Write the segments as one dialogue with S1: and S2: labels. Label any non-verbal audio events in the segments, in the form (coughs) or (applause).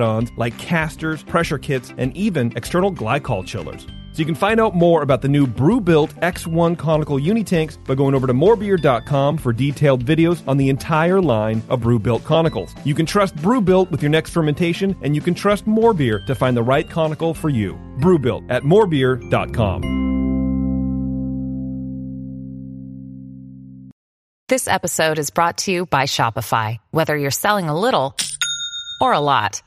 S1: ons like casters, pressure kits, and even external glycol chillers. So you can find out more about the new Brew Built X1 conical unitanks by going over to morebeer.com for detailed videos on the entire line of Brew Built conicals. You can trust Brew Built with your next fermentation, and you can trust Morebeer to find the right conical for you. Brew Built at morebeer.com.
S2: This episode is brought to you by Shopify. Whether you're selling a little or a lot,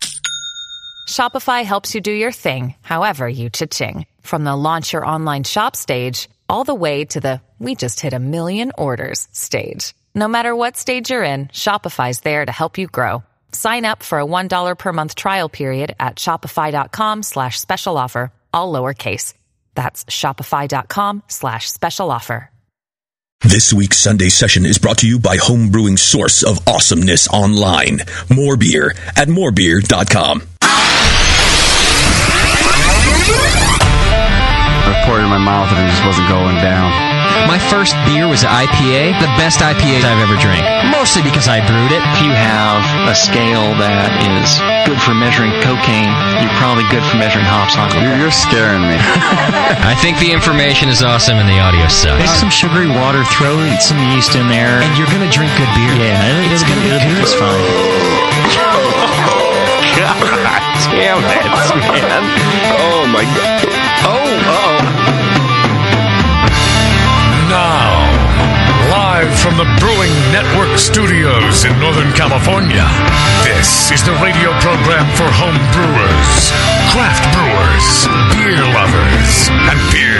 S2: Shopify helps you do your thing, however you cha-ching. From the launch your online shop stage, all the way to the we just hit a million orders stage. No matter what stage you're in, Shopify's there to help you grow. Sign up for a $1 per month trial period at shopify.com slash special offer, all lowercase. That's shopify.com slash special offer.
S3: This week's Sunday session is brought to you by Homebrewing Source of Awesomeness Online. More beer at morebeer.com.
S4: I poured it in my mouth and it just wasn't going down.
S5: My first beer was an IPA, the best IPA I've ever drank, mostly because I brewed it.
S6: If you have a scale that is good for measuring cocaine, you're probably good for measuring hops on
S4: You're, you're scaring me.
S5: I think the information is awesome and the audio sucks.
S7: Take some sugary water, throw some yeast in there,
S5: And you're gonna drink good beer.
S7: yeah, it,
S5: It's
S7: will
S5: gonna
S7: be,
S5: be
S7: it'll be
S5: good.
S7: just fine.
S4: (laughs) Damn it, man. Oh my god. Oh, uh
S8: Now, live from the Brewing Network studios in Northern California, this is the radio program for home brewers, craft brewers, beer lovers, and beer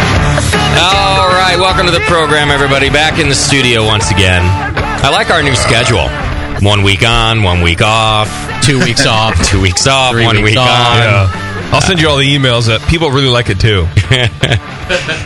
S5: All right, welcome to the program, everybody. Back in the studio once again. I like our new schedule. One week on, one week off, two weeks off, (laughs) two weeks off, one
S9: weeks
S5: week
S9: on.
S5: on.
S1: I'll send you all the emails that people really like it too.
S5: (laughs)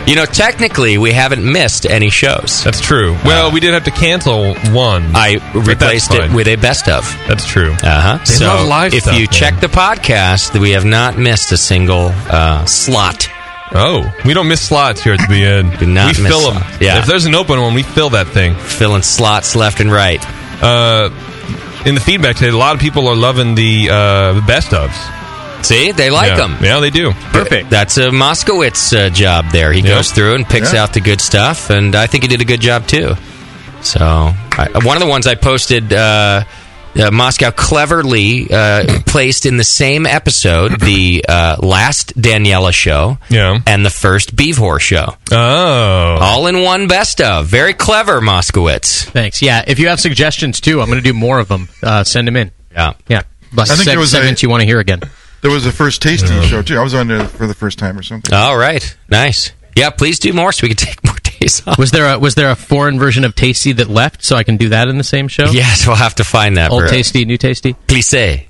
S5: You know, technically, we haven't missed any shows.
S9: That's true. Well, we did have to cancel one.
S5: I
S9: But
S5: replaced
S9: that's
S5: it
S9: fine.
S5: with a best of.
S9: That's true.
S5: Uh huh.
S9: They
S5: So
S9: love live
S5: if
S9: stuff,
S5: you
S9: man.
S5: check the podcast, we have not missed a single uh, slot.
S9: Oh, we don't miss slots here at the end.
S5: Do not
S9: we
S5: miss
S9: fill them.
S5: slots. Yeah.
S9: If there's an open one, we fill that thing.
S5: Filling slots left and right.
S9: Uh, in the feedback today, a lot of people are loving the uh, the best ofs.
S5: See, they like
S9: yeah.
S5: them.
S9: Yeah, they do.
S5: That's a Moskowitz uh, job there. He
S9: Yeah.
S5: goes through and picks
S9: Yeah.
S5: out the good stuff, and I think he did a good job too. So, I, one of the ones I posted, uh, uh, Moscow cleverly uh, (clears throat) placed in the same
S9: (clears throat)
S5: episode the uh, last Daniela show
S9: Yeah.
S5: and the first Beevor show.
S9: Oh.
S5: All in one best of. Very clever, Moskowitz.
S7: Thanks. Yeah, if you have suggestions too, I'm going to do more of them. Uh, send them in.
S5: Yeah.
S7: Yeah, But
S10: I think
S7: seg-
S10: there was
S7: segments
S10: a-
S7: you want to hear again.
S10: There was a first tasting show too. I was on there for the first time or something.
S5: All right. (laughs) Nice. Yeah, please do more so we can (laughs) take more days off.
S7: Was there a was there a foreign version of Tasty that left so I can do that in the same show?
S5: (laughs) Yes, we'll have to find that.
S7: old
S5: for-
S7: Tasty, new Tasty.
S5: Plissé.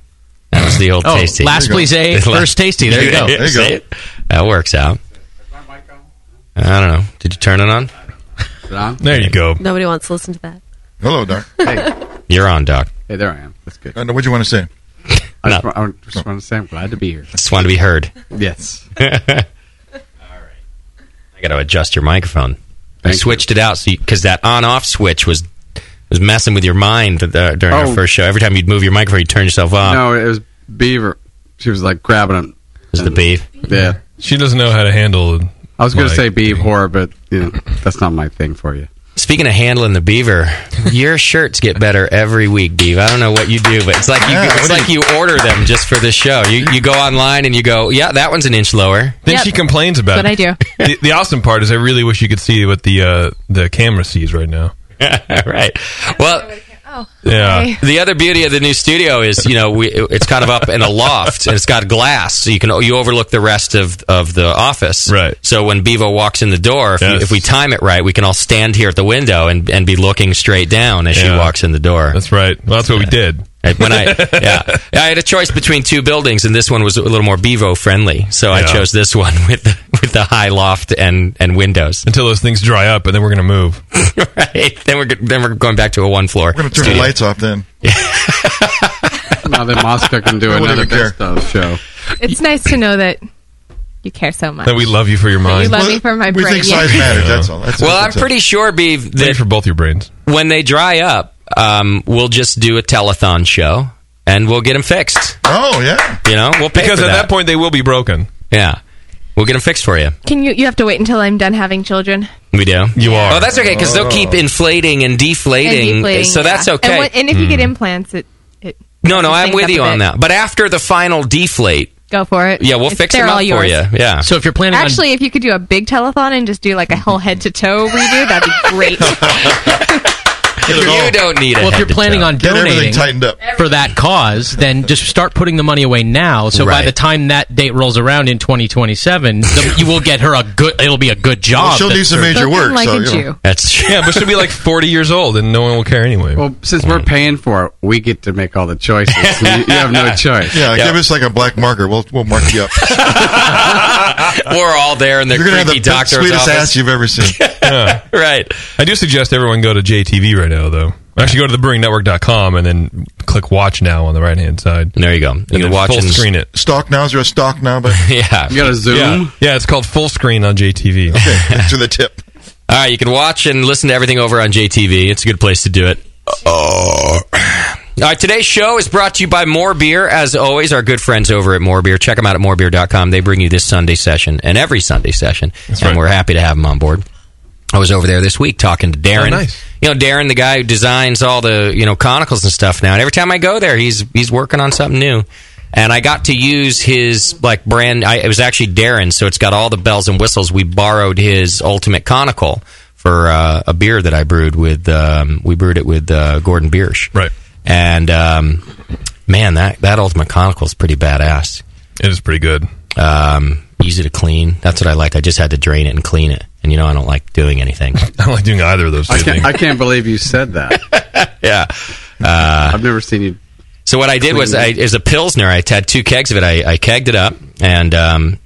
S5: That was the old
S7: Oh,
S5: tasty.
S7: last
S10: There you
S7: please a first Tasty. There you
S5: (laughs)
S7: go.
S10: There you
S5: See
S10: go.
S5: it? That works out. I don't know. Did you turn it on?
S9: There you go.
S11: Nobody wants to listen to that.
S10: Hello, Doc.
S11: (laughs)
S5: You're on, Doc.
S4: Hey, there I am. That's good.
S10: I know what Uh, you want to say.
S4: I
S5: No.
S4: just, wa- I just want to say I'm glad to be here.
S5: Just want to be heard.
S4: Yes.
S5: I got to adjust your microphone. I
S4: Thank
S5: switched it out because that on-off switch was was messing with your mind uh, during our
S4: Oh.
S5: first show. Every time you'd move your microphone, you'd turn yourself off.
S4: no, it was Beaver. She was like grabbing him.
S5: It was the beef.
S4: Yeah.
S9: She doesn't know how to handle.
S4: I was going
S9: my-
S4: to say Beaver, but you know, that's not my thing for you.
S5: Speaking of handling the beaver, your shirts get better every week, Beav. I don't know what you do, but it's like you,
S11: Yeah, what
S5: it's
S11: do
S5: like you order them just for this show. You you go online and you go, yeah, that one's an inch lower.
S9: Then
S12: Yep.
S9: she complains about
S12: That's
S9: it.
S12: what I
S9: do. (laughs) The, the awesome part is, I really wish you could see what the uh, the camera sees right now.
S5: (laughs) right. Well,
S9: yeah.
S5: The other beauty of the new studio is, you know, we, it's kind of up in a loft and it's got glass, so you can you overlook the rest of, of the office. Right. So when Bevo walks in the door, if, you-
S9: Yes.
S5: if we time it right, we can all stand here at the window and, and be looking straight down as she
S9: Yeah.
S5: walks in the door. That's
S9: right. Well, that's what we
S5: (laughs)
S9: did.
S5: When I yeah, I had a choice between two buildings, and this one was a little more Bevo friendly, so I
S9: Yeah.
S5: chose this one (laughs) with the, with the high loft and, and windows. (laughs)
S9: Until those things dry up, and then we're gonna move.
S5: right. Then we're go- then we're going back to a one floor.
S10: We're gonna turn the lights off then.
S4: (laughs) now that Moscow can do
S10: I wouldn't
S4: another
S10: even care.
S4: best of show.
S12: It's nice to know that you care so much.
S9: Then we love you for your
S12: That
S9: mind.
S12: you love me for my
S10: we
S12: brain.
S10: think
S12: yeah.
S10: size matters. That's all. That's
S5: well, I'm pretty sure, Beav, that
S9: for both your brains.
S5: When they dry up, um, we'll just do a telethon show and we'll get them fixed.
S10: Oh yeah,
S5: you know we'll pay
S9: Because
S5: for
S9: at
S5: that.
S9: that point they will be broken.
S5: Yeah, we'll get them fixed for you.
S12: Can you? You have to wait until I'm done having children.
S5: We do. You
S9: are.
S5: Oh, that's okay because they'll keep inflating and deflating.
S12: and deflating,
S5: so that's
S12: yeah.
S5: okay.
S12: And, what- and if you
S10: Mm-hmm.
S12: get
S5: Hmm.
S12: implants, it, it
S5: no, no, I'm
S12: things up
S5: with
S12: a
S5: you on
S12: bit.
S5: that. But after the final deflate,
S12: go for it.
S5: yeah, we'll
S12: It's-
S5: fix them
S12: they're
S5: up
S12: all
S5: for
S12: yours.
S5: you. Yeah.
S7: So if you're planning on
S12: Actually, if you could do a big telethon and just do like a whole head to toe redo, that'd be great.
S5: (laughs)
S9: (laughs)
S5: you don't need it.
S7: Well, if you're planning on
S10: Get everything
S7: donating
S10: tightened up.
S7: for that cause, then just start putting the money away now. So by
S5: Right.
S7: the time that date rolls around in 2027, the, you will get her a good. It'll be a good job.
S10: Well, she'll
S7: that-
S10: do some major Looking work, like so, a you know. Jew.
S5: That's
S9: yeah, but she'll be like 40 years old, and no one will care anyway.
S4: Well, since we're paying for it, we get to make all the
S9: (laughs)
S4: choices. So you, you have no choice.
S10: Yeah, give us like a black marker. We'll we'll mark
S4: (laughs)
S10: you up.
S5: we're all
S12: (laughs)
S5: there in the
S10: You're gonna have
S5: creepy
S10: the best,
S5: doctor's
S10: sweetest
S5: office.
S10: ass you've ever seen.
S9: Yeah.
S5: (laughs) right.
S9: I do suggest everyone go to JTV right now, though. Actually, go to thebrewingnetwork.com and then click watch now on the right hand side.
S5: There you go.
S9: And then full screen it.
S10: Stock now. Is there a stock now? But
S5: Yeah.
S9: Yeah. Yeah, it's called full screen on JTV.
S5: (laughs)
S10: Okay, to the tip.
S5: All right, you can watch and listen to everything over on JTV. It's a good place to do it. Oh. All right, today's show is brought to you by More Beer. As always, our good friends over at More Beer. Check them out at morebeer.com. They bring you this Sunday session and every Sunday session, and we're happy to have them on board. I was over there this week talking to Darren.
S9: Oh, nice.
S5: You know, Darren, the guy who designs all the you know conicals and stuff now. And every time I go there, he's he's working on something new. And I got to use his like brand. I, it was actually Darren, so it's got all the bells and whistles. We borrowed his ultimate conical for uh, a beer that I brewed with. Um, we brewed it with uh, Gordon Biersch, right? And um, man, that that ultimate conical is pretty badass.
S9: It is pretty good.
S5: Um, easy to clean. That's what I like. I just had to drain it and clean it. And you know, I don't like doing
S9: (laughs)
S5: anything.
S9: I don't like doing either of those two
S4: I
S9: things.
S4: can't, I can't believe you said
S5: (laughs)
S4: that.
S5: yeah. Uh,
S4: I've never seen you.
S5: So what I did was, I, as a pilsner, I had two kegs of it. I, I kegged it up, and um,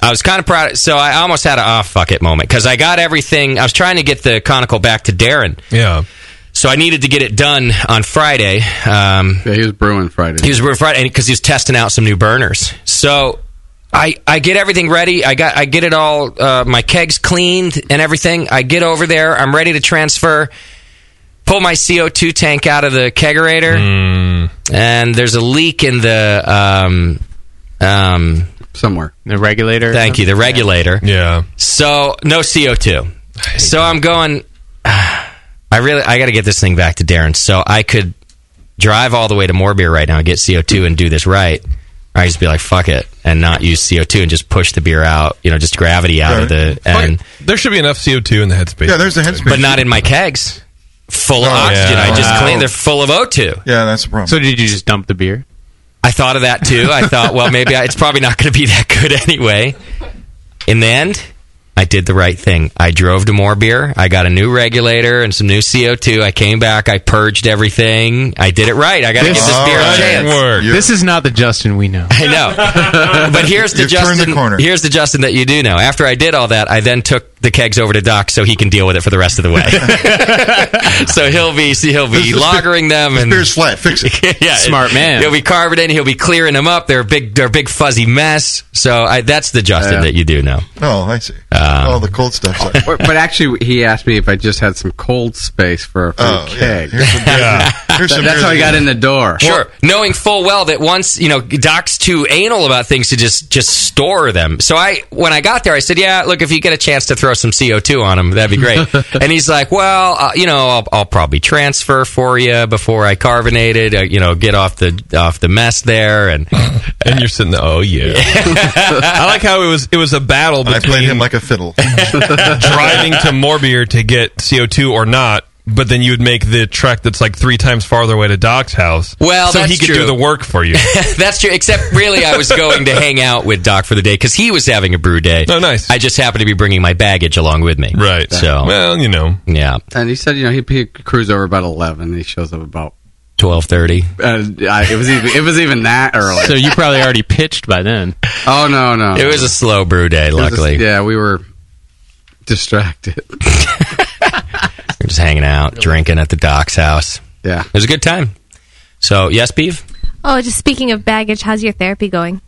S5: I was kind of proud. So I almost had a ah fuck it moment because I got everything. I was trying to get the conical back to Darren.
S9: Yeah.
S5: So I needed to get it done on Friday. Um,
S4: yeah, he was brewing Friday.
S5: He was brewing Friday because he was testing out some new burners. So I I get everything ready. I got I get it all uh, my kegs cleaned and everything. I get over there. I'm ready to transfer. Pull my CO2 tank out of the kegerator,
S9: Hmm.
S5: and there's a leak in the um, um,
S4: somewhere
S5: the regulator. Thank you, the regulator.
S9: Yeah.
S5: So no CO2. So I'm going. (sighs) I really I got to get this thing back to Darren so I could drive all the way to Morbier right now and get CO2 and do this right. Or I just be like fuck it and not use CO2 and just push the beer out, you know, just gravity out of the
S9: Fuck
S5: and
S9: it. there should be enough CO2 in the headspace.
S10: Yeah, there's the headspace.
S5: but not in my kegs full of
S9: Oh,
S5: oxygen.
S9: yeah.
S5: I just
S9: Wow.
S5: clean they're full of O2.
S10: Yeah, that's the problem.
S5: So
S13: did you just dump the beer?
S5: I thought of that too. I thought, well, maybe I, it's probably not going to be that good anyway. In the end, I did the right thing. I drove to more beer. I got a new regulator and some new CO2. I came back. I purged everything. I did it right. I got to give this beer a chance.
S13: This is not the Justin we know.
S5: I know. But here's the
S13: You've
S5: Justin.
S13: turned the corner.
S5: Here's the Justin that you do know. After I did all that, I then took the kegs over to Doc so he can deal with it for the rest of the way. so he'll be he'll be lagering them and
S10: Beer's flat. Fix it.
S5: (laughs) yeah, He'll be carving in. He'll be clearing them up. They're a big. They're a big fuzzy mess. So I, that's the Justin
S10: Yeah.
S5: that you do know.
S10: Oh, I see.
S5: Uh,
S10: All the cold
S5: (laughs)
S10: stuff.
S4: but, but actually, he asked me if I just had some cold space for a free
S10: Oh, yeah.
S4: keg.
S10: Here's some beers. Here's some
S4: That's
S10: beers
S4: how I
S10: again.
S4: got in the door.
S5: Sure, knowing full well that once you know Doc's too anal about things to just just store them. So I, when I got there, I said, "Yeah, look, if you get a chance to throw some CO two on them, that'd be great." and he's like, "Well, uh, you know, I'll, I'll probably transfer for you before I carbonate it. Uh, you know, get off the off the mess there." And and you're sitting there, "Oh (laughs) yeah."
S9: I like how it was it was a battle between I played him
S10: like a fiddle.
S9: (laughs) driving to Morbier to get CO2 or not, but then you would make the trek that's like 3 times farther away to Doc's house.
S5: Well,
S9: so he
S5: that's
S9: could do
S5: true.
S9: the
S5: (laughs)
S9: work for you.
S5: That's true. Except, really, I was going to hang out with Doc for the day because he was having a brew day. Oh, nice. I just happened to be bringing my baggage along with me. Right. So,
S9: well, you know,
S5: yeah,
S4: And he said, you know, he, he cruised over about eleven. He shows up about.
S5: twelve thirty.
S4: Uh, I- it was even it was even that early.
S13: So you probably already pitched by then.
S4: Oh no no!
S13: It was a
S5: slow brew day.
S4: It was a-
S13: luckily.
S4: yeah, we were
S5: (laughs)
S4: distracted.
S5: We're just hanging out, drinking at the Doc's house.
S4: Yeah,
S5: it was a good time. So, yes, Beef.
S12: Oh, just speaking of baggage, how's your therapy going?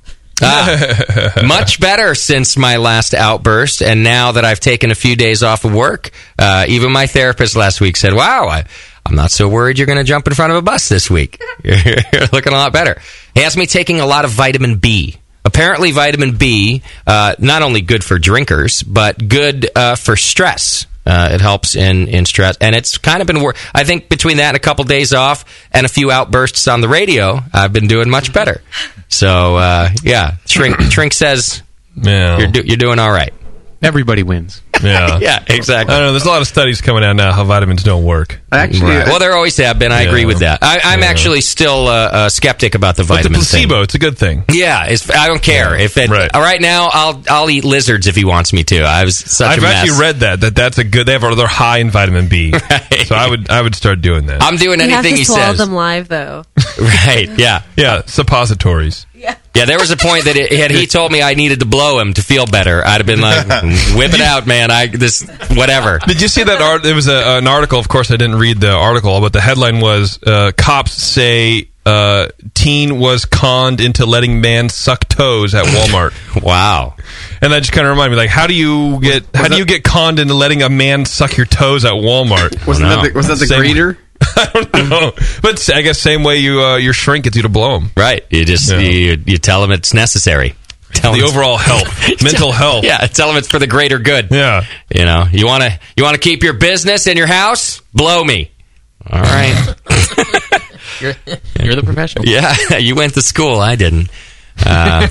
S5: Ah, (laughs) much better since my last outburst, and now that I've taken a few days off of work, uh, even my therapist last week said, "Wow, I, I'm not so worried you're going to jump in front of a bus this week. (laughs) you're looking a lot better." He has me taking a lot of vitamin B. Apparently, vitamin B uh, not only good for drinkers, but good uh, for stress. Uh, it helps in, in stress, and it's kind of been. Wor- I think between that and a couple days off, and a few outbursts on the radio, I've been doing much better. So uh, yeah,
S9: (clears throat)
S5: Trink Trink says you're do- you're doing all right.
S13: Everybody wins.
S9: Yeah.
S5: yeah, exactly.
S9: I don't know. There's a lot of studies coming out now how vitamins don't work.
S4: Actually,
S5: Well, there always have been. I
S9: Yeah.
S5: agree with that. I, I'm
S9: Yeah.
S5: actually still uh, a skeptic about the
S9: But the
S5: vitamin
S9: placebo,
S5: thing.
S9: it's a good thing.
S5: Yeah, it's, I don't care if it. Right. now, I'll I'll eat lizards if he wants me to. I was such
S9: I've
S5: a mess.
S9: actually read that that that's a good. They have they're high in vitamin
S5: (laughs)
S9: B, so I would I would start doing that.
S5: I'm doing
S11: you have to
S5: anything he
S11: swallow
S5: says.
S11: them live, though.
S5: (laughs) right? Yeah.
S9: Yeah. Suppositories.
S5: Yeah. Yeah. There was a point that it, had he told me I needed to blow him to feel better, I'd have been like,
S9: (laughs)
S5: "Whip it out, man! I this whatever."
S9: Did you see that? Art- there was a, an article. Of course, I didn't read the article, but the headline was uh, "Cops say uh, teen was conned into letting man suck toes at Walmart."
S5: (laughs) wow.
S9: And that just kind of reminded me, like, how do you get how do you get conned into letting a man suck your toes at
S4: (laughs)
S9: Walmart?
S4: Wasn't that the- was that the
S9: (laughs)
S4: greeter?
S9: I don't know, but s- I guess same way you uh, your shrink gets you to blow him.
S5: Right. You just you, you tell him it's necessary.
S9: (laughs)
S5: Tell
S9: The
S5: him it's-
S9: overall
S5: (laughs)
S9: health, mental health.
S5: Yeah, tell him it's for the greater good.
S9: Yeah.
S5: You know, you want to you want to keep your business in your house? Blow me. All right.
S7: (laughs) You're, you're the professional.
S5: yeah, (laughs) you went to school. I didn't. Uh,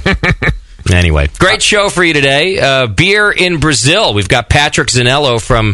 S5: (laughs) anyway, great show for you today. Uh, beer in Brazil. We've got Patrick Zanello from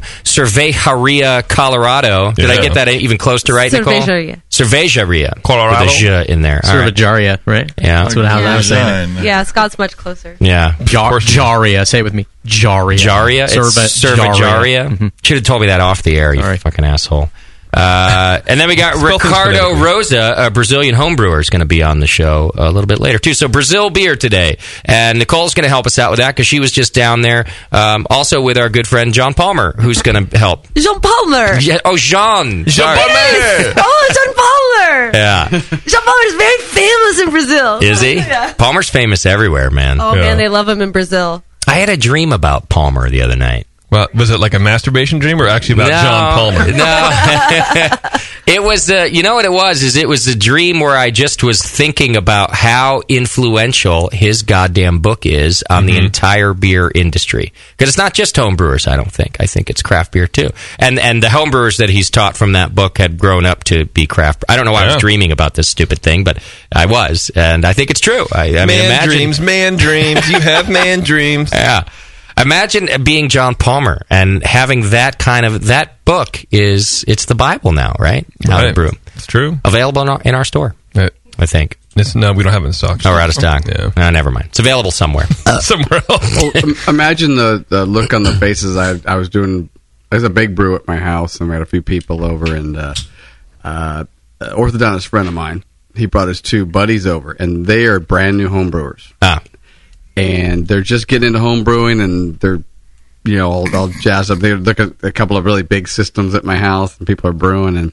S5: Cervejaria, Colorado. Did I
S13: Yeah.
S5: get that even close to right, Nicole?
S11: Cervejaria.
S5: Cervejaria.
S13: Colorado?
S5: With a "ja" in (laughs) there. All right.
S13: Cervejaria, right?
S5: Yeah.
S13: That's what, how I was saying. it.
S11: Yeah, Scott's much closer.
S5: Yeah.
S13: Jar- Jaria. Say it with me. Jaria.
S5: Jaria. Mm-hmm. It's
S13: Cerve-
S5: Cervejaria. Should have told me that off the air, you fucking asshole. Uh, and then we (laughs) got
S13: Spell things
S5: Ricardo
S13: phonetically.
S5: Rosa, a Brazilian homebrewer, is going to be on the show a little bit later, too. So, Brazil beer today. And Nicole's going to help us out with that because she was just down there. Um, also, with our good friend John Palmer, who's going to help.
S11: Jean Palmer.
S5: Yeah, oh, Jean. Sorry.
S11: oh, John Palmer. (laughs)
S5: Yeah.
S11: Jean Palmer is very famous in Brazil.
S5: Is he?
S11: Oh, Yeah.
S5: Palmer's famous everywhere, man.
S11: Oh man, they love him in Brazil.
S5: I had a dream about Palmer the other night.
S9: Well, was it like a masturbation dream or actually about
S5: (laughs) No,
S9: John Palmer?
S5: No, (laughs) it was the. You know what it was? Is it was the dream where I just was thinking about how influential his goddamn book is
S9: Mm-hmm.
S5: on the entire beer industry. Because it's not just home brewers. I don't think. I think it's craft beer too. And and the home brewers that he's taught from that book had grown up to be craft. I don't know why I was
S9: Yeah.
S5: dreaming about this stupid thing, but I was, and I think it's true. I, I mean,
S9: man
S5: imagine
S9: dreams, man dreams. You have man dreams.
S5: (laughs) yeah. Imagine being John Palmer and having that kind of that book is it's the Bible now, right? How to
S9: Right.
S5: brew.
S9: It's true. Uh,
S5: Available in our, in our store, I think.
S9: It's, no, we don't have it in stock.
S5: Oh, we're out of stock. yeah. never mind. It's
S4: (laughs)
S5: available Uh, somewhere.
S9: somewhere
S4: Well, oh, im- imagine the, the look on the faces. I I was doing. There's a big brew at my house, and we had a few people over, and uh, uh, an orthodontist friend of mine. He brought his two buddies over, and they are brand new homebrewers.
S5: Ah.
S4: And they're just getting into home brewing, and they're you know all, all jazzed up. They look at a couple of really big systems at my house, and people are brewing. And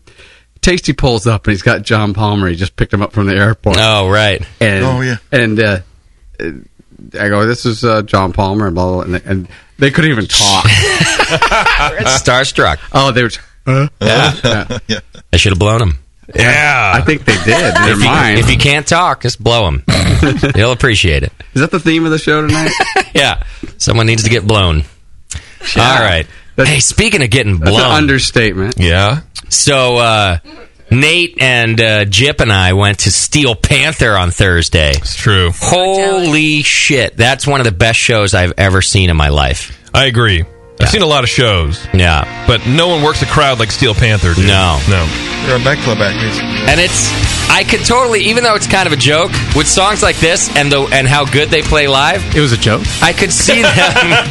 S4: Tasty pulls up, and he's got John Palmer. He just picked him up from the airport.
S5: Oh, right.
S4: And
S10: Oh, yeah.
S4: and uh, I go, this is uh, John Palmer, and blah, blah, blah. And, and They couldn't even
S5: (laughs)
S4: talk.
S5: Starstruck.
S4: Oh, they were.
S5: Yeah. I should have blown him.
S4: Yeah. I think they did. Never
S5: if, you,
S4: mind.
S5: if you can't talk, just blow
S4: (laughs)
S5: him. He'll appreciate it.
S4: Is that the theme of the show tonight?
S5: (laughs) yeah. Someone needs to get blown. All right. hey, speaking of getting blown,
S4: an understatement.
S5: Yeah. So uh, Nate and uh, Jip and I went to Steel Panther on Thursday. It's
S9: true.
S5: Holy shit! That's one of the best shows I've ever seen in my life.
S9: I agree. I've seen a lot of shows.
S5: Yeah.
S9: But no one works a crowd like Steel Panther, dude.
S5: No.
S9: No.
S10: They're a nightclub act.
S5: And it's I could totally, even though it's kind of a joke, with songs like this and the and how good they play live,
S13: It was a joke.
S5: I could see them.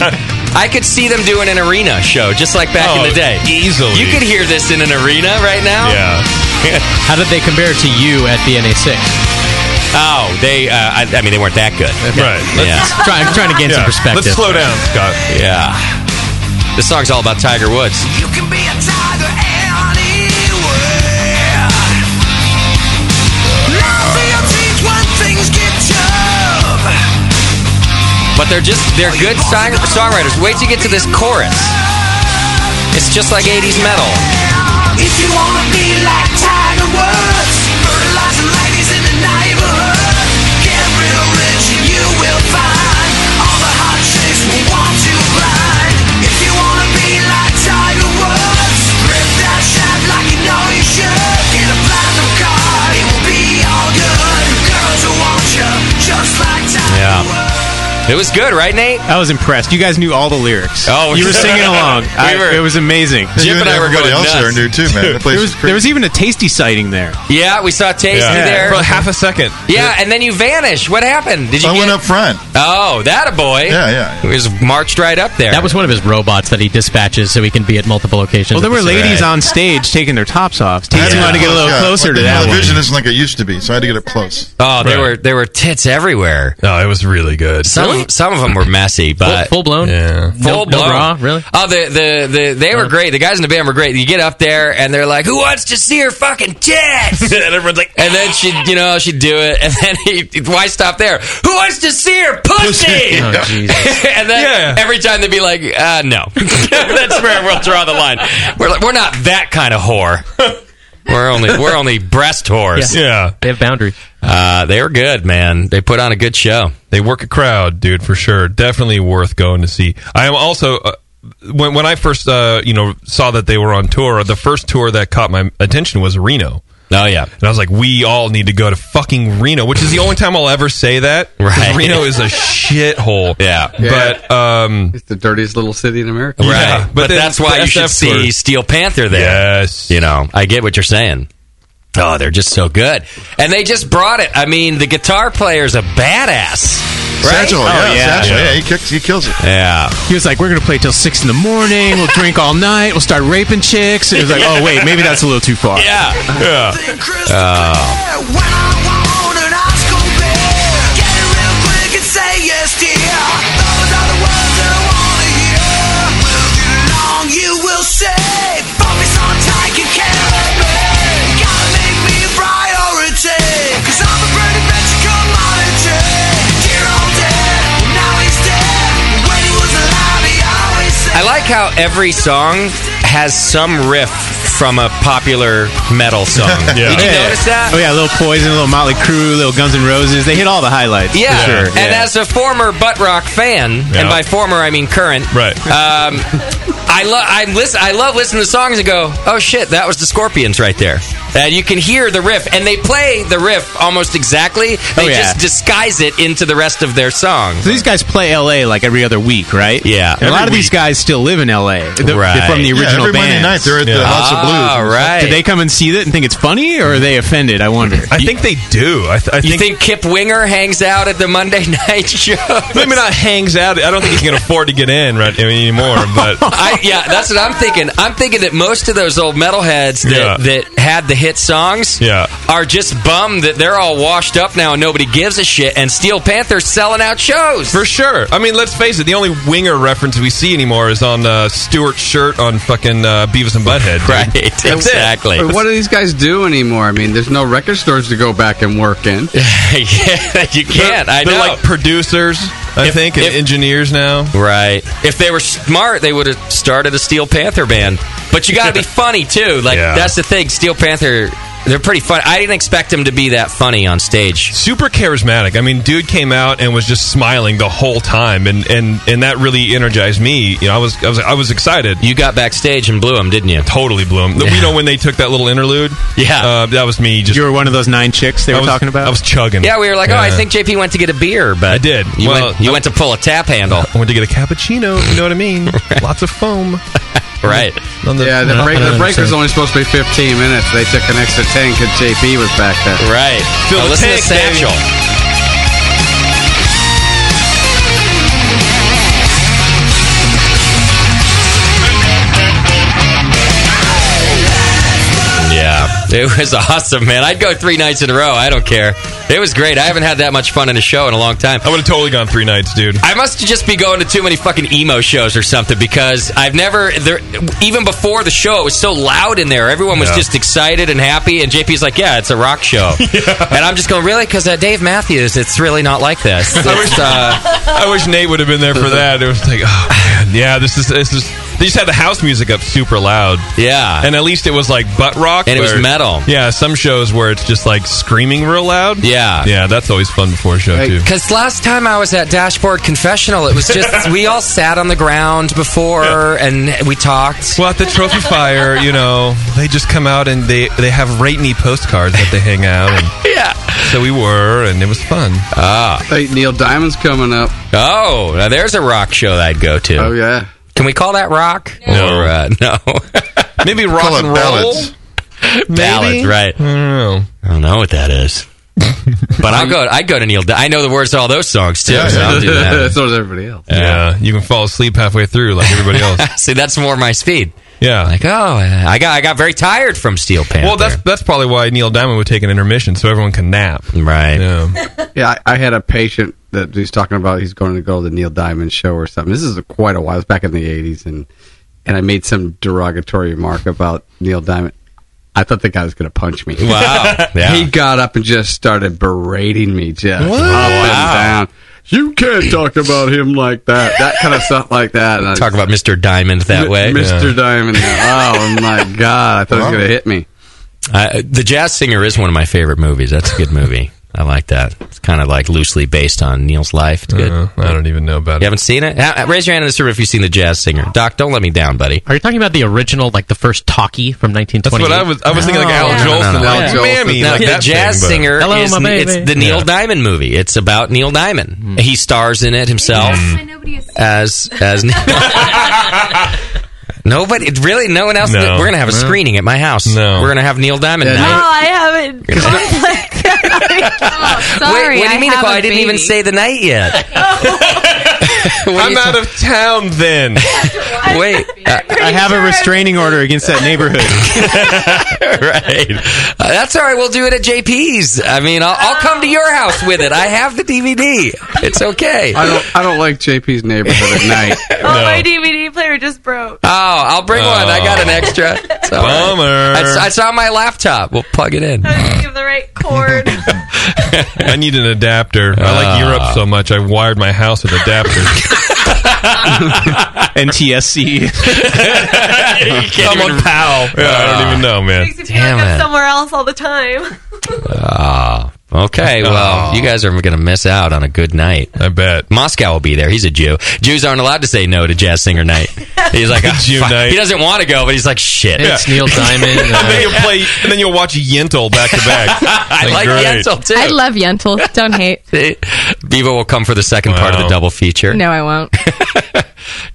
S5: (laughs) I could see them doing an arena show, just like back in
S13: Oh,
S5: the day.
S9: Easily,
S5: you could hear this in an arena right now.
S7: (laughs)
S9: Yeah.
S5: How did they compare to you at the NA6? Oh, they. Uh, I, I mean, they weren't that good.
S9: Right.
S5: Yeah.
S9: Let's-
S13: Try- I'm trying to gain some
S9: Yeah.
S13: perspective.
S9: Let's slow down, Scott.
S5: Yeah. This song's all about Tiger Woods. But they're just they're good song- songwriters. Wait till you get to this chorus. It's just like 80s metal.
S14: If you wanna be like Tiger Woods, fertilizing ladies in the neighborhood, get real rich and you will find all the hot chicks will want to grind. If you wanna be like Tiger Woods, rip that shot like you know you should. Get a platinum card, it will be all good. Girls will want you just like Tiger.
S5: Yeah. It was good, right, Nate?
S13: I was impressed. You guys knew all the lyrics.
S5: Oh, (laughs)
S13: you were singing along.
S5: We
S13: I-
S5: were-
S13: it was amazing.
S5: Jip You and and I were everybody going else nuts. there
S10: knew too, man. The place
S13: there,
S10: was
S13: was, there was even a tasty sighting there.
S5: Yeah, we saw Tasty
S13: Yeah.
S5: there
S13: For half
S9: a second.
S5: Yeah, and then you vanish. What happened? Did you?
S10: I went up front.
S5: Oh, that a boy.
S10: Yeah, yeah.
S5: He was marched right up there.
S7: That was one of his robots that he dispatches so he can be at multiple locations.
S13: Well, there were
S7: at the same
S13: ladies
S7: time.
S13: on stage taking their tops off. Tasty
S10: Yeah.
S13: wanted to get a little
S10: Yeah.
S13: closer to
S10: Well,
S13: that
S10: The uh, vision
S13: one.
S10: isn't like it used to be, so I had to get up close.
S5: Oh, there were there were tits everywhere.
S9: No, it was really good.
S5: Some some of them were messy, but
S7: full blown.
S9: Yeah,
S5: full blown.
S7: really? Uh.
S5: Oh, the, the the they were great. The guys in the band were great. You get up there and they're like, "Who wants to see her fucking tits?" (laughs) and everyone's like, and then she, you know, she'd do it, and then he, why stop there? Who wants to see her pussy? (laughs)
S14: Oh, Jesus.
S5: and then every time they'd be like, uh, "No, (laughs) that's where we'll draw the line. We're like, we're not that kind of (laughs) whore. We're only we're only breast whores.
S7: They have boundaries.
S5: Uh, they were good, man. They put on a good show.
S9: They work a crowd, dude, for sure. Definitely worth going to see. I am also uh, when when I first uh, you know saw that they were on tour. The first tour that caught my attention was Reno.
S5: Oh yeah,
S9: and I was like, we all need to go to fucking Reno, which is the only time I'll ever say that. 'cause
S5: Right. (laughs)
S9: Reno is a shithole.
S5: Yeah,
S9: but um,
S4: it's the dirtiest little city in America.
S5: Right. but that's why you should see Steel Panther there. Yes. You know, I get what you're saying. Oh, they're just so good. And they just brought it. I mean, the guitar player's a badass. Right?
S9: Oh,
S5: Oh,
S10: Satchel, yeah, Satchel, yeah. he kicks, he kills it.
S5: Yeah.
S13: He was like, "We're gonna play till six in the morning. We'll drink all night. We'll start raping chicks." It was like, "Oh wait, maybe that's a little too far."
S5: Yeah. Uh,
S13: Oh.
S14: Quick and say yes, dear. Those are the words that I wanna hear. Moving along, you will say. Focus on taking care of me. Gotta make me a priority. Cause I'm a pretty bitch commodity. Dear old dad, now he's dead. When he was alive, he always said.
S5: I like how every song has some riff from a popular metal song. Did you notice that?
S13: Oh yeah, a little Poison, a little Motley Crue, a little Guns N' Roses. They hit all the highlights.
S5: Yeah,
S13: for sure.
S5: and as a former butt rock fan, and by former I mean current, right? Um, I love I listen I love listening to songs and go, oh shit, that was the Scorpions right there, and you can hear the riff, and they play the riff almost exactly. They
S13: Oh, yeah.
S5: just disguise it into the rest of their song.
S13: So these guys play LA like every other week, right? Yeah. a lot of these guys still live in LA. The-
S5: Right.
S13: They're from the
S5: Yeah,
S13: original
S5: every Monday
S13: bands.
S5: night they're at the Yeah. House of Blues. Ah, right.
S13: Did they come and see it and think it's funny, or are they offended? I wonder.
S9: I think they do. I, th- I
S5: You think Kip Winger hangs out at the Monday (laughs) night show?
S9: Maybe not hangs out. I don't think he can afford to get in right I mean, anymore. But
S5: (laughs) I, yeah, that's what I'm thinking. I'm thinking that most of those old metalheads that,
S9: Yeah.
S5: that had the hit songs yeah. are just bummed that they're all washed up now and nobody gives a shit. And Steel Panther's selling out shows.
S9: For sure. I mean, let's face it. The only winger reference we see anymore is on uh, Stewart's shirt on fucking uh, Beavis and Butthead. dude.
S5: Right.
S9: That's it.
S5: Exactly.
S4: What do these guys do anymore? I mean, there's no record stores to go back and work in.
S5: (laughs) (laughs) yeah, you can't. I
S9: They're
S5: know.
S9: like producers, I think, and engineers now.
S5: Right. If they were smart, they would have started a Steel Panther band. But you got (laughs) to be funny too. Like that's the thing. Steel Panther, they're pretty funny. I didn't expect them to be that funny on stage.
S9: Super charismatic. I mean, dude came out and was just smiling the whole time, and and and that really energized me. You know, I was I was I was excited.
S5: You got backstage and blew him, didn't you?
S9: Totally blew him. You know when they took that little interlude?
S5: Yeah,
S9: uh, that was me. Just you were
S13: one of those nine chicks they
S5: were talking
S13: about.
S9: I was chugging.
S5: Yeah, we were like, oh, I
S9: Yeah.
S5: think JP went to get a beer, but I did. You
S9: Well,
S5: went, you went to pull a tap handle.
S9: I (laughs) went to get a cappuccino. You know what I
S5: (laughs)
S9: mean? Lots of foam.
S5: Right.
S4: yeah, the break,
S9: I don't
S4: the break was
S9: understand.
S5: (laughs)
S4: only supposed to be 15 minutes. They took an extra 10 because JP was back there.
S5: Right.
S4: Fill
S5: Now
S4: the
S5: listen
S4: tank,
S5: to
S4: baby.
S5: Satchel. Yeah, it was awesome, man. I'd go three nights in a row. I don't care. It was great. I haven't had that much fun in a show in a long time. I
S9: would have totally gone three nights, dude.
S5: I must just be going to too many fucking emo shows or something because I've never there. Even before the show, it was so loud in there. Everyone was
S9: Yeah. (laughs)
S5: just excited and happy. And JP's like, "Yeah, it's a rock show," and I'm just going, "Really?" Because uh, Dave Matthews, it's really not like
S9: (laughs)
S5: this.
S9: I wish,
S5: It's, uh,
S9: I wish Nate would have been there for that. It was like, oh man, yeah, this is this is. They just had the house music up super loud.
S5: Yeah,
S9: and at least it was like butt rock
S5: And it was
S9: where-
S5: metal.
S9: Yeah, some shows where it's just like screaming real loud.
S5: Yeah,
S9: yeah, that's always fun before a show
S5: (laughs)
S9: too.
S5: Because last time I was at Dashboard Confessional, it was just we all sat on the ground before
S9: (laughs)
S5: and we talked.
S9: Well, at the trophy fire, you know, they just come out and they they have Ratney postcards that they hang out. And
S5: (laughs) yeah,
S9: so we were, and it was fun.
S5: Ah,
S4: hey, Neil Diamond's coming up.
S5: Oh, now there's a rock show that I'd go to.
S4: Oh yeah.
S5: Can we call that rock? No, or, uh, (laughs) no.
S9: Maybe rock
S5: Call it
S9: and roll.
S5: ballads. (laughs) Ballads, right? I
S9: don't know.
S5: I don't know what
S9: (laughs)
S5: that is. but I'll go. I go to Neil. Di- I know the words to all those songs too.
S9: Yeah,
S5: so
S9: yeah.
S5: I'll do (laughs) that.
S4: (laughs) so does everybody else.
S9: Yeah, you can fall asleep halfway through like everybody else.
S5: (laughs) See, that's more my speed.
S9: Yeah,
S5: like oh, I got I got very tired from Steel Panther.
S9: Well, that's that's probably why Neil Diamond would take an intermission so everyone can nap.
S5: Right.
S4: (laughs) Yeah, I, I had a patient that he's talking about. He's going to go to the Neil Diamond show or something. This is quite a while. It was back in the '80s, and and I made some derogatory remark about Neil Diamond. I thought the guy was going to punch me.
S5: Wow. (laughs) Yeah.
S4: (laughs) He got up and just started berating me, just
S5: What?
S4: up
S5: Wow.
S4: and down. You can't talk about him like that. That kind of stuff like that. And I-
S5: Talk about Mr. Diamond that way.
S4: Mr. Diamond. Oh my God! I thought he was going to hit me.
S5: I, the Jazz Singer is one of my favorite movies. That's a good movie. I like that. It's kind of like loosely based on Neil's life. It's good.
S9: Uh-huh. I don't even know about it.
S5: You haven't seen it? Ha- Raise your hand in this room if you've seen The Jazz Singer. Doc, don't let me down, buddy.
S7: Are you talking about the original, like the first talkie from 1920?
S5: That's what I was- I was thinking, like, Al No, no, no, no. Jolson, Al Oh, Yeah. Jolson. Mammy, like that thing, but- Hello, my baby. Yeah. Diamond movie. It's about Neil Diamond. He stars in it himself as as Neil.
S11: (laughs)
S5: nobody. Really, no one else.
S14: No.
S5: We're gonna have a
S14: No.
S5: screening at my house. No. We're gonna have Neil Diamond.
S11: No,
S5: night.
S11: I haven't.
S5: You're gonna-
S11: Sorry,
S5: Wait, what do
S11: I
S5: you mean if
S11: have a
S5: I didn't even
S11: baby.
S5: say the night (laughs) yet?
S9: I'm out of town
S15: (laughs)
S9: then.
S5: Wait,
S13: I have a restraining order against that neighborhood.
S5: (laughs) right. Uh, that's all right. We'll do it at JP's. I mean, I'll, I'll come to your house with it. I have the DVD. It's okay.
S4: I don't. I don't like JP's neighborhood at
S5: (laughs)
S4: night.
S11: Oh, my DVD player just broke.
S5: Oh, I'll bring one. I got an extra. It's all right.
S9: Bummer.
S5: I, s- I saw my laptop. We'll plug it in.
S11: Give the (laughs) right cord.
S9: (laughs) I need an adapter. I
S5: Ah.
S9: like Europe so much. I wired my house with adapters. (laughs)
S13: NTSC.
S9: Someone pal. Yeah, I don't even know, man.
S11: I'm somewhere else all the time.
S5: Oh,
S9: (laughs)
S5: okay. Well, you guys are going to miss out on a good night.
S9: Ah. I bet.
S5: Moscow will be there. He's a Jew. Jews aren't allowed to say no to jazz singer night.
S9: (laughs)
S5: He's like, "Ah,
S9: Jew
S5: fuck."
S9: night.
S5: He doesn't want to go, but he's like, shit.
S9: It's
S5: (laughs)
S9: Yeah. Neil (laughs) uh,
S7: Diamond.
S5: uh,
S9: and then you'll play, and then you'll watch Yentl back to back.
S5: (laughs) I like Yentl too.
S12: I love Yentl. Don't
S5: (laughs)
S12: hate.
S5: Beaver will come for the second part of the double feature.
S9: (laughs)
S12: No, I won't.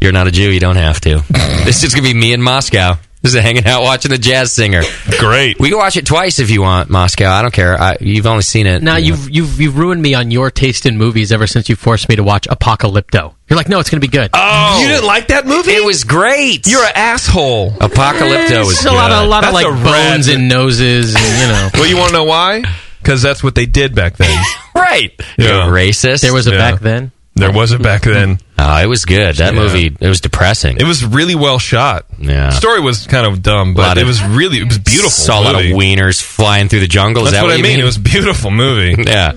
S5: You're not a Jew. You don't have to. this is going to be me in Moscow. Just hanging out watching the jazz singer.
S9: Great.
S5: We can watch it twice if you want, Moscow. I don't care. I, you've only seen it.
S7: Now
S5: you
S7: you've you've you've ruined me on your taste in movies ever since you forced me to watch Apocalypto. You're like, no, it's going to be good.
S9: Oh, you didn't like that movie? It
S5: was great.
S9: You're an asshole.
S5: Apocalypto
S7: It's a lot of a lot of like bones and noses, and you know.
S9: well, you want to know why? Because that's what they did back
S5: (laughs)
S9: then.
S5: right.
S9: Yeah.
S5: racist.
S7: There was a back then?
S9: There was a back then.
S5: Oh, it was good. That
S9: Yeah.
S5: movie. It was depressing.
S9: It was really well shot.
S5: Yeah.
S9: Story was kind of dumb, but
S5: Lot
S9: it
S5: of-
S9: was really it was beautiful.
S5: Saw a lot of
S9: movie.
S5: wieners flying through the jungle. Is
S9: That's
S5: that
S9: what, I
S5: you
S9: mean. It was a beautiful movie.
S5: (laughs) yeah.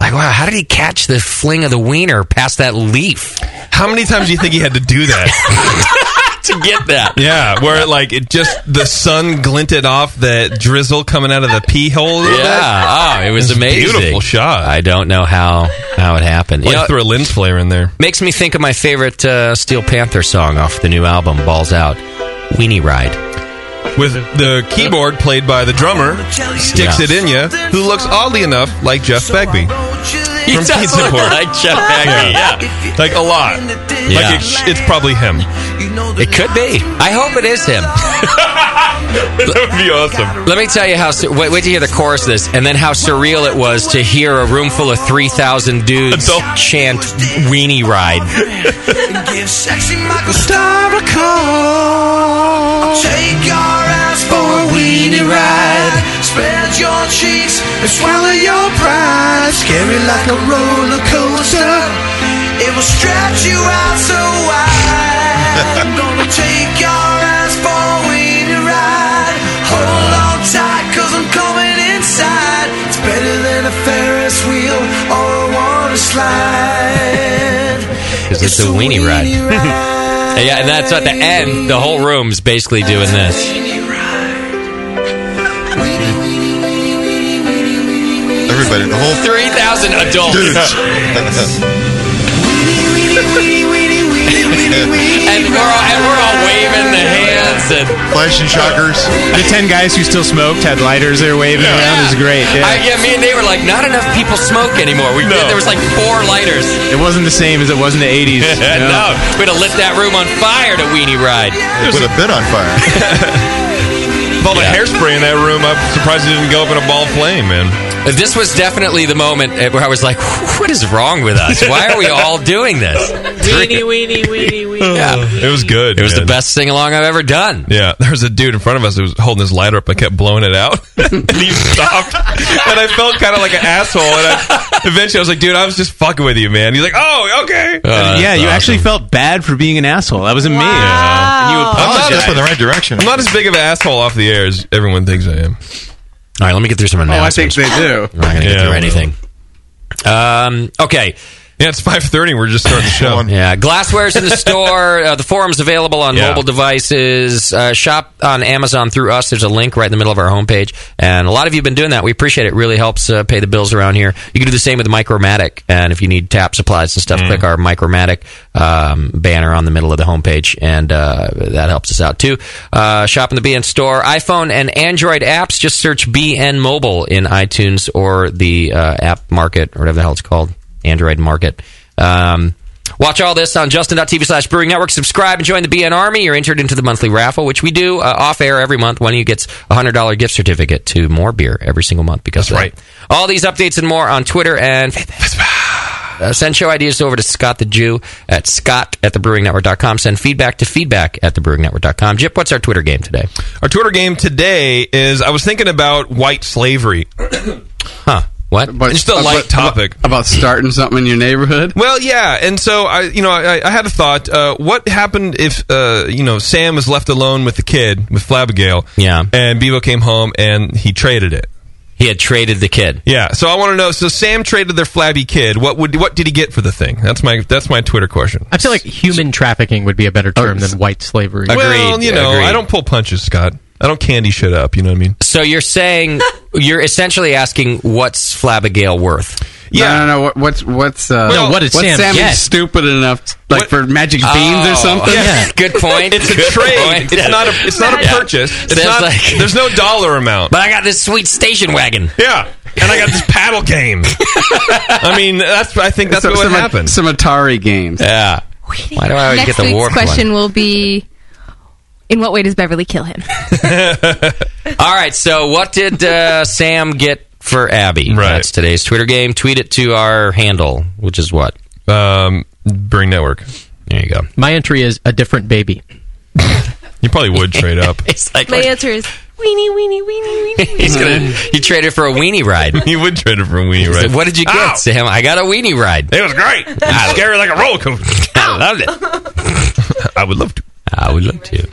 S5: Like wow, how did he catch the fling of the wiener past that leaf?
S9: How many times do you think he had to do that
S5: (laughs) to get that?
S9: Yeah, where like it just the sun glinted off the drizzle coming out of the pee hole. a little bit.
S5: Yeah. Oh, it was
S9: It's a
S5: amazing.
S9: Beautiful shot.
S5: I don't know how how it happened.
S9: Like
S5: You know,
S9: threw a lens flare in there.
S5: Makes me think of my favorite uh, Steel Panther song off the new album, Balls Out, Weenie Ride.
S9: with the keyboard played by the drummer, sticks
S5: Yeah.
S9: it in you, who looks oddly enough like Jeff Begbie.
S5: He
S9: from
S5: does
S9: Pizza
S5: look
S9: Port.
S5: like Jeff Begbie, yeah.
S9: Like a lot.
S5: Yeah.
S9: Like it, it's probably him.
S5: It could be. I hope it is him.
S9: (laughs) that would be awesome.
S5: Let me tell you how. sur- Wait, wait to hear the chorus of this, and then how surreal it was to hear a room full of three thousand dudes chant "Weenie
S9: (laughs)
S5: Ride."
S14: (laughs) Give sexy Michael Star a call. Take your ass for a weenie ride. Spread your cheeks and swallow your pride. Scary like a roller coaster. It will stretch you out so wide. I'm gonna take your ass for a weenie ride. Hold on tight, cause I'm coming inside. It's better than a Ferris wheel or a water slide.
S5: Because it's a weenie ride. (laughs) yeah, and that's at the end. The whole room's basically doing this.
S10: Everybody, the whole
S5: three thousand adults. and we're all, and (laughs) we're all waving the hands and
S10: flashing shockers.
S13: The ten guys who still smoked had lighters. They were waving around. It was great. Yeah.
S5: I, yeah, me and they were like, not enough people smoke anymore. We did, there was like four lighters.
S13: it wasn't the same as it was in the '80s. you know?
S5: (laughs) no, we'd have lit that room on fire to weenie ride.
S10: With a bit on fire.
S9: With All the hairspray in that room, I'm surprised it didn't go up in a ball of flame, man.
S5: This was definitely the moment at- where I was like, what is wrong with us? Why
S9: (laughs)
S5: are we all doing this?
S14: Weenie, weenie, weenie, weenie.
S9: It was good. It was the
S5: best sing along I've ever done.
S9: Yeah, (laughs) there was a dude in front of us who was holding his lighter up and kept blowing it
S5: (laughs)
S9: out. and he stopped, and I felt kind of like an asshole. And I, eventually, I was like, "Dude, I was just fucking with you, man." He's like, "Oh, okay."
S16: Uh,
S4: Uh,
S13: yeah, you actually felt bad for being an asshole. That was amazing. And you apologized.
S9: I'm not as big of an asshole off the air as everyone thinks I am.
S5: All right, let me get through some announcements.
S9: Oh, think they do.
S5: I'm not going to get through anything. Um, okay.
S9: Yeah, it's 5.30. We're just starting the show.
S5: (laughs) yeah, glassware's in the store. Uh, the forum's available on
S9: Yeah.
S5: mobile devices. Uh, shop on Amazon through us. There's a link right in the middle of our homepage. And a lot of you have been doing that. We appreciate it. It really helps uh, pay the bills around here. You can do the same with Micromatic. And if you need tap supplies and stuff,
S9: Mm.
S5: click our Micromatic um, banner on the middle of the homepage. And uh, that helps us out too. Uh, shop in the BN store. iPhone and Android apps. Just search BN Mobile in iTunes or the uh, app market or whatever the hell it's called. Android market. Um, Watch all this on justin.tv slash brewing network. Subscribe and join the BN Army. You're entered into the monthly raffle, which we do uh, off air every month. One of you gets a $100 gift certificate to more beer every single month because That's right. All these updates and more on Twitter (laughs) and uh, send show ideas over to Scott the Jew at scott at thebrewingnetwork.com. Send feedback to feedback at thebrewingnetwork.com. Jip, what's our Twitter game (laughs) today?
S9: Our Twitter game today is I was thinking about white slavery. (coughs)
S5: huh. What?
S9: But, just a light topic.
S4: about starting something in your neighborhood.
S9: Well, yeah, and so I, you know, I, I had a thought. Uh, what happened if, uh, you know, Sam was left alone with the kid with Flabbergale?
S5: Yeah,
S9: and Bebo came home and he traded it.
S5: He had traded the kid.
S9: Yeah, so I want to know. So Sam traded their flabby kid. What would what did he get for the thing? That's my that's my Twitter question.
S7: I feel like human trafficking would be a better term than white slavery.
S9: Well, you know, I don't pull punches, Scott. I don't candy shit up. You know what I mean?
S5: So you're saying, you're essentially asking, what's Flabbergale worth?
S9: Yeah,
S4: no, no. no what, what's what's uh,
S5: No, what did
S4: what's
S5: Sam
S4: Sammy
S5: get?
S4: stupid enough like for magic beans or something? (laughs)
S5: Good point.
S9: It's a
S5: Good
S9: trade.
S5: point.
S9: It's not a. It's not a
S5: Yeah.
S9: purchase. It's
S5: Sounds
S9: not.
S5: like-
S9: there's no dollar amount.
S5: But I got this sweet station wagon.
S9: Yeah, and I got
S5: (laughs)
S9: this paddle game. I mean, that's. I think that's
S4: some,
S9: what
S4: some,
S9: would happen.
S4: Some Atari games.
S5: Yeah.
S9: Why do I always
S12: Next
S9: Oh, get the
S12: week's
S9: warped
S12: question will be In what way does Beverly kill him?
S5: All right. So, what did uh, Sam get for Abby? Right. That's today's Twitter game. Tweet it to our handle, which is what? Um, Bring Network. There you go.
S7: My entry is a different baby.
S9: you probably would
S5: (laughs)
S9: trade up.
S5: it's like
S11: My answer is weenie, weenie, (laughs) weenie, weenie.
S5: He's gonna.
S9: (laughs)
S5: He traded for a weenie ride. he would trade it for a weenie
S9: ride.
S5: What did you get,
S9: Ow!
S5: Sam? I got a weenie ride.
S9: It was great. It was scary like a roller coaster.
S5: (laughs) I loved
S9: (laughs)
S5: it. I would love to. I would love to.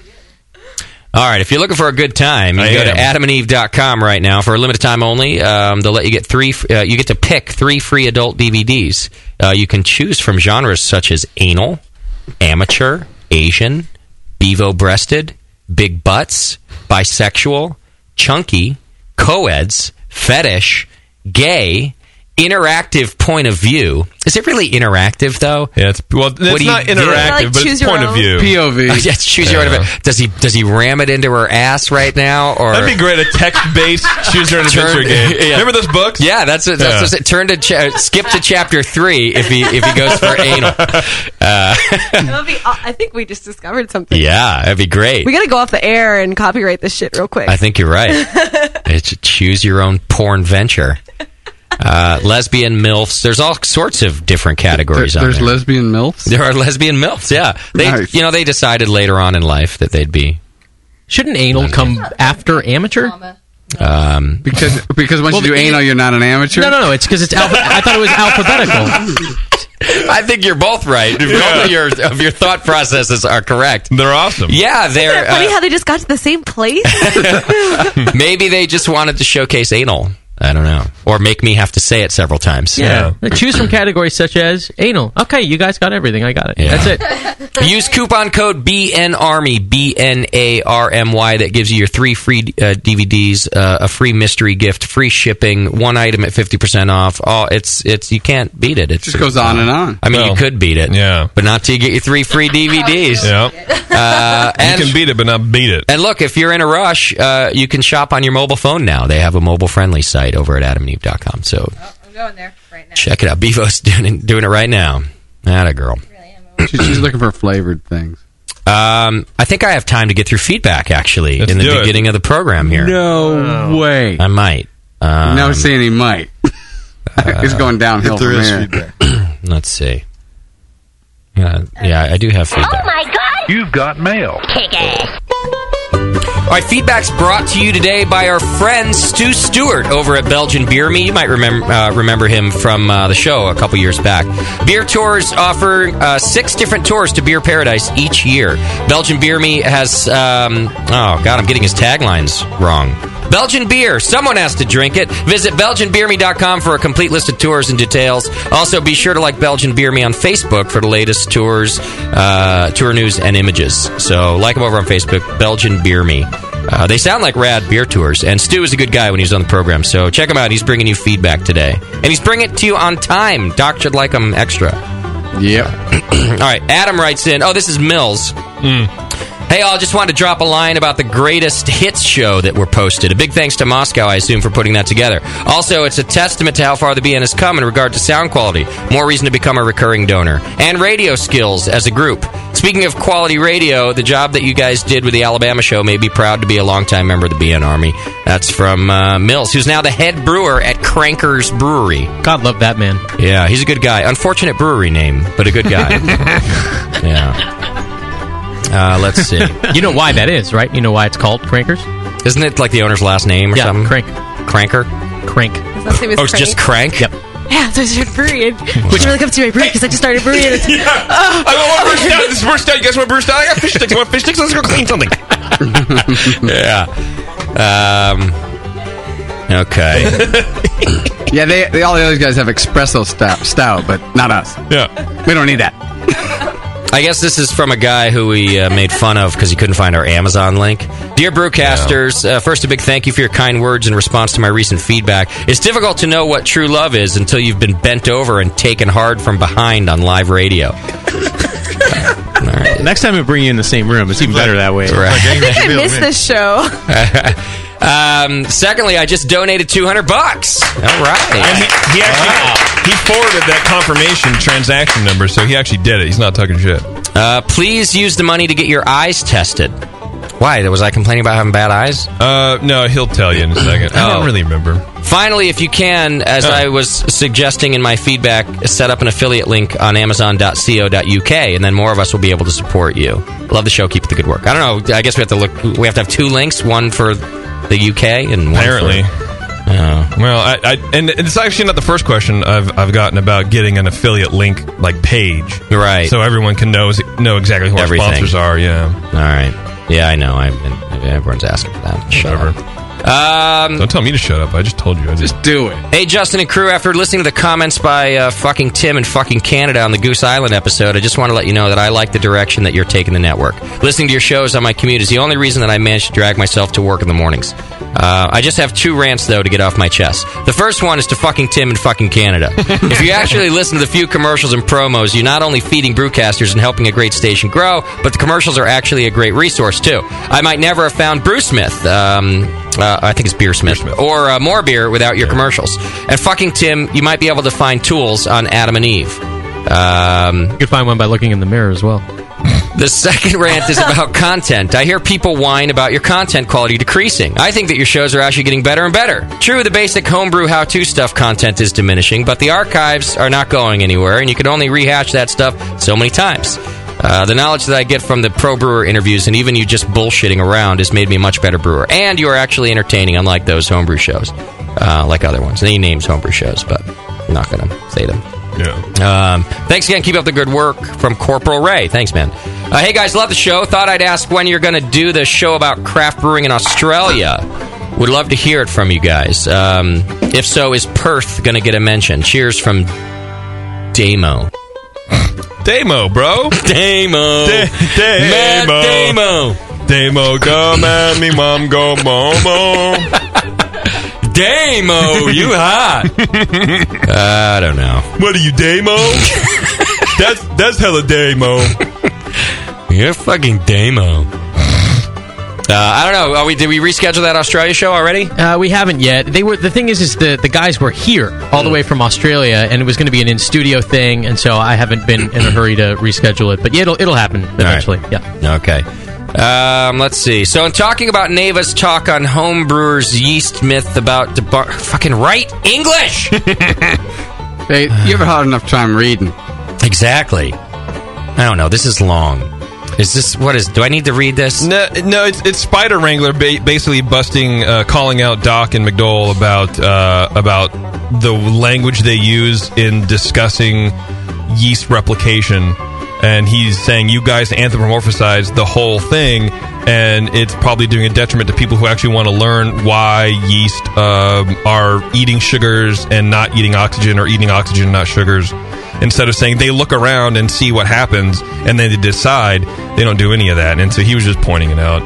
S5: All right, if you're looking for a good time, you can go to adamandeve.com right now for a limited time only. Um, they'll let you get three. Uh, you get to pick three free adult DVDs. Uh, you can choose from genres such as anal, amateur, Asian, bevo breasted, big butts, bisexual, chunky, co-eds, fetish, gay, interactive point of view. Is it really interactive though?
S9: Yeah, it's well, it's not interactive, Like, but it's choose your point of own. view.
S5: POV. (laughs) yeah, it's choose your own.
S9: Yeah.
S5: Does he does he ram it into her ass right now? Or
S9: That'd be great. A text
S5: (laughs)
S9: based choose your own adventure
S5: Turn-
S9: game.
S5: (laughs) yeah.
S9: Remember those books?
S5: Yeah, that's what, that's
S9: Yeah.
S5: what's it. Turn to cha- skip to chapter three if he if he goes for anal. Uh, (laughs)
S11: That'll be, aw- I think we just discovered something.
S5: yeah, that'd be great.
S11: We gotta go off the air and copyright this shit real quick.
S5: I think you're right. it's a choose your own porn venture. Uh, lesbian milfs. There's all sorts of different categories
S4: There-
S5: on
S4: there's
S5: there.
S4: lesbian milfs.
S5: there are lesbian milfs. Yeah, they
S4: Nice.
S5: you know they decided later on in life that they'd be
S7: Shouldn't anal come after amateur?
S5: um,
S4: because because once
S7: Well,
S4: you do
S7: the-
S4: anal, you're not an amateur.
S7: No, no, no. It's because it's alpha- I thought it was alphabetical.
S5: I think you're both right. Both of your of your thought processes are correct.
S9: They're awesome.
S5: Yeah,
S11: Isn't
S5: they're.
S11: it funny
S5: uh,
S11: how they just got to the same place? (laughs)
S5: (laughs) maybe they just wanted to showcase anal. I don't know, or make me have to say it several times.
S7: Yeah. Choose from categories such as anal. Okay, you guys got everything. I got it. That's it.
S5: (laughs) Use coupon code BNARMY, B N A R M Y, that gives you your three free uh, DVDs, uh, a free mystery gift, free shipping, one item at 50% off. Oh, it's, it's, you can't beat it. It
S4: just goes on and on.
S5: I mean, you could beat it. Yeah. But not till you get your three free DVDs.
S9: (laughs)
S5: Uh, and, you can
S9: beat it, but not beat it.
S5: And look, if you're in a rush, uh, you can shop on your mobile phone now. They have a mobile friendly site over at adamandeve.com. So
S16: Oh, I'm going there right now.
S5: check it out. (laughs) Bevo's doing, doing it right now. That a girl.
S4: She's, she's looking for flavored things.
S5: Um, I think I have time to get through feedback actually
S4: Let's
S5: in
S4: do
S5: the
S4: it.
S5: beginning of the program here.
S4: No way.
S5: I might.
S4: (laughs)
S5: Um,
S4: no, saying he might. (laughs) He's going downhill
S5: If there
S4: from
S5: is
S4: here.
S5: feedback. (clears throat) Let's see. Yeah, yeah, I do have feedback.
S14: Oh my god!
S5: You've got mail.
S14: Kick ass!
S5: All right, feedback's brought to you today by our friend Stu Stewart over at Belgian Beer Me. You might remember uh, remember him from uh, the show a couple years back. Beer tours offer uh, six different tours to Beer Paradise each year. Belgian Beer Me has um, oh god, I'm getting his taglines wrong. Belgian beer. Someone has to drink it. Visit BelgianBeerMe.com for a complete list of tours and details. Also, be sure to like Belgian Beer Me on Facebook for the latest tours, uh, tour news, and images. So, like them over on Facebook, Belgian Beer Me. Uh, they sound like rad beer tours, and Stu is a good guy when he's on the program. So check him out; he's bringing you feedback today, and he's bringing it to you on time. Doc should like him extra.
S4: Yep.
S5: (clears throat) All right, Adam writes in. Oh, this is Mills. Hey, all, just wanted to drop a line about the greatest hits show that were posted. A big thanks to Moscow, I assume, for putting that together. Also, it's a testament to how far the BN has come in regard to sound quality. More reason to become a recurring donor. And radio skills as a group. Speaking of quality radio, the job that you guys did with the Alabama show made me proud to be a longtime member of the BN Army. That's from uh, Mills, who's now the head brewer at Cranker's Brewery.
S7: God love that man.
S5: Yeah, he's a good guy. Unfortunate brewery name, but a good
S7: (laughs)
S5: guy. yeah. Uh, let's see.
S7: (laughs) you know why that is, right? You know why it's called Crankers?
S5: Isn't it like the owner's last name or
S7: yeah,
S5: something?
S7: Crank.
S5: Cranker?
S7: Crank.
S11: last name is
S5: oh, it's just Crank? Yep.
S11: yeah, there's your period. Which really comes to my period because I just started (laughs)
S9: (laughs)
S11: period.
S9: I want one brew stout. This is brew stout. You guys want brew stout? I got fish sticks. You want fish sticks? Let's go clean something.
S5: (laughs) yeah. Um, okay.
S4: (laughs) yeah, they, they all the other guys have espresso stout, stout, but not us.
S9: Yeah,
S4: we don't need that.
S5: (laughs) I guess this is from a guy who we uh, made fun of because he couldn't find our Amazon link. Dear Brewcasters, uh, first a big thank you for your kind words in response to my recent feedback. It's difficult to know what true love is until you've been bent over and taken hard from behind on
S13: (laughs)
S5: live radio.
S13: Next time we bring you in the same room, it's even better that way.
S11: (laughs) I think I missed this show.
S5: (laughs) um, secondly, I just donated 200 bucks. All right.
S9: he actually he forwarded that confirmation transaction number, so he actually did it. He's not talking shit.
S5: Uh, please use the money to get your eyes tested. Why? Was I complaining about having bad eyes?
S9: Uh, no, he'll tell you in a second. I don't
S5: Oh.
S9: really remember.
S5: Finally, if you can, as
S9: Oh.
S5: I was suggesting in my feedback, set up an affiliate link on Amazon.co.uk, and then more of us will be able to support you. Love the show. Keep up the good work. I don't know. I guess we have to look. We have to have two links: one for the UK and one
S9: Apparently.
S5: For,
S9: Well, I, I and it's actually not the first question I've I've gotten about getting an affiliate link like page,
S5: right?
S9: So everyone can know know exactly who our
S5: Everything.
S9: sponsors are. Yeah.
S5: All right. Yeah, I know. I, I- everyone's asking for that. Shut up. Um,
S9: Don't tell me to shut up. I just told you. I just
S4: do it.
S5: Hey, Justin and crew, after listening to the comments by uh, fucking Tim and fucking Canada on the Goose Island episode, I just want to let you know that I like the direction that you're taking the network. Listening to your shows on my commute is the only reason that I managed to drag myself to work in the mornings. Uh, I just have two rants, though, to get off my chest. The first one is to fucking Tim and
S9: (laughs)
S5: fucking Canada. (laughs) if you actually listen to the few commercials and promos, you're not only feeding brewcasters and helping a great station grow, but the commercials are actually a great resource, too. I might never have found Brew Smith. Um, uh, I think it's Beer Smith, or uh, more beer without your commercials. And fucking Tim, you might be able to find tools on Adam and Eve. Um, you
S7: could find one by looking in the mirror as well.
S5: The second rant is about content. I hear people whine about your content quality decreasing. I think that your shows are actually getting better and better. True, the basic homebrew how to stuff content is diminishing, but the archives are not going anywhere, and you can only rehash that stuff so many times. Uh, the knowledge that I get from the pro brewer interviews and even you just bullshitting around has made me a much better brewer. And you are actually entertaining, unlike those homebrew shows, uh, like other ones. They names homebrew shows, but I'm not going to say them. Yeah. Um, thanks again. Keep up the good work from Corporal Ray. Thanks, man. Uh, hey, guys, love the show. Thought I'd ask when you're going to do the show about craft brewing in Australia. Would love to hear it from you guys. Um, if so, is Perth going to get a mention? Cheers from Damo.
S9: Damo,
S5: (laughs)
S9: bro.
S5: Damo.
S9: Damo.
S5: Damo.
S9: Damo, come at me, mom, go,
S5: (laughs)
S9: momo.
S5: Damo, (laughs) you hot. I don't know.
S9: (laughs) What are you,
S5: (laughs)
S9: Damo? that's that's hella Damo.
S5: You're fucking Damo. Uh, I don't know. Are we, did we reschedule that Australia show already?
S7: Uh, we haven't yet. They were the thing is, is the the guys were here all
S5: Hmm.
S7: the way from Australia, and it was going to be an in studio thing, and so I haven't been in a hurry to reschedule it. But yeah, it'll it'll happen eventually. Yeah.
S5: Okay. Um, let's see. So, in talking about Neva's talk on homebrewers' yeast myth about debar- fucking right English.
S4: (laughs) Hey, you ever had enough time reading?
S5: Exactly. I don't know. This is long. Is this what is? Do I need to read this?
S9: No, no. It's, it's Spider Wrangler ba- basically busting, uh, calling out Doc and McDowell about uh, about the language they use in discussing yeast replication, and he's saying you guys anthropomorphize the whole thing, and it's probably doing a detriment to people who actually want to learn why yeast um, are eating sugars and not eating oxygen, or eating oxygen and not sugars. Instead of saying they look around and see what happens, and then they decide, they don't do any of that. And so he was just pointing it out.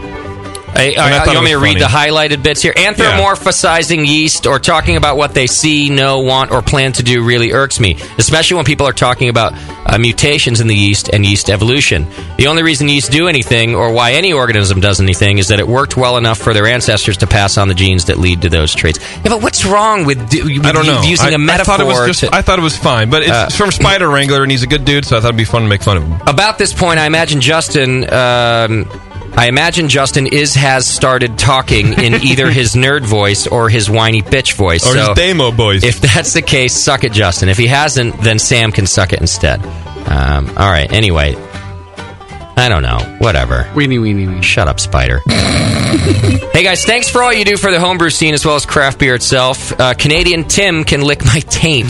S5: Hey, all
S9: And I
S5: right,
S9: thought
S5: you
S9: it
S5: want me to
S9: was
S5: read
S9: funny.
S5: the highlighted bits here? Anthropomorphizing yeast or talking about what they see, know, want, or plan to do really irks me, especially when people are talking about uh, mutations in the yeast and yeast evolution. The only reason yeast do anything or why any organism does anything is that it worked well enough for their ancestors to pass on the genes that lead to those traits. Yeah, but what's wrong with, do- with
S9: I don't
S5: you
S9: know.
S5: using
S9: I-
S5: a metaphor?
S9: I thought it was,
S5: to- Uh,
S9: just, I thought it was fine, but it's it's from Spider Wrangler, and he's a good dude, so I thought it'd be fun to make fun of him.
S5: About this point, I imagine Justin. Um, I imagine Justin is has started talking
S9: (laughs)
S5: in either his nerd voice or his whiny bitch voice,
S9: Or his
S5: So
S9: demo voice.
S5: If that's the case, suck it, Justin. If he hasn't, then Sam can suck it instead. Um, all right. Anyway, I don't know. Whatever.
S4: Weenie, weenie, weenie.
S5: Shut
S9: (laughs)
S5: up, Spider. hey, guys, thanks for all you do for the homebrew scene as well as craft beer itself. Uh, Canadian Tim can lick my
S9: (laughs)
S5: taint.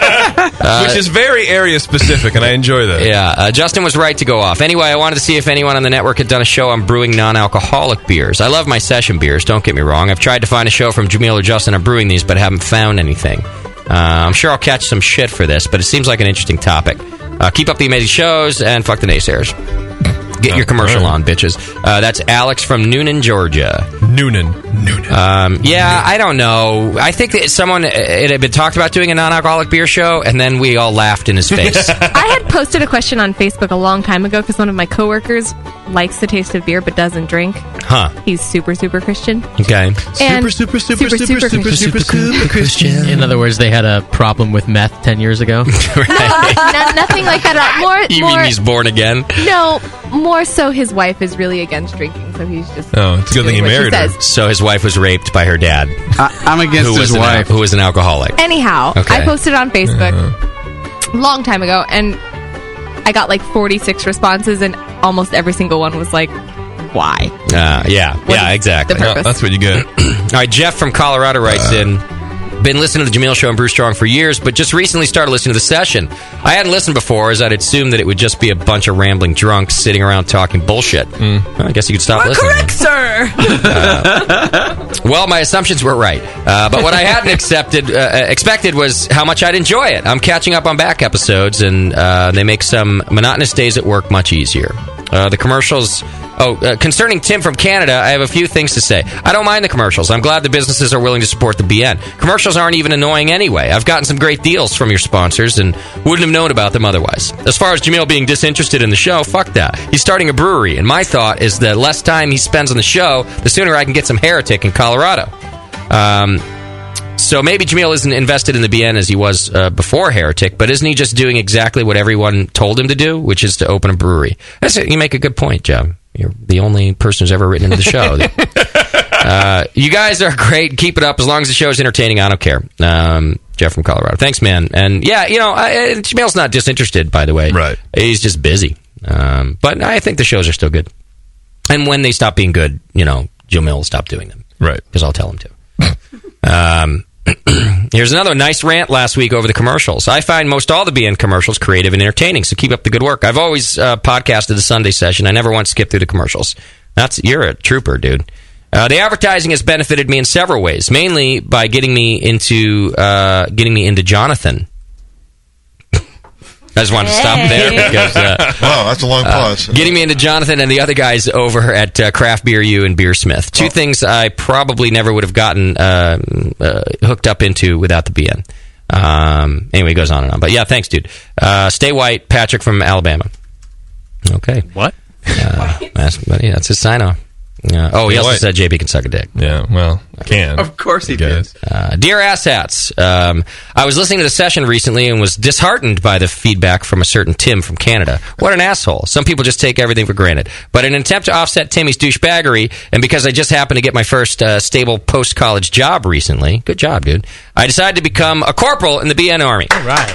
S5: Uh,
S9: Which is very area specific, and I enjoy that.
S5: yeah, uh, Justin was right to go off. Anyway, I wanted to see if anyone on the network had done a show on brewing non-alcoholic beers. I love my session beers. Don't get me wrong. I've tried to find a show from Jamil or Justin on brewing these, but haven't found anything. Uh, I'm sure I'll catch some shit for this, but it seems like an interesting topic. Uh, keep up the amazing shows and fuck the naysayers. Get your commercial on, bitches. Uh, that's Alex from Noonan, Georgia.
S9: Noonan.
S5: Noonan. Um, yeah, I don't know. I think that someone it had been talked about doing a non-alcoholic beer show, and then we all laughed in his face.
S12: (laughs) I had posted a question on Facebook a long time ago because one of my coworkers likes the taste of beer but doesn't drink.
S5: Huh.
S12: He's super, super Christian.
S5: Okay.
S12: And super, super, super, super, super, super, super Christian.
S7: In other words, they had a problem with meth ten years
S5: (laughs)
S7: ago.
S12: No- nothing like that. at all. More,
S5: You
S12: more
S5: mean he's born again?
S12: no, more so. His wife is really against drinking, so he's just.
S5: Oh, it's
S12: a good thing he What she married her. says.
S5: So his wife was raped by her dad.
S4: I, am against
S5: who
S4: his
S5: was an al-
S4: wife.
S5: who was an alcoholic.
S12: Anyhow,
S5: Okay. Uh-huh.
S12: I posted on Facebook long time ago, and I got like 46 responses, and almost every single one was like, "Why?"
S5: Uh, yeah, yeah, exactly.
S12: the purpose?
S5: that's
S9: what you get.
S5: (clears throat) All right, Jeff from Colorado writes in. Been listening to the Jameel Show and Bruce Strong for years, but just recently started listening to the session. I hadn't listened before, as I'd assumed that it would just be a bunch of rambling drunks sitting around talking bullshit. Well, I guess you could stop listening. Uh,
S14: sir.
S5: Well, my assumptions were right, uh, but what I hadn't accepted uh, expected was how much I'd enjoy it. I'm catching up on back episodes, and uh, they make some monotonous days at work much easier. Uh, the commercials. Oh, uh, concerning Tim from Canada, I have a few things to say. I don't mind the commercials. I'm glad the businesses are willing to support the BN. Commercials aren't even annoying anyway. I've gotten some great deals from your sponsors and wouldn't have known about them otherwise. As far as Jamil being disinterested in the show, fuck that. He's starting a brewery, and my thought is the less time he spends on the show, the sooner I can get some heretic in Colorado. Um, so maybe Jamil isn't invested in the BN as he was uh, before Heretic, but isn't he just doing exactly what everyone told him to do, which is to open a brewery? That's it. You make a good point, Joe. You're the only person who's ever written into the (laughs) show. uh, you guys are great. Keep it up. As long as the show is entertaining, I don't care. Um, Jeff from Colorado. Thanks, man. And yeah, you know, I, I- Jamil's not disinterested, by the way. Right. He's just busy. Um, but I think the shows are still good. And when they stop being good, you know, Jamil will stop doing them. Right. Because I'll tell him to. Um, (clears throat) here's another nice rant last week over the commercials. I find most all the BN commercials creative and entertaining, so keep up the good work. I've always uh, podcasted the Sunday session. I never once skip through the commercials. That's you're a trooper, dude. Uh, the advertising has benefited me in several ways, mainly by getting me into uh, getting me into Jonathan. I just wanted to stop there
S10: Hey.
S5: because uh,
S10: (laughs) Wow, that's a long pause.
S5: Getting me into Jonathan and the other guys over at uh, Craft Beer U and Beersmith.
S10: Oh.
S5: Two things I probably never would have gotten uh, uh, hooked up into without the BN. Um, anyway, it goes on and on. But yeah, thanks, dude. Uh, stay white, Patrick from Alabama. Okay. What? Uh, that's, but yeah, that's his sign off. Uh, oh, he
S9: Stay
S5: also
S9: white.
S5: said JP can suck a dick.
S9: Yeah, well, can.
S4: Of course he
S5: (laughs)
S4: did.
S5: Uh, dear asshats, um, I was listening to the session recently and was disheartened by the feedback from a certain Tim from Canada. What an asshole! Some people just take everything for granted. But in an attempt to offset Timmy's douchebaggery, and because I just happened to get my first uh, stable post college job recently, good job, dude. I decided to become a corporal in the BN Army. All right.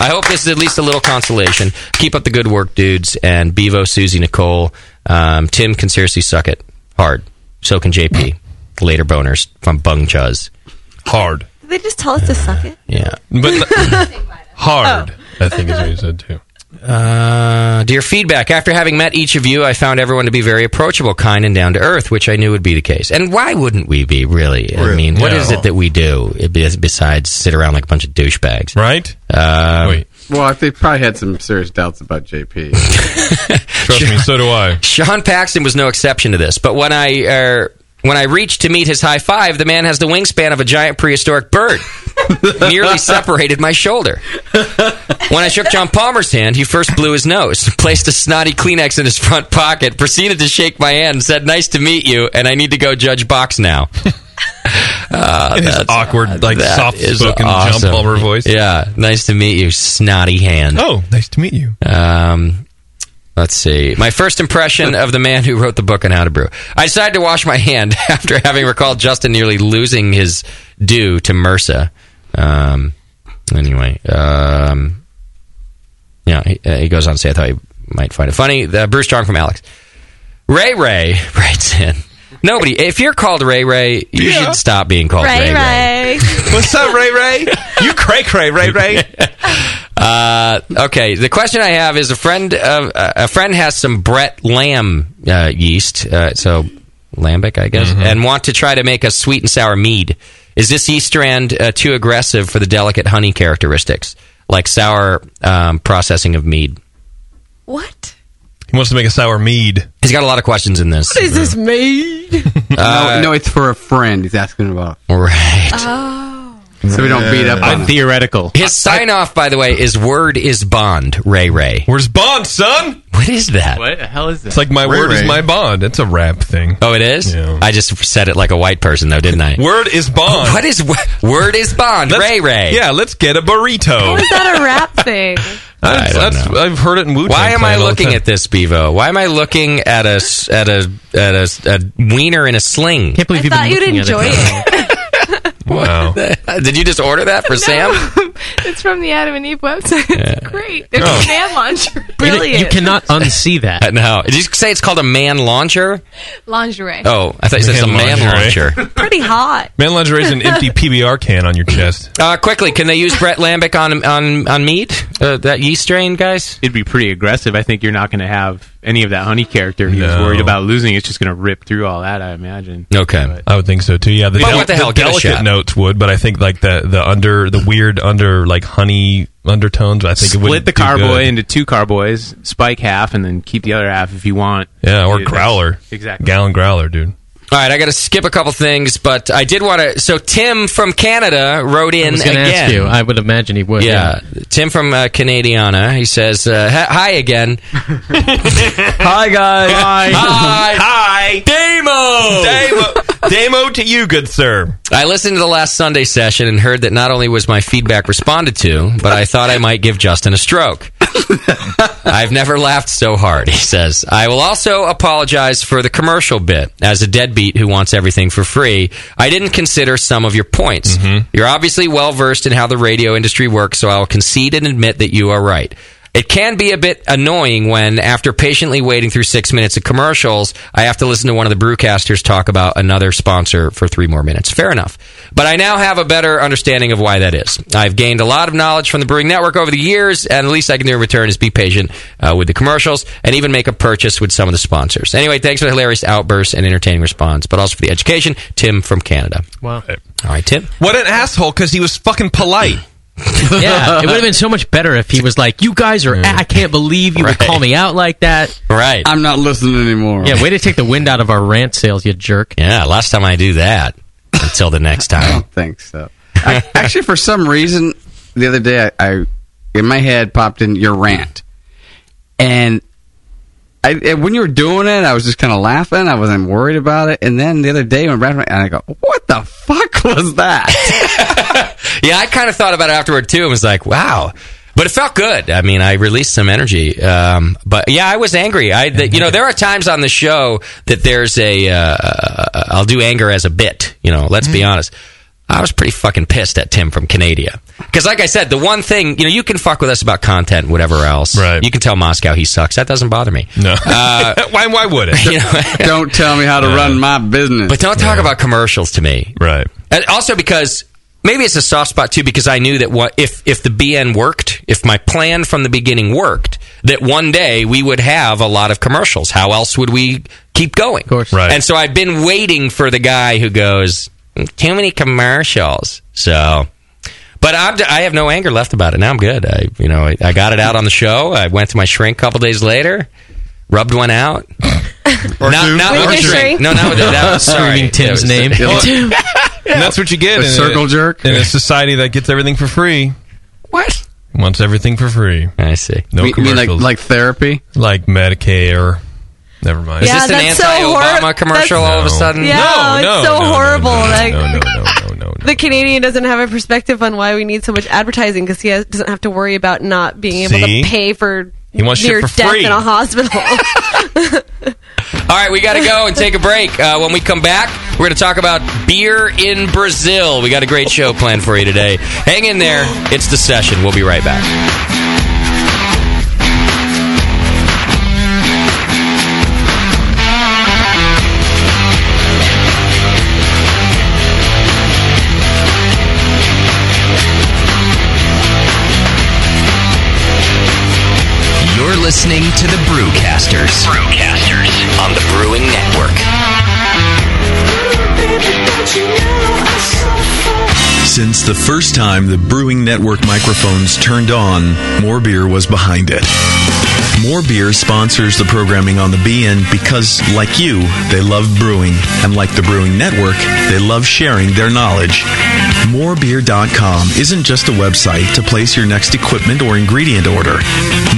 S5: I hope this is at least a little consolation. Keep up the good work, dudes. And Bevo, Susie, Nicole, um, Tim can seriously suck it hard. So can JP. Later boners from Bung Chuz. Hard.
S11: Did they just tell us to suck (laughs) it?
S5: Yeah. But (laughs) hard, I think is what you said too. Uh, dear feedback, after having met each of you, I found everyone to be very approachable, kind, and down to earth, which I knew would be the case. And why wouldn't we be, really? I mean, what is it that we do eh, bes- besides sit around like a bunch of douchebags? Right? Um, Wait.
S4: Well, I think probably had some serious doubts about JP.
S5: Trust me, so do I. (laughs) Sean Paxton was no exception to this, but when I uh, when I reached to meet his high five, the man has the wingspan of a giant
S9: (laughs)
S5: prehistoric bird. Nearly separated my shoulder. When I shook John Palmer's hand, he first blew his nose, (laughs) placed a snotty Kleenex in his front pocket, proceeded to shake my hand, and said, "Nice to meet you," and I need to go judge box now. (laughs) Uh,
S9: In his
S5: that's-
S9: awkward, like,
S5: that is
S9: soft-spoken John Palmer voice.
S5: Yeah, nice to meet you, snotty hand.
S9: Oh, nice to meet you.
S5: Um, let's see. My first impression of the man who wrote the book on how to brew. I decided to wash my hand (laughs) after having recalled Justin nearly losing his due to MRSA. Um, anyway, um, yeah, he, uh, he goes on to say, I thought you might find it funny. The Bruce Strong from Alex. Ray Ray (laughs) writes in. Nobody, if you're called Ray Ray, you should stop being called Ray Ray.
S14: Ray.
S9: (laughs)
S14: What's up, Ray Ray?
S5: (laughs)
S14: You cray cray, Ray Ray.
S5: Uh, okay. The question I have is a friend of uh, a friend has some Brett Lamb uh, yeast, uh, so lambic, I guess, and want to try to make a sweet and sour mead. Is this yeast strand uh, too aggressive for the delicate honey characteristics, like sour um, processing of mead?
S11: What?
S5: He wants to make a sour mead. He's got a lot of questions in this.
S11: What is this made?
S4: no, no, it's for a friend. He's asking about.
S5: Uh, Right.
S12: Oh.
S4: So we don't beat up on him.
S5: theoretical. His sign off, by the way, is "Word is bond." Ray Ray. Where's bond, son? What is that?
S9: What the hell is
S5: that?
S9: It's like my word is my bond. It's a rap thing.
S5: Oh, it is. I just said it like a white person, though, didn't I?
S9: Word is bond.
S5: What is word is bond? Ray Ray.
S9: Yeah, let's get a burrito.
S11: (laughs)
S12: How is that a rap thing?
S5: Uh, I don't know.
S9: I've heard it in Wu.
S5: Why am I looking at this, Bevo? Why am I looking at a s- at a at a, s- a wiener in a sling? Can't
S12: I thought you'd enjoy
S5: (laughs)
S12: it.
S5: Wow! (laughs) Did you just order that for Sam?
S12: it's from the Adam and Eve website. (laughs) It's great. There's
S5: Oh.
S12: a man lingerie.
S5: You (laughs) cannot unsee that. no. Did you say it's called a man launcher?
S12: lingerie.
S5: Oh, I thought you said it's a man
S9: Man lingerie.
S5: launcher.
S12: Pretty hot.
S9: Man lingerie is an
S5: (laughs)
S9: empty PBR can on your chest.
S5: Uh, quickly, can they use Brett Lambic on on on meat? Uh, that yeast strain, guys.
S16: It'd be pretty aggressive. I think you're not going to have any of that honey character. He was worried about losing. It's just going to rip through all that. I imagine.
S5: Okay,
S9: I would think so too. Yeah, the,
S16: But
S9: del-
S16: what the hell,
S9: the
S16: get a
S9: delicate
S16: shot.
S9: notes would, but I think like the the under the weird under like honey undertones. I think it would
S16: Split the carboy into two carboys, spike half, and then keep the other half if you want.
S9: Yeah, or
S16: Dude, that's-
S9: growler.
S16: Exactly.
S9: Gallon growler, dude.
S5: All right, I got to skip a couple things, but I did want to. So Tim from Canada wrote in
S7: I was
S5: again.
S7: going to ask you. I would imagine he would.
S5: yeah. Tim from uh, Canadiana. He says, uh, "Hi- "Hi again."
S9: Hi guys. Hi.
S5: Hi.
S9: Damo. (laughs) Damo. Damo to you, good sir.
S5: I listened to the last Sunday session and heard that not only was my feedback responded to, but I thought I might give Justin
S9: (laughs)
S5: a stroke. I've never laughed so hard, he says. I will also apologize for the commercial bit. As a deadbeat who wants everything for free, I didn't consider some of your points.
S9: Mm-hmm.
S5: You're obviously well versed in how the radio industry works, so I'll concede and admit that you are right. It can be a bit annoying when, after patiently waiting through six minutes of commercials, I have to listen to one of the brewcasters talk about another sponsor for three more minutes. Fair enough. But I now have a better understanding of why that is. I've gained a lot of knowledge from the Brewing Network over the years, and at least I can do in return is be patient uh, with the commercials and even make a purchase with some of the sponsors. Anyway, thanks for the hilarious outbursts and entertaining response, but also for the education. Tim from Canada.
S7: Wow.
S5: All right, Tim.
S9: What an asshole! Because he was fucking polite.
S7: (laughs) yeah, it would have been so much better if he was like, "You guys are. I can't believe you would call me out like that."
S5: Right.
S7: I'm not listening anymore. Yeah, way to take the wind out of our rant sales, you jerk.
S5: Yeah, last time I
S7: (coughs)
S5: do that. Until the next time. I don't
S4: think so. I, actually, for some reason, the other day, I, I in my head popped in your rant, and I and when you were doing it, I was just kind of laughing. I wasn't worried about it. And then the other day, when Brad went, and I go, "What the fuck was that?"
S5: Yeah, I kind of thought about it afterward too. and was like, wow. But it felt good. I mean, I released some energy. Um, but yeah, I was angry. I, th- you know, there are times on the show that there's a, uh, I'll do anger as a bit. You know, let's be honest. I was pretty fucking pissed at Tim from Canada because, like I said, the one thing you know, you can fuck with us about content, whatever else. Right. You can tell Moscow he sucks. That doesn't bother me. Uh, No. (laughs)
S4: (laughs)
S9: why? Why would it?
S4: don't tell me how to run my business.
S5: Uh, But don't talk about commercials to me.
S9: Right.
S5: And also because maybe it's a soft spot too, because I knew that what if if the BN worked, if my plan from the beginning worked, that one day we would have a lot of commercials. How else would we keep going? Of course. Right. And so I've been waiting for the guy who goes too many commercials. So. But I'm, I have no anger left about it. Now I'm good. I, you know, I, I got it out on the show. I went to my shrink a couple days later, rubbed one out.
S9: Or
S5: Not-
S9: two.
S5: not
S9: Or
S5: with
S9: two.
S5: shrink. No, not with that. that was- sorry.
S9: Screaming Tim's
S5: That was-
S9: name. Well, (laughs)
S7: (laughs)
S9: And that's what you get.
S5: A
S9: in
S5: circle
S9: jerk in a society that gets everything for free.
S5: What?
S9: Wants everything for free.
S5: I see.
S9: No
S4: You mean like-
S9: commercials.
S4: like therapy,
S9: like Medicare. Never mind.
S5: Is Yeah, this an that's so anti-Obama hor- commercial that's- all of a sudden?
S11: Yeah,
S9: No,
S11: it's
S9: no,
S11: so
S9: no, no,
S11: horrible.
S9: no,
S11: like
S9: no, no,
S11: the Canadian doesn't have a perspective on why we need so much advertising because he has, doesn't have to worry about not being able
S5: See?
S11: to pay for
S5: He wants shit
S11: near
S5: for
S11: death
S5: free.
S11: in a hospital.
S5: All right, we got to go and take a break. Uh, when we come back, we're going to talk about beer in Brazil. We got a great show planned for you today. Hang in there. It's the session. We'll be right back.
S15: You're listening to the Brewcasters. Brewcasters on the Brewing Network.
S17: Since the first time the Brewing Network microphones turned on, More Beer was behind it. More Beer sponsors the programming on the BN because, like you, they love brewing, and like the Brewing Network, they love sharing their knowledge.
S3: Morebeer.com isn't just a website to place your next equipment or ingredient order.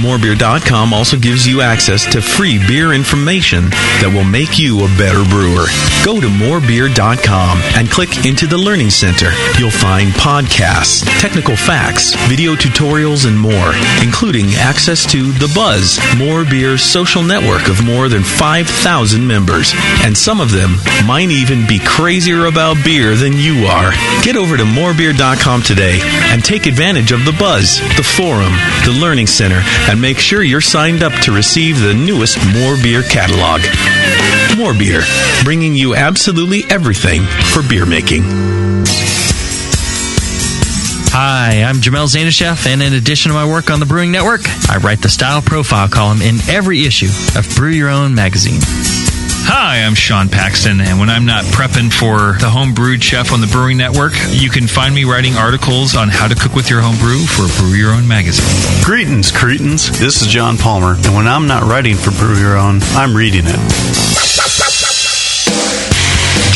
S3: Morebeer.com also gives you access to free beer information that will make you a better brewer. Go to morebeer.com and click into the Learning Center. You'll find podcasts, technical facts, video tutorials, and more, including access to The Buzz, More Beer's social network of more than 5,000 members. And some of them might even be crazier about beer than you are. Get over to morebeer.com today and take advantage of The Buzz, the forum, the Learning Center, and make sure you're signed up to receive the newest More Beer catalog. More Beer, bringing you absolutely everything for beer making.
S6: Hi, I'm Jamel Zanishev, and in addition to my work on the Brewing Network, I write the style profile column in every issue of Brew Your Own magazine.
S18: Hi, I'm Sean Paxton, and when I'm not prepping for the Homebrewed Chef on the Brewing Network, you can find me writing articles on how to cook with your homebrew for Brew Your Own magazine.
S12: Greetings, cretins. This is John Palmer, and when I'm not writing for Brew Your Own, I'm reading it.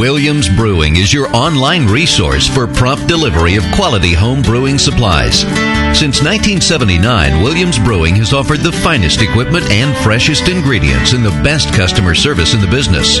S19: Williams Brewing is your online resource for prompt delivery of quality home brewing supplies. Since 1979, Williams Brewing has offered the finest equipment and freshest ingredients and the best customer service in the business.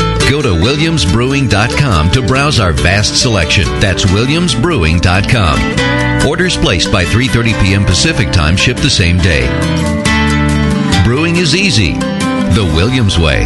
S19: Go to WilliamsBrewing.com to browse our vast selection. That's WilliamsBrewing.com. Orders placed by 3:30 p.m. Pacific time ship the same day. Brewing is easy, the Williams way.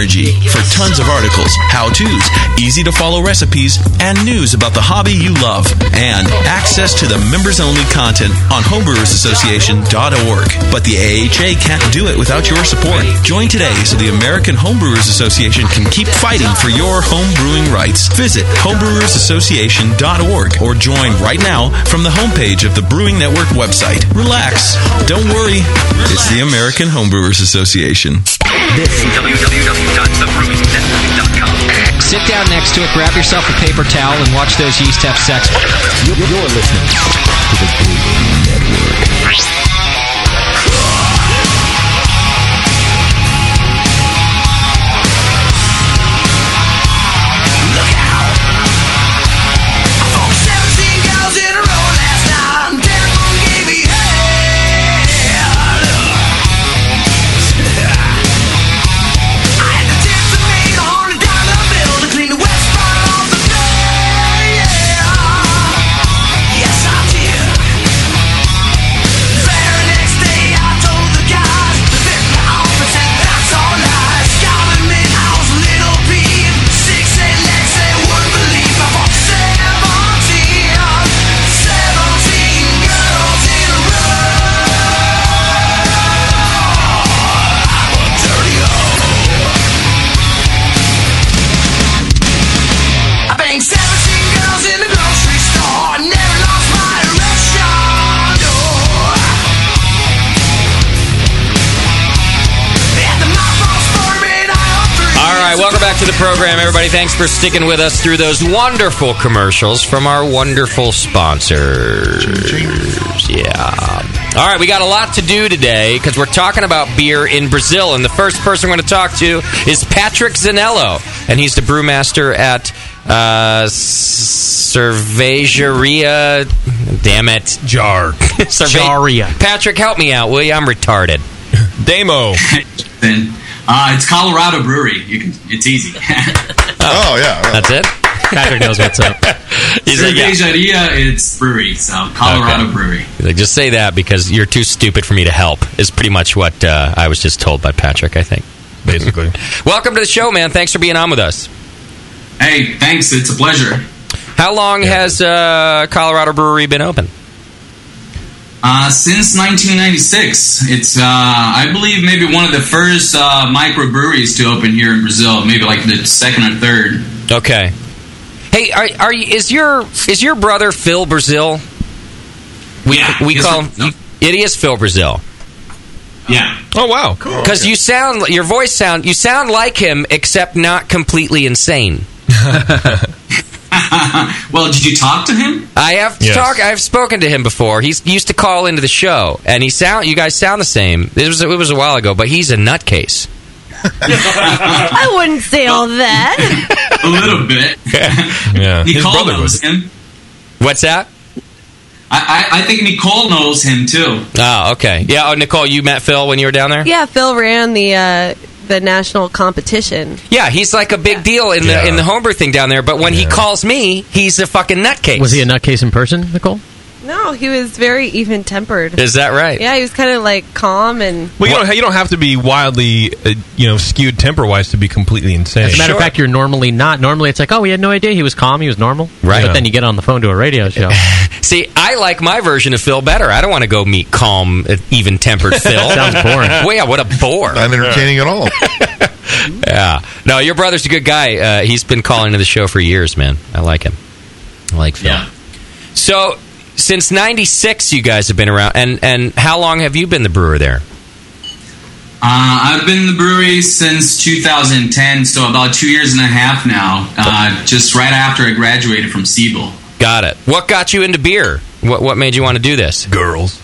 S3: for tons of articles, how to's, easy to follow recipes, and news about the hobby you love, and access to the members only content on homebrewersassociation.org. But the AHA can't do it without your support. Join today so the American Homebrewers Association can keep fighting for your home brewing rights. Visit homebrewersassociation.org or join right now from the homepage of the Brewing Network website. Relax. Don't worry. It's the American Homebrewers Association.
S5: Sit down next to it, grab yourself a paper towel, and watch those yeast have sex. You're listening to the Network. to the program, everybody. Thanks for sticking with us through those wonderful commercials from our wonderful sponsors. Yeah. All right, we got a lot to do today because we're talking about beer in Brazil. And the first person we're going to talk to is Patrick Zanello, and he's the brewmaster at uh, Cervejaria. Damn it. (laughs) Jar. Cervejaria. Patrick, help me out, will you? I'm retarded. Demo.
S20: Then (laughs) uh, it's Colorado Brewery. You can. It's easy.
S5: (laughs) Oh,
S20: (laughs)
S5: yeah, That's it? Patrick knows what's (laughs) up. He's like, yeah.
S20: Cervejaria, it's brewery. So Colorado
S5: Okay.
S20: Brewery.
S5: He's like, just say that because you're too stupid for me to help, is pretty much what uh, I was just told by Patrick, I think. Basically. (laughs) Welcome to the show, man. Thanks for being on with us.
S20: Hey, thanks. It's a pleasure.
S5: How long has uh, Colorado Brewery been open?
S20: Uh, since 1996, it's uh, I believe maybe one of the first uh, microbreweries to open here in Brazil. Maybe like the second or third. (laughs)
S5: Okay. Hey, are, are you, is your is your brother Phil Brazil? We we call him, it is Phil Brazil.
S20: Yeah.
S5: Oh wow. Because you sound your voice sound you sound like him except not completely insane.
S20: well, did you talk to him?
S5: I have
S20: Yes.
S5: talk. I've spoken to him before. He's, he used to call into the show, and he sound. You guys sound the same. It was it was a while ago, but he's
S20: (laughs)
S5: a nutcase.
S11: (laughs) I wouldn't say all that.
S20: A little bit.
S5: Yeah.
S20: Nicole knows him.
S5: What's that?
S20: I, I, I think Nicole knows him too.
S5: Oh, okay. Yeah. Oh, Nicole, you met Phil when you were down
S11: (laughs)
S5: there.
S11: Yeah, Phil ran the uh, the national competition.
S5: Yeah, he's like a big deal in the in the homebrew thing down there. But when he calls me, he's a fucking nutcase.
S7: Was he a nutcase in person, Nicole?
S11: No, he was very even tempered.
S5: Is that right?
S11: Yeah, he was kind of like calm and.
S9: Well, you don't, you don't have to be wildly, uh, you know, skewed temper wise to be completely insane.
S7: As a matter of fact, you're normally not. Normally, it's like, oh, we had no idea he was calm. He was normal.
S5: Right.
S7: But then you get on the phone to a radio show.
S5: See, I like my version of Phil better. I don't want to go meet calm, even
S7: (laughs)
S5: tempered Phil.
S7: Sounds boring.
S5: Well, yeah, what a bore.
S10: Not entertaining at all.
S5: yeah. No, your brother's a good guy. Uh, he's been calling to the show for years, man. I like him. I like Phil. So, since 96 you guys have been around and and how long have you been the brewer there?
S20: Uh, I've been in the brewery since 2010, so about two years and a half now. Uh, just right after I graduated from Siebel.
S5: Got it. What got you into beer? What what made you want to do this? Girls.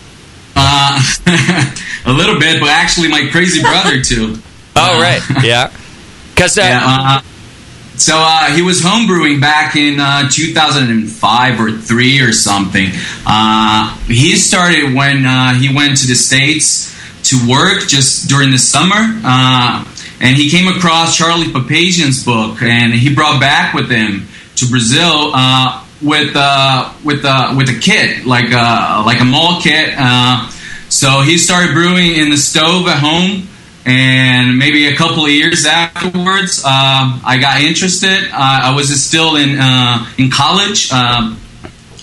S20: Uh, (laughs) a little bit, but actually, my crazy brother too.
S5: (laughs) Oh right, yeah. Cause
S20: uh, so uh, he was homebrewing back in uh, 2005 or three or something. Uh, he started when uh, he went to the states to work just during the summer, uh, and he came across Charlie Papazian's book, and he brought back with him to Brazil. Uh, with uh, with uh, with a kit like uh, like a mall kit, uh, so he started brewing in the stove at home, and maybe a couple of years afterwards, um I got interested. Uh, I was still in uh, in college. Um,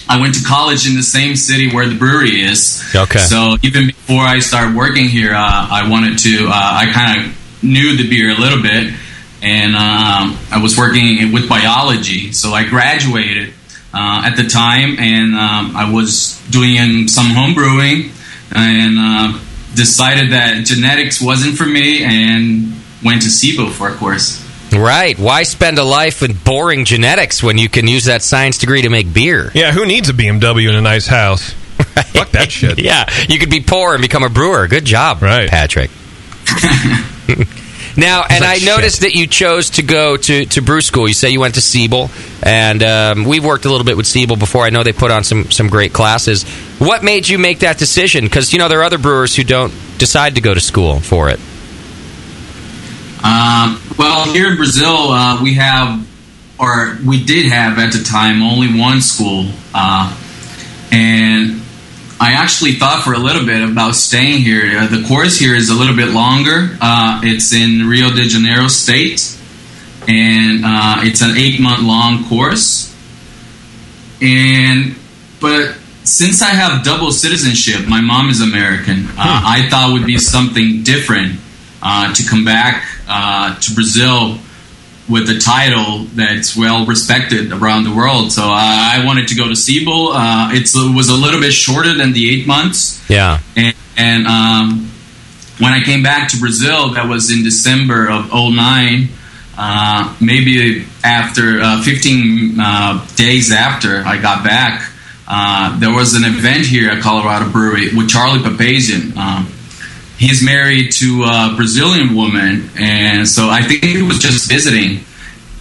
S20: I went to college in the same city where the brewery is.
S5: Okay.
S20: So even before I started working here, uh, I wanted to. Uh, I kind of knew the beer a little bit, and um, I was working with biology. So I graduated uh, at the time, and um, I was doing some home brewing, and uh, decided that genetics wasn't for me, and went to SIBO for a course.
S5: Right. Why spend a life with boring genetics when you can use that science degree to make beer?
S9: yeah, who needs a BMW in a nice house? Fuck that shit.
S5: (laughs) Yeah, you could be poor and become a brewer. Good job, right. Patrick. now, and I noticed that you chose to go to, to brew school. You say you went to Siebel, and um, we've worked a little bit with Siebel before. I know they put on some, some great classes. What made you make that decision? Because, you know, there are other brewers who don't decide to go to school for it.
S20: Um, well, here in Brazil, uh, we have, or we did have at the time, only one school. Uh, and I actually thought for a little bit about staying here. Uh, the course here is a little bit longer, uh, it's in Rio de Janeiro State, and uh, it's an eight month long course and but since I have double citizenship, my mom is American. Uh, I thought would be something different uh, to come back uh, to Brazil with a title that's well respected around the world. So uh, I wanted to go to Siebel. Uh, it's, it was a little bit shorter than the eight months,
S5: Yeah.
S20: and, and oh um, when I came back to Brazil, that was in December of 09, Uh, maybe after uh, 15 uh, days after I got back, uh, there was an event here at Colorado Brewery with Charlie Papazian. Um, he's married to a Brazilian woman, and so I think he was just visiting.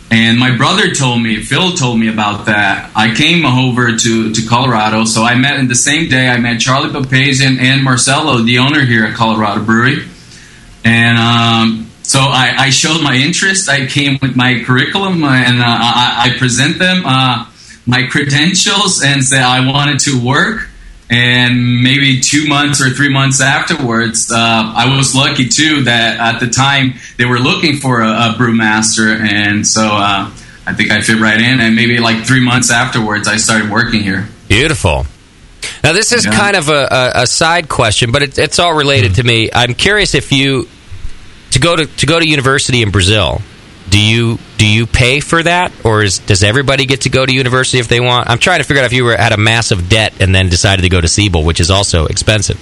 S20: And my brother told me, Phil told me about that. I came over to, to Colorado, so I met in the same day. I met Charlie Papazian and Marcelo, the owner here at Colorado Brewery. And um, so I, I showed my interest. I came with my curriculum, uh, and uh, I, I present them uh, my credentials and say I wanted to work. And maybe two months or three months afterwards, uh, I was lucky too that at the time they were looking for a, a brewmaster, and so uh, I think I fit right in. And maybe like three months afterwards, I started working here.
S5: Beautiful. Now, this is
S20: Yeah.
S5: kind of a, a, a side question, but it, it's all related to me. I'm curious if you to go to to go to university in Brazil. Do you do you pay for that, or is, does everybody get to go to university if they want? I'm trying to figure out if you were at a massive debt and then decided to go to Siebel, which is also expensive.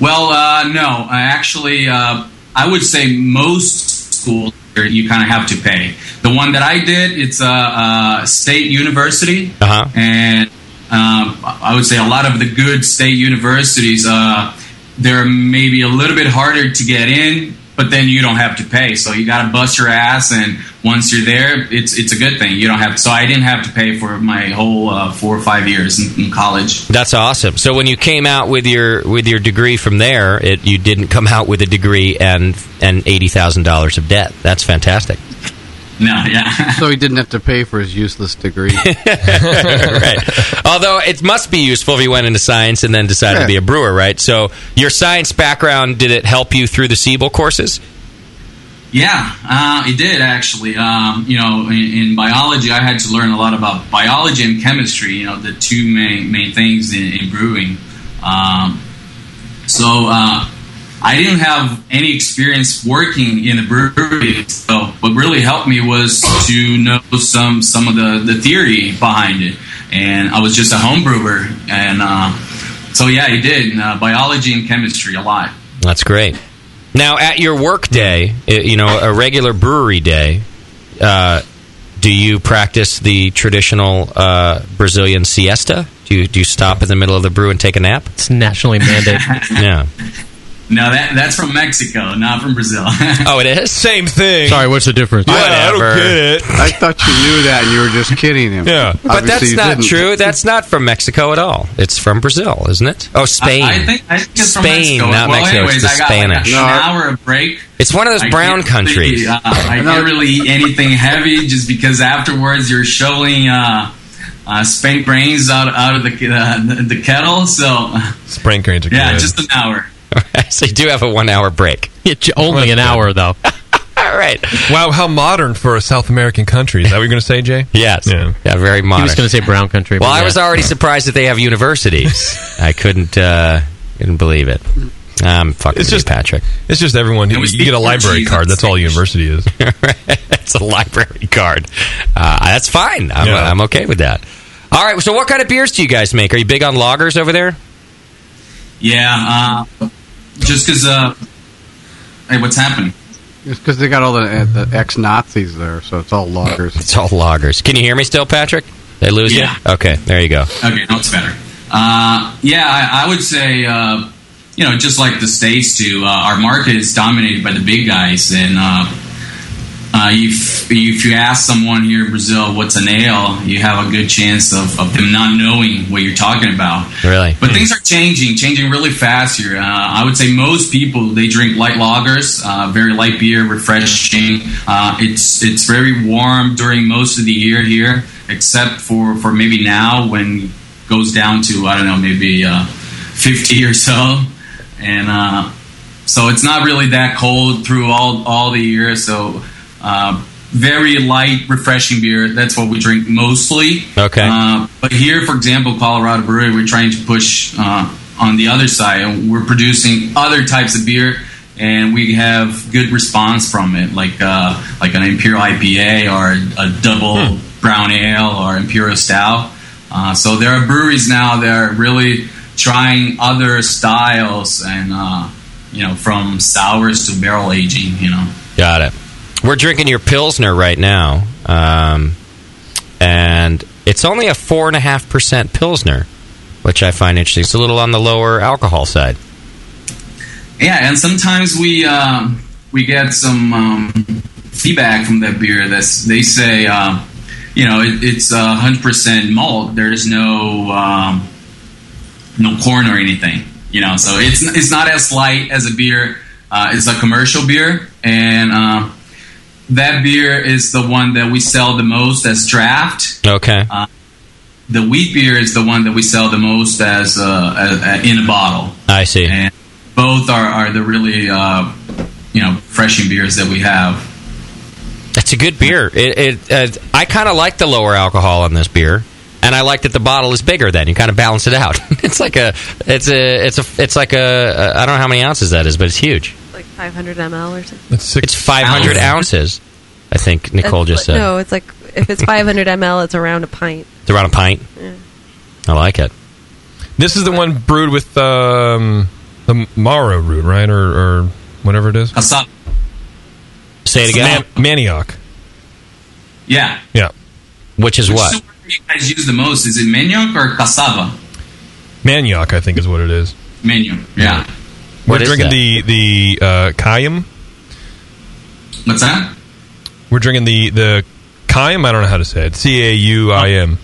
S20: Well, uh, no, I actually, uh, I would say most schools here, you kind of have to pay. The one that I did, it's a, uh state university,
S5: Uh-huh.
S20: and um, I would say a lot of the good state universities, uh, they're maybe a little bit harder to get in, but then you don't have to pay. So you got to bust your ass, and once you're there, it's it's a good thing. You don't have. So I didn't have to pay for my whole uh, four or five years in, in college.
S5: That's awesome. So when you came out with your with your degree from there, it, you didn't come out with a degree and and eighty thousand dollars of debt. That's fantastic.
S20: No, yeah.
S4: (laughs) so he didn't have to pay for his useless
S5: (laughs)
S4: degree.
S5: right. Although it must be useful if you went into science and then decided to be a brewer, right? So your science background did it help you through the Siebel courses?
S20: Yeah, uh, it did actually. Um, you know, in, in biology, I had to learn a lot about biology and chemistry. You know, the two main main things in, in brewing. Um, so uh, I didn't have any experience working in a brewery. So what really helped me was to know some some of the, the theory behind it. And I was just a home brewer, and uh, so yeah, it did uh, biology and chemistry a lot.
S5: That's great. Now, at your work day, i- you know, a regular brewery day, uh, do you practice the traditional uh, Brazilian siesta? Do you, do you stop in the middle of the brew and take a nap? It's nationally mandated. (laughs) yeah.
S20: No, that that's from Mexico, not from Brazil. (laughs)
S5: oh, it is same thing.
S7: Sorry, what's the difference?
S20: it.
S4: I thought you knew that, and you were just kidding him.
S5: Yeah, but
S4: Obviously
S5: that's
S4: you
S5: not
S4: didn't.
S5: true. That's not from Mexico at all. It's from Brazil, isn't it? Oh, Spain.
S20: I, I think, I think it's from
S5: Spain,
S20: Mexico.
S5: not
S20: well,
S5: Mexico.
S20: Anyways,
S5: it's the
S20: I got
S5: Spanish.
S20: Like an hour of break.
S5: It's one of those
S20: I
S5: brown
S20: can't
S5: countries.
S20: Really, uh, I
S5: (laughs)
S20: can't really eat anything heavy just because afterwards you're shoveling uh, uh, spank grains out out of the uh, the, the kettle. So uh,
S9: Spring grains are
S20: yeah,
S9: good.
S20: just an hour.
S5: so you do have a one-hour break.
S7: only an hour, though.
S5: All right.
S9: Wow, how modern for a South American country. Is that what you're going to say, Jay?
S5: Yes. Yeah, very modern.
S7: gonna say brown country.
S5: Well,
S7: but
S5: I
S7: yeah.
S5: was already surprised that they have universities.
S7: (laughs)
S5: I couldn't uh, couldn't believe it. I'm fucking it's just Patrick.
S9: It's just everyone. You, you get a library card. That's all university is.
S5: (laughs) it's a library card. Uh, that's fine. I'm, I'm okay with that. All right. So, what kind of beers do you guys make? Are you big on lagers over there?
S20: Yeah, uh, just because. Uh, hey, what's happening?
S4: It's because they got all the, eh, the ex Nazis there, so it's all loggers.
S5: It's all loggers. Can you hear me still, Patrick? They lose
S20: Yeah.
S5: you. Okay. There you go.
S20: Okay, now it's better. Uh, yeah, I, I would say, uh, you know, just like the states too, uh, our market is dominated by the big guys. And uh, uh, if, if you ask someone here in Brazil what's an ale, you have a good chance of, of them not knowing what you're talking about.
S5: Really.
S20: But things are changing, changing really fast here. Uh, I would say most people they drink light lagers, uh, very light beer, refreshing. Uh, it's it's very warm during most of the year here, except for for maybe now when it goes down to I don't know maybe uh, fifty or so, and uh, so it's not really that cold through all all the year. So. Uh, very light, refreshing beer. That's what we drink mostly.
S5: Okay.
S20: Uh, but here, for example, Colorado Brewery, we're trying to push uh, on the other side, and we're producing other types of beer, and we have good response from it, like uh, like an imperial IPA or a double brown ale or imperial stout. Uh, so there are breweries now that are really trying other styles, and uh, you know, from sours to barrel aging, you know.
S5: Got it. We're drinking your Pilsner right now. Um, and it's only a 4.5% Pilsner, which I find interesting. It's a little on the lower alcohol side.
S20: Yeah, and sometimes we um, we get some um, feedback from that beer that's they say, um, you know, it, it's hundred percent malt. There's no um, no corn or anything, you know. So it's it's not as light as a beer. Uh, it's a commercial beer, and uh, that beer is the one that we sell the most as draft.
S5: Okay.
S20: Uh, the wheat beer is the one that we sell the most as uh, uh, in a bottle.
S5: I see.
S20: And both are, are the really uh, you know refreshing beers that we have.
S5: It's a good beer. It, it uh, I kind of like the lower alcohol on this beer, and I like that the bottle is bigger. Then you kind of balance it out. (laughs) it's like a, it's a, it's a, it's like a. I don't know how many ounces that is, but it's huge.
S11: like 500 ml or something.
S5: It's, five hundred ounces. I think Nicole
S11: That's
S5: just said
S11: what- No, it's like if it's 500 ml, it's around a pint.
S5: it's around a pint.
S11: Yeah.
S5: I like it.
S9: This is the one brewed with um, the Maro root, right, or, or whatever it is.
S5: Say it again.
S9: Man- manioc.
S20: Yeah.
S9: Yeah.
S5: Which is
S20: Which the one you guys use the most? Is it manioc or cassava?
S9: Manioc, I think, is what it is.
S20: Manioc. Yeah.
S9: We're
S20: What is
S9: drinking
S20: that?
S9: the the uh, Kayam.
S20: What's that?
S9: We're drinking the the Kayam. I don't know how to say it. C a u i m.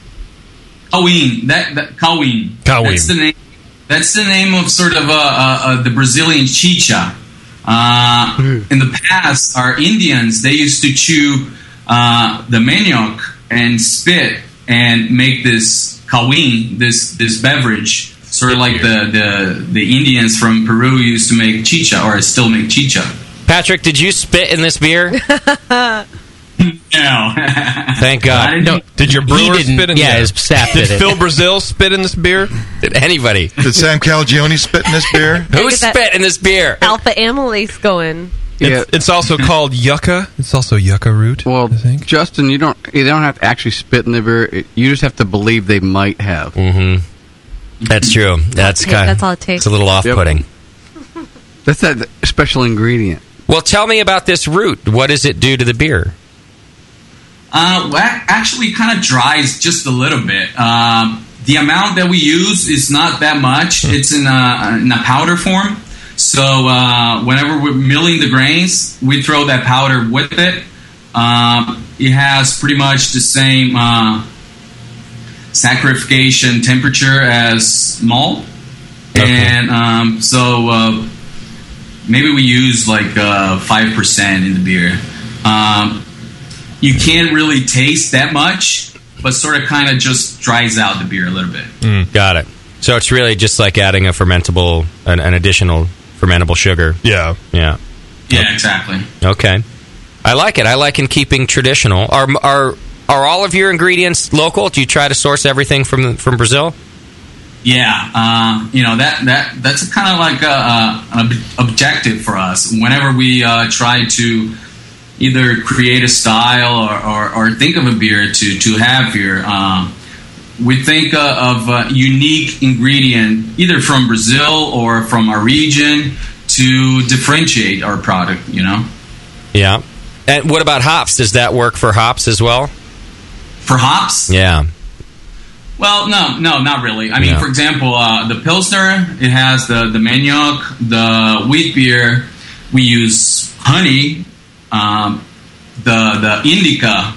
S20: Cawin. That, that Cawin.
S9: Cawin.
S20: That's the name. That's the name of sort of uh, uh, uh, the Brazilian chicha. Uh, in the past, our Indians they used to chew uh, the manioc and spit and make this cawin, this this beverage, sort of like the, the the Indians from Peru used to make chicha or still make chicha.
S5: Patrick, did you spit in this
S4: (laughs)
S5: beer?
S20: No.
S5: Thank God.
S20: No,
S9: did your brewer spit in
S5: Yeah,
S9: there?
S5: his staff
S9: Did
S5: did it.
S9: (laughs) Phil Brazil spit in this beer?
S5: Did anybody?
S10: Did Sam Calagione spit in this beer?
S5: Who spit in this beer?
S11: Alpha amylase going.
S9: It's, it's also called yucca. It's also yucca root.
S4: Well, Justin, you don't you don't have to actually spit in the beer. It- You just have to believe they might have.
S5: Mm-hmm. That's true. That's
S4: Yeah,
S5: kind.
S4: that's all it takes.
S5: It's a little off-putting.
S4: That's that special ingredient.
S5: Well, tell me about this root. What does it do to the beer?
S20: Uh, well, ac- actually, kind of dries just a little bit. Um, the amount that we use is not that much. It's in a, in a powder form. So uh, whenever we're milling the grains, we throw that powder with it. Um, it has pretty much the same uh, sacrification temperature as malt, and um, so uh, maybe we use like uh, five percent in the beer. Um, you can't really taste that much, but sort of kind of just dries out the beer a little bit.
S5: Mm, Got it. So it's really just like adding a fermentable, an, an additional fermentable sugar.
S9: Yeah.
S5: Yeah.
S20: Yeah, exactly.
S5: Okay. I like it. I like in keeping traditional. Are are are all of your ingredients local? Do you try to source everything from from Brazil?
S20: Yeah, uh, you know that that that's kind of like a, uh, an ob- objective for us. Whenever we uh, try to either create a style or, or, or think of a beer to to have here, um, we think uh, of a unique ingredient either from Brazil or from our region to differentiate our product. You know.
S5: Yeah. And what about hops? Does that work for hops as well?
S20: For hops?
S5: Yeah.
S20: Well, no, no, not really. I mean,
S5: No.
S20: for example, uh, the Pilsner, it has the, the manioc, the wheat beer. We use honey, um, the, the indica,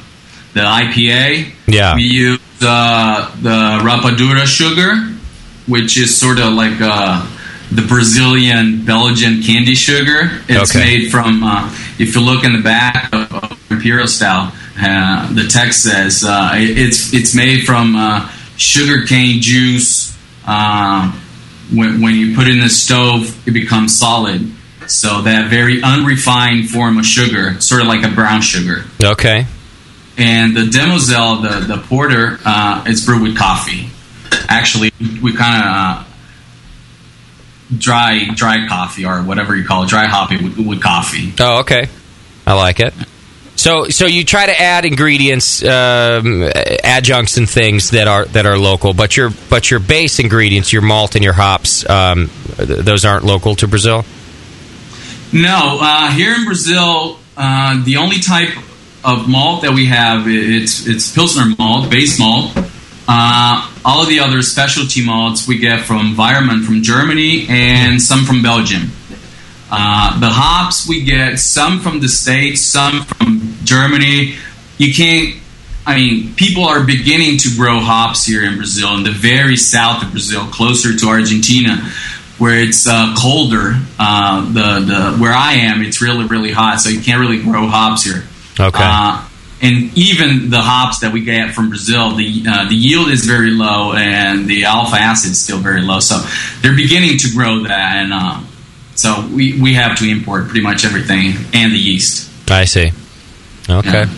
S20: the IPA.
S5: Yeah.
S20: We use uh, the rapadura sugar, which is sort of like uh, the Brazilian Belgian candy sugar. It's
S5: Okay.
S20: made from, uh, if you look in the back of, of Imperial Stout, uh, the text says uh, it- it's it's made from uh, sugar cane juice. Uh, when, when you put it in the stove, it becomes solid. So that very unrefined form of sugar, sort of like a brown sugar.
S5: Okay.
S20: And the Demosel, the, the porter, uh, it's brewed with coffee. Actually, we kind of uh, dry dry coffee or whatever you call it, dry hoppy with, with coffee.
S5: Oh, okay. I like it. So, so you try to add ingredients, um, adjuncts, and things that are that are local, but your but your base ingredients, your malt and your hops, um, th- those aren't local to Brazil.
S20: No, uh, here in Brazil, uh, the only type of malt that we have i- it's it's pilsner malt, base malt. Uh, all of the other specialty malts we get from Weirmann from Germany and some from Belgium. Uh, the hops we get some from the states, some from Germany. You can't. I mean, people are beginning to grow hops here in Brazil, in the very south of Brazil, closer to Argentina, where it's uh, colder. Uh, the the where I am, it's really really hot, so you can't really grow hops here.
S5: Okay.
S20: Uh, and even the hops that we get from Brazil, the uh, the yield is very low, and the alpha acid is still very low. So they're beginning to grow that, and uh, so we we have to import pretty much everything and the yeast.
S5: I see. Okay.
S9: (clears throat)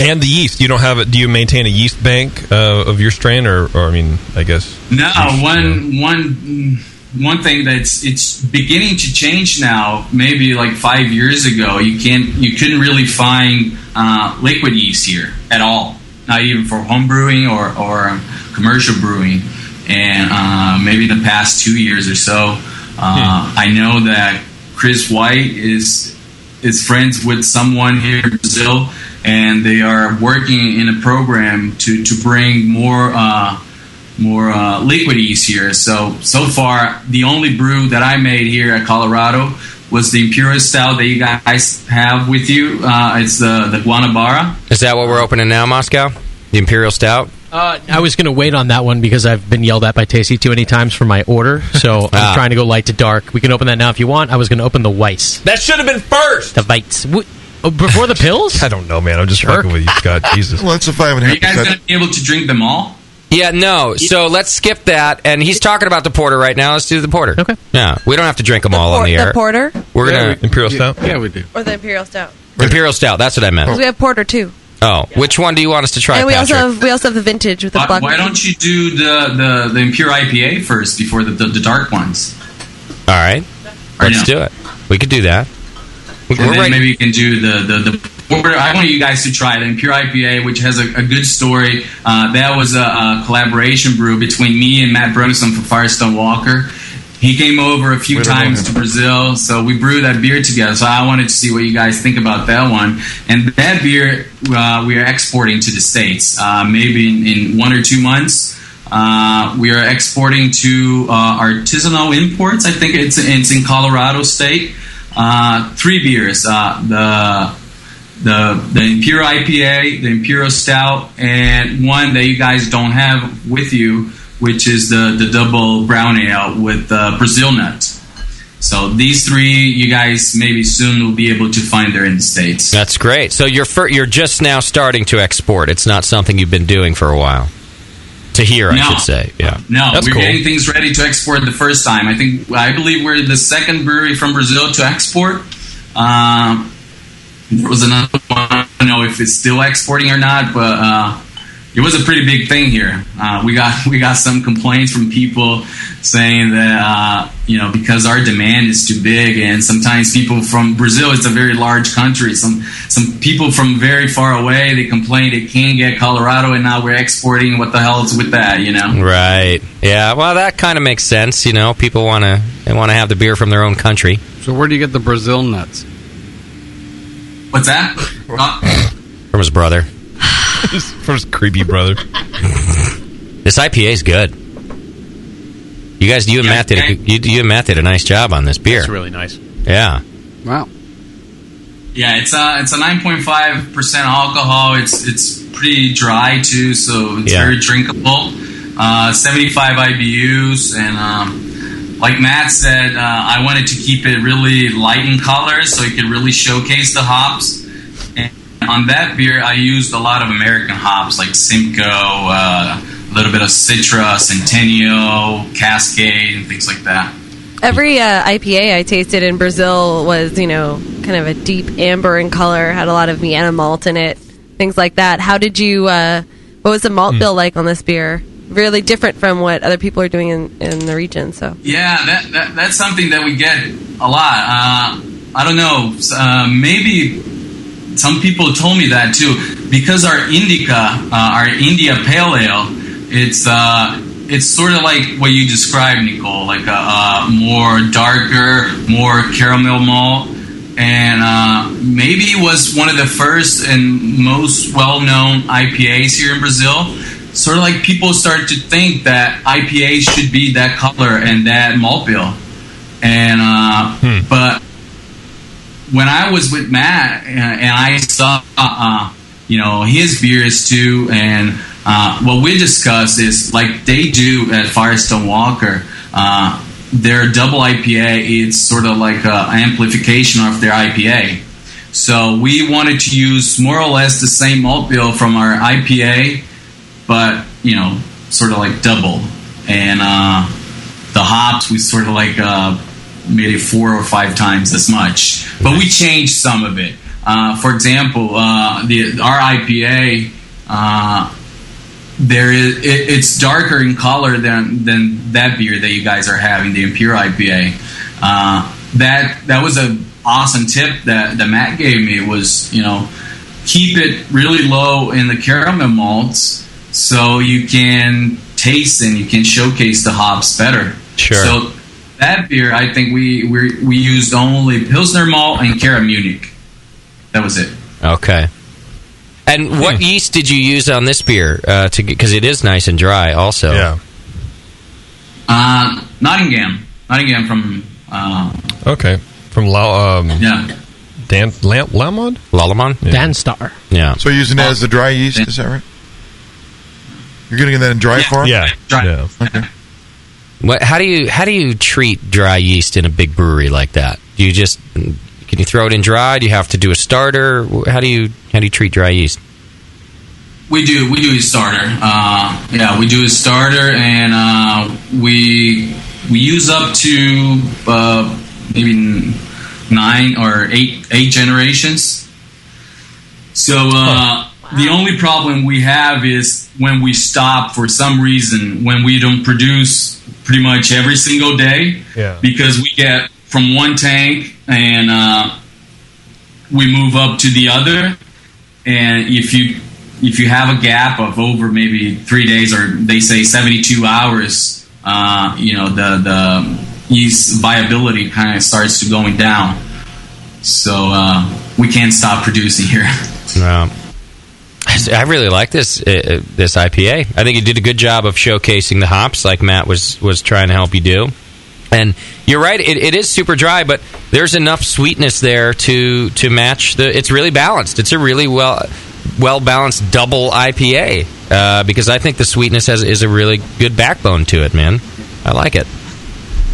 S9: And the yeast, you don't have it. Do you maintain a yeast bank uh, of your strain, or, or I mean, I guess
S20: No, one one one thing that's it's beginning to change now. Maybe like five years ago, you can't you couldn't really find uh, liquid yeast here at all. Not even for home brewing or or commercial brewing. And uh, maybe in the past two years or so, uh, I know that Chris White is is friends with someone here in Brazil, and they are working in a program to to bring more. Uh, more uh, liquidies here. So so far, the only brew that I made here at Colorado was the Imperial style that you guys have with you. Uh, it's the the Guanabara.
S5: Is that what we're opening now, Moscow? The Imperial Stout?
S7: Uh, I was going to wait on that one because I've been yelled at by Tasty too many times for my order, so
S5: Ah.
S7: I'm trying to go light to dark. We can open that now if you want. I was going to open the Weiss.
S5: That should have been first.
S7: The Weiss. Wh- oh, before the pills? I
S9: don't know, man. I'm just fucking
S7: (laughs)
S9: with you, Scott. Jesus.
S10: Well, that's a five and
S20: Are you guys going to be able to drink them all?
S5: Yeah, no. So let's skip that. And he's talking about the porter right now. Let's do the porter. Okay. Yeah, we don't have to drink them all on the air.
S11: the porter
S5: We're gonna
S9: imperial stout.
S5: Yeah, we do.
S11: or the imperial stout.
S5: Imperial stout. That's what I meant.
S11: 'Cause we have porter too,
S5: Oh, which one do you want us to try,
S11: and we
S5: Patrick?
S11: also have we also have the vintage with the
S20: Why,
S11: black.
S20: why don't you do the, the, the Impure IPA first before the, the, the dark ones?
S5: All right, let's do it. We could do that.
S20: And then maybe you can do the the, the porter. I want you guys to try the Impure IPA, which has a, a good story. Uh, that was a, a collaboration brew between me and Matt Bronson from Firestone Walker. He came over a few
S10: Way to go,
S20: times
S10: man.
S20: to Brazil, so we brewed that beer together. So I wanted to see what you guys think about that one. And that beer uh, we are exporting to the states. Uh, maybe in, in one or two months, uh, we are exporting to uh, artisanal imports. I think it's it's in Colorado State. Uh, three beers: uh, the the the Imperial IPA, the Imperial Stout, and one that you guys don't have with you, which is the the double brown ale with uh, Brazil nut. So these three, you guys maybe soon will be able to find there in the states.
S5: That's great. So you're fir- you're just now starting to export. It's not something you've been doing for a while. To here, I
S20: No. Uh,
S5: should say. Yeah.
S20: No,
S5: That's
S20: we're
S5: cool.
S20: getting things ready to export the first time. I think I believe we're the second brewery from Brazil to export. Um, there was another one. I don't know if it's still exporting or not, but uh, it was a pretty big thing here. Uh, we got (laughs) we got some complaints from people saying that uh, you know because our demand is too big, and sometimes people from Brazil, it's a very large country. Some some people from very far away they complain they can't get Colorado, and now we're exporting. What the hell's with that? You know.
S5: Right. Yeah. Well, that kind of makes sense. You know, people want to they want to have the beer from their own country.
S4: So where do you get the Brazil nuts?
S20: What's that?
S5: From his brother.
S9: from his creepy brother.
S5: (laughs) this IPA is good. You guys, you and Matt did a, good- you, you and Matt did a nice job on this beer.
S16: That's really nice.
S5: Yeah.
S4: Wow.
S20: Yeah, it's a it's a nine point five percent alcohol. It's it's pretty dry too, so it's
S5: Yeah.
S20: very drinkable. Uh, Seventy five IBUs, and um, like Matt said, uh, I wanted to keep it really light in color, so you could really showcase the hops. And on that beer, I used a lot of American hops like Simcoe, uh, a little bit of Citra, Centennial, Cascade, and things like that.
S11: Every uh, IPA I tasted in Brazil was, you know, kind of a deep amber in color, had a lot of Vienna malt in it, things like that. How did you? Uh, what was the malt
S20: Hmm.
S11: bill like on this beer? Really different from what other people are doing in, in the region. So
S20: Yeah, that, that that's something that we get a lot. Uh, I don't know. Uh, maybe some people told me that too. Because our indica, uh, our India Pale Ale, it's uh, it's sort of like what you described, Nicole, like a, uh more darker, more caramel malt. and uh, maybe it was one of the first and most well-known IPAs here in Brazil. Sort of like people started to think that IPA should be that color and that malt bill, and uh, but when I was with Matt uh, and I saw, uh, you know, his beers too, and uh, what we discussed is like they do at Firestone Walker. Uh, their double IPA is sort of like an amplification of their IPA. So we wanted to use more or less the same malt bill from our IPA, but you know, sort of like double. And uh, the hops we sort of like uh, made it four or five times as much, but we changed some of it. Uh, for example, uh, the our IPA. Uh, there is it, it's darker in color than than that beer that you guys are having, the Imperial IPA. Uh, that that was an awesome tip that that Matt gave me was you know keep it really low in the caramel malts so you can taste and you can showcase the hops better.
S5: Sure.
S20: So that beer, I think we we we used only Pilsner malt and Cara Munich. That was it.
S5: Okay. And
S20: Hmm.
S5: what yeast did you use on this beer? Uh, to because it is nice and dry, also. Yeah.
S20: Uh, Nottingham, Nottingham from uh,
S9: Okay. From La, um,
S20: yeah.
S9: Dan Lam- Lamod?
S5: Lalamon?
S9: Yeah.
S7: Danstar.
S5: Yeah.
S10: So you're using that as the dry yeast, is that right? You're getting that in dry form?
S9: Yeah.
S10: Yeah. Okay.
S5: What, how do you how do you treat dry yeast in a big brewery like that? Do you just can you throw it in dry? Do you have to do a starter? How do you how do you treat dry yeast?
S20: We do. We do a starter. Uh, yeah, we do a starter, and uh, we we use up to uh, maybe n- nine or eight eight generations. So uh, the only problem we have is when we stop for some reason when we don't produce pretty much every single day
S14: Yeah.
S20: because we get from one tank and uh, we move up to the other and if you if you have a gap of over maybe three days or they say 72 hours uh, you know the the yeast viability kind of starts to going down so uh, we can't stop producing here (laughs)
S5: No. I really like this uh, uh, this IPA. I think you did a good job of showcasing the hops, like Matt was was trying to help you do. And you're right; it, it is super dry, but there's enough sweetness there to to match the. It's really balanced. It's a really well well balanced double IPA uh, because I think the sweetness has is a really good backbone to it, man. I like it.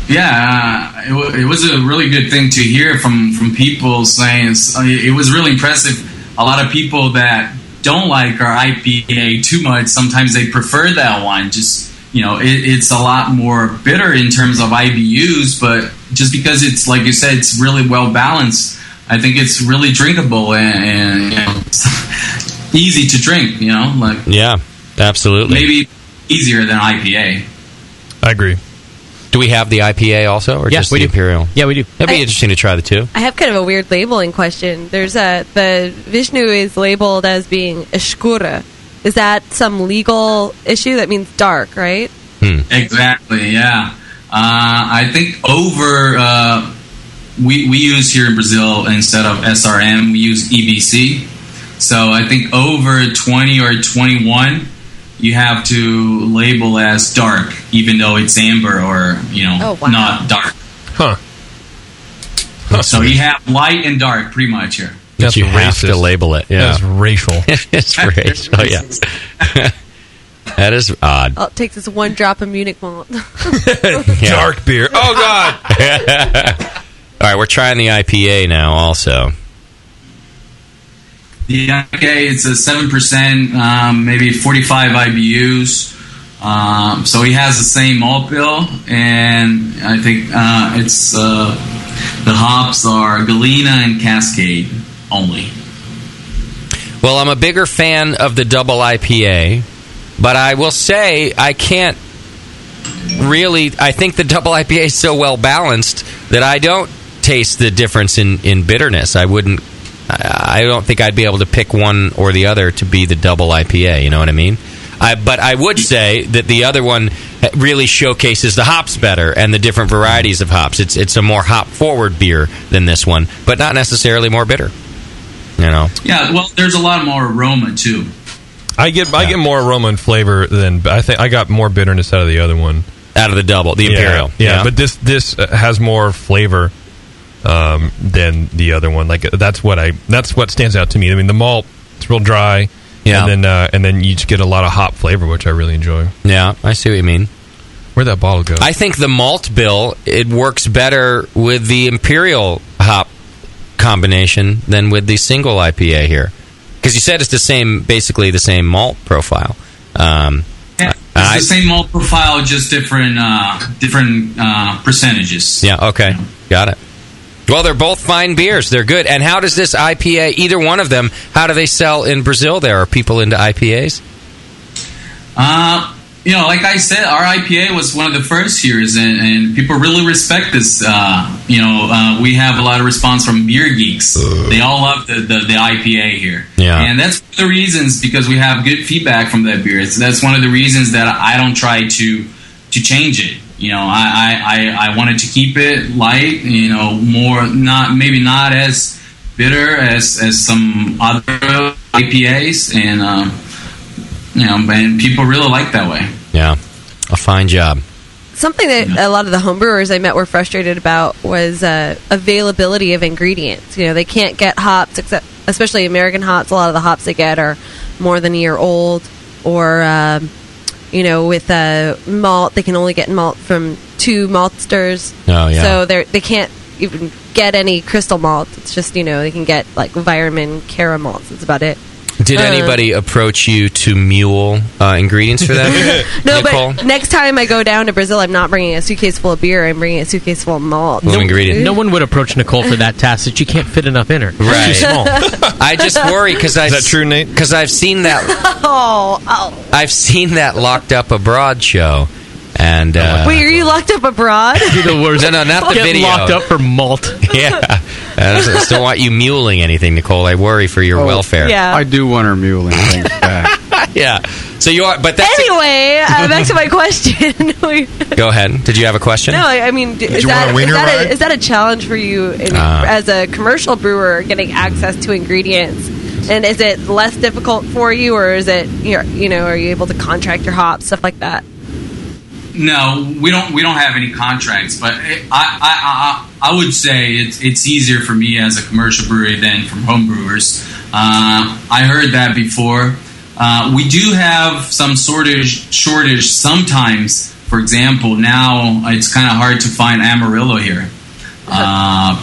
S20: Yeah, uh, it, w- it was a really good thing to hear from from people saying s- I mean, it was really impressive. A lot of people that don't like our IPA too much sometimes they prefer that one. Just you know, it, it's a lot more bitter in terms of IBUs, but just because it's like you said, it's really well balanced. I think it's really drinkable and, and you know, (laughs) it's easy to drink. You know, like
S5: Yeah, absolutely.
S20: maybe easier than IPA.
S9: I agree.
S5: Do we have the IPA also, or
S20: Yeah,
S5: just
S20: we
S5: the
S20: do.
S5: Imperial?
S7: Yeah, we do.
S5: That'd be
S11: I-
S5: interesting to try the two.
S11: I have kind of a weird labeling question. There's a the Vishnu is labeled as being Eshkura. Is that some legal issue? That means dark, right?
S5: Hmm.
S20: Exactly. Yeah. Uh, I think over uh, we we use here in Brazil instead of SRM we use EBC. So I think over twenty or twenty one you have to label as dark, even though it's amber or you know
S14: Oh, wow.
S20: not dark.
S9: Huh.
S20: So we have light and dark pretty much here.
S5: That you have to label it. Yeah,
S9: That's racial.
S5: (laughs) it's (laughs) racial. oh, Yeah, (laughs) that is odd.
S11: All it takes is one drop of Munich malt. (laughs)
S9: Dark beer. Oh God.
S5: (laughs) All right, we're trying the IPA now. Also,
S20: The IPA it's a seven percent, um, maybe forty-five IBUs. Um, so he has the same malt bill, and I think uh, it's uh, the hops are Galena and Cascade only.
S5: well, I'm a bigger fan of the double IPA, but I will say I can't really. I think the double IPA is so well balanced that I don't taste the difference in in bitterness. I wouldn't. I I don't think I'd be able to pick one or the other to be the double IPA. You know what I mean? I, but I would say that the other one really showcases the hops better and the different varieties of hops. It's it's a more hop forward beer than this one, but not necessarily more bitter. You know.
S20: Yeah, well, there's a lot more aroma too.
S9: I get I get more aroma and flavor than I think I got more bitterness out of the other one.
S5: Out of the double, the imperial.
S9: Yeah,
S5: Yeah.
S9: but this this uh, has more flavor um, than the other one. Like uh, that's what I that's what stands out to me. I mean, the malt it's real dry.
S5: Yeah.
S9: and then uh, and then you just get a lot of hop flavor, which I really enjoy.
S5: Yeah, I see what you mean.
S9: Where'd that bottle go?
S5: I think the malt bill it works better with the imperial hop combination than with the single IPA here because you said it's the same, basically the same malt profile. Um,
S20: It's the same malt profile, just different uh, different uh, percentages.
S5: Yeah. Okay. Got it. Well, they're both fine beers. They're good. And how does this IPA, either one of them, how do they sell in Brazil? There are people into IPAs.
S20: Uh, you know, like I said, our IPA was one of the first years, and, and people really respect this. Uh, you know, uh, we have a lot of response from beer geeks. They all love the, the, the IPA here.
S14: Yeah.
S20: And that's one of the reasons because we have good feedback from that beer. So that's one of the reasons that I don't try to to change it. You know, I, I, I, I wanted to keep it light, you know, more not maybe not as bitter as, as some other IPAs and um, you know, and people really like that way.
S5: Yeah. A fine job.
S11: Something that a lot of the homebrewers I met were frustrated about was uh, availability of ingredients. You know, they can't get hops, except especially American hops. A lot of the hops they get are more than a year old, or um, you know, with uh, malt they can only get malt from two maltsters.
S14: Oh, yeah.
S11: So they they can't even get any crystal malt. It's just you know they can get like Vireman Cara malts. That's about it.
S5: Did
S11: Uh.
S5: anybody approach you to mule uh, ingredients for them?
S11: No,
S5: Nicole?
S11: but next time I go down to Brazil, I'm not bringing a suitcase full of beer. I'm bringing a suitcase full of malt.
S7: no,
S11: (laughs)
S7: No one would approach Nicole for that task that she can't fit enough in her.
S5: Right. (laughs)
S11: (laughs)
S5: I just worry because I. Is that true,
S9: Nate?
S5: Because I've seen that.
S11: oh, oh.
S5: I've seen that locked up abroad show, and uh,
S11: Wait, are you locked up abroad? (laughs)
S5: No, no, not the
S11: Get
S5: video.
S11: locked up
S5: for malt. (laughs) yeah, I just- I just don't want you muling anything, Nicole. I worry for your welfare.
S11: Oh. Yeah.
S4: I do want her muling things back.
S5: (laughs) yeah. So you are, but that's
S11: Anyway,
S5: (laughs)
S11: uh, back to my question. (laughs) We-
S5: go ahead. Did you have a question?
S11: no, I I mean, d-
S5: Did
S11: is
S5: you want
S11: that,
S5: a
S11: is,
S5: wiener
S11: that
S5: ride?
S11: a, is that a challenge for you in,
S5: Uh.
S11: as a commercial brewer getting access to ingredients? And is it less difficult for you, or is it you know, you know are you able to contract your hops, stuff like that?
S20: No, we don't. We don't have any contracts, but I, I, I, I would say it's it's easier for me as a commercial brewery than from home brewers. Uh, I heard that before. Uh, we do have some shortage shortage sometimes. For example, now it's kind of hard to find Amarillo here, uh,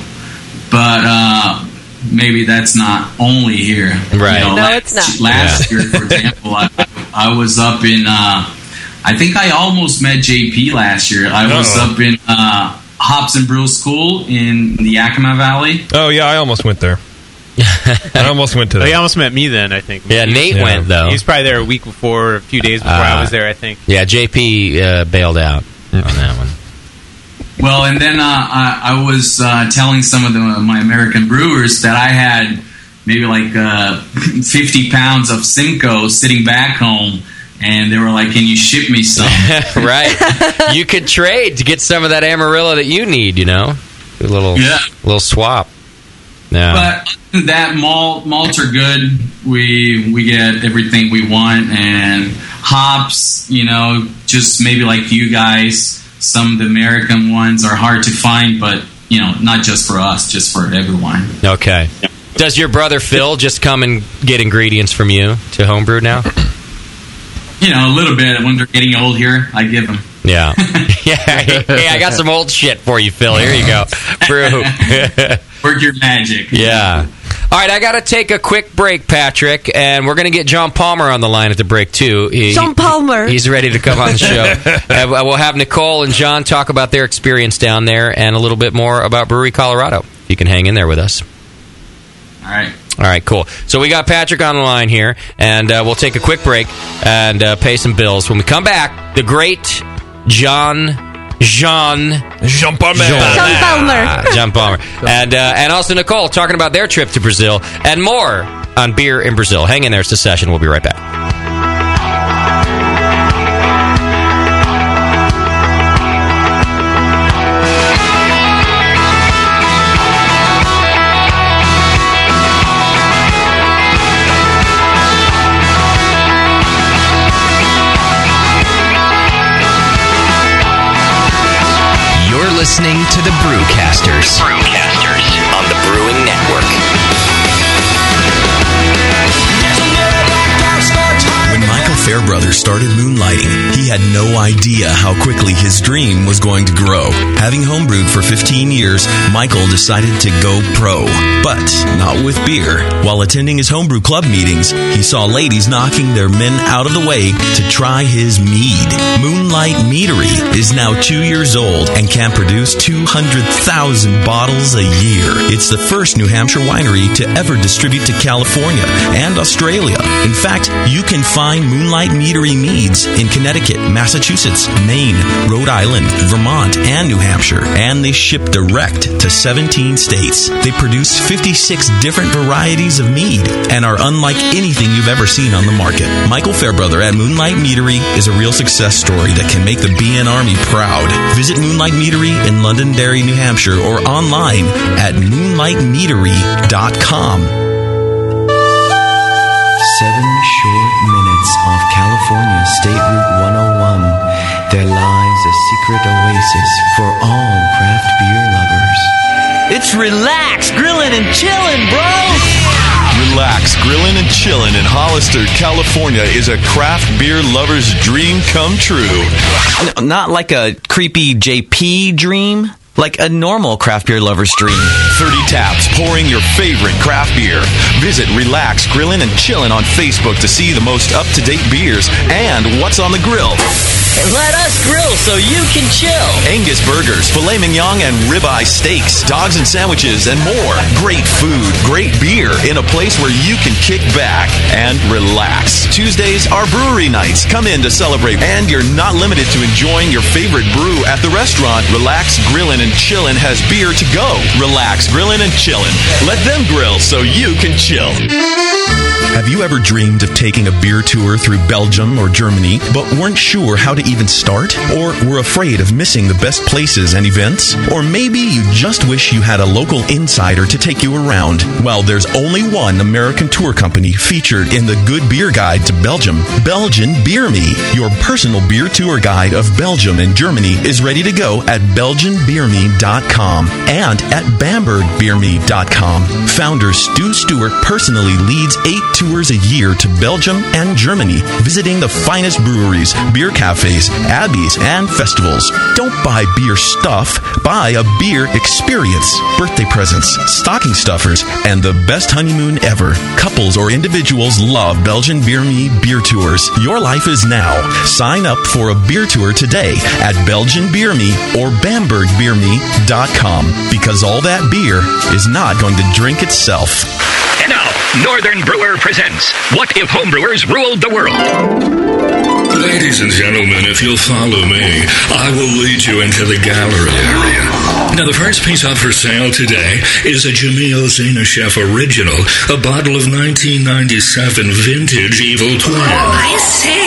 S20: but uh, maybe that's not only here.
S5: Right?
S11: No,
S20: last,
S11: it's not.
S20: Last year, for example, I, I was up in. Uh, I think I almost met JP last year. I was
S9: Uh-oh.
S20: up in uh, Hops and Brew School in the Yakima Valley.
S9: Oh yeah, I almost went
S5: (laughs)
S9: there. I almost went to that.
S16: He Oh, almost met me then, I think.
S5: Yeah, Nate
S16: Yeah.
S5: went though.
S16: He was probably there a week before, a few days before I
S9: Ah.
S5: Uh,
S16: was there. I think.
S5: Yeah, JP uh, bailed out on that one.
S20: Well, and then uh, I, I was uh, telling some of the, my American brewers that I had maybe like uh, (laughs) 50 pounds of Simcoe sitting back home, and they were like, "Can you ship me some?"
S5: right. (laughs) You could trade to get some of that Amarillo that you need. You know, a little,
S20: Yeah.
S5: little swap. Yeah.
S20: But other than that malt malts are good. We we get everything we want and hops. You know, just maybe like you guys, some of the American ones are hard to find, but you know, not just for us, just for everyone.
S5: Okay. Does your brother Phil just come and get ingredients from you to homebrew now?
S20: You know, a little bit when they're getting old here, I give them.
S5: Yeah. (laughs) yeah. Hey, I got some old shit for you, Phil. Here you go. Brew.
S20: Work your magic.
S5: Yeah. All right, I got to take a quick break, Patrick, and we're going to get John Palmer on the line at the break, too. He-
S11: John Palmer.
S5: He's ready to come on the show. and we'll have Nicole and John talk about their experience down there and a little bit more about Brewery Colorado. If You can hang in there with us.
S20: All right.
S5: All right, cool. So we got Patrick on the line here, and uh, we'll take a quick break and uh, pay some bills. When we come back, the great John Jean Jean Palmer.
S14: Jean Palmer.
S5: Ah, John Palmer. And uh, and also Nicole talking about their trip to Brazil and more on beer in Brazil. Hang in there, it's the session. We'll be right back.
S15: listening to the Brewcasters. Brewcasters on the Brewing Network.
S3: When Michael Fairbrother started moonlighting, he had no idea how quickly his dream was going to grow. Having homebrewed for 15 years, Michael decided to go pro, but not with beer. While attending his homebrew club meetings, he saw ladies knocking their men out of the way to try his mead. Moonlight Meadery is now two years old and can produce 200,000 bottles a year. It's the first New Hampshire winery to ever distribute to California and Australia. In fact, you can find Moonlight Meadery meads in Connecticut, Massachusetts, Maine, Rhode Island, Vermont, and New Hampshire, and they ship direct to 17 states. They produce 56 different varieties of mead and are unlike anything you've ever seen on the market. Michael Fairbrother at Moonlight Meadery is a real success story that can make the BN Army proud. Visit Moonlight Meadery in Londonderry, New Hampshire, or online at moonlightmeadery.com.
S21: Seven short minutes off California State Route 101, there lies a secret oasis for all craft beer lovers.
S8: It's relax, grilling, and chilling, bro.
S22: Relax, grilling and chilling in Hollister, California is a craft beer lover's dream come true.
S8: N- not like a creepy JP dream, like a normal craft beer lover's dream.
S22: 30 taps pouring your favorite craft beer. Visit Relax Grillin' and Chillin' on Facebook to see the most up to date beers and what's on the grill.
S8: Let us grill so you can chill.
S22: Angus burgers, filet mignon and ribeye steaks, dogs and sandwiches, and more. Great food, great beer in a place where you can kick back and relax. Tuesdays are brewery nights. Come in to celebrate, and you're not limited to enjoying your favorite brew at the restaurant. Relax Grillin' and Chillin' has beer to go. Relax Grillin' and Chillin'. Let them grill so you can chill.
S3: Have you ever dreamed of taking a beer tour through Belgium or Germany, but weren't sure how to even start? Or were afraid of missing the best places and events? Or maybe you just wish you had a local insider to take you around? Well, there's only one American tour company featured in the Good Beer Guide to Belgium Belgian Beer Me. Your personal beer tour guide of Belgium and Germany is ready to go at BelgianBeerMe.com and at BambergBeerMe.com. Founder Stu Stewart personally leads eight tours a year to Belgium and Germany, visiting the finest breweries, beer cafes, abbeys, and festivals. Don't buy beer stuff, buy a beer experience. Birthday presents, stocking stuffers, and the best honeymoon ever. Couples or individuals love Belgian Beer Me beer tours. Your life is now. Sign up for a beer tour today at Belgian Beer Me or BambergBeerMe.com because all that beer is not going to drink itself.
S23: And now, Northern Brewer presents What If Homebrewers Ruled the World?
S18: Ladies and gentlemen, if you'll follow me, I will lead you into the gallery area. Now, the first piece up for sale today is a Jamil Zainashev original, a bottle of 1997 vintage Evil Twin. I say.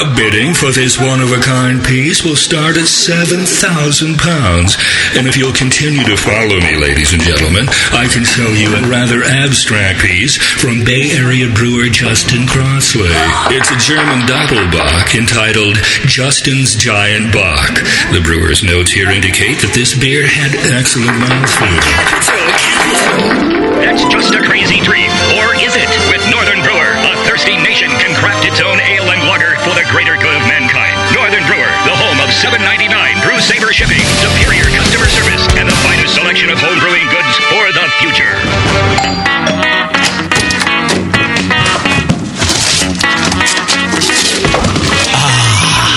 S18: A bidding for this one-of-a-kind piece will start at seven thousand pounds, and if you'll continue to follow me, ladies and gentlemen, I can show you a rather abstract piece from Bay Area brewer Justin Crossley. It's a German Doppelbock entitled Justin's Giant Bock. The brewer's notes here indicate that this beer had excellent mouthfeel.
S23: That's just a crazy dream. Or is it? With Northern Brewer, a thirsty nation can craft its own ale and lager for the greater good of mankind. Northern Brewer, the home of 7.99 Brew Saver shipping, superior customer service, and the finest selection of home brewing goods for the future.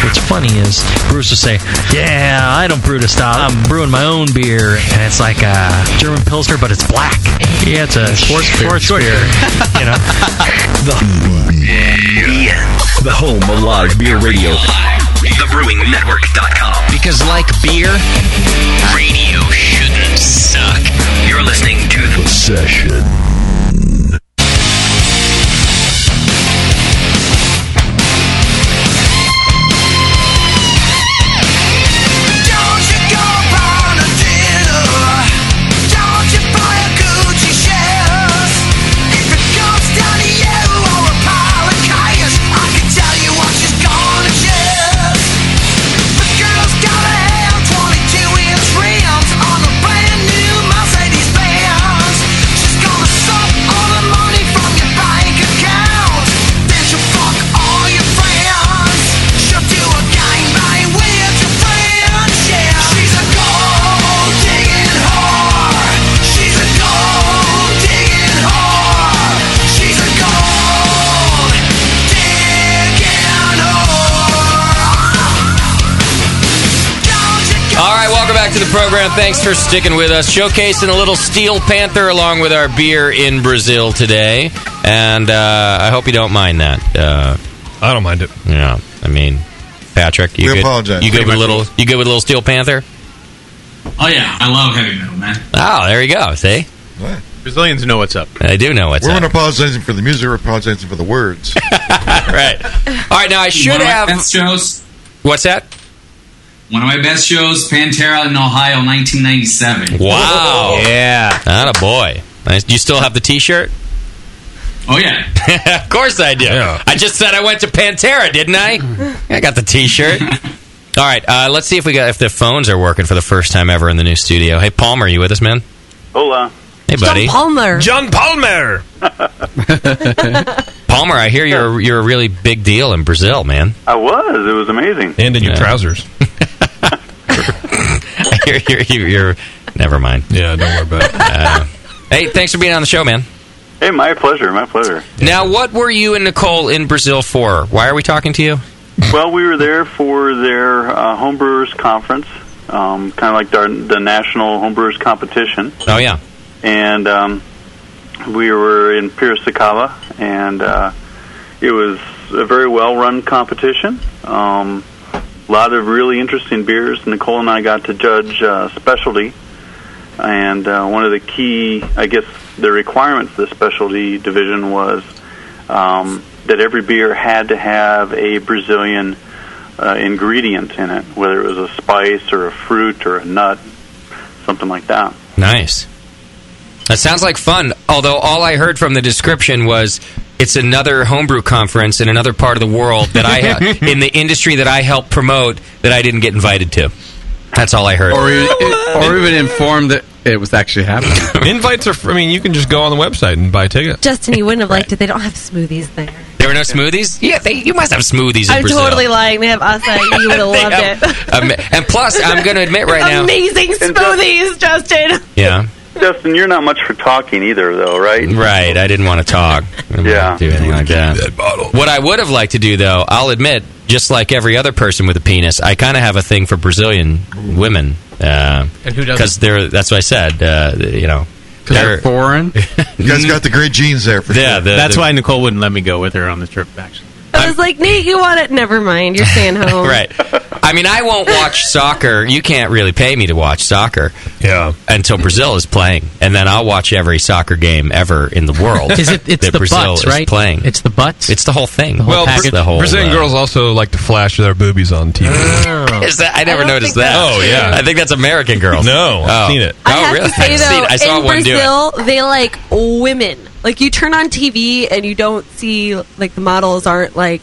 S24: What's funny is Bruce will say, "Yeah, I don't brew to style. I'm brewing my own beer, and it's like a German Pilsner, but it's black. Yeah, it's a Schwarz Schwarz beer.
S5: (laughs)
S24: you know,
S3: The home of live beer radio.
S15: TheBrewingNetwork.com. Because, like beer, radio shouldn't suck. You're listening to The Session.
S14: Don't you go on a dinner? Don't you buy a Gucci shares? If it comes down to you or a pile of cash, I can tell you what she's gonna share. The girl's gotta have 22-inch rims on a brand new Mercedes Benz. She's gonna suck all the money from your bank account, then she'll fuck all your friends. She'll do a gangbang with your friends. Yeah, she's a gold digging whore. She's a gold digging whore. She's a gold digging whore.
S5: All right, welcome back to the program. Thanks for sticking with us. Showcasing a little Steel Panther along with our beer in Brazil today, and uh, I hope you don't mind that. Uh, I don't mind it. Yeah, I mean, Patrick, you
S10: We
S5: good-
S10: apologize.
S5: You good
S10: Pretty
S5: with
S10: much.
S5: little? You good with little Steel Panther?
S20: Oh yeah, I love heavy metal, man.
S5: Oh, there you go. See,
S16: Brazilians know what's up.
S5: I do know what's
S10: we're
S5: up. Uh,
S10: not apologizing for the music. We're apologizing for the
S5: (laughs)
S10: words.
S5: right. (laughs) All right. Now I should
S20: One of my
S5: have
S20: best shows.
S5: What's that?
S20: One of my best shows, Pantera in Ohio, 1997.
S10: (laughs)
S5: Wow. Oh, Yeah. Not a boy. Nice. Do you still have the T-shirt? (laughs)
S20: Oh yeah.
S5: of course I do. I just said I went to Pantera, didn't I? I got the (laughs) T-shirt. All right. Uh, let's see if we got if the phones are working for the first time ever in the new studio. Hey, Palmer, you with us, man?
S12: Hola.
S5: Hey, buddy.
S11: Palmer.
S12: John Palmer.
S5: Palmer, I hear you're you're a really big deal in Brazil, man.
S12: I was. It was amazing.
S5: And in your (laughs) trousers. you're, you're, you're, you're- never mind. Yeah, don't worry about it. hey, thanks for being on the show, man.
S12: Hey, my pleasure. My pleasure.
S5: Now, what were you and Nicole in Brazil for? Why are we talking to you?
S12: well, we were there for their uh, homebrewers conference, um, kind of like our, the national homebrewers competition,
S5: Oh yeah.
S12: and um, we were in Piracicaba, and uh, it was a very well-run competition. Um, a lot of really interesting beers. Nicole and I got to judge uh, specialty, and uh, one of the key, I guess, the requirements of the specialty division was um, that every beer had to have a Brazilian uh, ingredient in it, whether it was a spice or a fruit or a nut, something like that.
S5: Nice. That sounds like fun. Although all I heard from the description was it's another homebrew conference in another part of the world that
S16: (laughs)
S5: I ha- in the industry that I help promote that I didn't get invited to. That's all I heard.
S4: Or even, or even informed that it was actually happening.
S9: (laughs) Invites are. I mean, you can just go on the website and buy a ticket.
S11: Justin, you wouldn't have liked it. They don't have smoothies there.
S5: There were no smoothies. Yeah, they, you must have smoothies in
S11: I'm
S5: Brazil.
S11: totally lying. They have acai. You
S5: (laughs)
S11: would have loved it.
S5: Um, and plus, I'm going to admit right now.
S11: Amazing smoothies, Justin.
S5: Yeah.
S12: Justin, you're not much for talking either, though, right?
S5: Right. I didn't want to talk. I didn't yeah. Do anything like that. What I would have liked to do, though, I'll admit, just like every other person with a penis, I kind of have a thing for Brazilian women. Uh,
S7: And who doesn't?
S5: Because they're that's what I said. Uh, you know,
S4: they're foreign.
S10: You guys got the great genes there for
S5: Yeah,
S10: sure.
S5: the-
S16: That's why Nicole wouldn't let me go with her on the trip. Actually,
S11: I was like, Nate, you want it? Never mind. You're
S5: (laughs)
S11: staying home.
S5: right. I mean, I won't watch soccer. You can't really pay me to watch soccer. Yeah. Until Brazil is playing, and then I'll watch every soccer game ever in the world.
S7: Is it- it's
S5: that
S7: the
S5: Brazil
S7: butts,
S5: is
S7: right?
S5: playing? It's
S7: the butts.
S5: It's the whole thing.
S9: well,
S5: It's
S9: Bra-
S5: the whole
S9: Brazilian
S5: uh,
S9: girls also like to flash their boobies on TV.
S5: Is that, Oh. I never noticed that.
S9: Oh yeah,
S5: I think that's American Girls.
S9: No, I've
S5: Oh.
S9: seen it.
S11: I have to say
S5: I've
S11: though,
S5: seen- I saw
S11: in
S5: one do it.
S11: Brazil, they like women. Like you turn on TV and you don't see like the models aren't like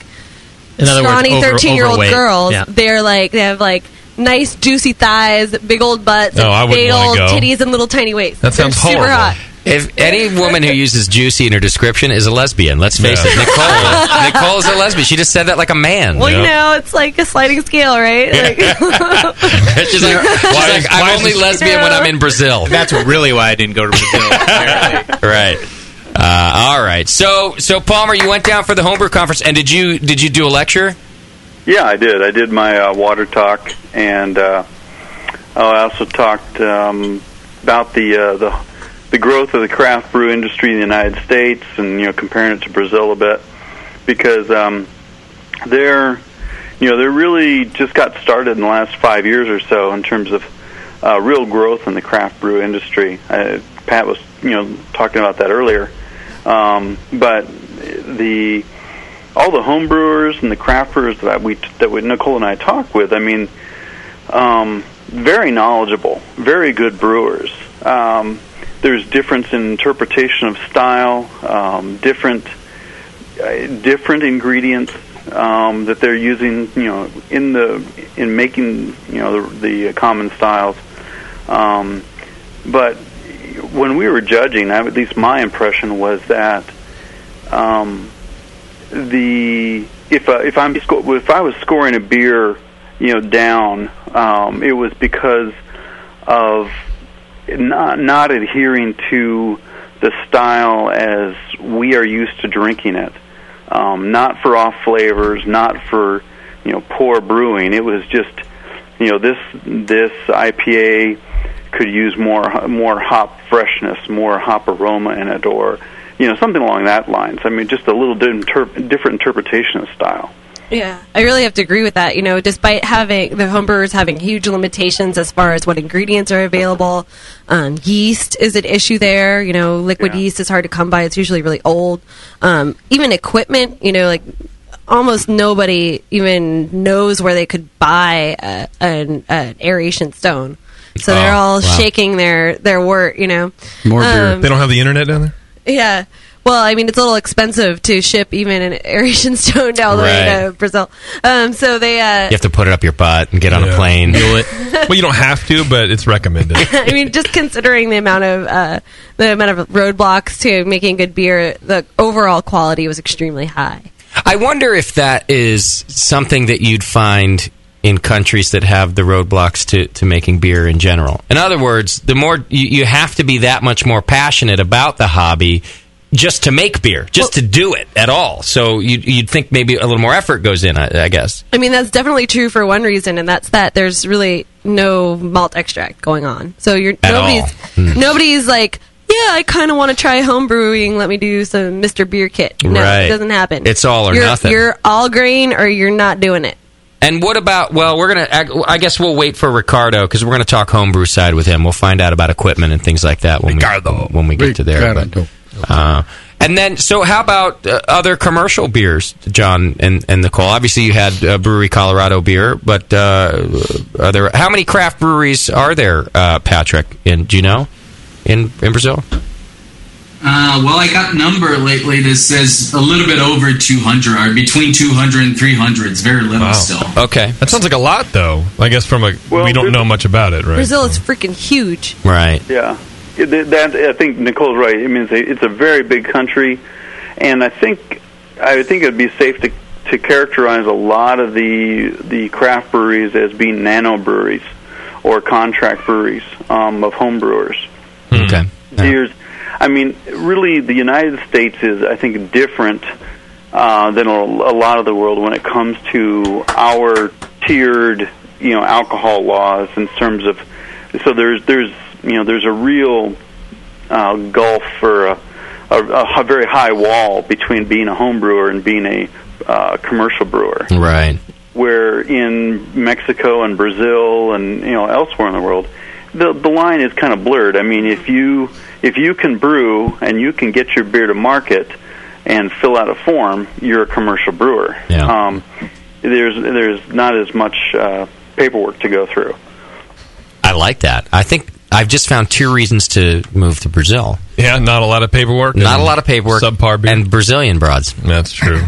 S7: In other words,
S11: scrawny
S7: over-
S11: thirteen year old
S7: overweight.
S11: girls.
S7: Yeah.
S11: They're like they have like nice juicy thighs, big old butts,
S5: No,
S11: and
S5: Oh, I wouldn't
S11: big
S5: wanna
S11: old
S5: go.
S11: titties, and little tiny waists.
S5: That
S11: They're
S5: sounds
S11: Super
S5: horrible.
S11: hot.
S5: If any woman who uses juicy in her description is a lesbian, let's face
S11: Yeah.
S5: it, Nicole. Nicole is a lesbian. She just said that like a man.
S11: Well, you know, it's like a sliding scale, right? Like, (laughs)
S5: she's like, she's like,
S16: (laughs) why
S5: I'm
S16: is
S5: only
S16: this-
S5: lesbian when I'm in
S16: (laughs)
S5: Brazil.
S16: That's really why I didn't go to Brazil.
S5: (laughs) right. Uh, all right. So, so Palmer, you went down for the homebrew conference, and did you did you do a lecture?
S12: Yeah, I did. I did my uh, water talk, and uh, oh, I also talked um, about the uh, the the growth of the craft brew industry in the United States, and you know, comparing it to Brazil a bit, because um, they're you know they're really just got started in the last five years or so in terms of uh, real growth in the craft brew industry. Uh, Pat was you know talking about that earlier, um, but the all the home brewers and the craft brewers that I, we that we, Nicole and I talk with, I mean, um, very knowledgeable, very good brewers. Um, there's difference in interpretation of style, um, different uh, different ingredients um, that they're using, you know, in the in making you know the, the common styles. Um, but when we were judging, I, at least my impression was that. Um, the if uh, if I'm sco- if I was scoring a beer, you know, down, um, it was because of not not adhering to the style as we are used to drinking it. Um, not for off flavors, not for you know poor brewing. It was just you know this this IPA could use more more hop freshness, more hop aroma in it, or you know something along that lines. I mean, just a little di- interp- different interpretation of style.
S11: Yeah, I really have to agree with that. You know, despite having the homebrewers having huge limitations as far as what ingredients are available, um, yeast is an issue there. You know, liquid yeast is hard to come by. It's usually really old. Um, even equipment, you know, like almost nobody even knows where they could buy a, an, an aeration stone. So they're
S9: Oh,
S11: all
S9: wow.
S11: shaking their, their wort, you know. Um,
S9: They don't have the internet down there.
S11: yeah. Well, I mean, it's a little expensive to ship even an (laughs) aeration stone down the way to Brazil. Um, so they, uh,
S5: You have to put it up your butt and get on a plane. (laughs)
S9: well, you don't have to, but it's recommended.
S11: (laughs) I mean, just considering the amount of uh, the amount of roadblocks to making good beer, the overall quality was extremely high.
S5: I wonder if that is something that you'd find in countries that have the roadblocks to, to making beer in general. In other words, the more you, you have to be that much more passionate about the hobby just to make beer, just to do it at all. So you'd, you'd think maybe a little more effort goes in, I, I guess.
S11: I mean, that's definitely true for one reason, and that's that there's really no malt extract going on. So you're
S5: At all. Hmm.
S11: nobody's nobody's like, yeah, I kind of want to try home brewing. Let me do some Mister Beer Kit. No,
S5: Right.
S11: it doesn't happen.
S5: It's all or
S11: You're-
S5: nothing.
S11: You're all grain, or you're not doing it.
S5: And what about? Well, we're gonna. I guess we'll wait for Ricardo because we're gonna talk homebrew side with him. We'll find out about equipment and things like that when we when we get to there. but, uh, and then, so how about uh, other commercial beers, John and, and Nicole? Obviously, you had uh, Brewery Colorado beer, but uh, are there how many craft breweries are there, uh, Patrick? And do you know in in Brazil?
S20: Uh, well, I got a number lately that says a little bit over 200, or between 200 and 300. It's very little still.
S5: Okay,
S9: that sounds like a lot, though. I guess from a we don't know much about it, right?
S11: Brazil is freaking huge.
S5: Right.
S12: Yeah, It- th- that I think Nicole's right. I mean, it's a, it's a very big country, and I think I think it'd be safe to to characterize a lot of the the craft breweries as being nano breweries or contract breweries um, of home brewers.
S5: Okay.
S12: There's, I mean, really, the United States is, I think, different uh, than a, a lot of the world when it comes to our tiered, you know, alcohol laws in terms of. So there's there's you know there's a real uh, gulf or a, a, a very high wall between being a home brewer and being a uh, commercial brewer
S5: Right.
S12: where in Mexico and Brazil and you know elsewhere in the world, the the line is kind of blurred. I mean, if you if you can brew and you can get your beer to market and fill out a form, you're a commercial brewer. Um, there's there's not as much uh, paperwork to go through.
S5: I like that. I think I've just found two reasons to move to Brazil.
S9: Yeah, not a lot of paperwork.
S5: Not
S9: and
S5: a lot of paperwork.
S9: Subpar beer.
S5: and Brazilian broads.
S9: That's true.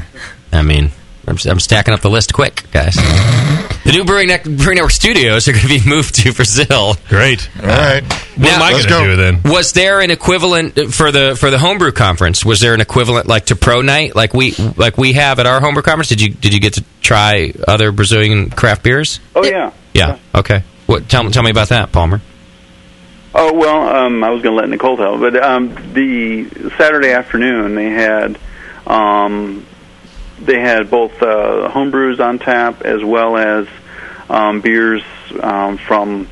S5: I mean, I'm, I'm stacking up the list quick, guys. The new Brewing, Nec- Brewing Network studios are going to be (laughs) moved to Brazil.
S9: Great. All right. What am I Let's gonna go. do then?
S5: Was there an equivalent for the for the homebrew conference? Was there an equivalent like to pro night, like we like we have at our homebrew conference? Did you did you get to try other Brazilian craft beers?
S12: Oh yeah.
S5: Yeah. Okay. What? Tell me- tell me about that, Palmer.
S12: Oh well, um, I was going to let Nicole tell, but um, the Saturday afternoon they had um, they had both uh, home brews on tap as well as um, beers um, from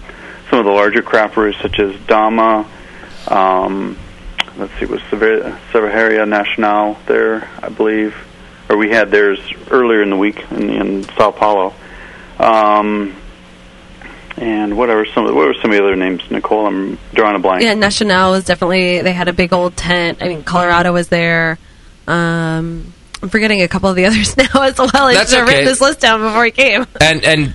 S12: some of the larger craft breweries such as Dama. Um, let's see, was Sever- Cervejaria Nacional there, I believe, or we had theirs earlier in the week in, in Sao Paulo. Um, and whatever some what were some of the other names, Nicole? I'm drawing a blank.
S11: Yeah, Nacional was definitely. They had a big old tent. I mean, Colorado was there. Um, I'm forgetting a couple of the (laughs) others now as well. I
S5: That's
S11: should have
S5: okay.
S11: written this list down before he came.
S5: And and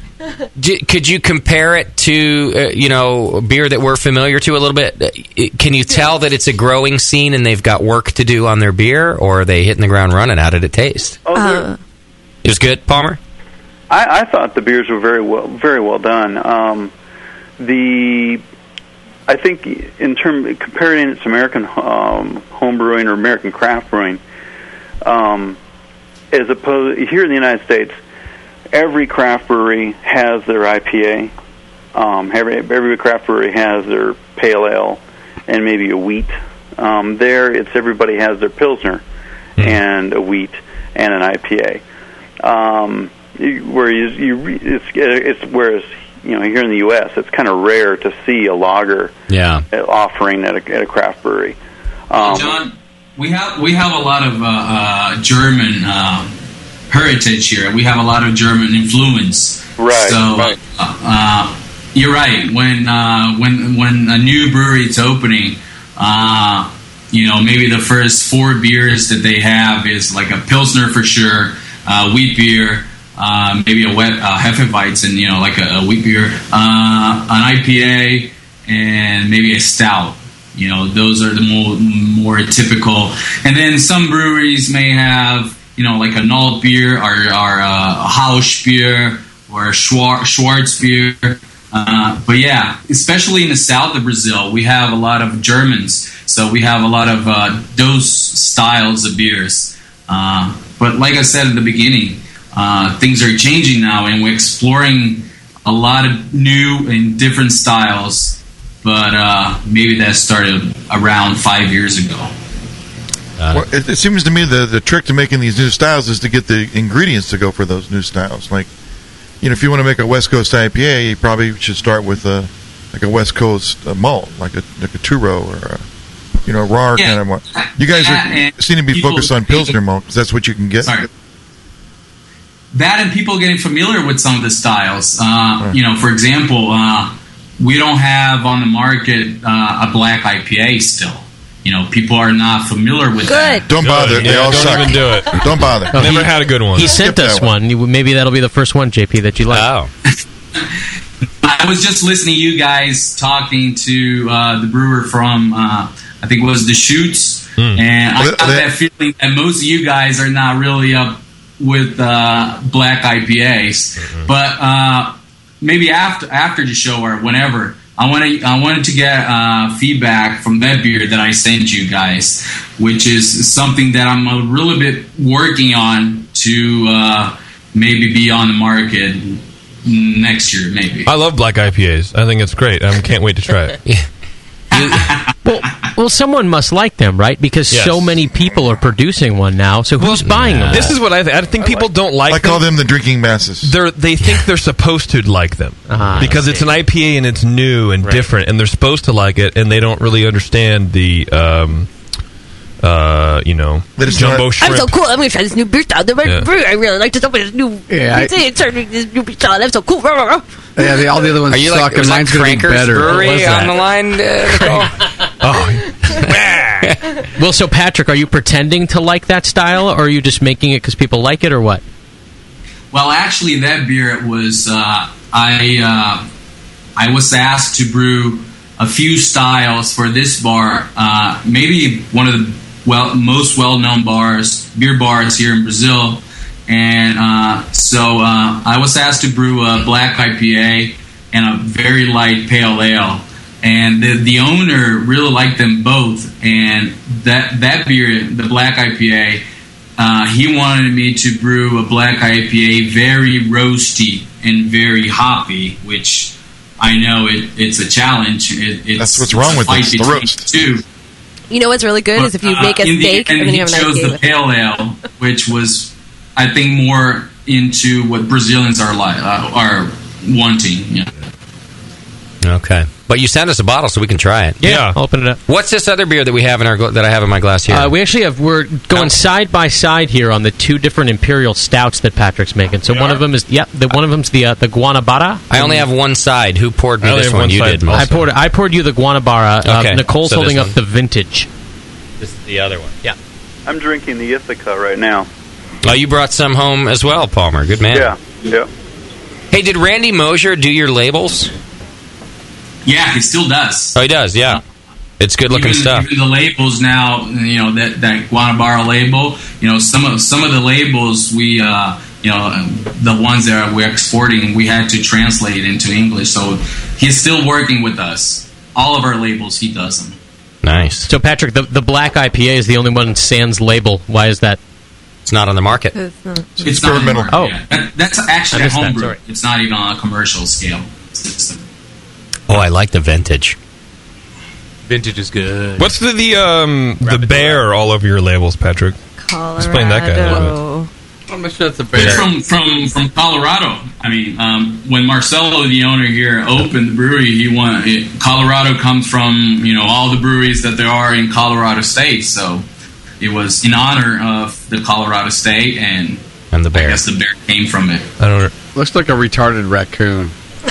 S5: d- could you compare it to uh, you know beer that we're familiar to a little bit? Uh, it- Can you tell that it's a growing scene and they've got work to do on their beer, or are they hitting the ground running? How did it taste?
S4: Oh,
S5: It was good, Palmer.
S12: I, I thought the beers were very well very well done. Um, the I think in term comparing it to American um, home brewing or American craft brewing, um, as opposed here in the United States, every craft brewery has their IPA. Um, every every craft brewery has their pale ale and maybe a wheat. Um, there, it's everybody has their pilsner and a wheat and an IPA um, you- where you, you re- it's it's whereas you know here in the U.S. it's kind of rare to see a lager
S5: Yeah.
S12: offering at a, at a craft brewery. Um,
S20: John, we have we have a lot of uh, uh, German uh, heritage here. We have a lot of German influence.
S12: Right,
S20: So,
S12: right.
S20: Uh, uh, you're right. When uh, when when a new brewery is opening, uh, you know maybe the first four beers that they have is like a pilsner for sure, uh, wheat beer. Uh, maybe a wet uh, Hefeweizen, you know, like a, a wheat beer, uh, an IPA, and maybe a stout. You know, those are the more, more typical. And then some breweries may have, you know, like a Null beer or, or a Hausch beer or a Schwar- Schwarz beer. Uh, but yeah, especially in the south of Brazil, we have a lot of Germans. So we have a lot of uh, those styles of beers. Uh, but like I said at the beginning, uh, things are changing now and we're exploring a lot of new and different styles but uh, maybe that started around five years ago.
S10: Well, it, it seems to me the the trick to making these new styles is to get the ingredients to go for those new styles. Like, you know, if you want to make a West Coast IPA, you probably should start with a like a West Coast uh, malt, like a like a Turo or a you know a raw
S20: Yeah.
S10: kind of malt. You guys
S20: Yeah, and
S10: are, seem to be
S20: people-
S10: focused on Pilsner malt because that's what you can get.
S20: That and people getting familiar with some of the styles. Uh, you know, for example, uh, we don't have on the market uh, a black IPA still. You know, people are not familiar with that.
S10: Don't bother. They all suck. (laughs) Don't bother.
S7: Oh, he- He sent us one. You- Maybe that'll be the first one, JP, that you like.
S5: Oh.
S20: I was just listening to you guys talking to uh, the brewer from, uh, I think it was the Shoots,
S14: Hmm.
S20: and I got that feeling that most of you guys are not really up with uh, black IPAs. But uh, maybe after after the show or whenever, I want to I wanted to get uh, feedback from that beer that I sent you guys, which is something that I'm a little bit working on to uh, maybe be on the market next year, maybe.
S9: I love black IPAs. I think it's great. I can't wait to try
S5: (laughs)
S9: it.
S7: Well, someone must like them, right? Because
S9: Yes.
S7: so many people are producing one now. So who's buying them?
S9: This is what I think. I think people don't like.
S10: I call them the drinking masses.
S9: They're, they think they're supposed to like them
S5: Uh-huh.
S10: Ah,
S9: because it's an IPA and it's new and different, and they're supposed to like it, and they don't really understand the, um, uh, you know, jumbo shrimp.
S11: I'm so cool. I'm going to try this new beer style. The
S9: Yeah.
S11: brewery I really like this. Open this new.
S4: Yeah, I-
S11: it's it's serving this new beer style. I'm so cool.
S4: Yeah, the, all the other ones
S5: Are you
S4: suck,
S5: like,
S4: and
S5: was
S4: mine's
S5: that
S4: going to be
S5: Cranker's
S4: better.
S5: Brewery
S4: What was that?
S5: on the line?
S4: (laughs)
S5: uh, Nicole? (laughs)
S7: well, so Patrick, are you pretending to like that style, or are you just making it because people like it, or what?
S20: Well, actually, that beer was uh, I uh, I was asked to brew a few styles for this bar, uh, maybe one of the well most well known bars beer bars here in Brazil, And uh, so uh, I was asked to brew a black IPA and a very light pale ale. And the, the owner really liked them both. And that, that beer, the black IPA, uh, he wanted me to brew a black IPA very roasty and very hoppy, which I know it, it's a challenge. It, it's,
S10: That's what's wrong
S20: it's a
S10: with
S20: fight
S10: this, the
S20: between
S10: roast.
S20: the Two.
S11: You know what's really good is if you
S20: Uh,
S11: make a
S20: in the
S11: steak
S20: end,
S11: and then
S20: he
S11: you have an
S20: chose
S11: IPA
S20: the
S11: with it.
S20: pale ale, which was, I think, more into what Brazilians are like uh, are wanting. Yeah.
S5: Okay, but you sent us a bottle so we can try it.
S7: Yeah, I'll open it up.
S5: What's this other beer that we have in our gla- that I have in my glass here?
S7: Uh, we actually have we're going side by side here on the two different imperial stouts that Patrick's making. So one of them is yep, the, one of them's the uh, the Guanabara.
S5: I only have one side. Who poured
S7: I
S5: me
S7: only
S5: this
S7: have
S5: one?
S7: one
S5: you
S7: side
S5: did.
S7: also.
S5: Melissa.
S7: I poured I poured you the Guanabara.
S5: Okay,
S7: Uh, Nicole's
S5: so this
S7: holding up
S5: one.
S7: the vintage.
S5: This is the other one. Yeah.
S12: I'm drinking the Ithaca right now.
S5: Oh, you brought some home as well, Palmer. Good man.
S12: Yeah. Yeah.
S5: Hey, did Randy Mosier do your labels?
S20: Yeah, he still does.
S5: Oh, he does. Yeah. It's good looking
S20: even,
S5: stuff.
S20: Even the labels now, you know that that Guanabara label. You know some of some of the labels we, uh, you know, the ones that we're exporting, we had to translate into English. So he's still working with us. All of our labels, he does them.
S5: Nice.
S7: So Patrick, the, the black IPA is the only one in Sans label. Why is that?
S5: It's not on the market.
S20: It's experimental.
S7: Oh,
S20: That, that's actually
S7: I
S20: a
S7: missed that,
S20: homebrew.
S7: sorry.
S20: It's not even on a commercial scale system.
S5: Oh, I like the vintage.
S16: Vintage is good.
S9: What's the the um the bear all over your labels, Patrick? Explain that guy a little
S4: Oh.
S11: bit.
S20: I'm not sure that's a
S9: bear.
S20: From from from Colorado. I mean, um, when Marcelo, the owner here, opened the brewery, he won. It, Colorado comes from you know all the breweries that there are in Colorado State, so it was in honor of the Colorado State, and
S5: and the
S20: bear. I guess the bear came from it.
S5: I don't.
S4: Looks like a retarded raccoon.
S5: It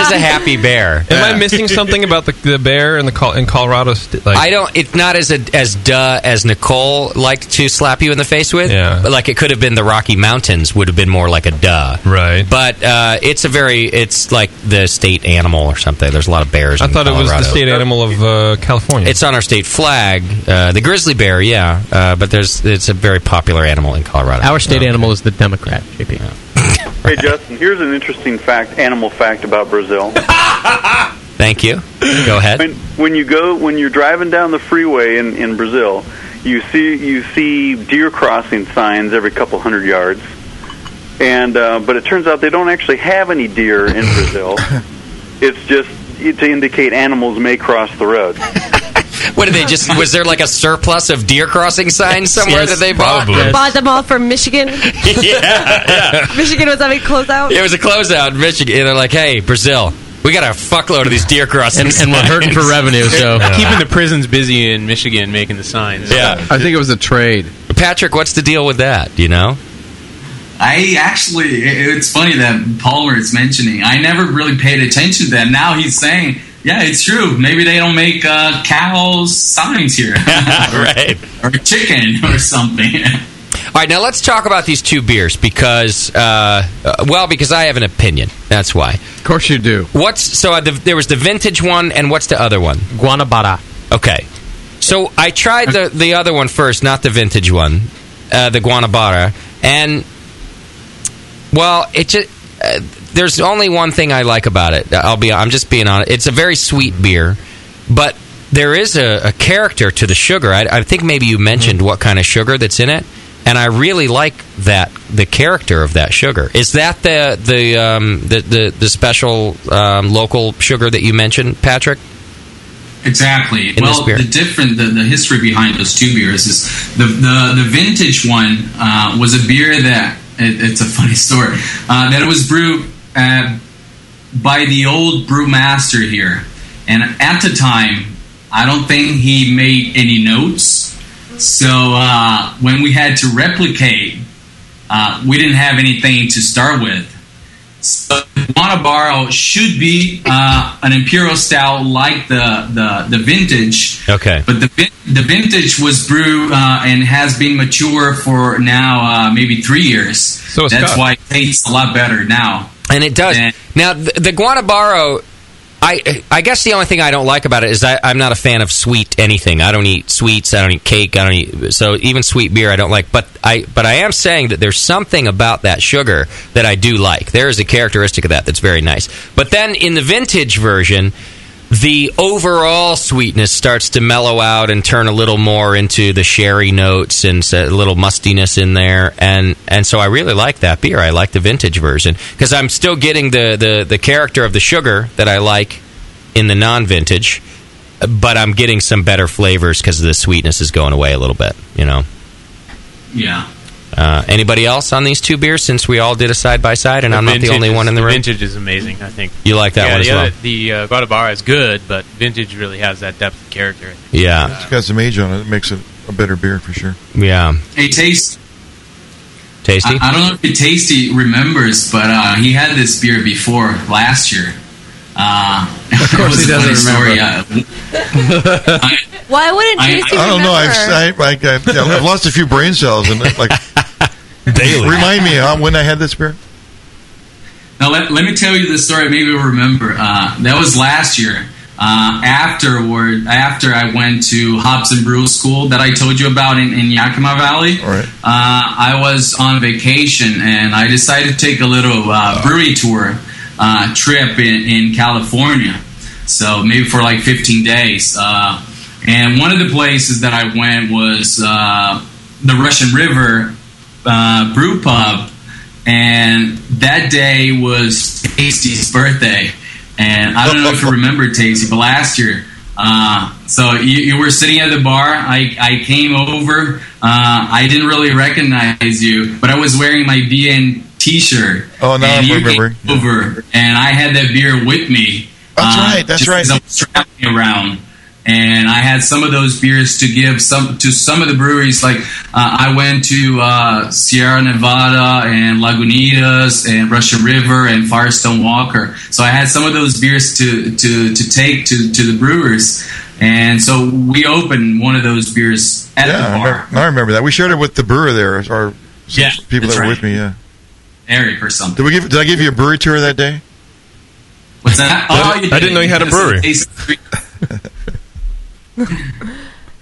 S5: (laughs) is a happy bear.
S9: Am I missing something about the, the bear in the Col- in Colorado? St- like,
S5: I don't. It's not as a, as duh as Nicole liked to slap you in the face with. Yeah. But like it could have been the Rocky Mountains would have been more like a duh. Right. But uh, it's a very. It's like the state animal or something. There's a lot of bears.
S9: I
S5: in
S9: thought it was the
S5: Colorado.
S9: state animal of uh, California.
S5: It's on our state flag, uh, the grizzly bear. Yeah, uh, but there's it's a very popular animal in Colorado.
S7: Our state animal is the Democrat. JP.
S12: Hey, Justin, here's an interesting fact, animal fact
S5: (laughs)
S12: about Brazil.
S5: Thank you. Go ahead.
S12: When, when you go, when you're driving down the freeway in, in Brazil, you see you see deer crossing signs every couple hundred yards, and uh, but it turns out they don't actually have any
S5: (laughs)
S12: deer in Brazil. it's just to indicate animals may cross the road.
S5: What did they just? Was there like a surplus of deer crossing signs somewhere
S12: yes,
S5: that they bought?
S11: Bought them all from Michigan.
S5: yeah, yeah.
S11: Michigan was having closeout.
S5: (laughs) It was a closeout in Michigan. And they're like, hey, Brazil, we got a fuckload of these deer crossing
S16: And- and we're hurting for (laughs)
S5: signs."
S16: revenue,
S5: (laughs)
S4: so-
S16: Keeping the prisons busy in Michigan, making the signs.
S5: Yeah.
S4: I think it was a trade.
S5: Patrick, what's the deal with that? Do you know?
S20: I actually, it- it's funny that Palmer is mentioning. I never really paid attention to that. Now he's saying, yeah, it's true. Maybe they don't make uh, cow signs here,
S5: right?
S20: Or chicken or something.
S5: All right, now let's talk about these two beers because, uh, uh, well, because I have an opinion. That's why. Of
S4: course you do.
S5: What's so? Uh, the, there was the vintage one, and what's the other one?
S7: Guanabara.
S5: Okay. So I tried the the other one first, not the vintage one, uh, the Guanabara, and well, it just uh, there's only one thing I like about it. I'll be I'm just being honest. It's a very sweet beer, but there is a, a character to the sugar. I, I think maybe you mentioned what kind of sugar that's in it, and I really like that the character of that sugar. Is that the the um, the, the the special um, local sugar that you mentioned, Patrick?
S20: Exactly.
S5: In
S20: well,
S5: this beer.
S20: the different the, the history behind those two beers is the the, the vintage one uh, was a beer that it, it's a funny (laughs) story uh, that it was brewed uh, by the old brewmaster here, and at the time, I don't think he made any notes. So uh, when we had to replicate, uh, we didn't have anything to start with. So Montabaro should be uh, an imperial stout like the the, the vintage,
S5: Okay.
S20: but the vin- the vintage was brewed uh, and has been mature for now uh, maybe three years. So
S5: it's
S20: that's
S5: got-
S20: why it tastes a lot better now.
S5: And it does. now, the, the Guanabaro I I guess the only thing I don't like about it is I, I'm not a fan of sweet anything. I don't eat sweets. I don't eat cake. I don't eat so even sweet beer I don't like. But I but I am saying that there's something about that sugar that I do like. There is a characteristic of that that's very nice. But then in the vintage version, the overall sweetness starts to mellow out and turn a little more into the sherry notes and s- a little mustiness in there and and so I really like that beer. I like the vintage version because I'm still getting the, the the character of the sugar that I like in the non-vintage, but I'm getting some better flavors because the sweetness is going away a little bit, you know.
S20: Yeah.
S5: Uh, anybody else on these two beers since we all did a side by side and I'm not the
S16: vintage
S5: only
S16: is-
S5: one in the room?
S16: Vintage is amazing, I think.
S5: You like that
S16: yeah,
S5: one as
S16: the
S5: well?
S16: Other, the uh, Guadabara is good, but vintage really has that depth of character.
S5: Yeah.
S10: It's got some age on it. It makes it a better beer for sure.
S5: Yeah.
S20: Hey, taste.
S5: Tasty.
S20: I, I don't know if Tasty remembers, but uh, he had this beer before last year. Uh, (laughs) of
S10: course he doesn't
S11: Why
S15: (laughs)
S11: wouldn't
S20: I-
S11: Tasty
S10: I don't know.
S11: remember?
S10: I've, I, I, I've, I've lost a few brain cells and
S20: (laughs)
S10: like daily. Remind me uh, when I had this beer.
S20: Now let, let me tell you the story. Maybe you'll remember. Uh, that was last year. Uh, afterward, after I went to Hobson Brew School that I told you about in, in Yakima Valley, uh, I was on vacation and I decided to take a little uh, brewery tour uh, trip in, in California. So maybe for like 15 days. Uh, and one of the places that I went was uh, the Russian River uh, Brew Pub and that day was Tasty's birthday. And I don't know if you remember Tasty, but last year, uh, so you, you were sitting at the bar. I, I came over. Uh, I didn't really recognize you, but I was wearing my BN T-shirt.
S10: Oh,
S20: and
S10: now I'm
S20: you came
S10: remembering.
S20: Over, and I had that beer with me.
S10: That's right, that's
S20: Uh, just
S10: right.
S20: 'cause I was traveling around, and I had some of those beers to give some to some of the breweries. Like uh, I went to uh, Sierra Nevada and Lagunitas and Russian River and Firestone Walker. So I had some of those beers to to, to take to, to the brewers, and so we opened one of those beers at
S10: yeah,
S20: the
S10: I
S20: bar.
S10: remember, I remember that. We shared it with the brewer there, or some
S20: Yeah,
S10: people that
S20: that's
S10: were
S20: right.
S10: with me. Yeah.
S20: Eric or something.
S10: Did we give? Did I give you a brewery tour that day?
S20: What's (laughs) that?
S10: I-
S20: Oh, you
S10: I didn't know you had a
S20: This is
S10: brewery.
S20: Tasty.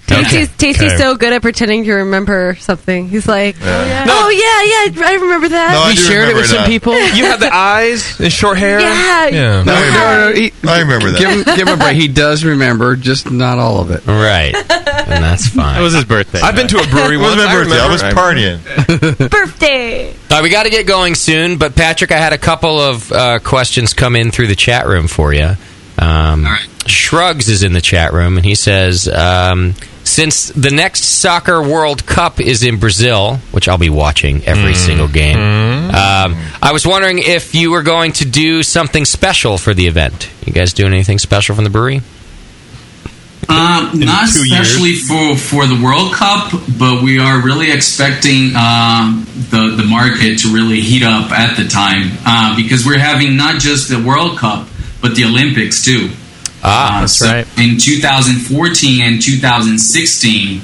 S11: Tasty's, Tasty's
S10: Okay.
S11: so good at pretending to remember something. He's like,
S10: Yeah.
S11: oh, yeah. oh yeah, yeah, I remember that.
S10: No, I do remember that.
S9: You have the eyes and short hair.
S4: (laughs)
S11: Yeah. (laughs)
S9: Yeah.
S4: No, no, no, he-
S10: I remember that.
S4: Give him, give him a break. He does remember, just not all of it.
S5: Right, and that's fine.
S4: It was his birthday.
S9: I've been to a brewery
S4: It
S9: once.
S4: was my birthday. I
S9: remember.
S4: was partying.
S9: (laughs)
S11: birthday.
S5: All right, we got to get going soon, but Patrick, I had a couple of uh, questions come in through the chat room for you. Um, Shrugs is in the chat room, and he says, um, since the next Soccer World Cup is in Brazil, which I'll be watching every single game, um, I was wondering if you were going to do something special for the event. You guys doing anything special from the brewery?
S20: Um, not
S5: two
S20: especially for for the World Cup, but we are really expecting um, the the market to really heat up at the time uh, because we're having not just the World Cup but the Olympics too.
S5: Ah,
S20: that's right. In 2014 and 2016,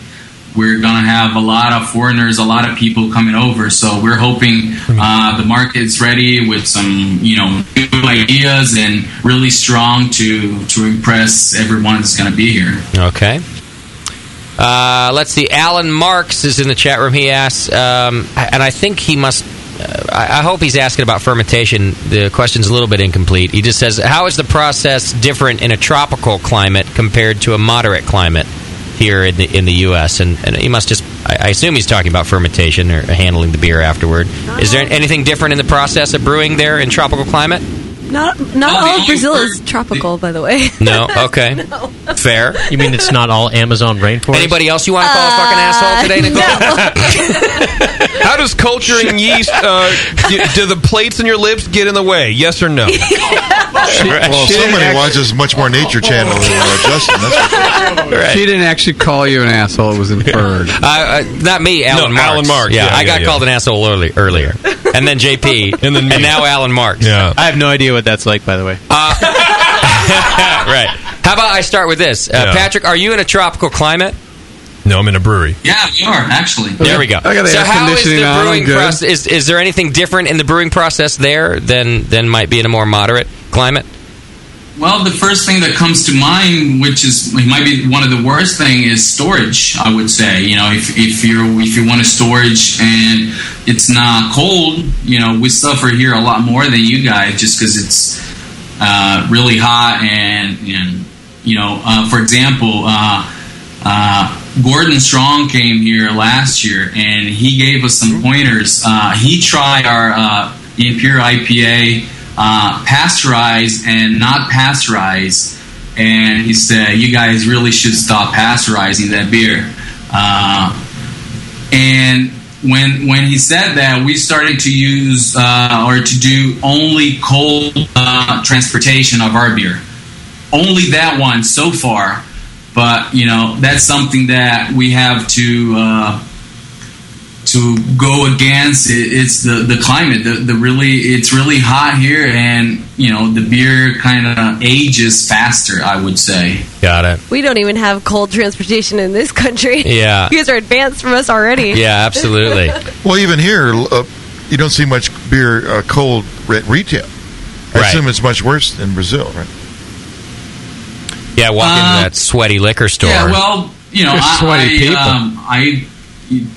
S20: we're gonna have a lot of foreigners, a lot of people coming over. So we're hoping uh, the market's ready with some you know new ideas and really strong to to impress everyone that's gonna be here.
S5: Okay. Uh, let's see. Alan Marks is in the chat room. He asks, um, and I think he must. Uh, I I hope he's asking about fermentation. The question's a little bit incomplete. He just says, "How is the process different in a tropical climate compared to a moderate climate here in the in the U.S.?" And, and he must just. I, I assume he's talking about fermentation or handling the beer afterward. Is there anything different in the process of brewing there in tropical climate?
S11: Not not all of Brazil is tropical, by the way.
S5: No.
S11: (laughs)
S5: Okay. Fair.
S7: You mean it's not all Amazon rainforest?
S5: Anybody else you want
S7: Oh,
S5: to call a
S11: Uh,
S5: fucking (laughs) asshole today, Nicole?
S9: (laughs) How does culturing yeast? Uh, do, do the plates in your lips get in the way? Yes or no?
S10: well,
S4: She didn't
S10: somebody
S4: act-
S10: watches much more Nature Channel than uh, Justin. That's for sure.
S11: (laughs)
S4: She didn't actually call you an asshole. It was
S5: (laughs)
S4: inferred.
S5: Uh, uh, not me, Alan
S4: No,
S5: Marks.
S4: Alan Marks.
S5: Yeah,
S4: Yeah,
S5: I
S4: yeah,
S5: got
S4: yeah.
S5: called an asshole early, earlier, and then JP, (laughs) and then and now Alan Marks. Uh,
S16: Yeah. I have no idea what that's like, by the way.
S5: (laughs) right. How about I start with this, uh,
S16: Yeah.
S5: Patrick? Are you in a tropical climate?
S9: No, I'm in a brewery.
S20: Yeah, we are actually.
S5: There we go.
S9: I got the
S5: so
S9: air
S5: how is the
S9: conditioning on, I'm
S5: brewing
S9: good.
S5: process? Is, is there anything different in the brewing process there than than might be in a more moderate climate?
S20: Well, the first thing that comes to mind, which is it might be one of the worst thing, is storage. I would say, you know, if, if you're if you want to storage and it's not cold, you know, we suffer here a lot more than you guys just because it's uh, really hot and and you know, uh, for example. Uh, uh, Gordon Strong came here last year and he gave us some pointers. Uh, he tried our uh, Impure IPA uh, pasteurized and not pasteurized, and he said, "You guys really should stop pasteurizing that beer." Uh, and when when he said that, we started to use uh, or to do only cold uh, transportation of our beer, only that one so far. But you know that's something that we have to uh, to go against. It, it's the the climate. The, the really it's really hot here, and you know the beer kind of ages faster. I would say.
S5: Got it.
S11: We don't even have cold transportation in this country.
S10: Yeah.
S11: (laughs) you guys are advanced from us already.
S20: (laughs)
S10: (laughs) well, even here, uh, you don't see much beer uh, cold at retail. I
S5: Right.
S10: assume it's much worse in Brazil, right?
S5: Yeah, walk
S9: Uh,
S5: into that sweaty liquor store.
S20: Yeah. Well, you know,
S5: You're
S20: I,
S5: sweaty
S20: I,
S5: people.
S20: Um, I,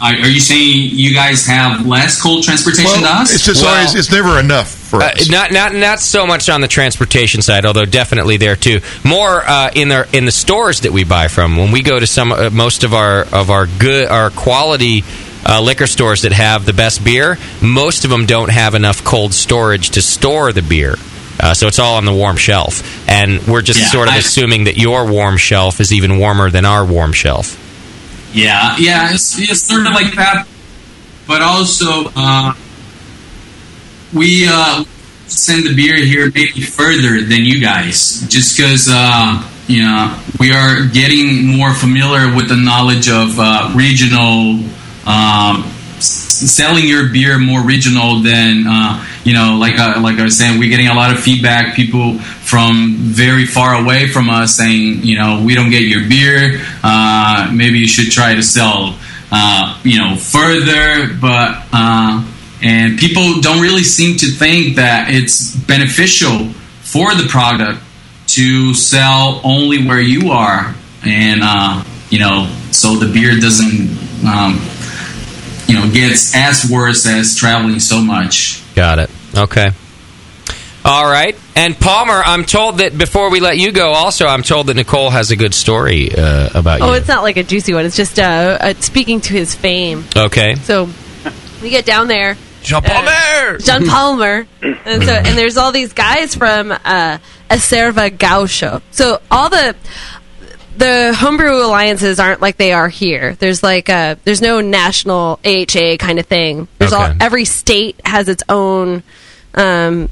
S20: I are you saying you guys have less cold transportation than us?
S10: It's just always it's never enough for
S5: Uh,
S10: us.
S5: not not not so much on the transportation side, although definitely there too. More uh, in the in the stores that we buy from. When we go to some uh, most of our of our good our quality. Uh, liquor stores that have the best beer, most of them don't have enough cold storage to store the beer, uh, so it's all on the warm shelf. And we're just
S20: Yeah,
S5: sort of
S20: I-
S5: assuming that your warm shelf is even warmer than our warm shelf.
S20: Yeah, yeah, it's, it's sort of like that, but also uh, we uh, send the beer here maybe further than you guys, just because uh, you know we are getting more familiar with the knowledge of uh, regional um, s- selling your beer more regional than uh, you know like I, like I was saying we're getting a lot of feedback people from very far away from us saying you know we don't get your beer uh, maybe you should try to sell uh, you know further but uh, and people don't really seem to think that it's beneficial for the product to sell only where you are and uh, you know so the beer doesn't um, you know gets as worse as traveling so much
S5: Got it. Okay. All right. And Palmer, I'm told that before we let you go, also, I'm told that Nicole has a good story uh,
S11: (laughs)
S5: about
S11: Oh,
S5: you.
S11: it's not like a juicy one. It's just uh, uh, speaking to his fame.
S5: Okay.
S11: So we get down there.
S5: Jean Palmer!
S11: John Palmer. and, so, and there's all these guys from uh, Acerva Gaucho. So all the the homebrew alliances aren't like they are here. There's like uh there's no national AHA kind of thing. There's all
S13: Okay.
S11: every state has its own um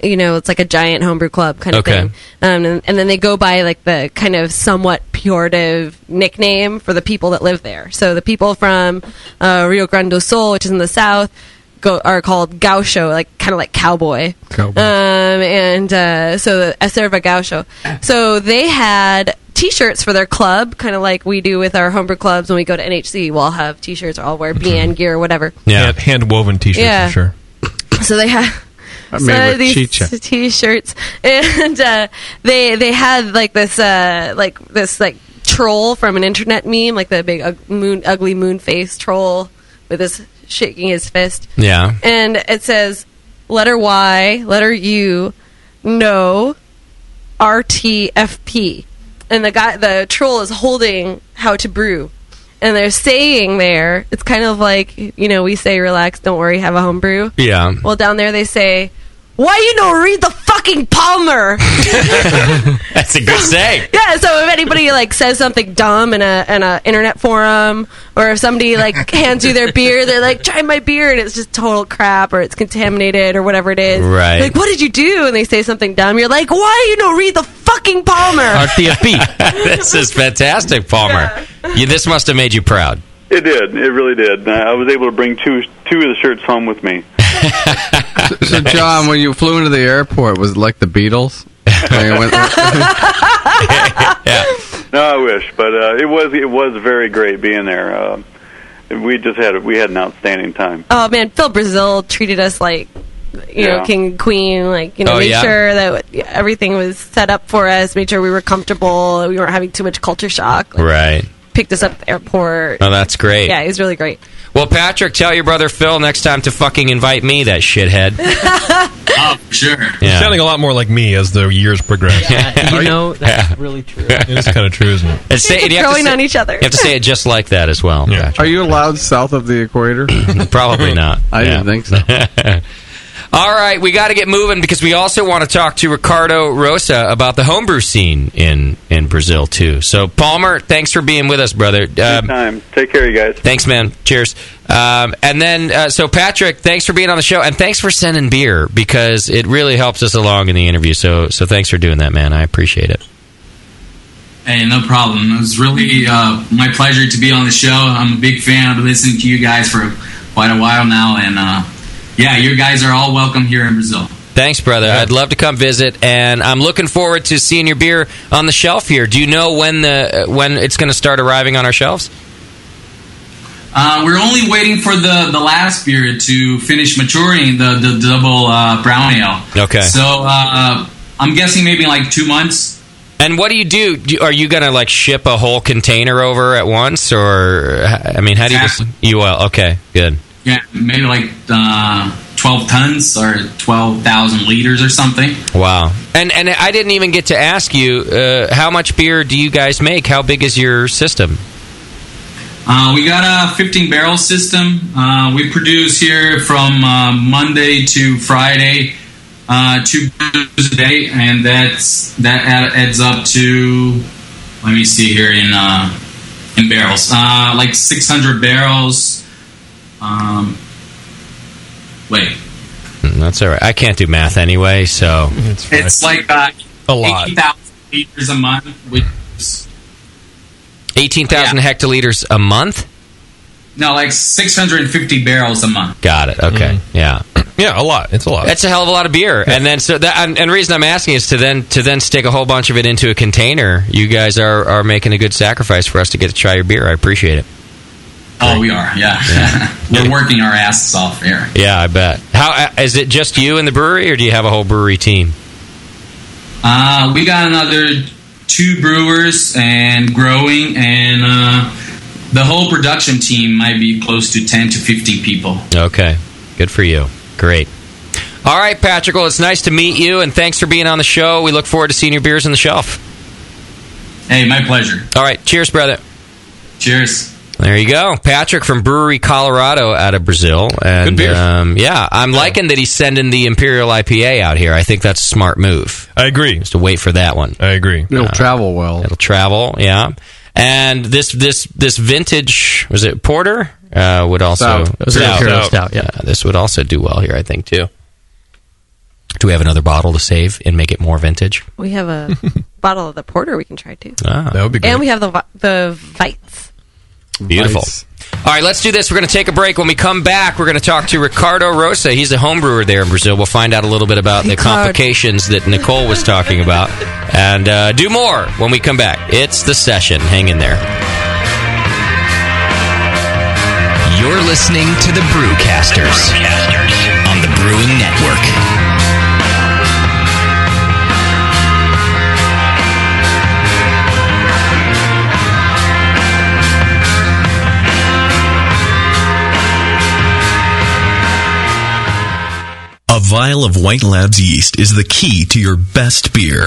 S11: you know, it's like a giant homebrew club kind of
S13: Okay.
S11: thing. Um, and, and then they go by like the kind of somewhat pejorative nickname for the people that live there. So the people from uh, Rio Grande do Sul, which is in the south, go, are called gaucho, like kind of like cowboy. (laughs)
S14: Cowboy.
S11: Um, and uh, so the Acerva Gaucho. So they had t-shirts for their club, kind of like we do with our homebrew clubs when we go to NHC. We'll have t-shirts or I'll wear BN gear or whatever.
S9: Yeah, hand woven T-shirts
S11: Yeah.
S9: for sure.
S11: So they had
S9: I
S11: so
S9: made with
S11: these
S9: chicha.
S11: (laughs) t-shirts, and uh, they they had like this uh, like this like troll from an internet meme, like the big ug- moon ugly moon face troll with his shaking his fist,
S5: Yeah.
S11: and it says letter Y, letter U, no, RTFP, and the guy the troll is holding how to brew. And they're saying there, it's kind of like, you know, we say relax, don't worry, have a homebrew.
S5: Yeah.
S11: Well, down there they say, "Why you don't read the fucking Palmer?"
S12: (laughs)
S11: Uh,
S5: That's a good say.
S11: (laughs) yeah. So if anybody like says something dumb in a in a internet forum, or if somebody
S12: (laughs)
S11: like hands you their beer, they're like, "Try my beer," and it's just total crap, or it's contaminated, or whatever it is.
S5: Right.
S11: Like, what did you do? And they say something dumb. You're like, "Why you don't read the fucking Palmer?" (laughs)
S5: RTFP. this is fantastic, Palmer. You, this must have made you proud.
S12: It did. It really did. Uh, I was able to bring two two of the shirts home with me.
S4: So, John, when you flew into the airport, was it like the Beatles? When you went-
S12: (laughs) No, I wish, but uh, it was it was very great being there. Uh, we just had we had an outstanding time.
S11: Oh man, Phil Brazil treated us like you know,
S12: Yeah.
S11: king queen, like you know,
S12: Oh,
S11: made
S12: yeah.
S11: sure that everything was set up for us, made sure we were comfortable, we weren't having too much culture shock. Like,
S5: Right.
S11: picked us up at the airport.
S5: Oh, that's great.
S11: Yeah, it was really great.
S5: Well, Patrick, tell your brother Phil next time to fucking invite me, that shithead.
S11: (laughs)
S20: oh, sure.
S9: You're sounding a lot more like me as the years progress.
S5: Yeah, you
S7: know, that's really true.
S9: (laughs) it is kind of true, isn't it?
S5: And say, and you have to
S11: Growing
S5: say-
S11: on each other.
S5: You have to say it just like that as well. Patrick.
S4: Are you allowed south of the equator?
S5: (laughs)
S4: (laughs)
S5: Probably not.
S4: I
S5: Yeah.
S4: didn't think so.
S5: (laughs) All right, we got to get moving because we also want to talk to Ricardo Rosa about the homebrew scene in, in Brazil too. So Palmer, thanks for being with us, brother. Um,
S25: Time. Take care, you guys.
S5: thanks, man. Cheers. Um, and then, uh, so Patrick, thanks for being on the show, and thanks for sending beer because it really helps us along in the interview. So, so thanks for doing that, man. I appreciate it.
S20: Hey, no problem. It was really uh, my pleasure to be on the show. I'm a big fan. I've been listening to you guys for quite a while now, and uh, yeah, you guys are all welcome here in Brazil.
S5: Thanks, brother. I'd love to come visit, and I'm looking forward to seeing your beer on the shelf here. Do you know when the uh, when it's going to start arriving on our shelves?
S20: Uh, we're only waiting for the, the last beer to finish maturing the, the double uh, brown ale.
S5: Okay.
S20: So uh, I'm guessing maybe in like two months.
S5: And what do you do? do are you going to like ship a whole container over at once, or I mean, how do you just, you will? Okay, good.
S20: Yeah, maybe like uh, 12 tons or 12,000 liters or something.
S5: Wow. And and I didn't even get to ask you uh, how much beer do you guys make? How big is your system?
S20: Uh, we got a 15 barrel system. Uh, we produce here from uh, Monday to Friday, uh, two brews a day, and that's that add- adds up to. Let me see here in uh, in barrels, uh, like 600 barrels. Um, wait,
S5: Mm, That's all right. I can't do math anyway, so
S20: it's like uh,
S5: A lot.
S20: 80,000 liters a month, which is
S5: eighteen thousand hectoliters a month.
S20: no, like 650 barrels a month.
S5: Got it. Okay. Mm-hmm. Yeah.
S9: Yeah, a lot. It's a lot.
S5: That's a hell of a lot of beer. And then so that and, and the reason I'm asking is to then to then stick a whole bunch of it into a container. You guys are are making a good sacrifice for us to get to try your beer. I appreciate it.
S20: Oh, we are. Yeah, (laughs) we're working our asses off here.
S5: Yeah, I bet. How uh, is it just you in the brewery or do you have a whole brewery team?
S20: Uh, we got another two brewers and growing, and uh, the whole production team might be close to 10 to 15 people.
S5: Okay. Good for you. Great. All right, Patrick. Well, it's nice to meet you and thanks for being on the show. We look forward to seeing your beers on the shelf.
S20: Hey, my pleasure.
S5: All right. Cheers, brother.
S20: Cheers.
S5: There you go, Patrick from Brewery Colorado out of Brazil, and Um, yeah, I'm liking that he's sending the Imperial IPA out here. I think that's a smart move.
S9: I agree.
S5: Just to wait for that one. Uh,
S9: I agree.
S4: It'll travel well.
S5: It'll travel, yeah. And this this this vintage was it porter uh, would also
S7: Stout. It was an Imperial stout,
S5: yeah. This would also do well here, I think too. Do we have another bottle to save and make it more vintage?
S11: We have
S5: (laughs)
S11: a bottle of the porter we can try too.
S5: Ah. That would be great.
S11: And we have the vi- the vites.
S5: Beautiful. All right, let's do this. We're going to take a break. When we come back, we're going to talk to Ricardo Rosa. He's a homebrewer there in Brazil. We'll find out a little bit about the complications that Nicole was talking about and uh, do more when we come back. It's the session. Hang in there.
S15: You're listening to the Brewcasters, on the Brewing Network.
S3: A vial of White Labs yeast is the key to your best beer.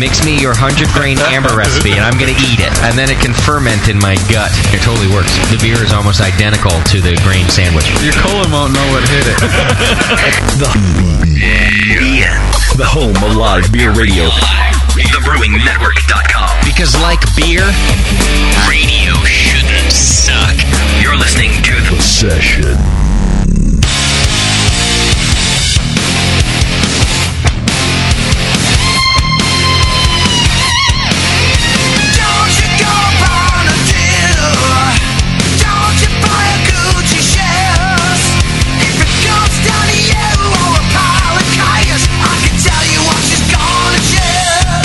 S5: Mix me your 100 grain amber recipe and I'm going to eat it. And then it can ferment in my gut. It totally works. The beer is almost identical to the grain sandwich.
S4: Your colon won't know what hit
S15: (laughs)
S4: it.
S22: The home of live beer radio.
S15: TheBrewingNetwork.com.
S5: Because, like beer,
S15: radio shouldn't suck. You're listening to The Session.
S14: Don't you go on a dinner. Don't you buy a Gucci shares. If it comes down to you or a pile of tires, I can tell you what she's gonna share.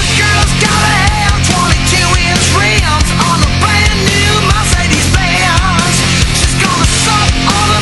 S14: The girl's gotta have 22 inch rims on a brand new Mercedes Benz. She's gonna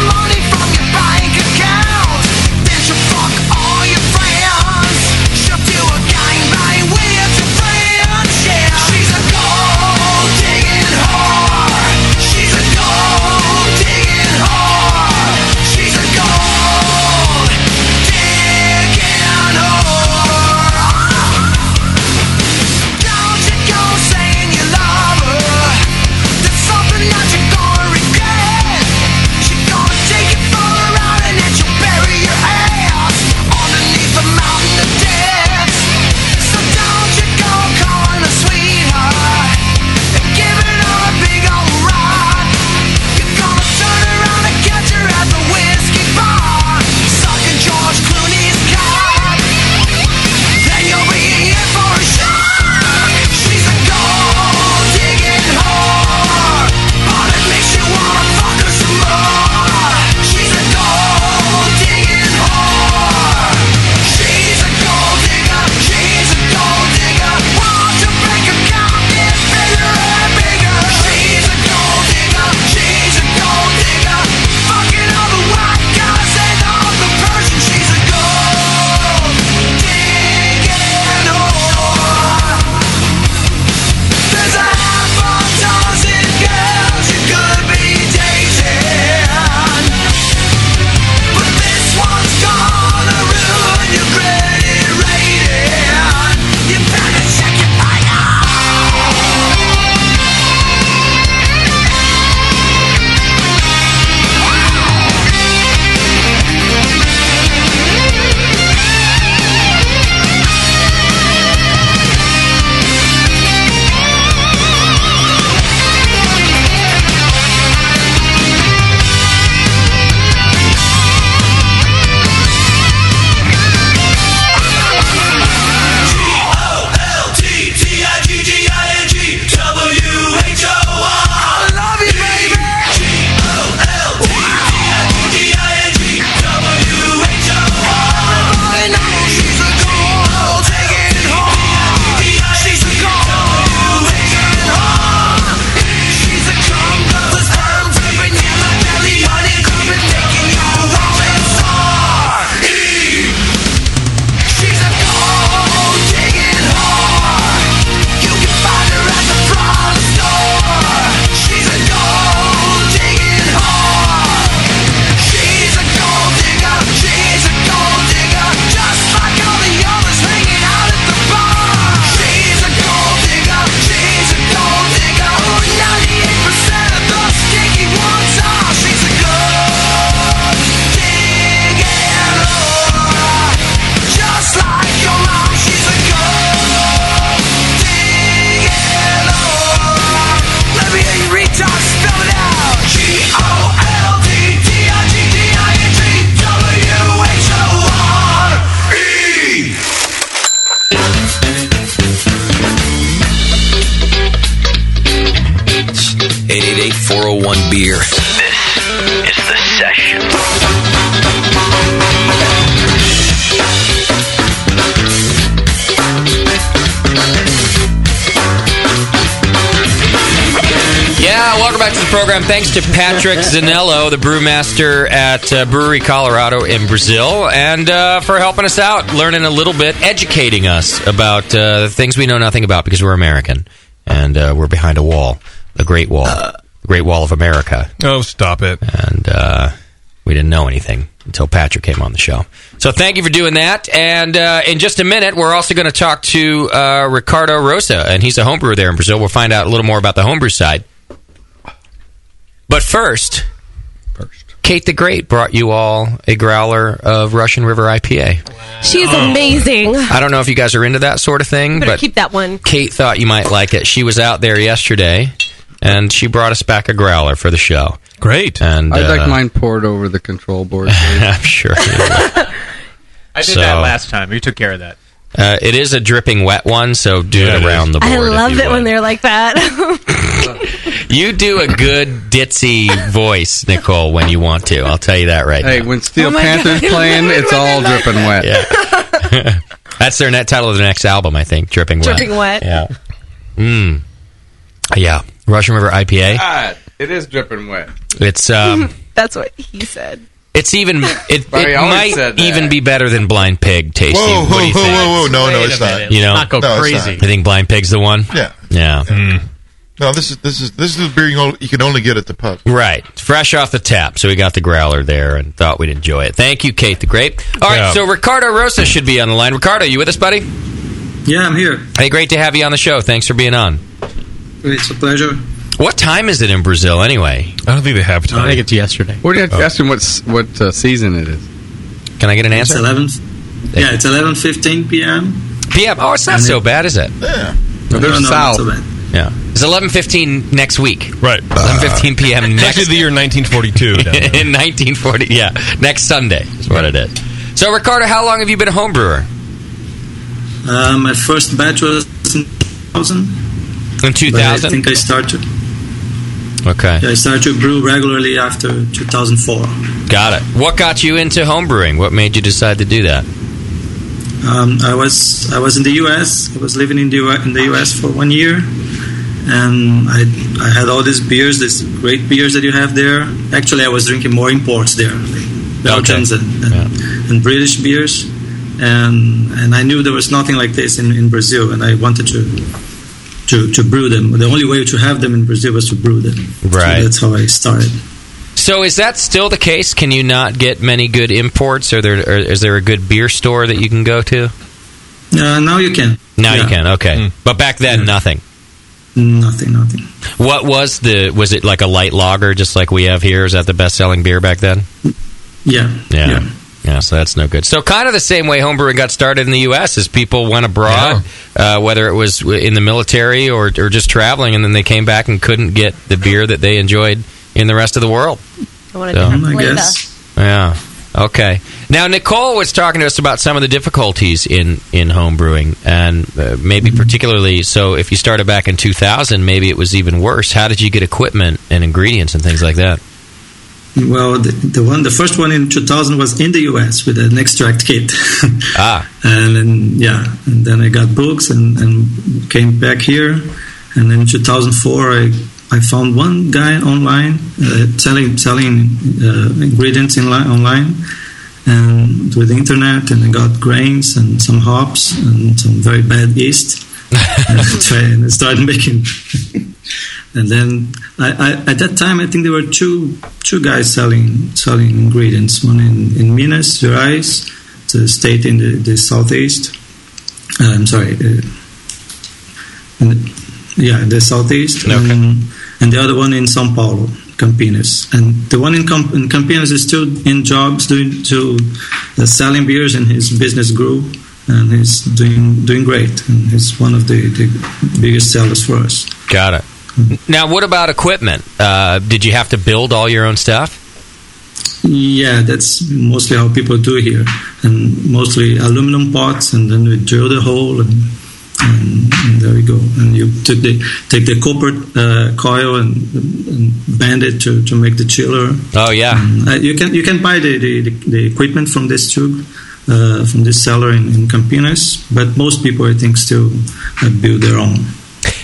S22: State 401 beer.
S15: oh This is the session.
S5: Yeah, welcome back to the program. Thanks to Patrick Zanello, the brewmaster at uh, Brewery Colorado in Brazil, and uh, for helping us out, learning a little bit, educating us about uh, things we know nothing about because we're American and uh, we're behind a wall, the Great Wall, the Great Wall of America.
S9: Oh, stop it!
S5: And uh, we didn't know anything until Patrick came on the show. So thank you for doing that. And uh, in just a minute, we're also going to talk to uh, Ricardo Rosa, and he's a homebrewer there in Brazil. We'll find out a little more about the homebrew side. But first, Kate the Great brought you all a growler of Russian River IPA.
S11: She is
S5: (laughs)
S11: amazing.
S5: I don't know if you guys are into that sort of thing,
S11: Better
S5: Oh. but
S11: keep that one.
S5: Kate thought you might like it. She was out there yesterday, and she brought us back a growler for the show. Great, and
S4: I'd
S5: uh,
S4: like
S5: (laughs)
S4: mine poured over the control board. I'm
S5: sure.
S16: I did
S5: So-
S16: that last time. You took care of that.
S5: Uh, it is a dripping wet one, so do it around the board.
S11: I
S5: if
S11: love
S5: you
S11: it when
S5: would.
S11: they're like that. (laughs)
S5: You do a good ditzy voice, Nicole, when you want to. I'll tell you that right
S4: Hey,
S5: now.
S4: when Steel
S5: Oh my
S10: (laughs)
S4: Panther's
S5: God.
S4: playing, it's all dripping wet.
S5: Yeah. (laughs) That's their net title of their next album, I think. Dripping wet.
S16: Dripping Wet.
S5: Yeah. Mm. Yeah. Russian River IPA.
S4: God, it is dripping wet.
S10: (laughs)
S5: It's um.
S11: That's what he said.
S5: It's even. It, it
S4: Barry always
S5: might
S4: said that.
S5: even be better than Blind Pig tasting.
S10: Whoa,
S5: What do you
S10: whoa,
S5: think?
S10: whoa, whoa, no, no, Wait a it's not. minute.
S5: You know,
S10: Let's not go No, it's crazy.
S5: You
S10: not.
S5: think Blind Pig's the one?
S10: Yeah. Mm.
S5: Yeah.
S10: No, this is this is this is the beer you can only- you can only get at the pub.
S5: Right. Fresh off the tap. So we got the growler there and thought we'd enjoy it. Thank you, Kate the Great. All right.
S17: Yeah.
S5: So Ricardo Rosa should be on the line. Ricardo, you with us, buddy?
S17: Yeah, I'm here.
S5: Hey, great to have you on the show. Thanks for being on.
S17: It's a pleasure.
S5: What time is it in Brazil anyway?
S9: I don't think they have time.
S5: I think it's yesterday.
S4: What do you
S10: Oh.
S4: have to ask him what s- what uh, season it is?
S5: Can I get an answer?
S17: It's 11. Yeah, it's 11:15 p.m.
S5: PM. Oh, it's not so bad, is it?
S17: Yeah. no,
S5: No, there's
S17: no,
S5: south.
S17: Not so bad.
S5: Yeah. Uh, It's 11:15 next week.
S9: Right.
S5: 11:15 p.m. (laughs) next
S9: Actually, the year
S5: (laughs)
S9: 1942. down there.
S5: in 1940. Yeah, next Sunday is what it is. So, Ricardo, how long have you been a home brewer?
S17: Uh, my first batch was in 2000.
S5: In
S17: But I think I started.
S5: Okay.
S17: I started to brew regularly after 2004.
S5: Got it. What got you into homebrewing? What made you decide to do that?
S17: Um, I was I was in the U.S. I was living in the U- in the U.S. for one year, and I I had all these beers, these great beers that you have there. Actually, I was drinking more imports there, like Belgians and, and, and British beers, and and I knew there was nothing like this in, in Brazil, and I wanted to. To, to brew them. The only way to have them in Brazil was to brew them.
S5: Right.
S17: So that's how I started.
S5: So, is that still the case? Can you not get many good imports? Or there, or is there a good beer store that you can go to?
S17: Uh, now you can.
S5: Now you
S17: Yeah.
S5: can. Okay, but back then, nothing.
S17: Nothing, nothing.
S5: What was the? Was it like a light lager, just like we have here? Is that the best-selling beer back then?
S17: Yeah.
S5: Yeah. yeah. so that's no good. So, kind of the same way homebrewing got started in the U.S. is people went abroad, uh, whether it was w- in the military or, or just traveling, and then they came back and couldn't get the beer that they enjoyed in the rest of the world.
S11: I wanted to have Linda.
S5: Yeah. Okay. Now Nicole was talking to us about some of the difficulties in in home brewing, and uh, maybe
S11: Mm-hmm.
S5: particularly so if you started back in 2000, maybe it was even worse. How did you get equipment and ingredients and things like that?
S17: Well, the, the one, the first one in 2000 was in the U.S. with an extract kit.
S5: ah.
S17: And then yeah, and then I got books and, and came back here. And in 2004, I I found one guy online uh, selling selling uh, ingredients in li- online and with the internet, and I got grains and some hops and some very bad yeast. and I started making (laughs) and then I, I, at that time, I think there were two two guys selling selling ingredients. One in, in Minas Gerais, it's a state in the, the southeast. Uh, I'm sorry, uh, in the- yeah, the southeast. And, and the other one in São Paulo, Campinas. And the one in, Camp- in Campinas is still in jobs, doing to uh, selling beers, and his business grew. And he's doing doing great, and he's one of the, the biggest sellers for us.
S5: Got it.
S11: Mm-hmm.
S5: Now, what about equipment? Uh, did you have to build all your own stuff?
S17: Yeah, that's mostly how people do here, and mostly aluminum pots, and then we drill the hole and and, and there we go. And you took the take the copper uh, coil and, and bend it to, to make the chiller.
S5: Oh yeah.
S17: Uh, you can you can buy the, the, the, the equipment from this tube. Uh, from this seller in, in Campinas, but most people, I think, still uh, build their own.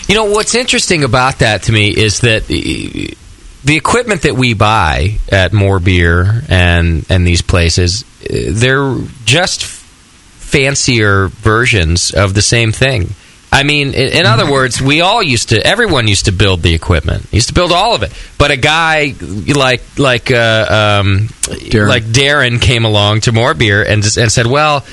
S5: You know what's interesting about that to me is that the the equipment that we buy at More Beer and and these places, eh, they're just fancier versions of the same thing. I mean, in, in other words, we all used to, everyone used to build the equipment, used to build all of it. But a guy like like uh, um, like Darren came along to More Beer and just, and said, well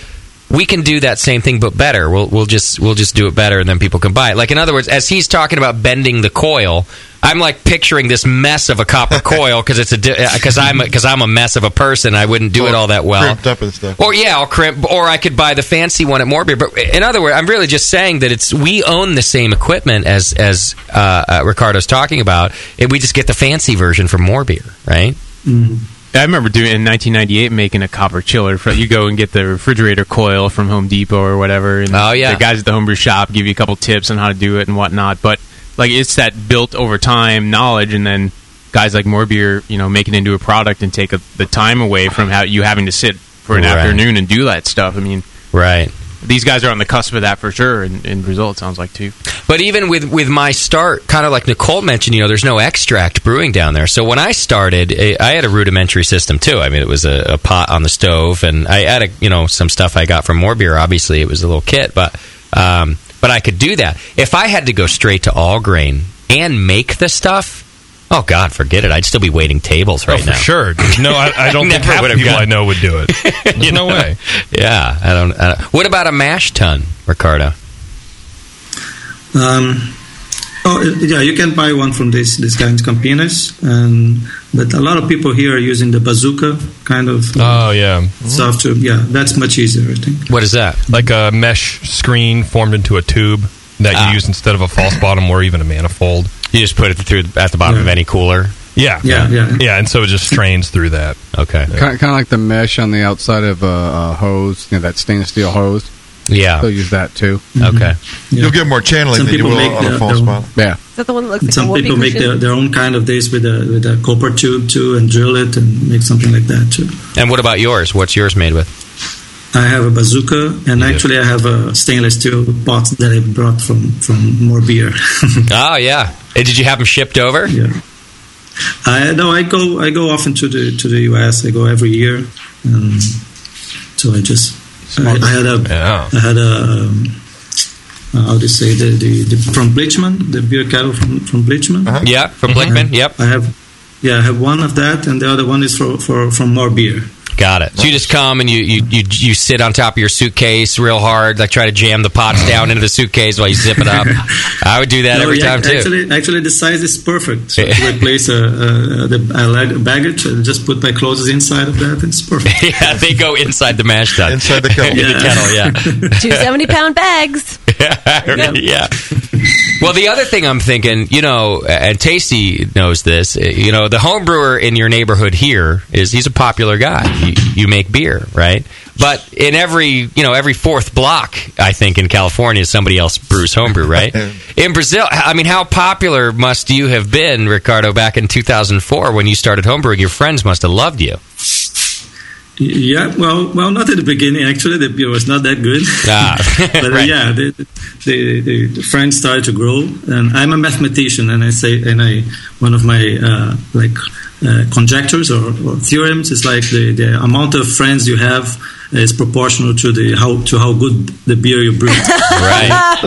S5: we can do that same thing but better. We'll we'll just we'll just do it better and then people can buy it. Like in other words, as he's talking about bending the coil, I'm like picturing this mess of a copper coil because it's a because I'm because I'm a mess of a person. I wouldn't do it all that well.
S10: Crimped up and stuff.
S5: Or yeah, I'll crimp. Or I could buy the fancy one at Morbier. But in other words, I'm really just saying that it's we own the same equipment as as uh, uh, Ricardo's talking about. And we just get the fancy version from Morbier, right?
S17: Mm-hmm.
S16: I remember doing in 1998 making a copper chiller. For, you go and get the refrigerator coil from Home Depot or whatever. And
S5: Oh, yeah.
S16: the guys at the homebrew shop give you a couple tips on how to do it and whatnot. But like it's that built over time knowledge, and then guys like Morbier, you know, make it into a product and take a, the time away from how you having to sit for an
S5: Right.
S16: afternoon and do that stuff. I mean,
S5: right.
S16: These guys are on the cusp of that for sure, in, in Brazil it sounds like too.
S5: But even with with my start, kind of like Nicole mentioned, you know, there's no extract brewing down there. So when I started, eh, I had a rudimentary system too. I mean, it was a, a pot on the stove, and I had a you know some stuff I got from Morbier. Obviously, it was a little kit, but um, but I could do that. If I had to go straight to all grain and make the stuff. Oh God, forget it! I'd still be waiting tables right now.
S9: Oh, Sure. No, I, I
S5: (laughs)
S9: don't think
S5: Never
S9: half the
S5: would've
S9: people
S5: gotten-
S9: I know
S5: (laughs)
S9: would do it. There's no way.
S5: Yeah, I don't, I don't. What about a mash tun, Ricardo?
S17: Um, oh, uh, yeah, you can buy one from this this guy in Campinas, and but a lot of people here are using the bazooka kind of. uh,
S9: Oh yeah,
S17: stuff to yeah, that's much easier, I think.
S5: What is that?
S9: Like a mesh screen formed into a tube that you use instead of a false bottom or even a manifold.
S5: Ah. You just put it through at the bottom of any cooler.
S9: Yeah,
S17: Yeah, yeah.
S9: yeah. And so it just strains through that.
S5: Okay.
S4: Kind of, like the mesh on the outside of a, a hose, you know, that stainless steel hose.
S5: Yeah. Mm-hmm.
S4: They'll use that too.
S5: Okay.
S10: You'll get more channeling
S4: Some
S10: than you
S4: people
S10: will
S4: make
S10: on
S4: the-
S10: a false
S4: the-
S10: bottom.
S4: Yeah.
S11: Is that the one that looks like
S17: Some
S11: a whoopee
S17: people make
S11: cushion?
S17: their, their own kind of this with a with a copper tube too, and drill it and make something like that too.
S5: And what about yours? What's yours made with?
S17: I have a bazooka, and
S5: You do.
S17: actually I have a stainless steel pot that I brought from from more beer. (laughs)
S5: oh yeah. Eh, Did you have them shipped over?
S17: Yeah. I no, I go I go often to the to the US. I go every year, um, so I just I, I had a I had a um, uh, how do you say the, the, the from Bleachman the beer kettle from from Bleachman.
S5: Uh-huh. Yeah, from Blickman. Yep.
S17: I have yeah I have one of that, and the other one is for for from more beer.
S5: Got it. So you just come and you, you, you, you sit on top of your suitcase real hard, like try to jam
S17: (laughs)
S5: the pots down into the suitcase while you zip it up. I would do that
S17: No,
S5: every
S17: yeah,
S5: time too.
S17: Actually, actually, the size is
S5: (laughs)
S17: perfect. So to replace uh, uh, the I like baggage, I just put my clothes inside of that, and it's perfect.
S5: (laughs) yeah, they go inside the mash
S17: (laughs)
S5: tun. Inside the kettle.
S17: Yeah.
S5: yeah.
S11: (laughs)
S5: (laughs)
S11: Two seventy pound bags.
S5: yeah. Well, the other thing I'm thinking, you know, and Tasty knows this, eh, you know, the home brewer in your neighborhood here is he's a popular guy. You, you make beer, right? But in every, you know, every fourth block, I think in California, somebody else brews homebrew, right? in Brazil, I mean, how popular must you have been, Ricardo, back in 2004 when you started homebrewing? Your friends must have loved you.
S17: Yeah, well, well, not at the beginning. Actually, the beer was not that good.
S5: Ah,
S17: (laughs) but uh, yeah, the, the, the, the friends started to grow, and I'm a mathematician, and I say, and I one of my uh, like uh, conjectures or, or theorems is like the, the amount of friends you have is proportional to the how to how good the beer you brew.
S5: Right.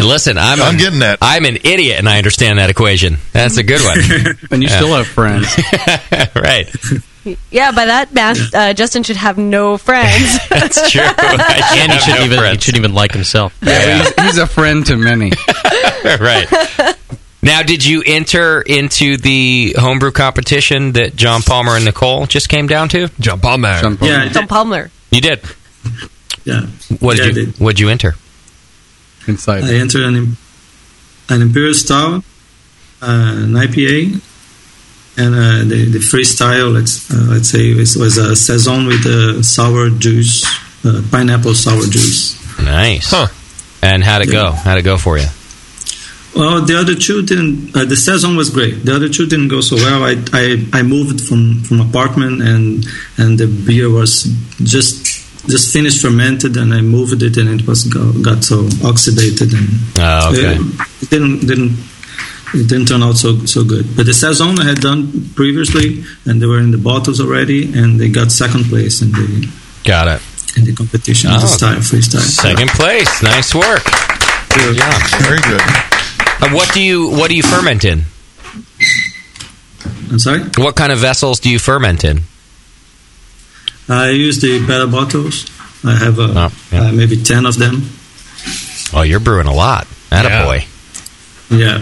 S5: And listen, I'm, I'm getting that. I'm an idiot and I understand that equation. That's a good one.
S17: And you still have
S5: friends. (laughs) right.
S11: Yeah, by that math, uh, Justin should have no friends.
S5: (laughs)
S11: (laughs)
S5: That's true.
S7: and he shouldn't even he shouldn't even like himself.
S5: Yeah.
S4: He's, he's a friend to
S5: (laughs)
S4: many.
S5: right. Now, did you enter into the homebrew competition that John Palmer and Nicole just came down to?
S9: John Palmer.
S17: Yeah,
S11: Tom Palmer.
S5: You did.
S17: Yeah.
S5: What
S17: Yeah,
S5: did
S17: I
S5: you What did you enter?
S4: Inside.
S17: I entered an, im- an Imperial Stout, uh, an IPA, and uh, the, the freestyle, let's, uh, let's say, was, was a Saison with a sour juice, uh, pineapple sour juice.
S5: Nice. Huh. And how'd it go? How'd it go for you?
S17: Well, the other two didn't. Uh, the saison was great. The other two didn't go so well. I, I, I moved from from apartment and and the beer was just just finished fermented and I moved it and it was go, got so oxidated and
S5: Oh, okay.
S17: it, it didn't didn't it didn't turn out so so good. But the saison I had done previously and they were in the bottles already and they got second place in the
S5: Got it.
S17: in the competition
S9: Ah,
S5: Oh.
S17: this time freestyle.
S5: Second place. Nice work. Good job.
S10: Very good.
S5: what do you What do you ferment in?
S17: I'm sorry.
S5: What kind of vessels do you ferment in?
S17: I use the better bottles. I have uh uh, maybe ten of them.
S5: Oh, you're brewing a lot. Attaboy. (laughs)
S17: Yeah.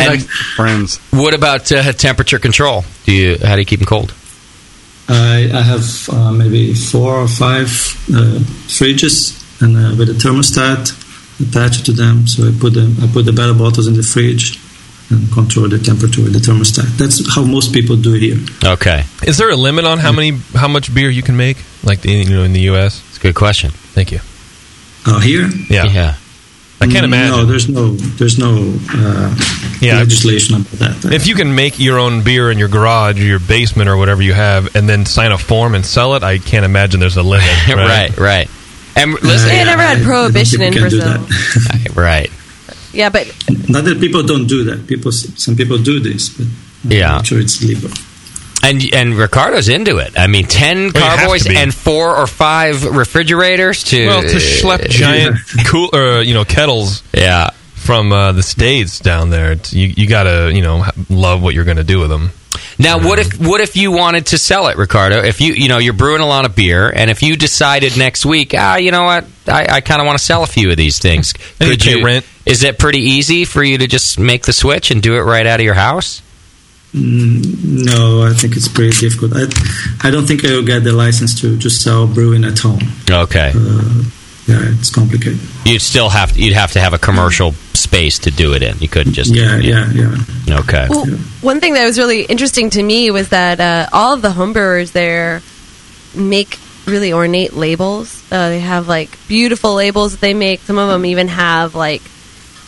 S5: And friends. What about uh, temperature control? Do you How do you keep them cold?
S17: I, I have uh, maybe four or five uh, fridges and uh, with a thermostat attached to them. So I put the, I put the better bottles in the fridge and control the temperature with the thermostat. That's how most people do here.
S5: Okay.
S9: Is there a limit on how many how much beer you can make? Like in, you know, in the U.S. It's
S5: a good question.
S9: Thank you.
S17: Oh, here? Mm,
S9: Yeah.
S5: Yeah.
S9: I can't imagine.
S17: No, there's no there's no uh,
S9: Yeah.
S17: legislation about that.
S9: If you can make your own beer in your garage or your basement or whatever you have, and then sign a form and sell it, I can't imagine there's a limit.
S5: (laughs) Right, right. And
S11: They never had prohibition in Brazil.
S5: right.
S11: Yeah, but
S17: Not that people don't do that. People, some people do this, but I'm
S5: Yeah.
S17: not sure it's legal.
S5: And and Ricardo's into it. I mean, ten
S9: Well, you have
S5: carboys
S9: to be.
S5: and four or five refrigerators to
S9: Well, to schlep giant cool or you know kettles.
S5: Yeah.
S9: From uh, the states down there, It's- you you gotta you know ha- love what you're gonna do with them.
S5: Now, what if what if you wanted to sell it, Ricardo? If you you know you're brewing a lot of beer, and if you decided next week, ah, you know what, I, I kind of want to sell a few of these things.
S9: And you pay rent.
S5: Is it pretty easy for you to just make the switch and do it right out of your house?
S17: Mm, No, I think it's pretty difficult. I, I don't think I will get the license to just sell brewing at home.
S5: Okay,
S17: Uh, yeah, it's complicated.
S5: you'd still have to, you'd have to have a commercial space to do it in. You couldn't just
S17: Yeah, yeah, yeah.
S5: Okay,
S11: Well, one thing that was really interesting to me was that uh, all of the homebrewers there make really ornate labels. Uh, they have like beautiful labels that they make. Some of them even have like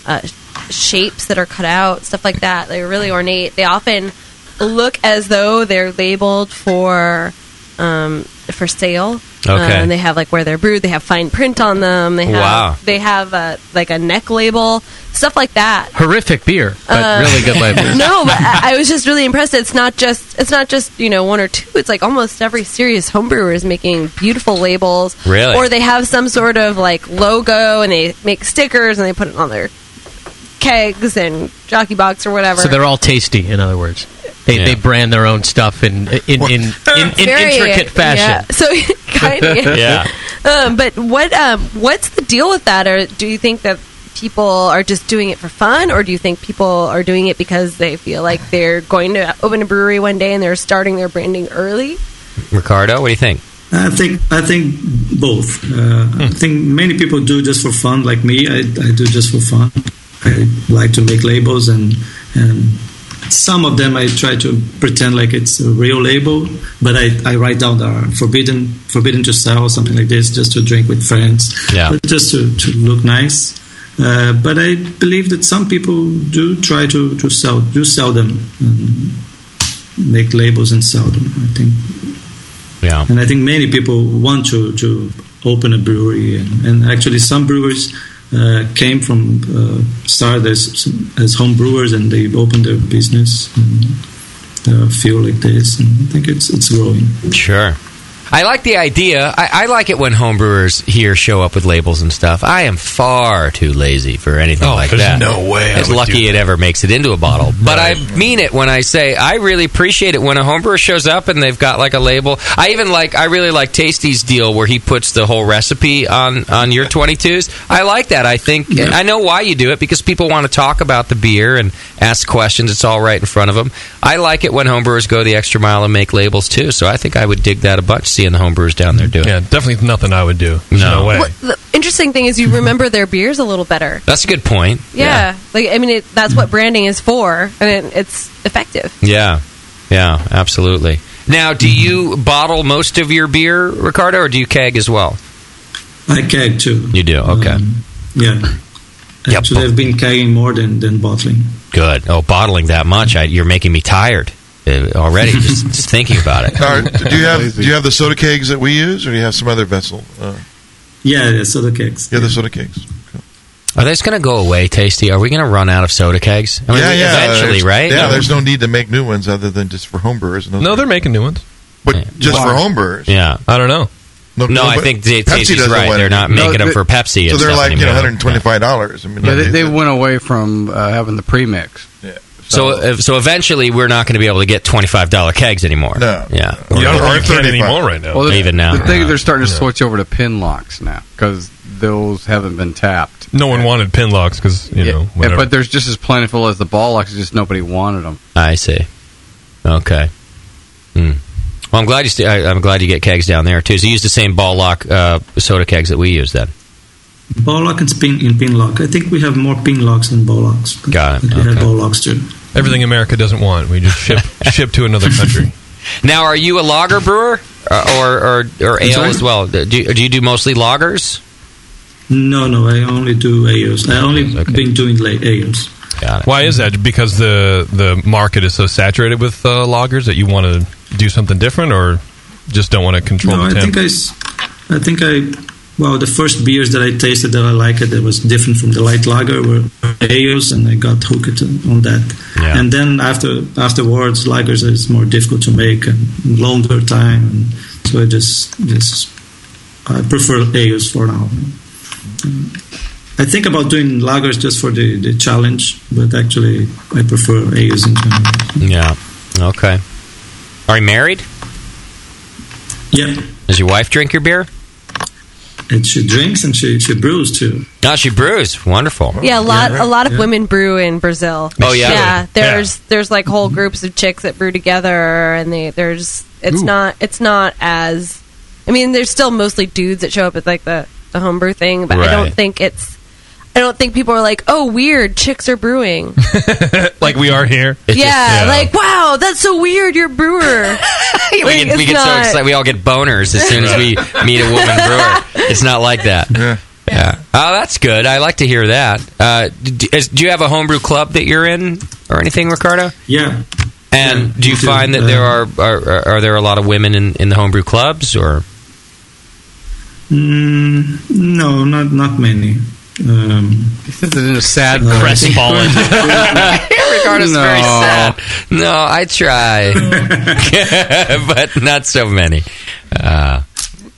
S11: uh, shapes that are cut out, stuff like that. They're really ornate. They often look as though they're labeled for um, for sale. Uh,
S5: Okay.
S11: and they have like where they're brewed. They have fine print on them. They have
S7: Wow.
S11: they have uh, like a neck label, stuff like that
S7: Horrific beer, but
S11: Uh,
S7: really good
S11: (laughs)
S7: label.
S11: no, but I, I was just really impressed. It's not just it's not just you know one or two. It's like almost every serious homebrewer is making beautiful labels.
S5: Really?
S11: Or they have some sort of like logo and they make stickers and they put it on their kegs and jockey box or whatever.
S7: So they're all tasty, in other words. They, they brand their own stuff in in,
S11: (laughs)
S7: in, in, in
S11: Very-
S7: intricate
S11: yeah.
S7: fashion.
S11: (laughs) So kind of
S7: (laughs) Yeah.
S11: Um, but what um, what's the deal with that? Or do you think that people are just doing it for fun, or do you think people are doing it because they feel like they're going to open a brewery one day and they're starting their branding early?
S5: Ricardo, what do you think?
S17: I think I think both. Uh, I think many people do just for fun, like me. I, I do just for fun. I like to make labels, and and some of them I try to pretend like it's a real label, but I, I write down that are forbidden forbidden to sell or something like this, just to drink with friends,
S5: Yeah.
S17: but just to, to look nice. Uh, but I believe that some people do try to, to sell do sell them, and make labels and sell them. I think.
S5: Yeah.
S17: And I think many people want to, to open a brewery, and, and actually some brewers uh, came from uh, started as, as home brewers, and they opened their business and uh, feel like this. And I think it's it's growing.
S5: Sure. I like the idea. I, I like it when homebrewers here show up with labels and stuff. I am far too lazy for anything
S9: Oh,
S5: like
S9: there's
S5: that.
S9: no way I
S5: It's
S9: would
S5: lucky
S9: do
S5: it ever makes it into a bottle. But I mean it when I say I really appreciate it when a homebrewer shows up and they've got like a label. I even like. I really like Tasty's deal where he puts the whole recipe on on your 22s. I like that. I think I know why you do it because people want to talk about the beer and ask questions. It's all right in front of them. I like it when homebrewers go the extra mile and make labels too. So I think I would dig that a bunch seeing the homebrewers down there doing.
S9: Yeah, definitely nothing I would do.
S5: No,
S9: way.
S11: Well, the interesting thing is you remember their beers a little better.
S5: That's a good point.
S11: Yeah, like I mean, it, that's what branding is for, and it, it's effective.
S5: Yeah, yeah, absolutely. Now,
S17: Mm-hmm.
S5: do you bottle most of your beer, Ricardo, or do you keg as well?
S17: I keg too.
S5: You do. Okay.
S17: Yeah. Actually, I've been carrying more than, than bottling.
S5: Good. Oh, bottling that much, I, you're making me tired uh, already
S17: (laughs)
S5: just, just thinking about
S10: (laughs)
S5: it.
S10: All right, do you have do you have the soda kegs that we use, or do you have some other vessel? Uh,
S17: yeah, the soda kegs.
S10: Yeah, the soda kegs.
S5: Are those going to go away, Tasty? Are we going to run out of soda kegs? I mean,
S10: yeah, yeah.
S5: Eventually,
S10: there's-
S5: right?
S10: Yeah, there's no need to make new ones other than just for homebrewers. and those
S9: No,
S10: things.
S9: they're making new ones.
S10: but just for
S9: Why?
S10: homebrewers.
S5: Yeah.
S9: I don't know.
S10: No, no,
S5: No, I
S10: but
S5: think the-
S10: Pepsi
S5: Tasty's
S10: doesn't
S5: right.
S10: want
S5: They're
S10: it.
S5: not
S10: No,
S5: making them
S10: they-
S5: for Pepsi.
S10: So
S5: and
S10: they're
S5: stuff
S10: like you know,
S5: anymore.
S10: 125 dollars. I mean,
S4: Yeah,
S10: I
S4: they,
S10: mean,
S4: they went away from uh, having the premix.
S10: Yeah.
S5: So, uh, so eventually, we're not going to be able to get twenty five dollar kegs anymore.
S10: No.
S5: Yeah.
S10: You don't
S4: Or 35. Well, the,
S5: Even now.
S4: the thing they're starting to switch over to pin locks now because those haven't been tapped.
S9: No one wanted pin locks because you know
S4: Yeah,
S9: whatever.
S4: but there's just as plentiful as the ball locks. Just nobody wanted them.
S5: I see. Okay. Hmm. Well, I'm glad you. St- I, I'm glad you get kegs down there too. So you use the same ball lock uh, soda kegs that we use then.
S17: Ball lock and pin in pin lock. I think we have more pin locks than ball locks.
S5: Got
S17: it. We have ball locks too.
S9: Everything America doesn't want, we just
S5: (laughs)
S9: ship ship to another country.
S5: Now, are you a lager brewer uh, or or, or ale
S17: sorry?
S5: as well? Uh, Do you, do you do mostly lagers?
S17: No, no, I only do ales. I only been doing late ales.
S9: Why is that? Because the the market is so saturated with uh, loggers that you want to do something different, or just don't want to control
S17: No, I
S9: the temp.
S17: think I, s- I think I. Well, the first beers that I tasted that I liked that was different from the light lager were ales, and I got hooked on that.
S5: Yeah.
S17: And then after afterwards, lagers is more difficult to make and longer time, and so I just just I prefer ales for now. I think about doing lagers just for the, the challenge, but actually I prefer ales in general.
S5: Yeah. Okay. Are you married?
S17: Yeah.
S5: Does your wife drink your beer?
S17: And she drinks and she, she brews too.
S5: No, Ah, she brews. Wonderful.
S11: Yeah, a lot a lot of women brew in Brazil.
S5: Oh, yeah.
S11: yeah.
S5: Yeah.
S11: There's there's like whole groups of chicks that brew together, and they there's it's
S21: Ooh.
S11: not it's not as I mean there's still mostly dudes that show up at like the the homebrew thing, but I don't
S9: Right.
S11: think it's I don't think people are like oh weird chicks are
S5: (laughs)
S11: brewing.
S9: (laughs) like we are here.
S11: yeah, like wow that's so weird you're a brewer.
S5: (laughs) we
S11: Like,
S5: get, we
S11: it's
S5: get so
S11: not-
S5: excited. We all get boners as soon
S17: (laughs)
S5: as we meet a woman brewer. It's not like that. Yeah. Oh, that's good. I like to hear that. Uh, do, is- do you have a homebrew club that you're in or anything, Ricardo?
S17: Yeah. Uh,
S5: And do you find that there are, are are there a lot of women in, in the homebrew clubs or
S17: Mm, no, not not many. Um, uh, this is a sad (laughs)
S5: crestfallen. Ricardo's very
S17: No.
S5: sad. No, I
S17: (laughs)
S5: try, (laughs) but not so many. Uh,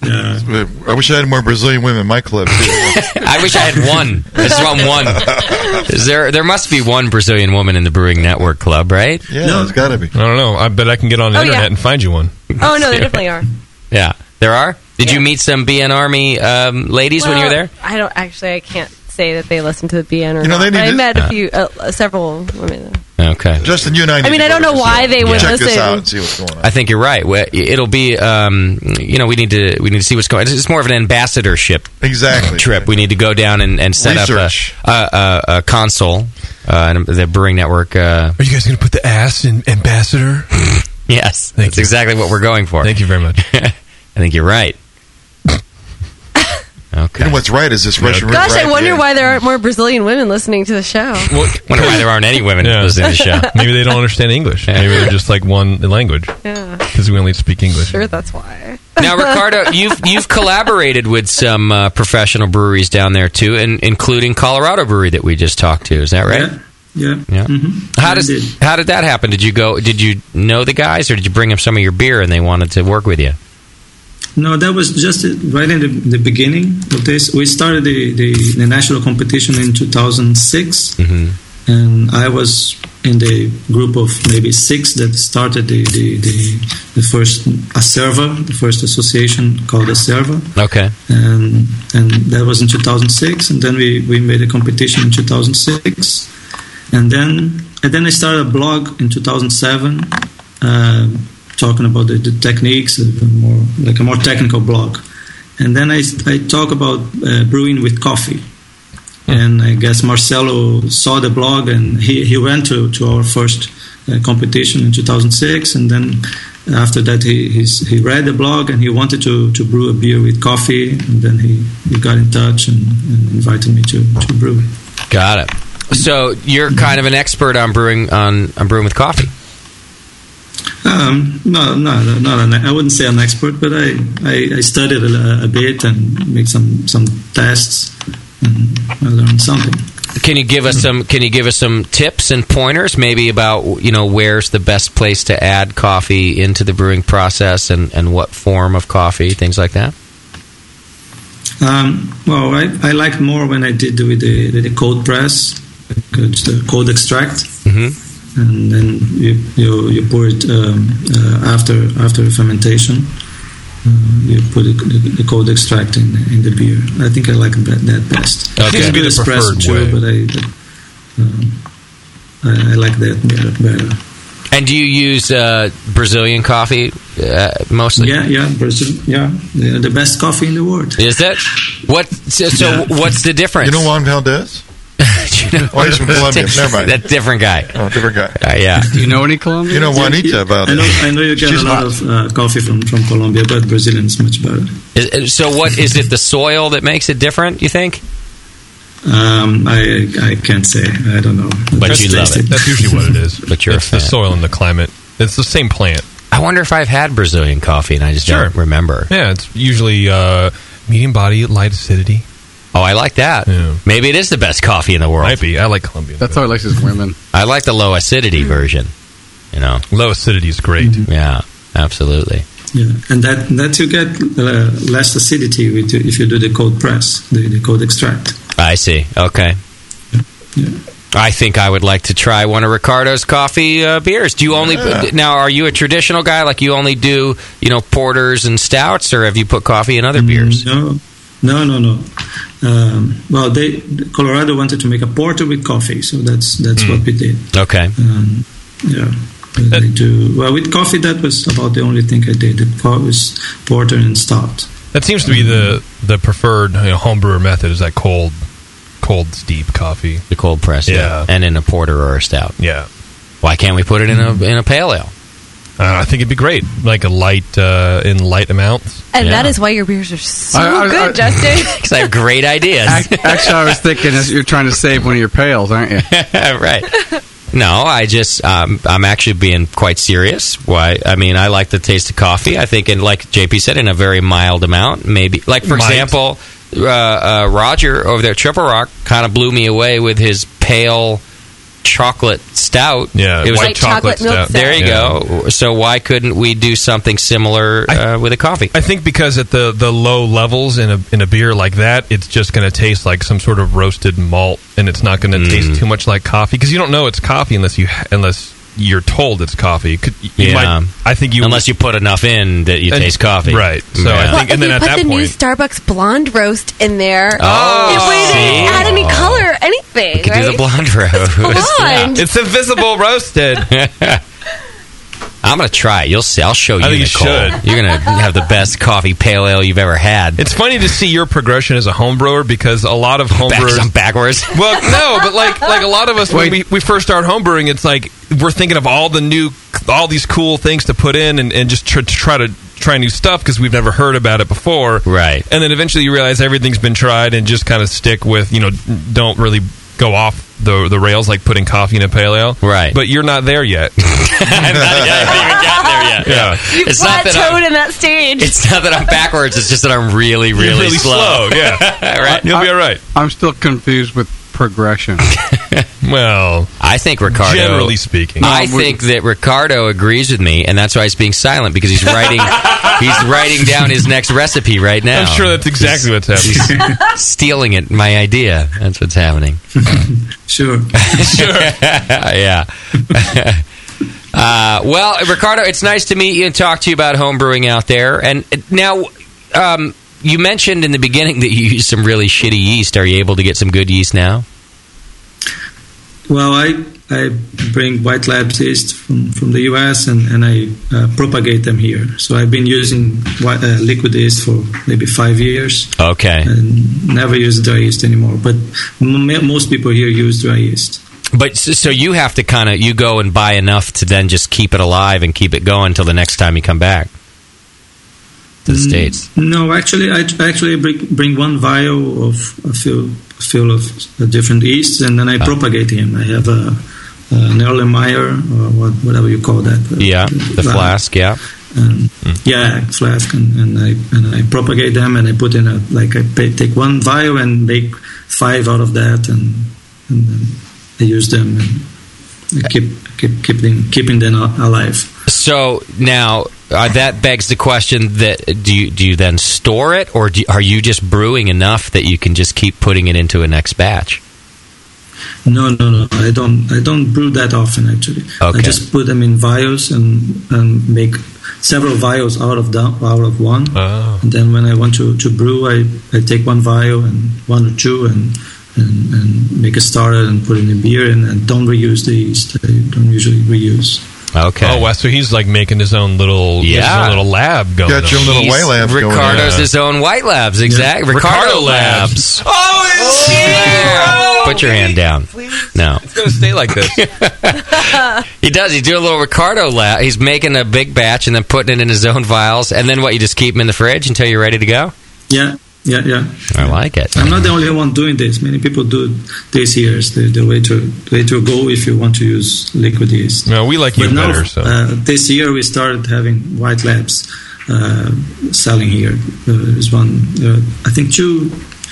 S10: I wish I had more Brazilian women in my club.
S5: I wish I had one. I just want one. Is there there must be one Brazilian woman in the Brewing Network Club, right?
S10: Yeah, No. there's gotta be. I
S9: don't know. I bet I can get on the
S11: Oh,
S9: internet
S11: yeah.
S9: and find you one.
S11: (laughs) oh
S5: (laughs)
S11: no, there definitely are.
S5: Yeah, there are. Did you meet some BN Army um, ladies when you were
S11: Well,
S5: there?
S11: I don't actually. I can't say that they listen to the BN or
S5: You
S11: not,
S5: know, they
S11: but
S5: need
S11: I
S5: to-
S11: met
S5: Uh.
S11: a few, uh, several women.
S5: Okay.
S10: Justin, you and I.
S11: I
S10: need
S11: mean,
S10: to
S11: I
S10: go
S11: don't
S10: to
S11: know why
S10: Brazil.
S11: they would
S10: check this
S11: listen.
S10: out and see what's going on.
S5: I think you're right. We- It'll be, um, you know, we need to we need to see what's going. It's more of an ambassadorship
S10: exactly
S5: trip. We need to go down and, and set
S9: Research.
S5: up a, a, a, a console, uh, and the Brewing Network. Uh,
S9: Are you guys going to put the ass in ambassador?
S5: yes, that's exactly what we're going for.
S9: Thank you very much.
S5: (laughs) I think
S9: (laughs)
S5: you're right. okay.
S10: And what's right is this Russian.
S11: Gosh,
S10: roulette
S11: I wonder
S10: game.
S11: why there aren't more Brazilian women listening to the show.
S5: (laughs) wonder why there aren't any women listening to the show.
S9: Maybe they don't understand English. Maybe they're just like one language
S11: Yeah.
S9: because we only speak English.
S11: Sure, that's why.
S5: Now, Ricardo,
S11: (laughs)
S5: you've you've collaborated with some uh, professional breweries down there too, and including Colorado Brewery that we just talked to. Is that right?
S17: Yeah.
S5: Yeah. How does how did that happen? Did you go? Did you know the guys, or did you bring them some of your beer and they wanted to work with you?
S17: No, that was just right in the, the beginning of this. We started the, the, the national competition in 2006, and I was in the group of maybe six that started the, the, the, the first ASERVA, the first association called ASERVA.
S5: Okay.
S17: and and that was in 2006 and then we, we made a competition in 2006 and then and then I started a blog in 2007 uh, talking about the, the techniques uh, more like a more technical blog and then I, I talk about uh, brewing with coffee and I guess Marcelo saw the blog and he, he went to, to our first uh, competition in 2006 and then After that, he he's, he read the blog and he wanted to, to brew a beer with coffee, and then he, he got in touch and, and invited me to, to brew.
S5: Got it. So you're kind of an expert on brewing on, on brewing with coffee.
S17: Um, no, no, no, not an, I wouldn't say an expert, but I, I, I studied a, a bit and make some, some tests and I learned something.
S5: Can you give us some Can you give us some tips and pointers, maybe about you know where's the best place to add coffee into the brewing process and and what form of coffee, things like that?
S17: Um, well, I, I liked more when I did with the, the, the cold press, like, uh, just a cold extract,
S10: Mm-hmm.
S17: and then you you, you pour it um, uh, after after fermentation. Uh, you put the, the, the cold extract in, in the beer. I think I like that, that best.
S5: Okay.
S17: I
S5: Seems to be
S17: do
S5: the
S17: espresso
S5: preferred
S17: too,
S5: way.
S17: but I, but, um, I I like that better. better.
S5: And do you use uh, Brazilian coffee uh, mostly?
S17: Yeah, yeah, Brazil, yeah, the, the best coffee in the world.
S5: Is it? What? So, (laughs) so
S17: Yeah.
S5: what's the difference?
S17: You know
S10: Juan
S5: (laughs)
S10: Valdez? Oh, he's from Colombia. Never mind.
S5: That different guy. Uh,
S10: Oh, different guy.
S5: yeah.
S10: Do you know any Colombians? You know Juanita about
S17: I know,
S10: it.
S17: I know you get
S10: She's
S17: a lot
S10: hot.
S17: of uh, coffee from, from Colombia, but Brazilian is much better.
S5: Is- uh, so what is it? The soil that makes it different? You think?
S17: Um, I I can't say. I don't know. Just taste
S9: That's usually what it is.
S5: but you're
S9: it's the soil and the climate. It's the same plant.
S5: I wonder if I've had Brazilian coffee and I just don't remember.
S9: Yeah, it's usually uh, medium body, light acidity.
S5: Oh, I like that. Maybe it is the best coffee in the world. Might
S9: be. I like Colombian.
S5: That's how I like his women. I like the low acidity version. You know,
S9: low acidity is great.
S5: Yeah, absolutely.
S17: Yeah, and that that you get uh, less acidity with if you do the cold press, the, the cold extract.
S5: I see. Okay. I think I would like to try one of Ricardo's coffee uh, beers. Do you only
S10: Yeah.
S5: now? Are you a traditional guy? Like you only do you know porters and stouts, or have you put coffee in other beers?
S17: No, no, no, no. Um, well, they Colorado wanted to make a porter with coffee, so that's that's what we did.
S5: Okay.
S17: Um, yeah. But they do well with coffee. That was about the only thing I did. The co- was porter and stout.
S9: That seems to be the the preferred you know, home brewer method is that cold, cold steep coffee,
S5: the cold press.
S9: Yeah,
S5: and in a porter or a stout.
S9: Yeah,
S5: why can't we put it in a in a pale ale?
S9: Uh, I think it'd be great, like a light uh, in light amounts.
S11: And that is why your beers are so
S4: I- I-
S11: good,
S4: I-
S11: Justin.
S5: Because I have (laughs) great ideas.
S4: Actually, I was thinking is you're trying to save one of your pails, aren't you?
S5: (laughs) right. No, I just um, I'm actually being quite serious. Why? I mean, I like the taste of coffee. I think, and like JP said, in a very mild amount, maybe. Like for
S9: Mild.
S5: example, uh, uh, Roger over there, at Triple Rock, kind of blew me away with his pale chocolate stout.
S9: Yeah,
S5: it was
S9: white White chocolate chocolate milk stout. stout.
S5: There you
S9: Yeah.
S5: go. So why couldn't we do something similar uh, with a coffee?
S9: I think because at the, the low levels in a in a beer like that, it's just going to taste like some sort of roasted malt, and it's not
S5: Mm.
S9: going to taste too much like coffee because you don't know it's coffee unless you unless you're told it's coffee. Could- You
S5: Yeah.
S9: might, I think you
S5: Unless you put enough in that you
S9: And-
S5: taste coffee,
S9: right. So I
S5: Yeah.
S9: think-
S11: If
S9: (laughs) and then
S11: you
S9: at
S11: put
S9: that
S11: the new
S9: point-
S11: Starbucks blonde roast in there,
S5: Oh,
S11: it wouldn't
S5: see?
S11: add any color, anything,
S5: could
S11: right?
S5: do the blonde roast.
S11: blonde.
S9: It's invisible roasted. (laughs)
S5: I'm gonna try it. You'll see. I'll show you.
S9: I think you
S5: Nicole.
S9: should.
S5: You're gonna have the best coffee pale ale you've ever had.
S9: It's funny to see your progression as a home brewer because a lot of home
S5: Back-
S9: brewers
S5: I'm backwards.
S9: Well, no, but like like a lot of us when we,
S5: Wait.
S9: we first start homebrewing, it's like we're thinking of all the new all these cool things to put in and, and just tr- to try to try new stuff because we've never heard about it before.
S5: Right.
S9: And then eventually you realize everything's been tried and just kind of stick with, you know, don't really go off the the rails like putting coffee in a pale ale.
S5: Right.
S9: But you're not there yet.
S5: yeah, yeah.
S11: You
S5: It's not that I'm-
S11: plateaued in that stage.
S5: It's not that I'm backwards. It's just that I'm really, really,
S4: You're really
S5: slow.
S4: slow, yeah.
S5: (laughs) right.
S4: You'll be all
S9: right.
S4: I'm still confused with
S5: (laughs)
S4: progression.
S9: well,
S5: I think Ricardo.
S9: Generally speaking.
S5: I
S4: No, we-
S5: think that Ricardo agrees with me, and that's why he's being silent because
S9: (laughs)
S5: he's writing. he's writing down his next recipe right now.
S9: I'm sure that's exactly what's happening.
S5: (laughs) He's stealing it, my idea. That's what's happening.
S17: Sure.
S5: (laughs) sure. yeah. (laughs) uh, well, Ricardo, it's nice to meet you and talk to you about homebrewing out there. And uh, now, um, you mentioned in the beginning that you used some really shitty yeast. Are you able to get some good yeast now?
S17: Well, I I bring white lab yeast from, from the US and, and I uh, propagate them here. So I've been using white, uh, liquid yeast for maybe five years.
S5: Okay.
S17: And never use dry yeast anymore. But m- most people here use dry yeast.
S5: But so, so you have to kind of you go and buy enough to then just keep it alive and keep it going until the next time you come back to the
S17: Mm,
S5: states.
S17: No, actually, I I actually bring, bring one vial of a few, few of a different yeasts, and then I
S5: Ah.
S17: propagate him. I have a, an Erlenmeyer or what, whatever you call that. Uh,
S5: Yeah, the
S17: Wow.
S5: flask. Yeah. Mm.
S17: And, Yeah, flask, and, and I and I propagate them, and I put in a like I pay, take one vial and make five out of that, and and then I use them and I keep keep keep them keeping them al- alive.
S5: So now uh, that begs the question: that uh, do you do you then store it, or do you, are you just brewing enough that you can just keep putting it into a next batch?
S17: No, no, no. I don't. I don't brew that often actually.
S5: Okay.
S17: I just put them in vials and and make several vials out of the, out of one. And then when I want to, to brew, I, I take one vial and one or two and and, and make a starter and put it in a beer and, and don't reuse the yeast. I don't usually reuse.
S5: Okay.
S9: Oh, wow. So he's like making his own little, his
S17: Yeah.
S9: own little lab going.
S10: Got your
S9: on.
S10: little white lab going
S5: Ricardo's
S9: Yeah.
S5: his own White Labs, exactly.
S9: Yeah.
S5: Ricardo,
S9: Ricardo
S5: Labs.
S9: Labs.
S5: Oh, it's
S14: here!
S5: Put your hand down. No,
S9: it's going to stay like this.
S5: (laughs) he does. He's doing a little Ricardo lab. He's making a big batch and then putting it in his own vials, and then what? You just keep them in the fridge until you're ready to go.
S17: Yeah, yeah, yeah.
S5: I like it.
S17: I'm not the only one doing this. Many people do this here. Is the, the way to way to go if you want to use liquid yeast.
S9: No, we like you
S17: But now,
S9: better, so.
S17: uh, this year we started having white labs uh, selling here. Uh, There's one, uh, I think two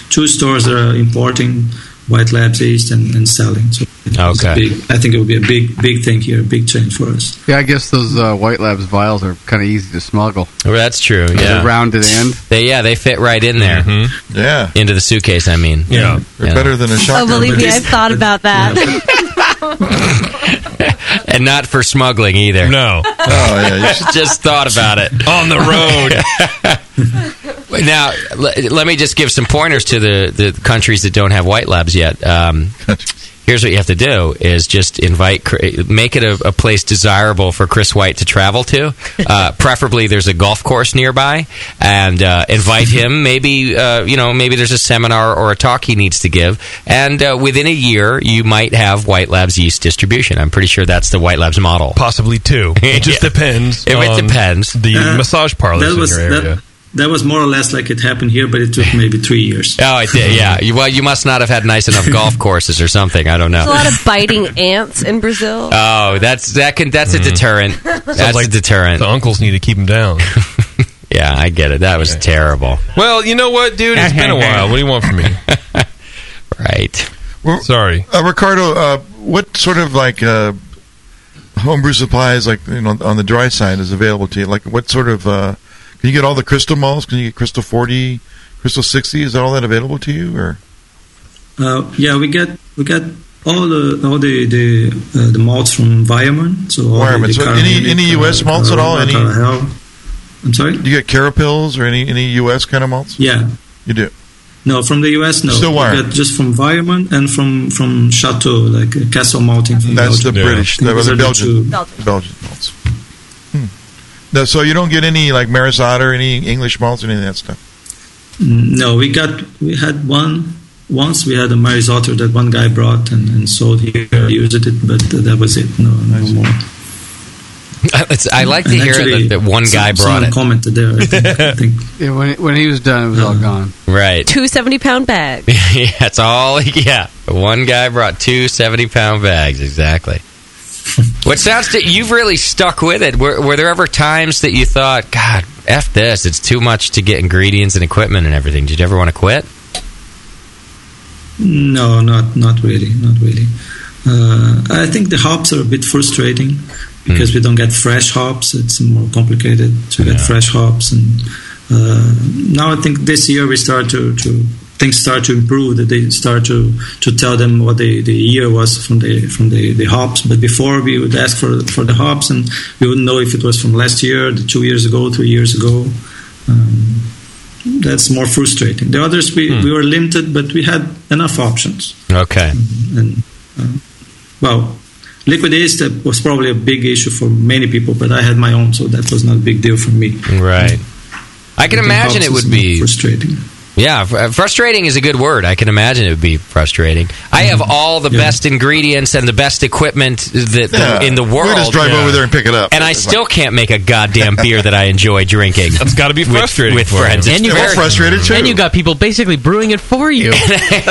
S17: two stores that are importing white labs yeast and, and selling. So it's a
S5: Okay.
S17: big, I think it will be a big big thing here, a big change for us.
S4: Yeah, I guess those uh, White Labs vials are kind of easy to smuggle.
S5: Well, that's true.
S4: Are they
S5: Yeah,
S4: rounded end?
S5: They yeah, they fit right in there.
S9: Mm-hmm.
S10: Yeah,
S5: into the suitcase. I mean,
S10: Yeah. They're better than a
S11: Oh, believe me, I've thought about that.
S5: and not for smuggling either.
S9: No.
S10: Oh, yeah,
S5: (laughs)
S10: you
S5: just thought about it
S9: on the road.
S5: (laughs) now, l- let me just give some pointers to the, the countries that don't have white labs yet. Um, here's what you have to do: is just invite, Cr- make it a, a place desirable for Chris White to travel to. Uh, preferably, there's a golf course nearby, and uh, invite him. Maybe uh, you know, maybe there's a seminar or a talk he needs to give. And uh, within a year, you might have White Labs yeast distribution. I'm pretty sure that's the White Labs
S9: (laughs)
S5: model.
S9: Possibly two. It just
S5: Yeah.
S9: depends.
S5: It,
S9: on
S5: depends.
S9: The massage parlors
S17: Uh, That was
S9: in your area.
S17: that, that was more or less like it happened here, but it
S9: (laughs)
S17: took maybe three years.
S5: Oh, I did. Yeah. You, well, you must not have had nice enough golf courses or something. I don't
S11: There's a
S5: know.
S11: lot of biting ants in Brazil.
S5: Oh, that's that can that's a deterrent. That's
S9: Hmm. like
S5: a deterrent.
S9: The uncles need to keep him down.
S5: (laughs) yeah, I get it. That
S9: (laughs)
S5: was terrible.
S9: Well, you know what, dude? It's been a while. What do you want from me?
S5: right.
S9: Sorry.
S10: Uh, Ricardo, uh, what sort of like uh, homebrew supplies, like you know, on the dry side, is available to you? Like, what sort of uh, can you get all the crystal malts? Can you get crystal forty, crystal sixty? Is all that available to you? Or
S17: Uh, yeah, we get we get all the all the the, uh, the malts from Viaman. So all the-
S10: Wireman.
S17: the uh,
S10: So any
S17: Carolina,
S10: any U.S.
S17: Car-
S10: malts at all?
S17: Carolina,
S10: Any?
S17: Carahel. I'm sorry.
S10: Do you get carapils or any any U.S. kind of malts?
S17: Yeah.
S10: you do.
S17: No, from the U.S. No,
S10: Still
S17: We
S10: Wireman.
S17: get just from Viaman and from from Chateau, like uh, Castle Malting. From
S10: That's the
S17: Belgium.
S10: British. The,
S17: Those
S10: the
S17: are
S10: Belgian.
S17: two.
S10: Belgian. malts. Hmm. No, so you don't get any like Maris Otter, any English malts, any of that stuff.
S17: Mm, No, we got we had one once. We had a Mary's Otter that one guy brought and, and sold here. Used it, but uh, that was it. No, no more.
S5: It's, I like to
S17: And
S5: hear
S17: actually,
S5: that, that one
S17: some-
S5: guy brought
S17: someone
S5: it.
S17: Commented there. I
S5: (laughs)
S17: think, I think
S4: Yeah, when, when he was done, it was all gone.
S5: Right. (laughs)
S11: Two seventy pound bag.
S5: yeah, that's all. Yeah, one guy brought two 70 pound bags. Exactly. What sounds to you've really stuck with it. Were, were there ever times that you thought, God, f this? It's too much to get ingredients and equipment and everything. Did you ever want to quit?
S17: No, not not really, not really. Uh, I think the hops are a bit frustrating because we don't get fresh hops. It's more complicated to get fresh hops, and uh, now I think this year we start to, to things start to improve. That they start to, to tell them what the, the year was from the from the, the hops. But before we would ask for for the hops, and we wouldn't know if it was from last year, the two years ago, three years ago. Um, that's more frustrating. The others we,
S5: Hmm.
S17: we were limited, but we had enough options.
S5: Okay.
S17: And uh, well, liquid yeast uh, was probably a big issue for many people, but I had my own, so that was not a big deal for me.
S5: Right. I can
S17: The
S5: imagine
S17: hops
S5: it
S17: is
S5: would
S17: more
S5: be
S17: frustrating.
S5: Yeah, fr- uh, frustrating is a good word. I can imagine it would be frustrating. I have
S9: Mm-hmm.
S5: all the best ingredients and the best equipment that
S10: Yeah.
S5: the, in the
S10: We'll
S5: world.
S10: just drive over there and pick it up.
S5: And I
S10: It's
S5: still can't make
S4: (laughs)
S5: a goddamn beer that I enjoy drinking. That's got to be
S9: frustrating
S5: with,
S9: for you.
S5: friends.
S9: And
S5: It's
S9: you've
S5: very-
S9: got-
S5: (laughs)
S9: frustrated, too.
S7: And you got people basically brewing it for you.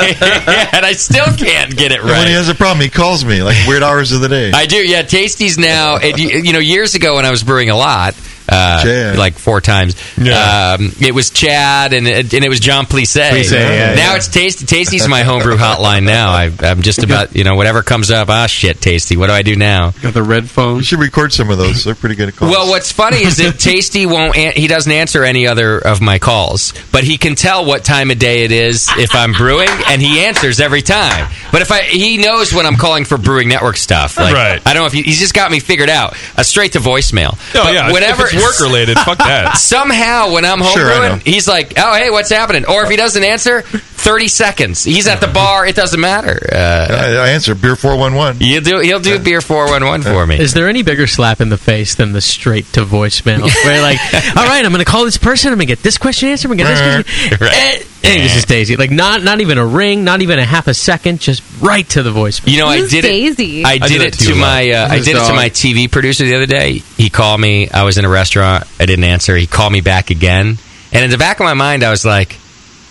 S5: and I still can't get it
S10: And when
S5: right.
S10: he has a problem, he calls me like weird hours of the day.
S5: I do. Yeah, Tasties now. And you, you know, years ago when I was brewing a lot, uh,
S10: Chad.
S5: like four times, um, it was Chad and it, and it was John Plissé.
S15: Plissé, yeah,
S5: now
S15: yeah.
S5: it's Tasty. Tasty's (laughs) my homebrew hotline now. I, I'm just about you know whatever comes up. Ah, shit, Tasty. What do I do now?
S10: Got the red phone. Uh, You should record some of those. They're pretty good (laughs) at calls.
S5: Well, what's funny is that (laughs) Tasty won't. An- he doesn't answer any other of my calls, but he can tell what time of day it is if I'm brewing, and he answers every time. But if I, he knows when I'm calling for Brewing Network stuff. Like,
S9: Right.
S5: I don't know if he, he's just got me figured out. Uh, straight to voicemail.
S9: Oh,
S5: But
S9: yeah, if-
S5: Whatever.
S9: if it's work-related,
S5: (laughs)
S9: fuck that.
S5: Somehow, when I'm home
S9: Sure, I know.
S5: brewing, he's like, "Oh, hey, what's happening?" Or if he doesn't answer, 30 seconds. He's at the bar. It doesn't matter.
S10: I, I answer beer four one one.
S5: You do. He'll do beer four one one for (laughs) me.
S7: Is there any bigger slap in the face than the straight to
S5: (laughs)
S7: voicemail? Where like, all right, I'm going to call this person. I'm going to get this question answered. I'm going to get this question. Eh, eh, this is Daisy. Like not not even a ring, not even a half a second, just right to the voicemail.
S5: You know, I did
S11: Daisy.
S5: it. I did it to my. Uh, I did it to my TV producer the other day. He called me. I was in a restaurant. I didn't answer. He called me back again. And in the back of my mind, I was like,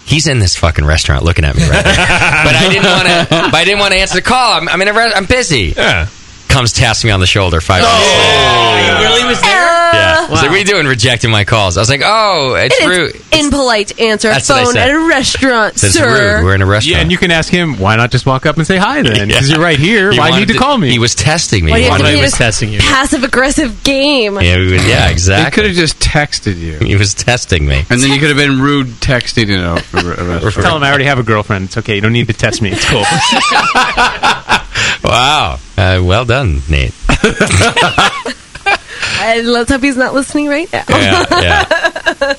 S5: "He's in this fucking restaurant looking at me right now." (laughs) but I didn't want to. But I didn't want to answer the call. I'm, I'm in a. Re- I'm busy. (laughs) Yeah. Oh. Comes taps me on the shoulder five. minutes later.
S7: It really was there.
S5: Yeah. He's like, what are you doing rejecting my calls? I was like, oh, it's
S11: Uh, It is
S5: rude.
S11: impolite to answer a
S5: That's what I
S11: phone
S5: said.
S11: at a restaurant,
S5: That's
S11: sir.
S5: rude. We're in a restaurant.
S16: Yeah, and you can ask him why not just walk up and say hi then
S5: (laughs) Yeah.
S16: because you're right here.
S5: He
S16: why do you
S5: wanted
S16: need to, call me?
S5: He was testing me.
S11: Why do you have to
S5: Wanted-
S11: be this Passive aggressive game.
S5: Yeah, we would,
S11: (laughs)
S5: yeah, exactly.
S21: He could have just texted you.
S5: (laughs) He was testing me.
S21: (laughs) And then you could have been rude texting you know.
S16: Tell him I already have a girlfriend. It's okay. You don't need to test me.
S21: (laughs)
S16: It's cool.
S5: Wow. Uh, well done, Nate.
S11: And let's hope he's not listening right now. (laughs)
S5: Yeah, yeah.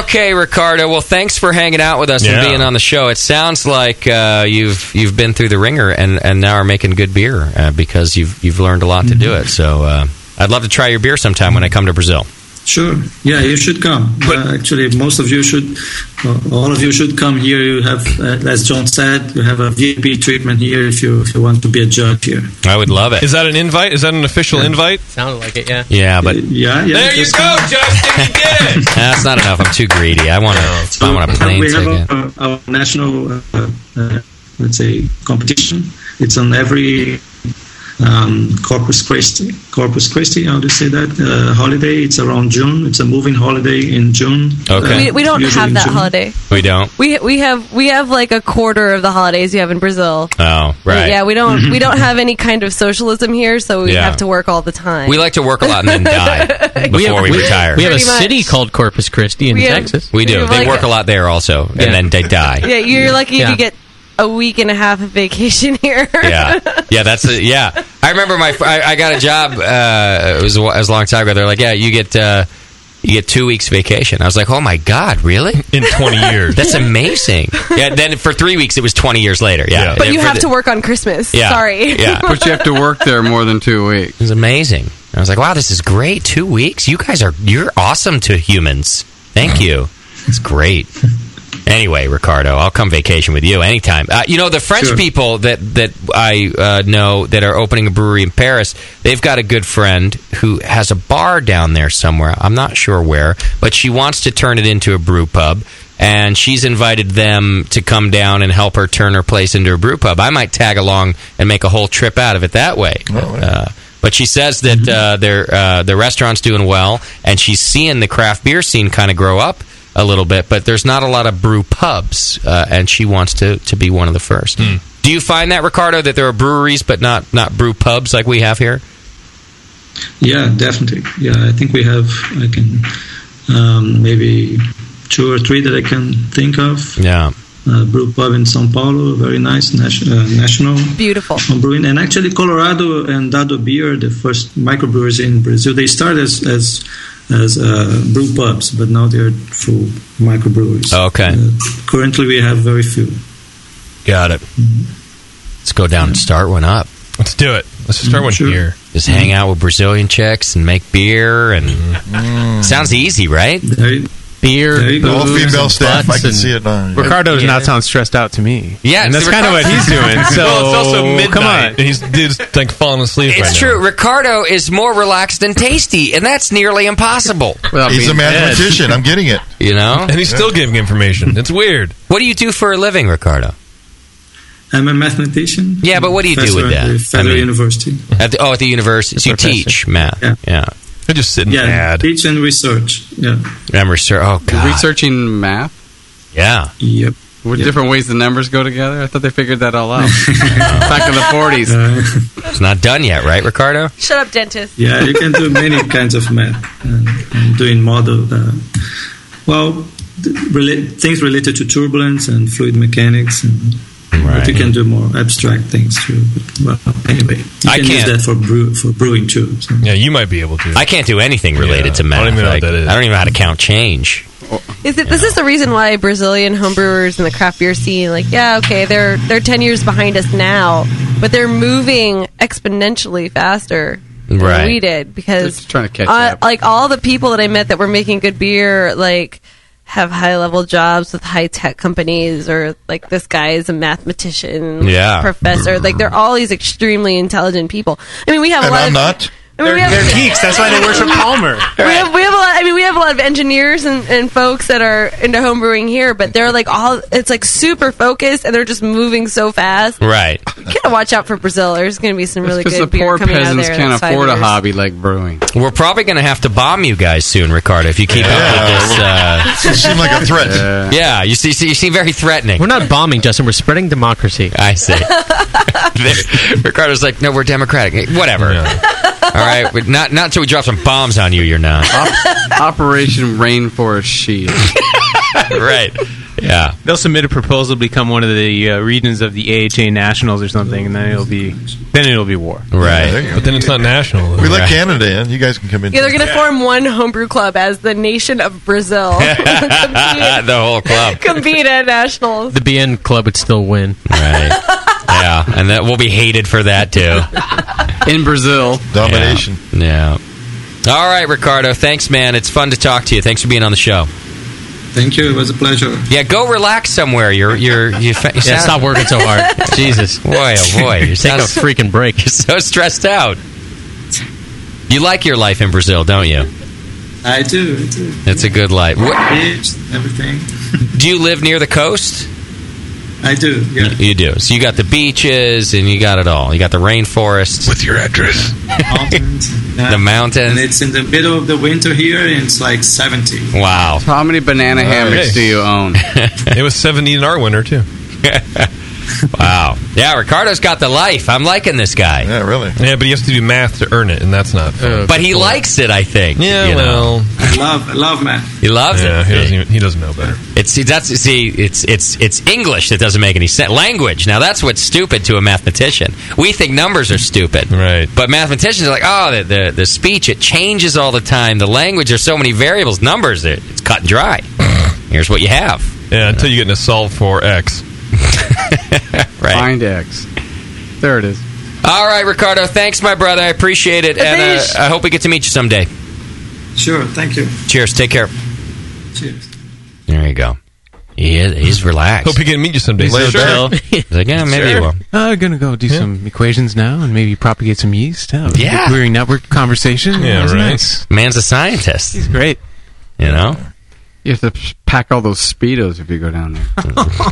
S5: Okay, Ricardo. Well, thanks for hanging out with us and
S11: Yeah.
S5: being on the show. It sounds like uh, you've you've been through the ringer and, and now are making good beer uh, because you've you've learned a lot to do it. So uh, I'd love to try your beer sometime when I come to Brazil.
S17: Sure. Yeah, you should come. uh, actually, most of you should, uh, all of you should come here. You have, uh, as John said, you have a VIP treatment here if you if you want to be a judge here.
S5: I would love it.
S9: Is that an invite? Is that an official invite?
S7: Sounded like it. Yeah.
S5: Uh, Yeah, but
S17: yeah, yeah.
S9: There you
S17: (laughs)
S9: go, Justin. You did it.
S5: that's not enough. I'm too greedy. I want to. I want a plane
S17: we have
S5: ticket.
S17: our, our national, uh, uh, let's say, competition. It's on every um, Corpus Christi. Corpus Christi, how do you say that? Uh, holiday. It's around June. It's a moving holiday in June.
S5: Okay.
S11: We, we don't
S17: Usually
S11: have
S17: in
S11: that
S17: June.
S11: holiday.
S5: We don't.
S11: We we have we have like a quarter of the holidays you have in Brazil.
S5: Oh, right.
S11: Yeah, we don't we don't have any kind of socialism here, so we
S5: Yeah.
S11: have to work all the time.
S5: (laughs) We like to work a lot and then
S7: (laughs)
S5: die before we, retire.
S7: We have a
S11: Pretty much.
S7: city called Corpus Christi in
S11: We have-
S7: Texas.
S5: We do.
S11: You're
S5: They
S11: like
S5: work
S11: a-
S5: a lot there also, and then they
S11: (laughs)
S5: die.
S11: (laughs) yeah, you're lucky if
S5: Yeah.
S11: you get a week and a half of vacation (laughs) here.
S5: yeah, yeah. That's a, yeah. I remember my I, I got a job. Uh, it was a, wh- it was a long time ago. They're like, yeah, you get uh, you get two weeks vacation. I was like, oh my god, really?
S9: In twenty years,
S5: that's amazing. Yeah. Then for three weeks, it was twenty years later. Yeah,
S11: but you have to work on Christmas. Sorry. (laughs)
S21: (laughs) but you have to work there more than two weeks.
S5: It's amazing. I was like, wow, this is great. Two weeks. You guys are you're awesome to humans. Thank you. It's great. Anyway, Ricardo, I'll come vacation with you anytime. Uh, you know the French people that that I uh, know that are opening a brewery in Paris. They've got a good friend who has a bar down there somewhere. I'm not sure where, but she wants to turn it into a brew pub, and she's invited them to come down and help her turn her place into a brew pub. I might tag along and make a whole trip out of it that way. Uh, but she says that uh, their uh, the restaurant's doing well, and she's seeing the craft beer scene kind of grow up a little bit. But there's not a lot of brew pubs, uh, and she wants to to be one of the first. Do you find that Ricardo that there are breweries but not not brew pubs like we have here?
S17: Yeah, definitely. Yeah, I think we have. I can um, maybe two or three that I can think of.
S5: Yeah.
S17: Uh, brew pub in São Paulo, very nice nas- uh, national
S11: beautiful
S17: brewing, and actually Colorado and Dado Beer, the first microbrewers in Brazil, they started as as, as uh, brew pubs, but now they're full microbreweries.
S5: Oh, Okay,
S17: Currently, we have very few.
S5: got it. Let's go down and start one up.
S9: Let's do it. Let's just start one here.
S5: Just
S9: Mm.
S5: hang out with Brazilian chicks and make beer, and sounds easy, right?
S17: There,
S7: beer,
S10: There you go. All
S7: booze,
S10: female
S7: and
S10: staff,
S7: butts
S10: I can
S7: and-
S10: see it now.
S16: Ricardo does
S7: Yeah.
S16: not sound stressed out to me.
S5: Yeah,
S16: and that's
S5: see,
S16: kind of
S5: Ricardo-
S16: what he's doing. So
S9: (laughs) well, it's also midnight.
S16: come on,
S9: and he's dude's like falling asleep.
S5: It's
S9: right
S5: true. Ricardo is more relaxed than tasty, and that's nearly impossible.
S10: He's a mathematician. I'm getting it.
S5: You know?
S9: And he's still giving information. It's weird.
S5: What do you do for a living, Ricardo?
S17: I'm a mathematician.
S5: Yeah, but what do you do with
S17: professor
S5: that?
S17: At the Federal
S5: I mean-
S17: University.
S5: At the, oh, at the university. So you teach math. Yeah.
S9: I just sit and
S17: Yeah, teach and research. Yeah.
S5: I'm research. Oh, God.
S21: Researching math?
S5: Yeah.
S17: Yep.
S21: With
S17: Yep.
S21: different ways the numbers go together? I thought they figured that all out. (laughs) Uh, Back in the 40s. (laughs)
S5: It's not done yet, right, Ricardo?
S11: Shut up, dentist.
S17: Yeah, you can do many
S5: (laughs)
S17: kinds of math. And I'm doing model. Uh, well, th- rela- things related to turbulence and fluid mechanics. And, But you can do more abstract things too. But, well, anyway, you
S5: I
S17: can use
S5: can't-
S17: that for brew, for brewing too. So.
S9: Yeah, you might be able to.
S5: I can't do anything related to math. I don't even know what that is. I don't even know how to count change.
S11: Is it, this is the reason why Brazilian homebrewers in the craft beer scene, like, yeah, okay, they're they're ten years behind us now, but they're moving exponentially faster than
S5: Right.
S11: we did because
S5: Just trying to catch
S11: uh,
S5: up.
S11: like all the people that I met that were making good beer, like have high level jobs with high tech companies, or like this guy is a mathematician,
S14: Yeah.
S11: professor. Like they're all these extremely intelligent people. I mean, we have a
S14: And
S11: lot
S14: I'm
S11: of
S14: not.
S11: I mean, we have-
S14: They're geeks. That's why they
S21: (laughs)
S14: worship Palmer.
S11: we have, we have a lot. I mean, we have a lot of engineers and, and folks that are into homebrewing here, but they're like all. It's like super focused, and they're just moving so fast.
S5: Right.
S11: You gotta watch out for Brazil. There's gonna be some really
S21: Because
S11: good
S21: the
S11: beer
S21: poor
S11: coming out of
S21: peasants
S11: there. in the
S21: can't
S11: next five
S21: afford a
S11: years.
S21: hobby like brewing.
S5: We're probably going to have to bomb you guys soon, Ricardo, if you keep up with this. Uh,
S10: You seem like a threat.
S5: Yeah, you, see, you seem very threatening.
S7: We're not bombing, Justin. We're spreading democracy.
S5: I see. Ricardo's like, no, we're democratic. Eh, Whatever. All right, we- not not until we drop some bombs on you. You're not
S21: Operation Rainforest Shield.
S5: right. Yeah.
S16: They'll submit a proposal to become one of the uh, regions of the AHA nationals or something, and then it'll be then it'll be war.
S5: Right.
S9: But then it's not national.
S10: We let
S16: Right.
S10: Canada in. You guys can come in.
S11: Yeah, they're gonna form one homebrew club as the nation of Brazil. (laughs)
S5: (laughs) the whole club.
S11: Compete at nationals.
S7: The BN club would still win. (laughs)
S5: Right. Yeah, and that we'll be hated for that too.
S7: (laughs)
S21: In Brazil,
S10: domination.
S5: Yeah. yeah. All right, Ricardo. Thanks, man. It's fun to talk to you. Thanks for being on the show.
S17: Thank you. It was a pleasure.
S5: Yeah, go relax somewhere. You're you're you. Fa- you
S7: Yeah,
S5: sound-
S7: stop working so hard.
S5: (laughs)
S7: (laughs) Jesus.
S5: boy, oh boy, you
S7: Take a
S5: sound-
S7: freaking break.
S5: You're so stressed out. You like your life in Brazil, don't you?
S17: I do. I do.
S5: It's a good life. Wh-
S17: Beach, everything.
S5: Do you live near the coast?
S17: I do. Yeah.
S5: You do. So you got the beaches and you got it all. You got the rainforest with
S21: your address.
S17: Mountains.
S5: (laughs) The mountains.
S17: And it's in the middle of the winter here, and it's like 70.
S5: Wow.
S21: How many banana hammocks do you
S5: (laughs)
S21: own?
S9: it was 70 in our
S21: (laughs)
S9: winter, too.
S5: wow. Yeah, Ricardo's got the life. I'm liking this guy.
S10: Yeah, really.
S9: Yeah, but he has to do math to earn it, and that's not.
S21: Uh,
S9: fun.
S5: But he likes it, I think.
S9: Yeah,
S5: you know.
S9: well,
S17: I love, I love math.
S5: He loves
S9: yeah,
S5: it.
S9: he doesn't, even, he doesn't know better.
S5: It's see, that's see it's it's it's English that doesn't make any sense. Language now that's what's stupid to a mathematician. We think numbers are stupid, right? But mathematicians are like, oh, the the, the speech it changes all the time. The language there's so many variables. Numbers it, it's cut
S9: (laughs)
S5: and dry. Here's what you have.
S9: Yeah, until you get into solve for x.
S5: (laughs) right.
S21: Find X. There it is.
S5: All right, Ricardo. Thanks, my brother. I appreciate it, and uh, I hope we get to meet you someday.
S17: Sure. Thank you.
S5: Cheers. Take care.
S17: Cheers.
S5: There you go. He is, he's relaxed.
S9: Hope he can meet you someday.
S5: He's so
S9: Sure.
S5: chill.
S21: (laughs)
S5: He's like, yeah, maybe he will.
S16: Uh, I'm gonna go do some equations now and maybe propagate some yeast. Oh,
S5: Yeah.
S16: brewing network conversation. That was nice.
S5: Man's a scientist. He's
S16: great.
S5: You know.
S21: You have to pack all those speedos if you go down there.
S5: (laughs) (laughs)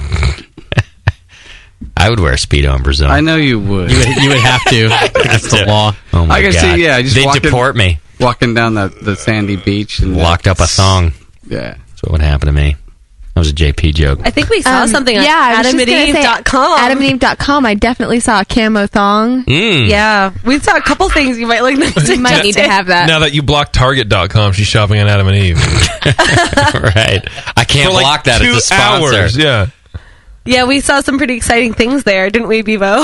S5: I would wear a speedo in Brazil.
S21: I know you would.
S5: You would- you would have to. That's the law. Oh my
S21: I can
S5: God.
S21: see. Yeah, just
S5: They'd
S21: walking,
S5: deport me.
S21: Walking down the, the sandy beach and
S5: Locked up a thong.
S21: Yeah,
S5: that's what would happen to me. That was a JP joke.
S11: I think we saw
S26: Um,
S11: something on
S26: yeah, I was just gonna say
S11: adamandeve.com.
S26: adamandeve.com. I definitely saw a camo thong.
S5: Mm.
S11: Yeah, we saw a couple things you might like.
S26: You might need to have that.
S9: Now that you block Target.com, she's shopping on Adam
S21: (laughs)
S9: and Eve.
S5: (laughs) right. I can't
S9: For like
S5: block that. It's
S9: two
S5: a sponsor.
S9: Hours, yeah.
S11: (laughs) Yeah, we saw some pretty exciting things there, didn't we, Bevo?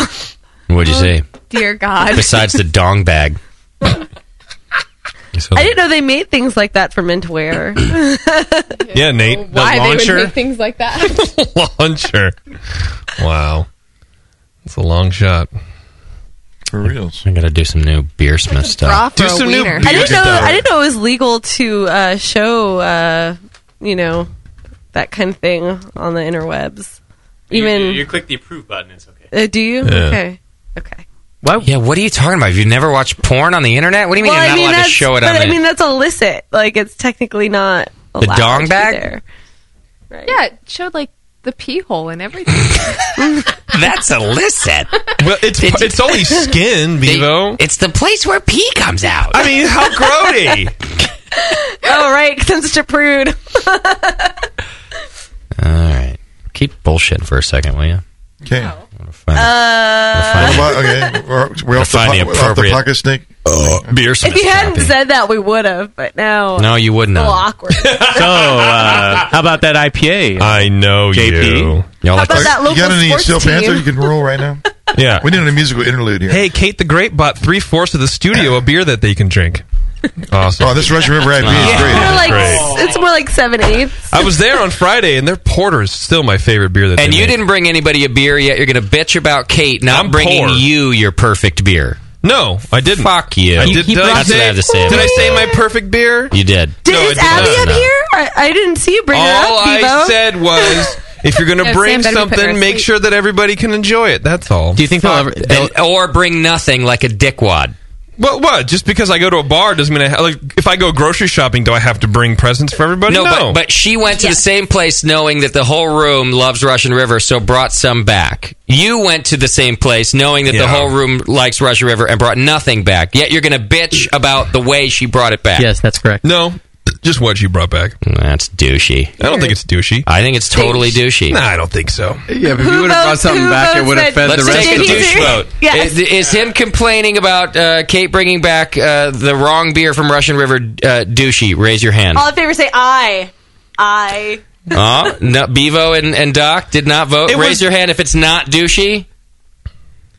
S5: What'd you say?
S11: Oh, Dear God.
S5: Besides the dong bag.
S11: I didn't know they made things like that for men to wear.
S9: Yeah, Nate. The
S11: Why they would
S9: launcher.
S11: make things like that?
S9: (laughs) launcher. Wow. It's a long shot.
S10: For reals.
S5: I gotta do some new beersmith stuff.
S11: I didn't know. I didn't know it was legal to uh, show uh, you know, that kind of thing on the interwebs. Even
S16: you, you click the approve button. It's okay.
S11: Uh, do you?
S5: Yeah.
S11: Okay.
S5: What? Yeah, what are you talking about? You've never watched porn on the internet? What do you mean
S11: Well,
S5: you're not allowed to
S11: that's-
S5: show it
S11: but
S5: on
S11: I
S5: the
S11: mean, that's illicit. Like, it's technically not
S5: The
S11: allowed
S5: dong
S11: to be
S5: bag?
S11: there. (laughs)
S26: Yeah, it showed like the pee hole and everything.
S5: (laughs) That's illicit.
S9: Well, it's it's only
S5: (laughs)
S9: skin, Bevo.
S5: it's the place where pee comes out.
S9: I mean, how
S5: (laughs)
S9: grody!
S11: oh, right, 'cause I'm such a prude.
S5: All right. Keep bullshit for a second, will you?
S10: Okay.
S11: Uh,
S5: Fine.
S10: okay, we're, we're off, the,
S5: Find the
S10: po- off the
S5: appropriate-
S10: pocket snake.
S5: beer
S11: if you hadn't said that, we would have, but now.
S5: No, you wouldn't
S11: A little
S5: have.
S11: awkward.
S16: So, uh, how about that IPA?
S9: I know
S16: JP?
S5: you.
S10: How
S11: like about to- that
S10: you got
S11: local
S10: any
S11: sports
S10: silk pants
S11: team?
S10: or you can roll right
S11: (laughs)
S10: now?
S9: Yeah.
S10: We need a musical interlude here.
S9: Hey, Kate the Great bought three fourths of the studio a beer that they can drink. Awesome.
S10: Oh, this Russian River IPA
S9: Nah.
S10: is great.
S11: More like,
S9: Great.
S11: It's more like 7 eighths.
S9: I was there on Friday, and their porter is still my favorite beer that
S5: And
S9: they
S5: you
S9: make.
S5: didn't bring anybody a beer yet. You're going to bitch about Kate not
S9: I'm
S5: bringing
S9: poor.
S5: you your perfect beer.
S9: No, I didn't.
S5: Fuck you.
S9: I did, did I
S5: That's
S9: say,
S5: what I have to say.
S9: Did I
S5: about
S9: say
S5: that.
S9: my perfect beer?
S5: You did.
S11: Did,
S9: No, I
S11: is
S9: did not.
S11: Abby up
S9: No.
S11: here? I, I didn't see you bring her
S9: All
S11: up,
S9: I
S11: Bevo.
S9: said
S11: (laughs)
S9: was, if you're going
S11: No,
S9: to
S11: Sam
S9: bring
S11: better be putting her
S9: something, make
S11: asleep.
S9: sure that everybody can enjoy it. That's all. Do you think they'll ever?
S5: And- or bring nothing like a dickwad.
S9: Well, what? Just because I go to a bar doesn't mean I ha- like. If I go grocery shopping, do I have to bring presents for everybody? No,
S5: But, but she went to the same place knowing that the whole room loves Russian River, so brought some back. You went to the same place knowing that the
S9: Yeah.
S5: whole room likes Russian River and brought nothing back. Yet you're going to bitch about the way she brought it back.
S7: Yes, that's correct.
S9: No, just what you brought back.
S5: That's douchey.
S9: I don't think it's douchey.
S5: I think it's totally douchey.
S9: Nah, I don't think so.
S5: Yeah,
S9: but if Who you would've brought votes- something who back, it votes would've that- fed the
S5: Let's
S9: rest
S5: take
S9: of
S5: a
S9: the
S5: douche
S9: vote.
S5: vote. Is, is him complaining about uh, Kate bringing back uh, the wrong beer from Russian River uh, douchey? Raise your hand.
S11: All in favor say I. I.
S5: Oh, no, Bevo and, and Doc did not vote.
S11: It
S5: Raise
S11: was-
S5: your hand if it's not douchey.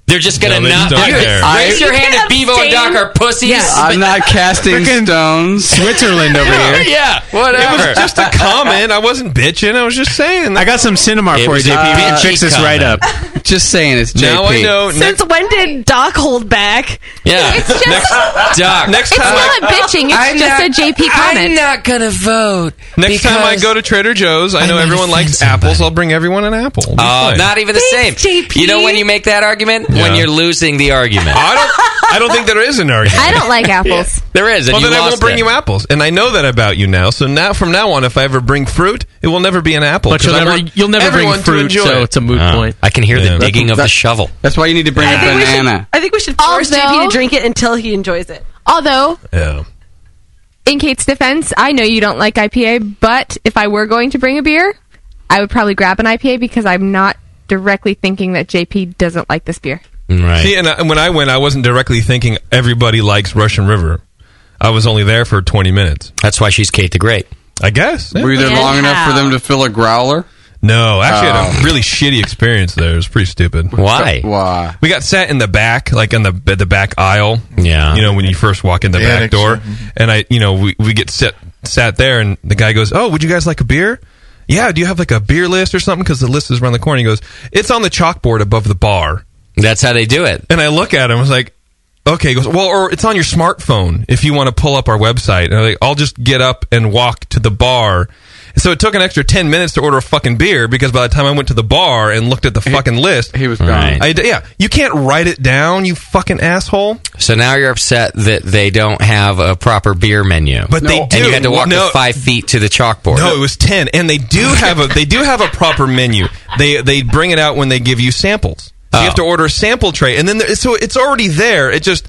S5: They're just gonna
S27: No, they
S5: not.
S27: don't
S5: do it.
S27: care.
S5: Raise
S27: I-
S5: your hand if Bevo and Doc are pussies.
S27: I'm not casting stones. Switzerland over here.
S5: (laughs) yeah, whatever.
S9: It was just (laughs) a comment. I wasn't bitching. I was just saying. I
S27: got some Cinemark
S9: for you, JP. We can fix this Uh, right
S27: up. Just saying, it's JP.
S9: Now I know.
S11: Since when did Doc hold back?
S5: Yeah.
S11: (laughs) It's just-
S9: next,
S5: Doc.
S9: Next time, I-
S26: bitching, it's just a JP comment.
S5: I'm not gonna vote.
S9: next time I go to Trader Joe's, I know everyone likes apples. I'll bring everyone an apple. It'll be
S5: Oh,
S9: fine.
S5: not even the same. You know when you make that argument when
S9: Yeah.
S5: you're losing the argument.
S9: I don't. I don't think there is an argument.
S26: I don't
S5: (laughs)
S26: like apples.
S5: There is. And
S9: well,
S5: you
S9: then I won't
S5: lost
S9: bring
S5: it.
S9: you apples, and I know that about you now. So now, from now on, if I ever bring fruit, it will never be an apple.
S7: But you'll
S9: 'cause I
S7: never,
S9: want
S7: you'll never bring
S9: everyone to
S7: fruit,
S9: enjoy
S7: so
S9: it.
S7: it's a moot point.
S5: Uh, I can hear
S9: Yeah.
S5: the digging of the shovel.
S27: That's why you need to bring
S11: I
S27: a
S11: think we should-
S27: banana.
S11: I think we should force JP to drink it until he enjoys it.
S26: Although,
S9: Yeah.
S26: in Kate's defense, I know you don't like IPA, but if I were going to bring a beer, I would probably grab an IPA because I'm not directly thinking that JP doesn't like this beer.
S5: Right.
S9: See, and I, when I went, I wasn't directly thinking everybody likes Russian River. I was only there for twenty minutes.
S5: That's why she's Kate the Great.
S9: I guess.
S27: Were you there long enough for them to fill a growler?
S9: No, actually, I had a really shitty experience there. It was pretty stupid.
S5: Why?
S27: Why?
S9: We got sat in the back, like in the the back aisle.
S5: Yeah.
S9: You know, when you first walk in the
S27: The
S9: back
S27: annex.
S9: door, and I, you know, we, we get sit, sat there, and the guy goes, "Oh, would you guys like a beer?" Yeah. Do you have like a beer list or something? Because the list is around the corner. He goes, "It's on the chalkboard above the bar."
S5: That's how they do it.
S9: And I look at him. I was like. Okay, he goes, well, or it's on your smartphone if you want to pull up our website. And I'm like, I'll just get up and walk to the bar. So it took an extra 10 minutes to order a fucking beer because by the time I went to the bar and looked at the fucking list, he was
S27: gone. Right.
S9: (laughs) I, yeah, you can't write it down, you fucking asshole.
S5: So now you're upset that they don't have a proper beer menu.
S9: But they No. do.
S5: And you had to walk
S9: No.
S5: the five feet to the chalkboard.
S9: No, it was ten, and they do have a they do have a proper menu. They they bring it out when they give you samples.
S5: Oh.
S9: So You have to order a sample tray, and then there, so it's already there. It just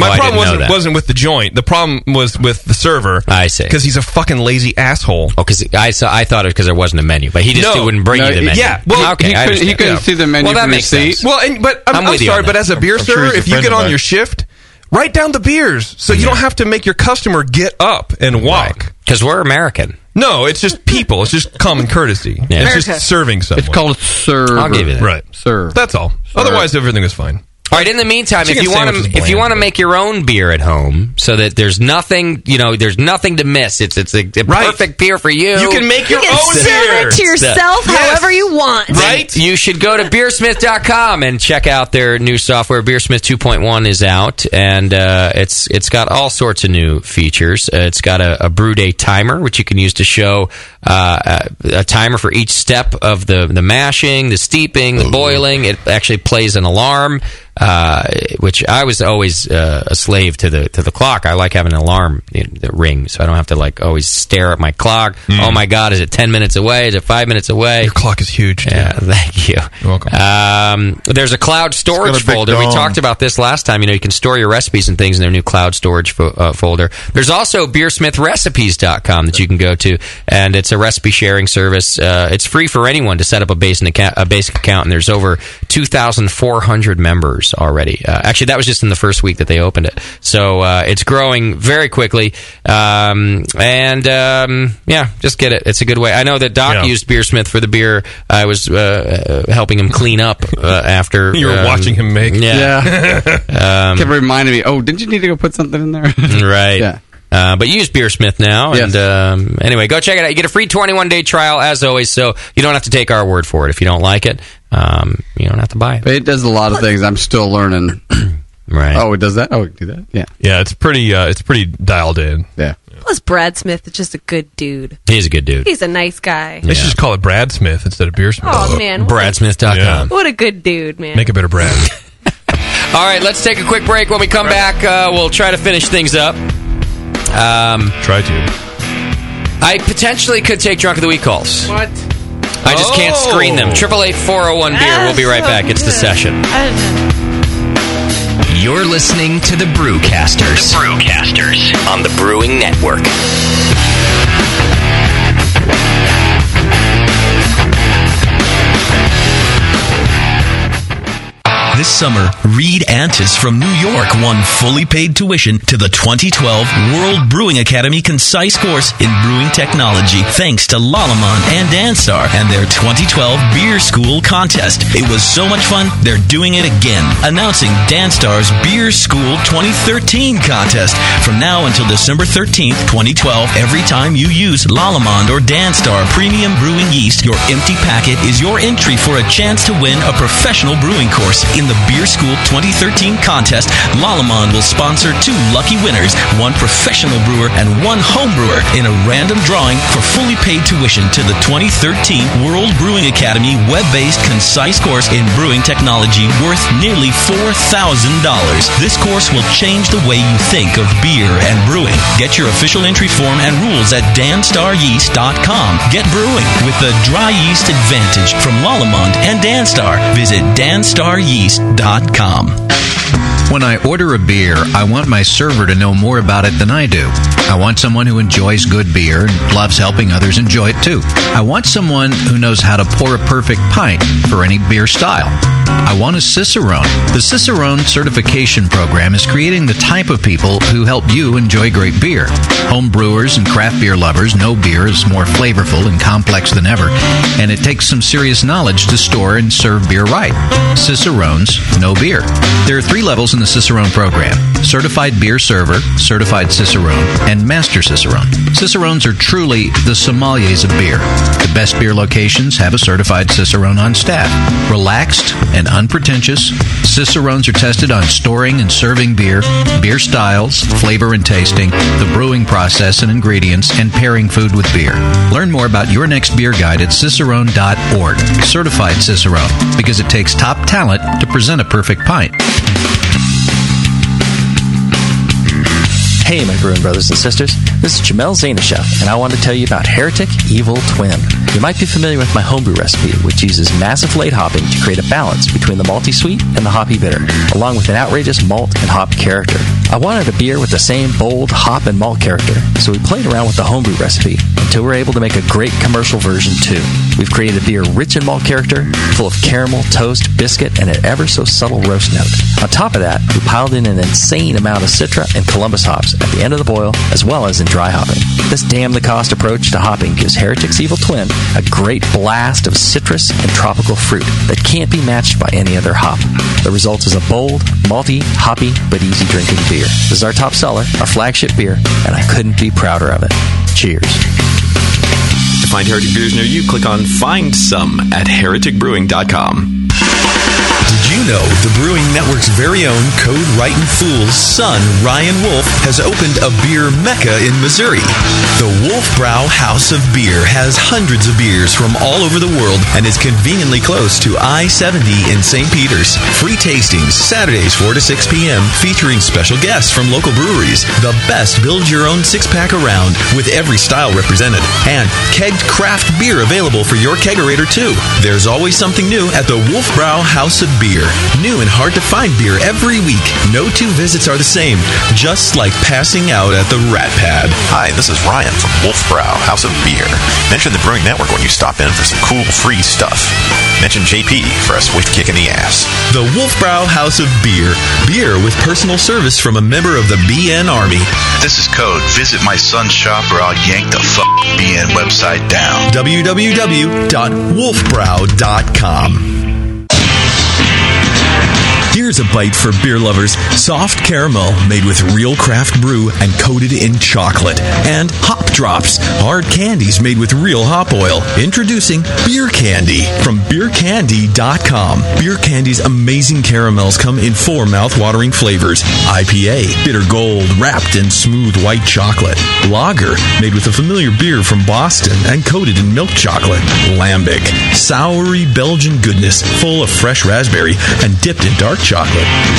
S5: Oh,
S9: my
S5: I
S9: problem
S5: didn't know
S9: wasn't
S5: that.
S9: wasn't with the joint. The problem was with the server.
S5: I see.
S9: because he's a fucking lazy asshole.
S5: Oh, because I saw I thought it because there wasn't a menu, but he just
S9: No.
S5: wouldn't bring
S9: No,
S5: you the
S9: he-
S5: menu.
S9: yeah, well,
S5: okay,
S9: he
S5: I
S9: couldn't-
S5: understand.
S9: he couldn't
S5: Yeah.
S9: see the menu
S5: Well, that
S9: from his
S5: makes
S9: seat.
S5: sense.
S9: Well, and- but I'm- I'm
S5: with you
S9: sorry,
S5: on
S9: but
S5: that.
S9: as a beer server, if you get on your shift, write down the beers so you don't have to make your customer get up and walk.
S5: Because we're American.
S9: No, it's just people. It's just common courtesy.
S5: Yeah.
S9: It's just
S27: America.
S9: serving someone.
S27: It's called serve.
S9: I'll give you that.
S27: Right. Serve.
S9: That's all. Otherwise, everything was fine.
S5: All right. In the meantime, if
S15: Chicken
S5: you want
S15: sandwich
S5: to,
S15: is
S5: if you
S15: bland,
S5: want to make your own beer at home, so that there's nothing, you know, there's nothing to miss. It's it's a, a perfect beer for you.
S15: You can make your
S11: You can
S15: own
S11: serve
S15: beer.
S11: it to yourself
S15: Yes.
S11: however you want.
S5: Right? You should go to beersmith.com and check out their new software. Beersmith 2.1 is out, and uh, it's it's got all sorts of new features. Uh, it's got a, a brew day timer, which you can use to show uh, a, a timer for each step of the, the mashing, the steeping, the boiling. It actually plays an alarm. Uh, which I was always uh, a slave to the to the clock. I like having an alarm that ring, so I don't have to like always stare at my clock. Oh my God, is it ten minutes away? Is it five minutes away? Your
S9: clock is huge.
S5: Yeah, thank you. You're welcome. Um, there's a cloud
S15: got
S5: storage
S15: a big
S5: folder. We
S15: dome.
S5: talked about this last time. You know, you can store your recipes and things in their new cloud storage fo- uh, folder. There's also beersmithrrecipes.com that you can go to, and it's a recipe sharing service. Uh, it's free for anyone to set up a basic account, a basic account, and there's over 2,400 members already. Uh, actually, that was just in the first week that they opened it, so uh, it's growing very quickly. Um, and um, yeah, just get it. It's a good way. I know that Doc used Beersmith for the beer. I was uh, uh, helping him clean up uh,
S9: (laughs)
S5: after
S9: You were watching him make.
S5: (laughs) Yeah, Um,
S4: Kept reminding me. Oh, didn't you need to go put something in there?
S5: right. Uh, but you use Beersmith now, and um, anyway, go check it out. You get a free 21 day trial as always, so you don't have to take our word for it. If you don't like it, um, you don't have to buy it.
S4: But it does a lot of things. I'm still learning.
S5: right.
S4: Oh, it does that. Oh, it do that. Yeah.
S9: Yeah, it's pretty. Uh, it's pretty dialed in.
S4: Yeah,
S11: Plus, Brad Smith is just a good dude.
S5: he's a good dude.
S11: He's a nice guy.
S9: They should just call it Brad Smith instead of Beer Smith.
S11: Oh, man.
S5: BradSmith.com.
S11: What a good dude, man.
S9: Make a better Brad.
S5: All right, let's take a quick break. When we come back, uh, we'll try to finish things up. Um,
S9: try to.
S5: I potentially could take drunk of the week calls.
S16: What?
S5: I just can't screen them.
S16: Oh.
S5: Triple eight four zero one beer. We'll be right back. It's the session.
S15: You're listening to the Brewcasters. The Brewcasters on the Brewing Network.
S3: This summer, Reed Antis from New York won fully paid tuition to the 2012 World Brewing Academy Concise Course in Brewing Technology thanks to Lalaman and Ansar and their 2012 Beer School Contest. It was so much fun, they're doing it again. Announcing Danstar's Beer School 2013 contest. From now until December 13th, 2012, every time you use Lalamond or Danstar Premium Brewing Yeast, your empty packet is your entry for a chance to win a professional brewing course in the Beer School 2013 contest. Lalamond will sponsor two lucky winners, one professional brewer and one home brewer, in a random drawing for fully paid tuition to the 2013 World Brewing Academy web-based concise course in brewing technology worth nearly $4,000. This course will change the way you think of beer and brewing. Get your official entry form and rules at danstaryeast.com. Get brewing with the dry yeast advantage from Lalamond and Danstar. Visit danstaryeast.com.
S24: When I order a beer, I want my server to know more about it than I do. I want someone who enjoys good beer and loves helping others enjoy it too. I want someone who knows how to pour a perfect pint for any beer style. I want a Cicerone. The Cicerone certification program is creating the type of people who help you enjoy great beer. Home brewers and craft beer lovers know beer is more flavorful and complex than ever, and it takes some serious knowledge to store and serve beer right. Cicerone's No Beer. There are three levels in the Cicerone program certified beer server, certified Cicerone, and master Cicerone. Cicerones are truly the sommeliers of beer. The best beer locations have a certified Cicerone on staff. Relaxed and unpretentious, Cicerones are tested on storing and serving beer, beer styles, flavor and tasting, the brewing process and ingredients, and pairing food with beer. Learn more about your next beer guide at cicerone.org. Certified Cicerone, because it takes top talent to present a perfect pint.
S6: Hey, my brewing brothers and sisters. This is Jamel Zanishev, and I want to tell you about Heretic Evil Twin. You might be familiar with my homebrew recipe, which uses massive late hopping to create a balance between the malty sweet and the hoppy bitter, along with an outrageous malt and hop character. I wanted a beer with the same bold hop and malt character, so we played around with the homebrew recipe until we were able to make a great commercial version too. We've created a beer rich in malt character, full of caramel, toast, biscuit, and an ever so subtle roast note. On top of that, we piled in an insane amount of Citra and Columbus hops at the end of the boil, as well as in dry hopping. This damn the cost approach to hopping gives Heretic's Evil Twin a great blast of citrus and tropical fruit that can't be matched by any other hop. The result is a bold, malty, hoppy, but easy drinking beer. This is our top seller, our flagship beer, and I couldn't be prouder of it. Cheers.
S22: To find Heretic Beers near you, click on Find Some at hereticbrewing.com.
S3: Did you know the Brewing Network's very own Code Writing Fool's son, Ryan Wolf, has opened a beer mecca in Missouri? The Wolf Brow House of Beer has hundreds of beers from all over the world and is conveniently close to I 70 in St. Peter's. Free tastings Saturdays 4 to 6 p.m. featuring special guests from local breweries. The best build your own six pack around with every style represented. And kegged craft beer available for your kegerator too. There's always something new at the Wolf Brow House of Beer. New and hard to find beer every week. No two visits are the same, just like passing out at the Rat Pad.
S12: Hi, this is Ryan from Wolfbrow House of Beer. Mention the Brewing Network when you stop in for some cool free stuff. Mention JP for a swift kick in the ass.
S3: The Wolfbrow House of Beer. Beer with personal service from a member of the BN Army.
S28: This is Code. Visit my son's shop or I'll yank the fuck BN website down.
S3: www.wolfbrow.com. Here's a bite for beer lovers. Soft caramel made with real craft brew and coated in chocolate. And hop drops, hard candies made with real hop oil. Introducing beer candy from beercandy.com. Beer candy's amazing caramels come in four mouth-watering flavors. IPA, bitter gold wrapped in smooth white chocolate. Lager, made with a familiar beer from Boston and coated in milk chocolate. Lambic, soury Belgian goodness full of fresh raspberry and dipped in dark chocolate.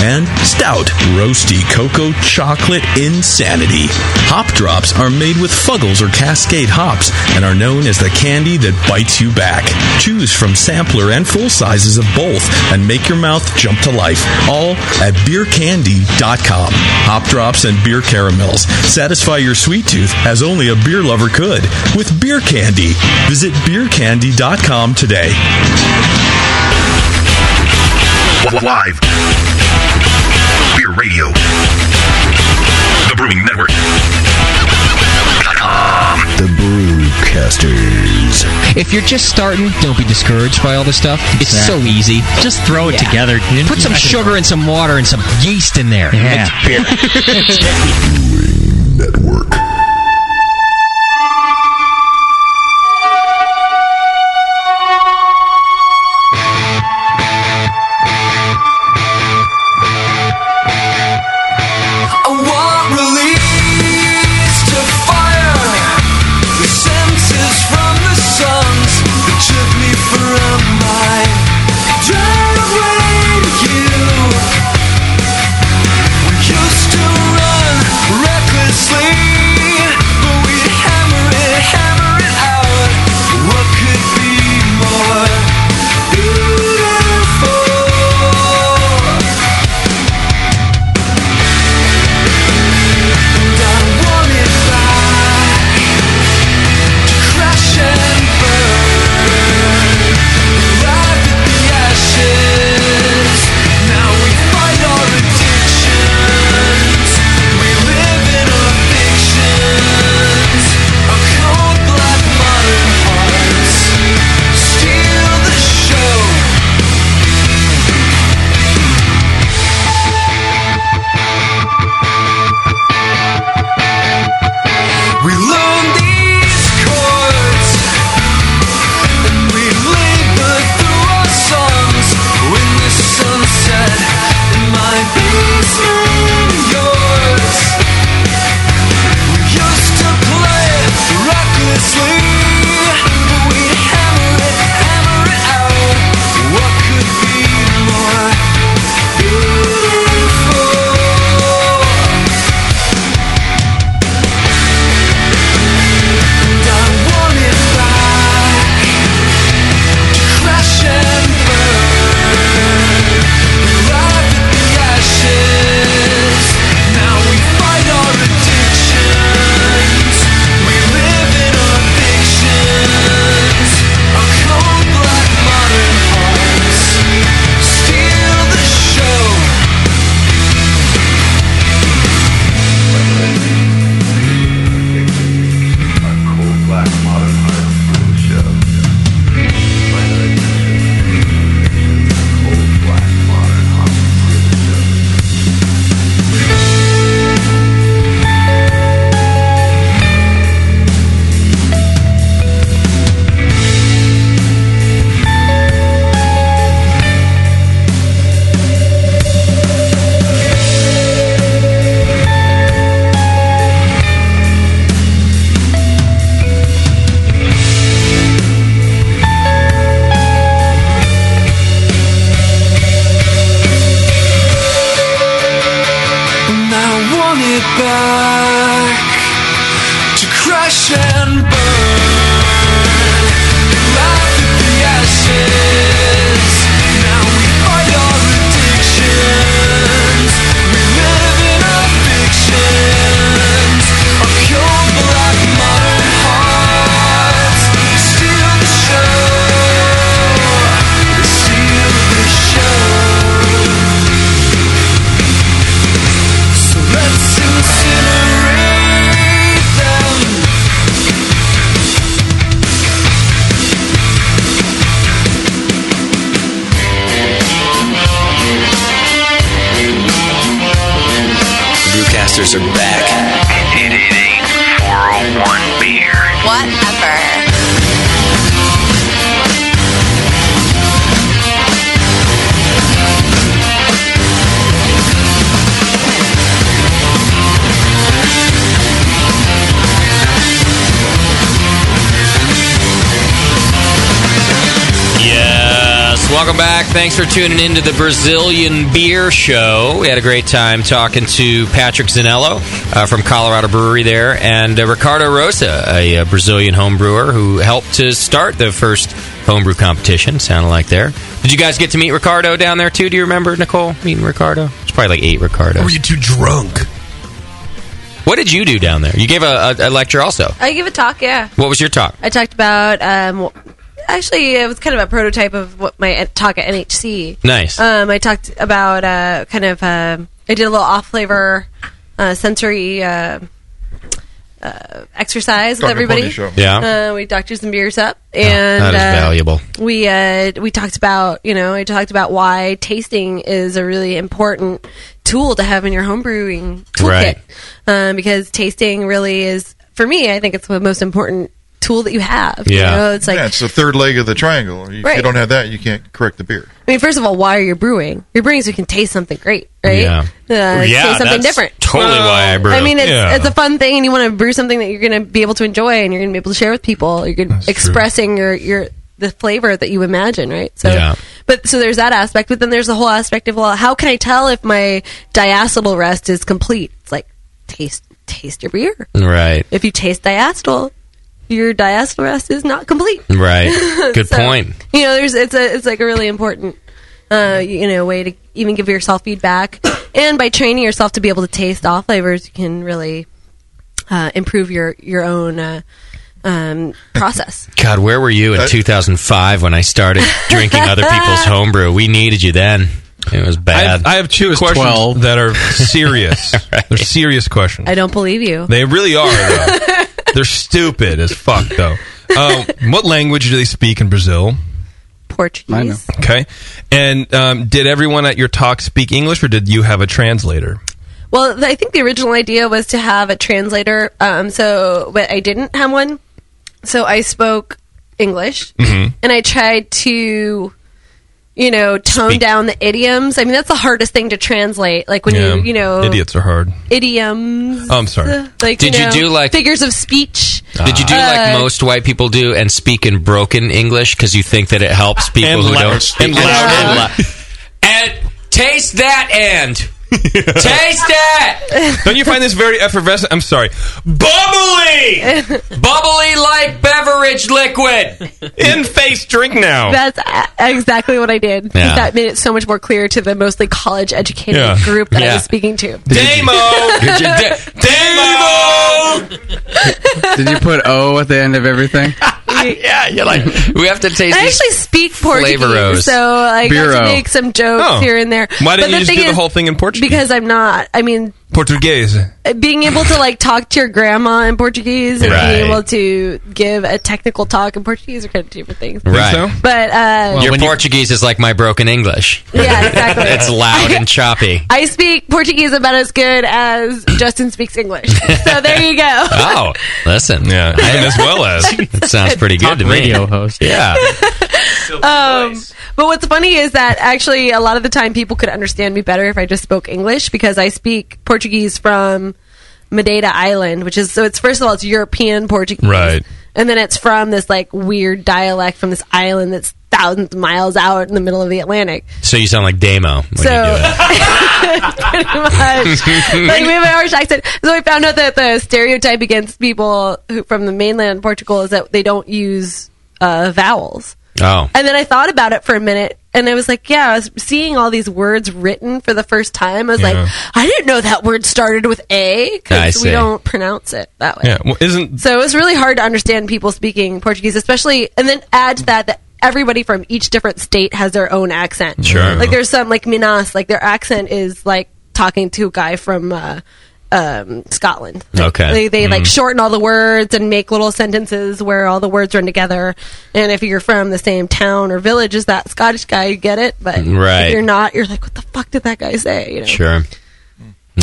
S3: And stout, roasty cocoa chocolate insanity. Hop drops are made with fuggles or cascade hops and are known as the candy that bites you back. Choose from sampler and full sizes of both and make your mouth jump to life. All at beercandy.com. Hop drops and beer caramels satisfy your sweet tooth as only a beer lover could with beer candy. Visit beercandy.com today.
S12: Live. Beer Radio. The Brewing Network.
S19: The Brewcasters.
S23: If you're just starting, don't be discouraged by all this stuff. It's so
S19: Exactly.
S23: easy.
S19: Just throw it
S23: Yeah.
S19: together.
S23: Put some sugar and some water and some yeast in there.
S19: Yeah.
S23: It's beer.
S14: I want release to fire the senses from the suns that took me for a mile. Drive away to you. We used to run recklessly
S19: Brewers are back.
S15: It ain't 401 beer.
S20: Whatever.
S5: Yes. Welcome back. Thanks for tuning in to the Brazilian Beer Show. We had a great time talking to Patrick Zanello uh, from Colorado Brewery there and uh, Ricardo Rosa, a, uh Brazilian home brewer who helped to start the first homebrew competition, sounded like there. Did you guys get to meet Ricardo down there too? Do you remember, Nicole, meeting Ricardo? It's probably like eight Ricardo.
S17: Were you too drunk?
S5: What did you do down there? You gave a, a, a lecture also.
S11: I give a talk, yeah.
S5: What was your talk?
S11: I talked about um, actually it was kind of a prototype of what my ed- talk at NHC.
S5: Nice.
S11: Um, I talked about uh, kind of uh, I did a little off flavor uh, sensory uh, uh, exercise
S5: Dr.
S11: with everybody.
S5: Pony show. Yeah.
S11: Uh, we doctors and beers up
S5: that
S11: and
S5: is
S11: uh,
S5: valuable.
S11: we uh, we talked about you know I talked about why tasting is a really important tool to have in your home brewing toolkit
S5: Right.
S11: um, because tasting really is for me I think it's the most important tool that you have. You know, it's like
S10: yeah, it's the third leg of the triangle. If
S11: Right.
S10: you don't have that, you can't correct the beer.
S11: I mean, first of all, why are you brewing? You're brewing so you can taste something great, right?
S10: Yeah.
S11: Uh,
S10: Yeah,
S11: taste something
S10: that's
S11: different.
S5: totally why I brew.
S11: I mean, it's,
S5: Yeah.
S11: it's a fun thing, and you want to brew something that you're going to be able to enjoy, and you're going to be able to share with people. You're gonna, expressing your your the flavor that you imagine, right? So,
S5: Yeah.
S11: but so there's that aspect, but then there's the whole aspect of well, how can I tell if my diacetyl rest is complete? It's like taste taste your beer.
S5: Right.
S11: If you taste diacetyl, your diacetyl rest is not complete.
S5: Right. Good
S11: So,
S5: point.
S11: (laughs) You know, there's it's a it's like a really important uh, you know way to even give yourself (coughs) feedback, and by training yourself to be able to taste all flavors, you can really uh, improve your your own uh, (coughs) um, process.
S5: God, where were you
S9: Uh,
S5: in 2005 when I started drinking other
S11: (laughs)
S5: people's homebrew? We needed you then. It was bad.
S9: I have two questions
S14: (laughs)
S9: that are serious. They're serious questions.
S11: I don't believe you.
S9: They really
S11: (laughs)
S9: are. though. They're stupid as fuck, though. Um, what language do they speak in Brazil?
S11: Portuguese. I know.
S9: Okay. And um, did everyone at your talk speak English, or did you have a translator?
S11: Well, th- I think the original idea was to have a translator, um, so but I didn't have one, so I spoke English.
S14: Mm-hmm.
S11: and I tried to, you know, tone
S9: Speak.
S11: down the idioms. I mean, that's the hardest thing to translate. Like when you, you know,
S9: idiots are hard.
S11: idioms.
S9: Oh, I'm sorry.
S11: Like,
S5: Did you
S11: know,
S5: do, like-
S11: figures of speech?
S5: Did you do like
S11: Uh,
S5: most white people do and speak in broken English because you think that it helps people
S14: And
S5: who
S14: loud.
S5: don't
S14: And loud.
S5: And taste that
S9: (laughs)
S5: and
S14: (laughs)
S5: taste that.
S9: Don't you find this very effervescent? I'm sorry. (laughs)
S5: Bubbly, bubbly like beverage liquid.
S9: In face, drink now.
S11: That's a- exactly what I did. 'cause
S9: Yeah.
S11: That made it so much more clear to the mostly college educated
S9: Yeah.
S11: group that I
S9: Yeah.
S11: was speaking to.
S5: (laughs)
S9: Damo!
S21: Did you-
S4: (laughs)
S5: Damo!
S21: Did you put O at the end of everything?
S5: yeah, you're like we have (laughs) to taste.
S11: I actually speak Portuguese,
S21: Flavorous.
S11: so I got
S21: Bureau.
S11: to make some jokes
S9: Oh.
S11: here and there.
S9: Why
S11: But
S9: didn't you just
S11: thing
S9: do the
S11: is,
S9: whole thing in Portuguese?
S11: Because I'm not. I mean,
S9: Portuguese.
S11: being able to like talk to your grandma in Portuguese and
S9: Right.
S11: being able to give a technical talk in Portuguese are kind of two different things.
S5: Right. so?
S11: But uh,
S5: Your Portuguese is like my broken English.
S11: Yeah, exactly.
S5: it's loud and choppy.
S11: I speak Portuguese about as good as Justin speaks English. So there you go. (laughs)
S5: Oh, listen. (laughs) Yeah,
S9: even as well as.
S5: It sounds pretty good
S7: Talk
S5: to me.
S7: radio host.
S5: (laughs) Yeah.
S11: Um, but what's funny is that actually a lot of the time people could understand me better if I just spoke English because I speak Portuguese from Madeira Island, which is so it's first of all it's European Portuguese,
S9: Right.
S11: And then it's from this like weird dialect from this island that's thousands of miles out in the middle of the Atlantic.
S5: So you sound like Damo.
S11: so (laughs) pretty much,
S9: (laughs)
S11: like we have an Irish accent. So I found out that the stereotype against people who, from the mainland Portugal is that they don't use uh, vowels.
S5: Oh.
S11: And then I thought about it for a minute, and I was like, yeah, I was seeing all these words written for the first time. I was
S9: Yeah.
S11: like, I didn't know that word started with A
S9: I
S11: because
S9: see.
S11: we don't pronounce it that way.
S9: Yeah. Well, isn't
S11: So it was really hard to understand people speaking Portuguese, especially, and then add to that that everybody from each different state has their own accent.
S14: Sure.
S11: Like there's some like Minas, like their accent is like talking to a guy from. Uh, um, Scotland.
S5: Okay.
S11: They, they like
S5: Mm.
S11: shorten all the words and make little sentences where all the words run together. And if you're from the same town or village as that Scottish guy, you get it. But
S5: Right.
S11: if you're not, you're like, what the fuck did that guy say? You know?
S5: Sure.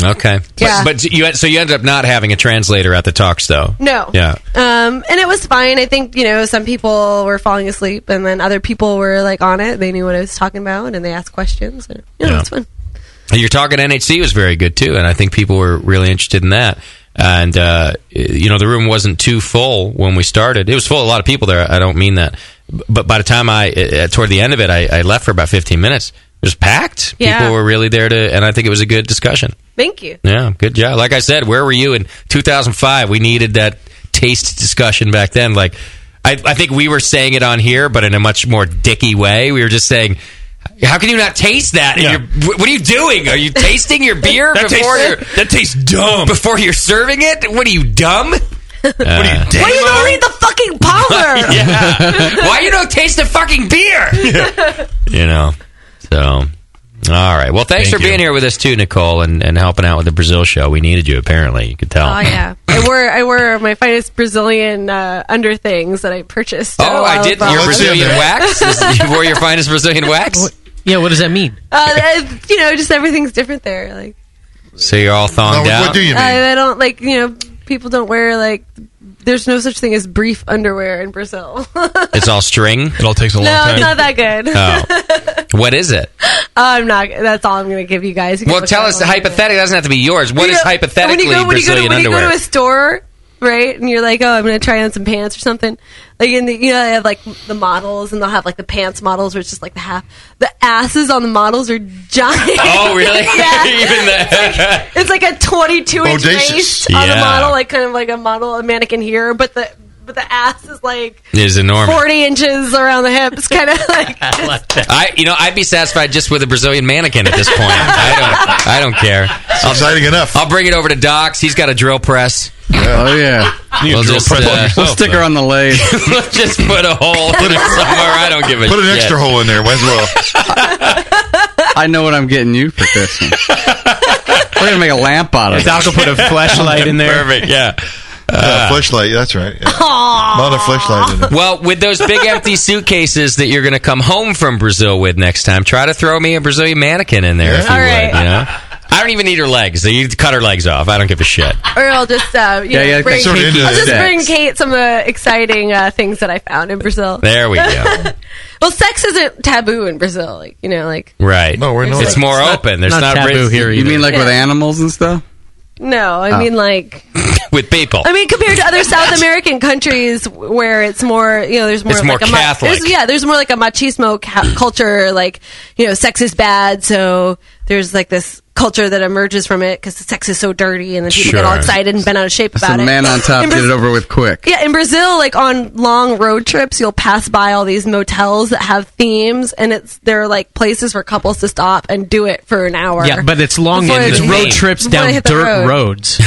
S5: Okay.
S11: Yeah.
S5: But, but you so you ended up not having a translator at the talks though.
S11: No.
S5: Yeah.
S11: Um, and it was fine. I think, you know, some people were falling asleep and then other people were like on it. They knew what I was talking about and they asked questions. And, you know,
S5: Yeah.
S11: it's fun.
S5: Your talk at NHC was very good too, and I think people were really interested in that. And uh, you know, the room wasn't too full when we started. It was full of a lot of people there. I don't mean that, but by the time I uh, toward the end of it, I, I left for about fifteen minutes. It was packed.
S11: Yeah.
S5: People were really there to, and I think it was a good discussion.
S11: Thank you.
S5: Yeah, good job. Like I said, where were you in 2005? We needed that taste discussion back then. Like, I, I think we were saying it on here, but in a much more dicky way. We were just saying, how can you not taste that? And you're, wh- what are you doing? Are you tasting your beer
S14: That
S5: before
S14: tastes-
S5: you're, that tastes dumb before you're serving it? What are you dumb? what are
S11: Why you don't read the fucking parlor?
S5: (laughs) yeah. (laughs) Why you don't taste the fucking (laughs) beer? you know. So, all right. Well, thanks
S11: Thank
S5: for being here with us too, Nicole, and, and helping out with the Brazil show. We needed you, apparently. You could tell.
S11: Oh yeah, (laughs) I wore I wore my finest Brazilian uh, under things that I purchased. uh,
S5: Oh, I did your Brazilian wax. Is- you wore your finest Brazilian wax.
S7: Yeah, what does that mean?
S11: Uh, that- you know, just everything's different there. Like
S5: So you're all thonged out.
S11: I, I don't like you know people don't wear like there's no such thing as brief underwear in Brazil. (laughs) no,
S5: It's all string. It all takes a
S11: it's not that good.
S5: Oh, what is it?
S11: (laughs) I'm not. That's all I'm going to give you guys. You can
S5: Well,
S11: look
S5: tell
S11: it
S5: us.
S11: up.
S5: Hypothetically, it doesn't have to be yours. What
S11: You
S5: is
S11: know,
S5: hypothetically
S11: when you go, when you go to-
S5: Brazilian
S11: when you go
S5: underwear?
S11: to a store, right, and you're like, oh, I'm going to try on some pants or something. Like, in the, you know, they have like the models, and they'll have like the pants models, where it's just like the half. The asses on the models are giant.
S5: Oh, really? (laughs) Even that.
S11: it's like a 22 inch
S5: Audacious.
S11: waist on a
S5: Yeah.
S11: model, like kind of like a model, a mannequin here, but the but the ass is like
S5: It
S21: (laughs)
S5: is enormous.
S11: 40 inches around the hips, kind of (laughs) like.
S5: I, you know, I'd be satisfied just with a Brazilian mannequin at this point. I don't, I don't care. I'll, exciting enough. I'll bring it over to Docs. He's got a drill press.
S21: Oh yeah.
S5: We'll just, uh,
S21: we'll stick her on the lathe.
S5: Let's (laughs) just put a (laughs) hole in it somewhere. I don't give a
S21: Put an
S5: shit.
S21: extra
S10: hole in there as well.
S21: (laughs) I know what I'm getting you for
S5: (laughs)
S21: Christmas. We're gonna make a lamp out of it.
S10: Doc will put a flashlight in there.
S5: Perfect. Yeah. Uh,
S10: yeah, flashlight. That's right. Yeah. Not a flashlight in it.
S5: Well, with those
S11: (laughs)
S5: big empty suitcases that you're going to come home from Brazil with next time, try to throw me a Brazilian mannequin in there if you
S11: All
S5: would.
S11: right.
S5: You know? I don't even need her legs. You cut her legs off. I don't give a shit.
S11: Or I'll just, uh, you
S5: Yeah,
S11: know,
S5: yeah,
S11: bring,
S5: sort of into
S11: I'll just
S5: sex.
S11: bring Kate some uh, exciting uh, things that I found in Brazil.
S5: There we go.
S11: (laughs) well, sex isn't taboo in Brazil. Like, you know, like
S5: Right.
S21: No, we're not.
S5: It's more
S21: It's not-
S5: open. There's
S21: not
S5: not,
S21: taboo
S5: ri-
S21: here You either. mean like with animals and stuff?
S11: no, I
S21: Oh.
S11: mean like
S5: with people.
S11: I mean compared to other South American countries where it's more, you know, there's more
S5: It's
S11: of
S5: more
S11: like a ma-
S5: Catholic.
S11: there's, yeah, there's more like a machismo ca- culture like, you know, sex is bad, so there's like this culture that emerges from it cuz sex is so dirty and then people get all
S21: Sure.
S11: excited and bent out of shape
S21: So
S11: about it.
S21: man on top,
S11: In
S21: get
S11: Brazil-
S21: it over with quick.
S11: Yeah, in Brazil, like on long road trips, you'll pass by all these motels that have themes, and it's they're like places for couples to stop and do it for an hour.
S7: Yeah, but it's long
S11: Before
S7: and it's
S11: they-
S7: road trips
S11: before
S7: down
S11: they hit the
S7: dirt
S11: road.
S7: roads,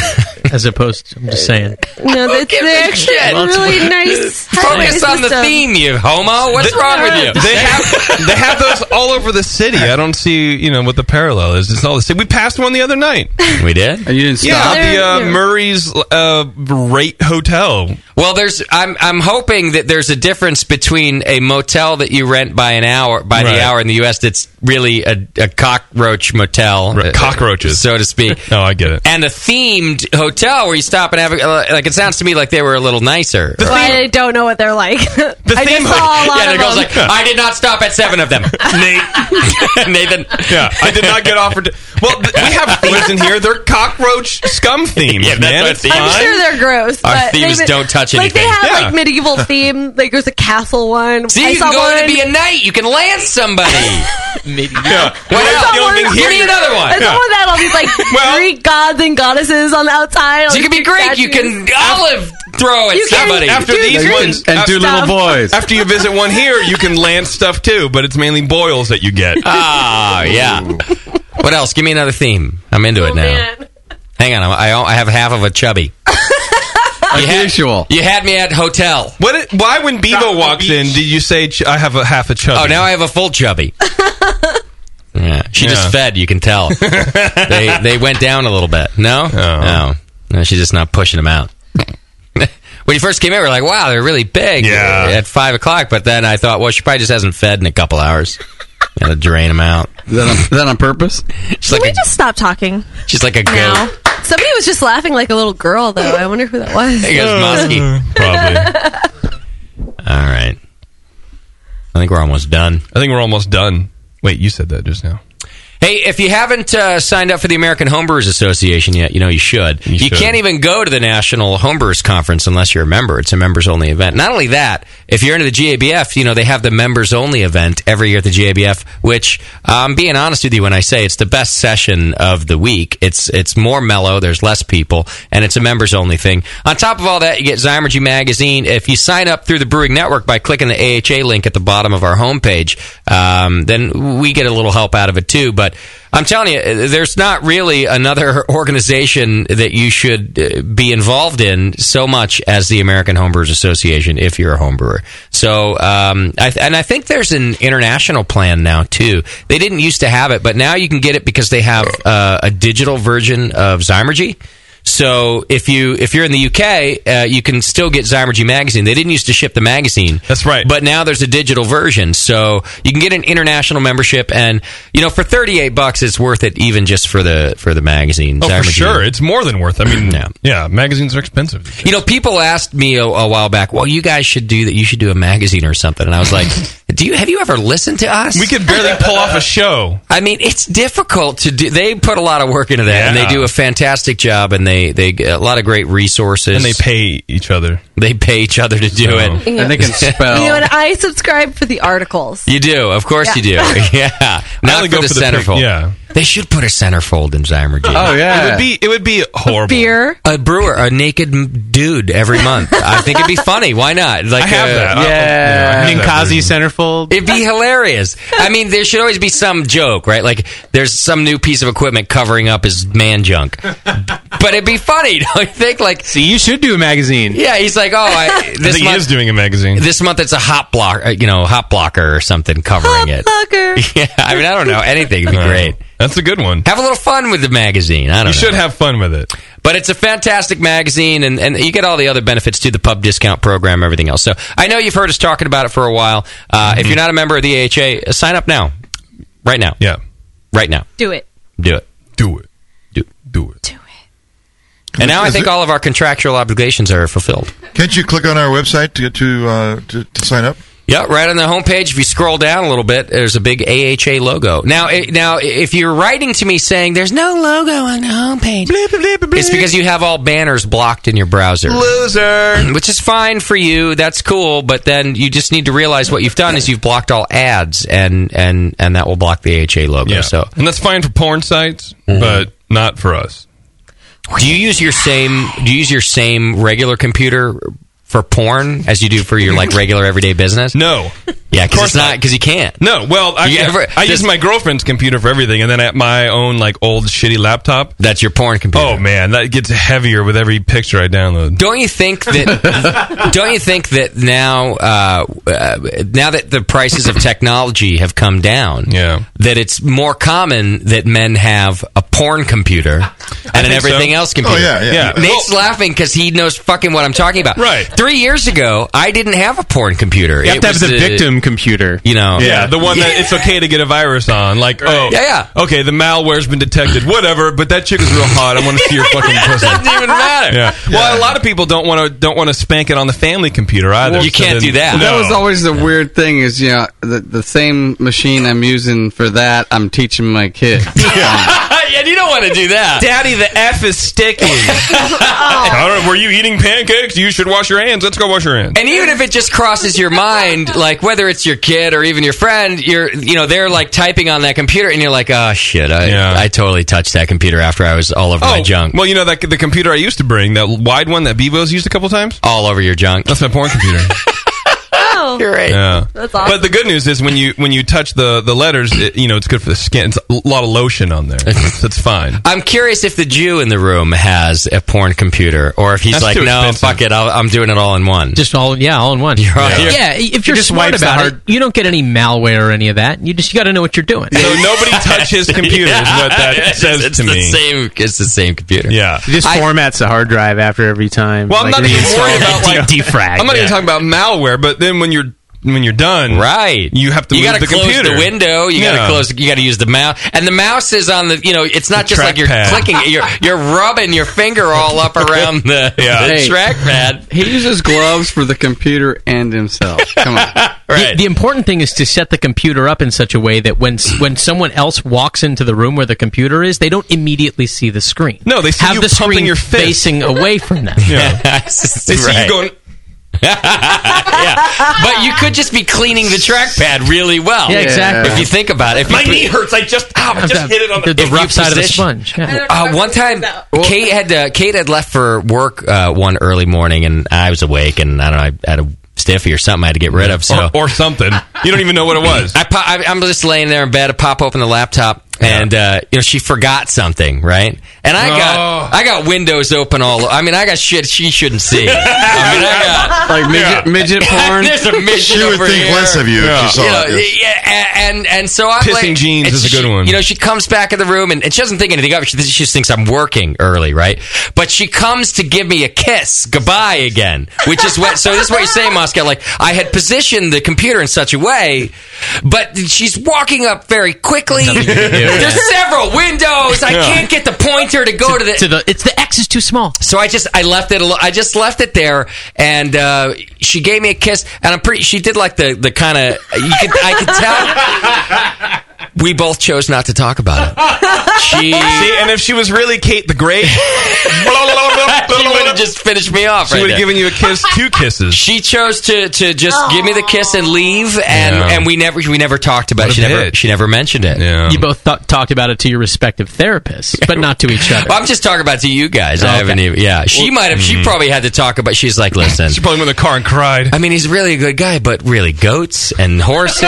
S7: as opposed. to, I'm just saying.
S11: No, it's, they're actually
S5: shit.
S11: really nice. highway
S5: Focus on the
S11: system.
S5: theme, you homo. What's wrong with you?
S9: They have they have those all over the city. I don't see you know what the parallel is. It's all the city. We passed one the other night.
S5: We did,
S9: and you didn't
S5: stop?
S9: Yeah, the uh,
S5: They're-
S9: Murray's uh, rate hotel.
S5: Well, there's. I'm. I'm hoping that there's a difference between a motel that you rent by an hour, by
S9: Right.
S5: the hour in the U.S. That's really a, a cockroach motel, cockroaches, so to
S9: (laughs)
S5: speak.
S9: no, I get it.
S5: And a themed hotel where you stop and have. A, uh, like it sounds to me like they were a little nicer.
S11: Well, I don't know what they're like. The I just saw a lot
S5: yeah, the
S11: of
S5: girl's
S11: them.
S5: like, I did not stop at
S9: (laughs)
S5: seven of them. Nate, (laughs) Nathan.
S9: Yeah, I did not get offered. To, well, th- we have themes in here. They're cockroach scum themes,
S5: (laughs) Yeah, that's
S9: man.
S5: our
S9: It's
S5: theme.
S11: I'm
S9: fine.
S11: sure they're gross.
S9: Our
S11: but
S9: themes
S11: they've-
S9: don't touch
S11: Like they
S9: anything.
S11: have
S9: Yeah.
S11: like medieval theme. Like there's a castle one.
S5: See,
S11: I
S5: you
S11: saw
S5: can go in
S11: one.
S5: and be a knight. You can land somebody.
S9: Yeah.
S5: What
S11: I saw
S5: else?
S11: one-
S5: Give me another one.
S11: I saw one that all these
S5: (laughs)
S11: like Greek gods and goddesses on the outside. all
S5: So you can
S11: these
S5: be Greek. You
S11: statues.
S5: can olive throw at
S11: You can
S5: Oh, somebody.
S9: After these ones
S21: and
S9: after-
S21: do little boys.
S9: After you visit one here, you can land stuff too, but it's mainly boils that you get.
S5: Ah, yeah. What else? Give me another theme. I'm into
S14: Oh,
S5: it now. Hang on, I, I have half of
S9: (laughs)
S5: a chubby. you had, usual. You had me at hotel.
S9: What? it- Why when Bevo walks in, did you say ch- I have a half a chubby?
S5: Oh, now I have a full chubby. Yeah, she just fed. You can tell they they went down a little bit. No, no, no. She's just not pushing them out. when you first came in, we were like, "Wow, they're really big." Yeah. At five o'clock, but then I thought, well, she probably just hasn't fed in a couple hours. Gotta drain them out. Is
S21: that on, is that on purpose?
S5: She's
S11: Can
S5: like
S11: we
S5: a,
S11: just stop talking
S5: she's like a goat.
S11: now? Somebody was just laughing like a little girl, though. I wonder who that was.
S5: There goes Mosky. All right. I think we're almost done.
S9: I think we're almost done. Wait, you said that just now.
S5: Hey, if you haven't uh, signed up for the American Homebrewers Association yet, you know you should. You,
S9: should.
S5: can't even go to the National Homebrewers Conference unless you're a member. It's a members only event. Not only that, if you're into the GABF, you know they have the members only event every year at the GABF. Which I'm being honest with you when I say it's the best session of the week. It's it's more mellow. There's less people, and it's a members only thing. On top of all that, you get Zymergy magazine. If you sign up through the Brewing Network by clicking the AHA link at the bottom of our homepage, um, then we get a little help out of it too. But I'm telling you, there's not really another (laughs) organization that you should uh, be involved in so much as the American Homebrewers Association if you're a homebrewer. So, um, I th- and I think there's an international plan now too. They didn't used to have it, but now you can get it because they have uh, a digital version of Zymergy. So if you if you're in the UK, uh, you can still get Zymergy magazine. They didn't used to ship the magazine. That's right. But now there's a digital version, so you can get an international membership, and you know for 38 bucks, it's worth it even just for the for the magazine.
S9: Oh, for
S5: Zymergy.
S9: sure. It's more than worth. I mean,
S5: (clears throat) Yeah.
S9: yeah, magazines are expensive.
S5: You know, people asked me a, a while back, "Well, you guys should do that. You should do a magazine or something." And
S9: (laughs)
S5: I was like, "Do you have you ever listened to us?
S9: We could barely pull off a show.
S5: I mean, it's difficult to do. They put a lot of work into that, (laughs) and they
S9: Yeah.
S5: do a fantastic job, and they they get a lot of great resources,
S9: And they pay each other.
S5: They pay each other to
S9: Oh.
S5: do
S11: (laughs)
S5: it,
S11: Yeah. And they
S5: (laughs)
S9: can
S11: You know, and I subscribe for the articles.
S5: You do, of course you do. (laughs) Yeah, not for
S9: only go
S5: the
S9: for the pic-
S5: centerfold.
S9: yeah. Oh,
S5: they should put a centerfold in Zymergy.
S9: it would be it would be horrible.
S11: beer.
S5: A brewer, a naked m- dude every month. I think it'd be funny. Why not? Like
S16: I have
S5: uh,
S16: that. Yeah. Ninkazi centerfold.
S5: It'd be hilarious. I mean, there should always be some joke, right? Like there's some new piece of equipment covering up his man junk. But it'd be funny, (laughs) don't you think? Like,
S16: see, you should do a magazine.
S5: Yeah, he's like, oh,
S9: (laughs)
S5: I,
S9: I think
S5: this
S9: he
S5: (laughs) month,
S9: is doing a magazine.
S5: this month it's a hot block, uh, you know, hot blocker or something covering it. Yeah, I mean, I don't know anything. It'd be great.
S9: That's a good one.
S5: Have a little fun with the magazine. I don't.
S9: You
S5: know.
S9: should have fun with it.
S5: But it's a fantastic magazine, and, and you get all the other benefits to the pub discount program, everything else. So I know you've heard us talking about it for a while. Uh,
S9: Mm-hmm.
S5: If you're not a member of the AHA, uh, sign up now, right now.
S9: Yeah,
S5: right now.
S11: Do it.
S5: Do it.
S9: Do it.
S5: Do
S9: do it.
S11: Do
S5: it. And now I
S10: Is
S5: think
S10: it-
S5: all of our contractual obligations are fulfilled.
S11: (laughs)
S10: Can't you click on our website to to uh, to, to sign up?
S5: Yeah, right on the homepage. If you scroll down a little bit, there's a big AHA logo. Now, i now, i- if you're writing to me saying there's no logo on the homepage, it's because you have all banners blocked in your browser.
S9: Loser.
S5: Which is fine for you. That's cool. But then you just need to realize what you've done is you've blocked all ads, and and and that will block the AHA logo.
S9: Yeah.
S5: So,
S9: and that's fine for porn sites,
S5: Mm-hmm.
S9: but not for us.
S5: do you use your same? Do you use your same regular computer? For porn, as you do for your like regular everyday business.
S9: No,
S5: yeah,
S9: Of course
S5: because it's not because you can't.
S9: No, well, I,
S5: You ever-
S9: I
S5: just-
S9: use my girlfriend's computer for everything, and then at my own like old shitty laptop.
S5: That's your porn computer.
S9: Oh man, that gets heavier with every picture I download.
S5: Don't you
S9: (laughs)
S5: think that? don't you think that now? Uh, uh, now that the prices of technology have come down, yeah. that it's more common that men have a porn computer and an
S9: think
S5: everything
S9: so.
S5: else computer.
S9: Oh, yeah, yeah. Yeah.
S5: Nate's laughing because he knows fucking what I'm talking about. Right. Three years ago, I didn't have a porn computer.
S16: You have
S5: It
S16: to have
S5: was
S16: the
S5: a-
S16: victim computer.
S5: You know.
S9: Oh, Yeah, the one
S5: (laughs)
S9: that it's okay to get a virus on. Like, oh,
S5: Yeah,
S9: okay, the malware's been detected, whatever. But that chick is real hot. I want to see your (laughs) fucking pussy.
S5: Doesn't even matter.
S9: Yeah. Well, a lot of people don't want to don't want to spank it on the family computer either. so then- No.
S21: That was always the weird thing is, you know, the, the same machine I'm using for that, I'm teaching my
S5: (laughs)
S21: kid.
S5: and you don't want to do that.
S9: Daddy, the F is
S5: (laughs)
S9: sticking.
S11: Oh.
S9: All right, were you eating pancakes? You should wash your hands. Let's go wash your hands.
S5: And even if it just crosses your mind, like whether it's your kid or even your friend, you're you know they're like typing on that computer, and you're like, oh shit, I I totally touched that computer after I was all over my junk,
S9: Oh, Well, you know that the computer I used to bring, that wide one that Bevo's used a couple times,
S5: all over your junk.
S9: That's my porn (laughs) computer.
S11: Oh,
S7: (laughs)
S5: you're right.
S9: yeah.
S11: That's awesome.
S9: But the good news is when you when you touch the the letters, it, you know it's good for the skin. It's a lot of lotion on there. so it's fine.
S5: I'm curious if the Jew in the room has a porn computer, or if he's
S9: That's
S5: like,
S9: too
S5: no,
S9: expensive.
S5: fuck it, I'll, I'm doing it all in one.
S7: Just all, yeah, all in one.
S5: You're
S7: yeah.
S5: right.
S7: if you're
S5: just
S7: smart
S5: wipes
S7: about
S5: the
S7: it, you don't get any malware or any of that. You just you got to know what you're doing.
S9: So nobody touch his computer is what that
S5: Yeah, (laughs) it's-
S9: says
S5: it's
S9: to
S5: the
S9: me.
S5: Same, it's the same computer.
S9: Yeah.
S16: It just formats the hard drive after every time.
S9: Well, I'm
S16: Like,
S9: not even
S16: reinstall
S9: worried
S16: it,
S9: about like
S16: defrag.
S9: I'm not even talking about malware, but then when you're when you're done,
S5: right?
S9: You have to
S5: you
S9: move
S5: gotta
S9: the
S5: close
S9: computer.
S5: the window. You
S9: Yeah.
S5: gotta close. You gotta use the mouse, and the mouse is on the. You know, it's not
S9: The
S5: just like you're
S9: trackpad.
S5: clicking. it. You're you're rubbing your finger all up around
S9: (laughs)
S5: the, the trackpad. (laughs)
S21: He uses gloves for the computer and himself. Come on.
S7: The, the important thing is to set the computer up in such a way that when s- when someone else walks into the room where the computer is, they don't immediately see
S15: (laughs)
S7: the screen. No,
S9: they see
S7: have
S9: you
S7: the
S9: pumping
S7: screen
S9: your fist.
S7: facing away from them.
S5: Yeah.
S9: They see you going.
S5: But you could just be cleaning the trackpad really well.
S9: Yeah, exactly.
S5: If you think about it, if you
S9: My
S5: put-
S9: knee hurts. I just ow, I just hit it on the,
S5: If you position- Uh, one time, Kate had uh, Kate had left for work uh, one early morning, and I was awake, and I don't know, I had a stiffy or something I had to get rid of, so
S9: or, or something. (laughs) You don't even know what it was.
S5: I, pop, I I'm just laying there in bed. I pop open the laptop, and uh, you know she forgot something, right? And I got I got windows open all. I mean, I got shit she shouldn't see. I mean, I got
S21: like
S15: (laughs)
S21: midget, midget porn.
S5: (laughs) There's a midget
S21: She would
S5: over
S21: think
S5: here.
S21: less of you if she saw
S5: know,
S21: it, yes.
S5: yeah, a- and and so I'm
S9: Pissing
S5: like,
S9: jeans
S5: and
S9: is a good
S5: she-
S9: one.
S5: You know, she comes back in the room and, and she doesn't think anything of it. She, she just thinks I'm working early, right? But she comes to give me a kiss goodbye again, which is what. so this is what you're saying, Moscow. Like I had positioned the computer in such a way, but she's walking up very quickly.
S7: Nothing you can do.
S5: There's several windows. I
S7: Yeah.
S5: can't get the pointer to go to the
S7: to the it's the X is too small.
S5: so I just I left it. alo- I just left it there, and uh, she gave me a kiss, and I'm pretty. She did like the the kind of you could I could tell. (laughs) We both chose not to talk about it. She
S9: See, and if she was really Kate the
S5: (laughs)
S9: Great, she
S5: would have just finished me off.
S9: She
S5: right
S9: would have
S5: there.
S9: given you a
S5: (laughs)
S9: kiss, two kisses.
S5: She chose to to just give me the kiss and leave, and
S9: Yeah.
S5: and we never we never talked about.
S7: What
S5: it.
S7: a
S5: She never
S7: bitch.
S5: she never mentioned it.
S9: Um,
S5: Yeah.
S7: You both th- talked about it to your respective therapists, but not to each other.
S5: Well, I'm just talking about to you guys. I
S7: Okay.
S5: haven't even. Yeah, she
S7: Well-
S5: might have. She
S7: Mhm.
S5: probably had to talk about. She's like,
S9: (laughs)
S5: listen. she
S9: mm-hmm. probably went in the car and cried.
S5: I mean, he's really a good guy, but really goats and
S9: (laughs)
S5: horses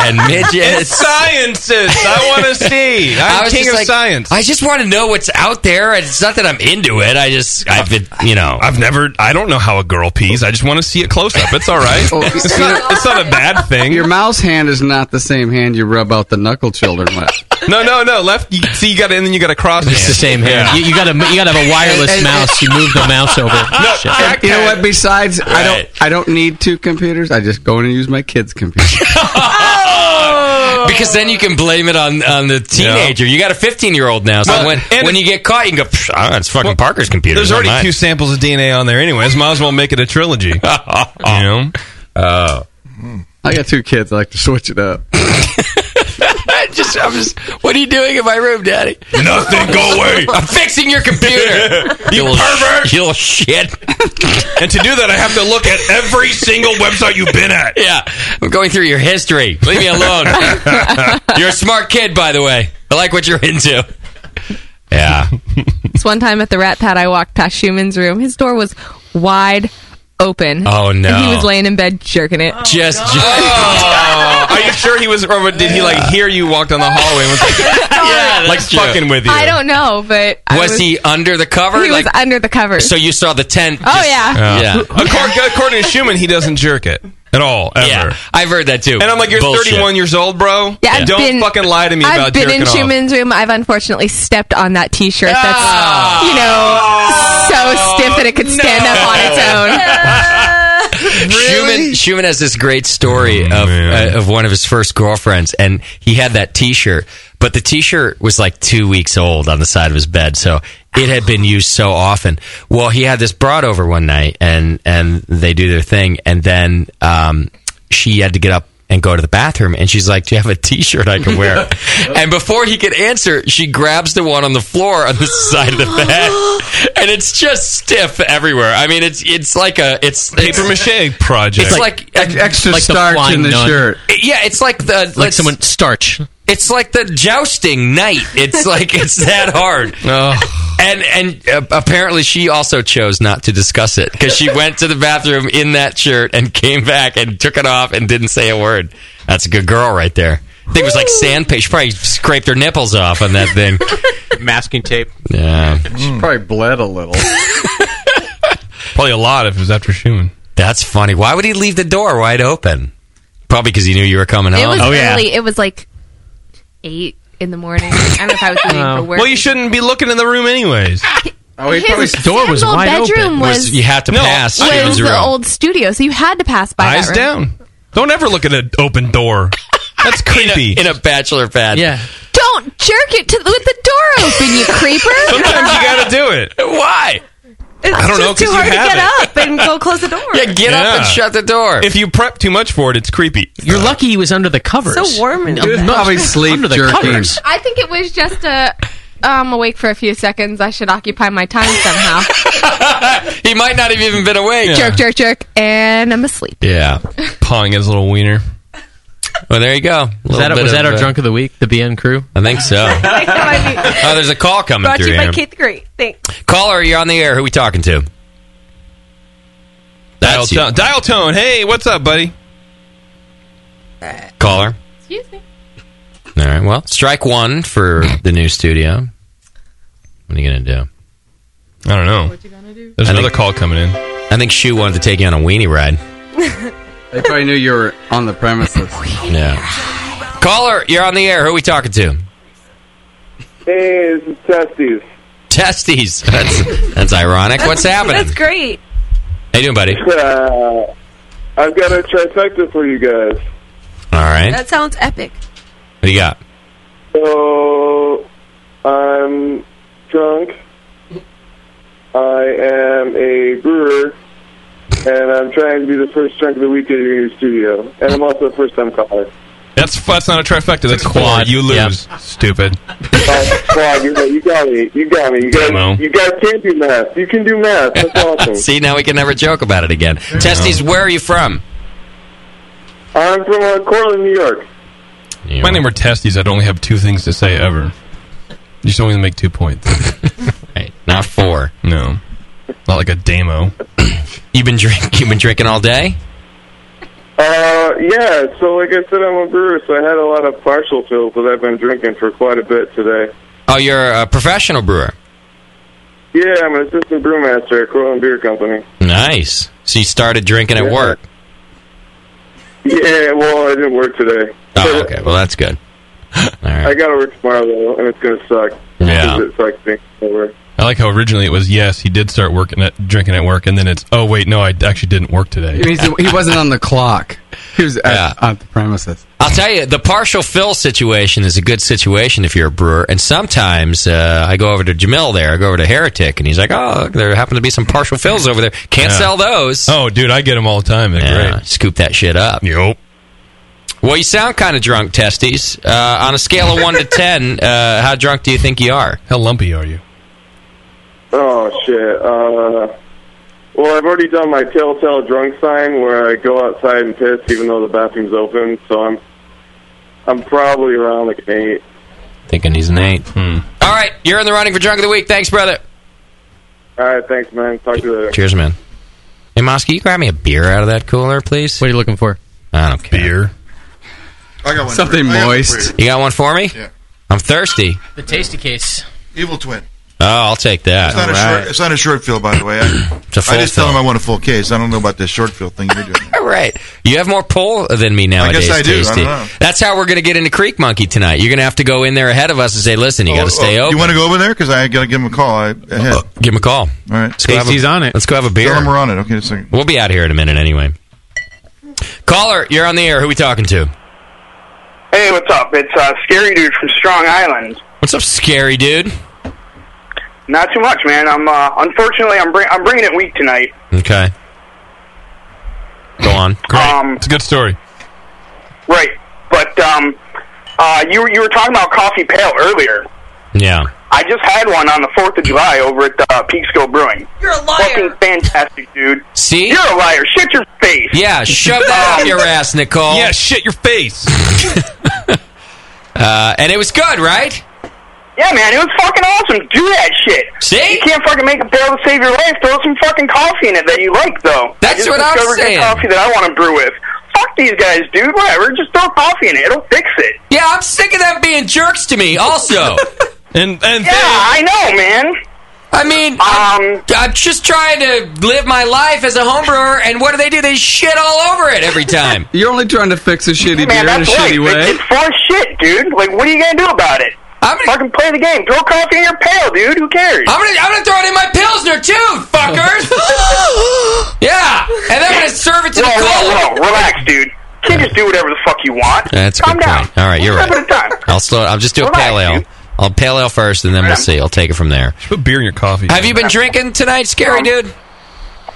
S5: and
S9: It's
S5: midgets.
S9: sciences.
S5: (laughs)
S9: I want to see. I'm
S5: was
S9: king
S5: just
S9: of
S5: like,
S9: science.
S5: I just want to know what's out there. and It's not that I'm into it. I just,
S9: (laughs)
S5: I've been, you know,
S9: I've never. I don't know how a girl pees. I just want to see it close up. It's all right.
S21: (laughs) Oh,
S9: it's,
S21: uh,
S9: not, it's not a bad thing.
S21: Your mouse hand is not the same hand you rub out the knuckle children with.
S9: No, no, no. Left. You, see, you got to, and then you got to cross.
S21: It's the
S7: same hand. You- you gotta- you gotta have a wireless mouse. You move the mouse over. No,
S21: And you know what? Besides, I don't. I don't need two computers. I just go in and use my kid's computer. (laughs)
S5: because then you can blame it on on the teenager. You got a 15 year old now, so
S9: Well,
S5: when
S9: and-
S5: when you get caught, you can go. "Psh, ah, it's fucking Parker's computer.
S9: There's
S5: not
S9: already
S5: mine."
S9: two samples of DNA on there, anyways. Might as well make it a trilogy. you know.
S5: Uh,
S21: I got two kids. I like to switch it up.
S5: just, I'm just, what are you doing in my room, Daddy? Nothing.
S9: (laughs)
S5: Go away. I'm fixing your computer. you little, pervert. You little shit.
S9: and to do that, I have to look at every single website you've been at.
S5: (laughs) Yeah, I'm going through your history. Leave me
S9: (laughs)
S5: alone. You're a smart kid, by the way. I like what you're into. Yeah.
S26: This one time at the Rat Pad, I walked past Schumann's room. His door was wide open.
S5: Oh, no.
S26: And he was laying in bed jerking it.
S5: Just.
S9: Oh, are you sure he was? Or did he like hear you walked down the hallway and was like, (laughs)
S5: yeah,
S9: like
S5: that's true.
S9: fucking with you?
S26: I don't know, but I
S5: Was, he under the cover?
S26: He
S5: like,
S26: was under the cover.
S5: so you saw the tent.
S26: Oh, yeah.
S9: uh,
S5: Yeah. uh,
S9: According, according to Schumann, he doesn't jerk it at all. Ever.
S5: Yeah, I've heard that too.
S9: And I'm like, you're
S5: Bullshit.
S9: 31 years old, bro.
S26: Yeah, I've
S9: don't
S26: been-
S9: fucking lie to me
S26: I've
S9: about
S26: been in
S9: jerking off.
S26: Schumann's room. I've unfortunately stepped on that T-shirt. That's
S9: Oh.
S26: you know so stiff that it could stand up on its own.
S5: Schumann, Schumann has this great story of uh, of one of his first girlfriends, and he had that T-shirt, but the T-shirt was like two weeks old on the side of his bed, so it had been used so often. Well, he had this brought over one night, and and they do their thing, and then um, she had to get up and go to the bathroom, and she's like, "Do you have a T-shirt I can wear?" and before he could answer, she grabs the one on the floor on the side of the bed, and it's just stiff everywhere. I mean, it's it's like a it's
S9: Paper
S5: it's-
S9: mache project.
S5: It's like
S21: extra
S5: like the
S21: starch
S5: flying
S21: in the
S5: nun.
S21: shirt.
S5: Yeah, it's like the
S7: Like
S5: it's-
S7: someone starch.
S5: It's like the jousting night. It's like it's that
S9: (laughs)
S5: hard. And and uh, apparently she also chose not to discuss it because she went to the bathroom in that shirt and came back and took it off and didn't say a word. That's a good girl right there. I think it was like sandpaper. She probably scraped her nipples off on that
S26: (laughs)
S5: thing.
S16: (laughs) Masking tape.
S5: Yeah,
S16: Mm.
S21: She probably bled a little.
S9: Probably a lot if it was after Schumann.
S5: That's funny. Why would he leave the door wide open? Probably because he knew you were coming
S26: It
S5: home.
S9: Oh,
S26: was early. It was like eight in the morning. I don't know if I was leaving for work.
S9: well, you shouldn't be looking in the room, anyways.
S21: Oh, he
S26: probably- door was wide bedroom open. was-
S5: you have to
S9: No,
S5: pass.
S26: Well, it was
S5: Schuman's
S26: the
S5: room.
S26: old studio, so you had to pass by.
S9: Eyes
S26: that room.
S9: down. Don't ever look at an open door. That's creepy.
S5: (laughs) in a bachelor pad.
S9: Yeah.
S26: Don't jerk it to, with the door open, you creeper.
S9: Sometimes (laughs) you gotta do it.
S5: Why?
S11: It's
S9: I don't know,
S11: just
S9: 'cause
S11: too
S9: you
S11: hard to
S9: have
S11: get
S9: it.
S11: up and
S9: (laughs)
S11: go Oh, close the door.
S5: Yeah, get
S9: Yeah. If you prep too much for it, it's creepy.
S7: You're lucky he was under the covers.
S11: So warm in (laughs)
S7: (laughs) He was
S11: there.
S7: must-
S11: Probably
S9: sleep
S7: under the
S9: jerking.
S7: covers.
S26: I think it was just a. I'm awake for a few seconds. I should occupy my time somehow.
S5: He might not have even been awake.
S26: Jerk, jerk, jerk, and I'm asleep.
S5: Yeah. (laughs)
S9: Pawing his little wiener.
S5: Well, there you go.
S7: Was that, was that
S5: uh,
S7: our drunk of the week, the BN crew?
S5: I think so.
S11: I know, I mean,
S5: Oh, there's a call coming
S11: brought
S5: through.
S11: to you by
S5: Ann.
S11: Keith Great. Thanks.
S5: Caller, you're on the air. Who we talking to?
S9: Dial tone. Dial tone. Hey, what's up, buddy?
S5: Caller.
S26: Excuse me.
S5: All right. Well, strike one for the new studio. What are you gonna do?
S9: I don't know. What you gonna do? There's another call coming in.
S5: I think Shu wanted to take you on a weenie ride.
S4: They probably
S21: (laughs)
S4: knew you were on the premises.
S5: Yeah. Caller, you're on the air. Who are we talking to?
S29: Hey, this is Testes.
S5: Testes. That's that's ironic. What's happening?
S11: That's great.
S5: How you doing, buddy?
S29: (laughs) Uh, I've got a trifecta for you guys.
S5: All right.
S11: That sounds epic.
S5: What do you got?
S29: So, I'm drunk. I am a brewer. And I'm trying to be the first drunk of the week at your new studio. And I'm also a first time caller.
S9: That's that's not a trifecta. That's quad. You lose. Stupid.
S5: (laughs)
S29: Uh, wow, you, you got me. You got me. You
S5: Demo.
S29: guys, you guys can do math. You can do math.
S5: (laughs)
S29: That's awesome.
S5: See, now we can never joke about it again. Testes, where are you from?
S29: I'm from uh, Cortland, New York.
S9: If my name were Testes, I'd only have two things to say ever. You should only make two
S5: (laughs)
S9: points.
S5: right. Not four.
S9: No. Not like a demo.
S5: You've been drink. You've been drinking all day.
S29: Uh, yeah. So, like I said, I'm a brewer, so I had a lot of partial fills that I've been drinking for quite a bit today.
S5: Oh, you're a professional brewer.
S29: Yeah, I'm an assistant brewmaster at Cortland Beer Company.
S5: Nice. So you started drinking at work.
S29: Yeah, well, I didn't work today.
S5: Oh, okay. Well, that's good.
S29: I gotta work tomorrow though, and it's gonna suck.
S9: Yeah.
S29: 'Cause It sucks being over.
S9: I like how originally it was yes, he did start working at drinking at work, and then it's oh wait, no, I actually didn't work today.
S4: He's- he wasn't on the clock. He
S21: uh,
S4: was at, on the premises.
S5: I'll tell you, the partial fill situation is a good situation if you're a brewer. And sometimes uh, I go over to Jamil there, I go over to Heretic, and he's like, "Oh, there happen to be some partial fills over there. (laughs) Can't
S9: Yeah.
S5: sell those."
S9: Oh, dude, I get them all the time. They're
S5: Yeah,
S9: great.
S5: Scoop that shit up.
S9: Yep.
S5: Well, you sound kind of drunk, testes. Uh, on a scale of
S9: (laughs)
S5: one to ten, uh, how drunk do you think you are?
S9: How lumpy are you?
S29: Oh shit. Uh, well, I've already done my telltale drunk sign where I go outside and piss, even though the bathroom's open. So I'm, I'm probably around like an eight.
S5: Thinking he's an eight. Hmm. All right, you're in the running for drunk of the week. Thanks, brother.
S29: All right, thanks, man. Talk to you later.
S5: Cheers, man. Hey, Mosky, you grab me a beer out of that cooler, please. What
S7: are you looking for?
S5: I don't care. Beer.
S10: I got one.
S5: Something
S10: I got one
S5: moist.
S10: for you.
S5: You got one for me?
S10: Yeah.
S5: I'm thirsty.
S7: The tasty case.
S10: Evil twin.
S5: Oh, I'll take that.
S10: It's not, a short, it's not a short fill, by the way. I,
S5: It's a full
S10: I just tell
S5: fill.
S10: him I want a full case. I don't know about this short fill thing you're doing.
S5: All right. You have more pull than me nowadays.
S10: I do. I
S5: Tasty.
S10: don't know.
S5: That's how we're going to get into Creek Monkey tonight. You're going to have to go in there ahead of us and say, listen, you got to stay
S10: Oh, You
S5: open. Uh,
S10: want to go over there? Because I got to give him a call. I, ahead. All
S5: Give him a call.
S10: right.
S5: Let's go have a- Let's go have a beer.
S10: Tell him we're on it. Okay, just a second.
S5: We'll be out here in a minute anyway. Caller, you're on the air. Who we talking to?
S21: Hey, what's up? It's uh, Scary Dude from Strong Island.
S5: What's up, scary dude?
S21: Not too much, man. I'm uh, unfortunately I'm bring- I'm bringing it weak tonight.
S5: Okay. Go on.
S9: Great.
S21: Um,
S9: it's a good story.
S21: Right, but um, uh, you were- you were talking about coffee pale earlier.
S5: Yeah.
S21: I just had one on the Fourth of July over at uh, Peekskill Brewing. You're a liar. Fucking fantastic, dude.
S5: See,
S21: you're a liar. Shut your face.
S5: Yeah, shove that up your ass, Nicole.
S21: Yeah,
S9: shit your face.
S5: uh, and it was good, right?
S21: Yeah, man, it was fucking awesome. Do that shit.
S5: See?
S21: You can't fucking make a barrel to save your life. Throw some fucking coffee in it that you like, though.
S5: That's
S21: I just
S5: what I'm
S21: discovered good
S5: saying.
S21: coffee that I want to brew with. Fuck these guys, dude. Whatever. Just throw coffee in it. It'll fix it.
S5: Yeah, I'm sick of them being jerks to me.
S9: (laughs)
S5: Also,
S9: and and
S21: yeah, I know, man.
S5: I mean,
S21: um,
S5: I'm just trying to live my life as a homebrewer, and what do they do? They shit all over it every time.
S21: (laughs)
S4: You're only trying to fix a shitty
S21: man,
S4: beer in a
S21: that's right.
S4: shitty
S21: It's,
S4: way.
S15: (laughs)
S21: it's for shit, dude. Like, what are you gonna do about it?
S5: I'm
S21: fucking play the game. Throw coffee in your pail, dude. Who cares?
S5: I'm gonna, I'm gonna throw it in my pilsner too,
S16: (laughs)
S5: fuckers. (laughs) yeah, and then I'm gonna serve it to
S21: Whoa,
S5: Nicole.
S21: whoa, whoa. Relax, dude. You can't just do whatever the fuck you want.
S5: That's a
S21: Calm
S5: good
S21: down.
S5: point. All right, you're
S21: One
S5: right.
S21: step at a time.
S5: I'll slow. I'll just do a
S21: Relax,
S5: pale ale. I'll pale ale first, and then we'll see. I'll take it from there.
S9: Put beer in your coffee.
S5: Have you been drinking tonight, scary dude?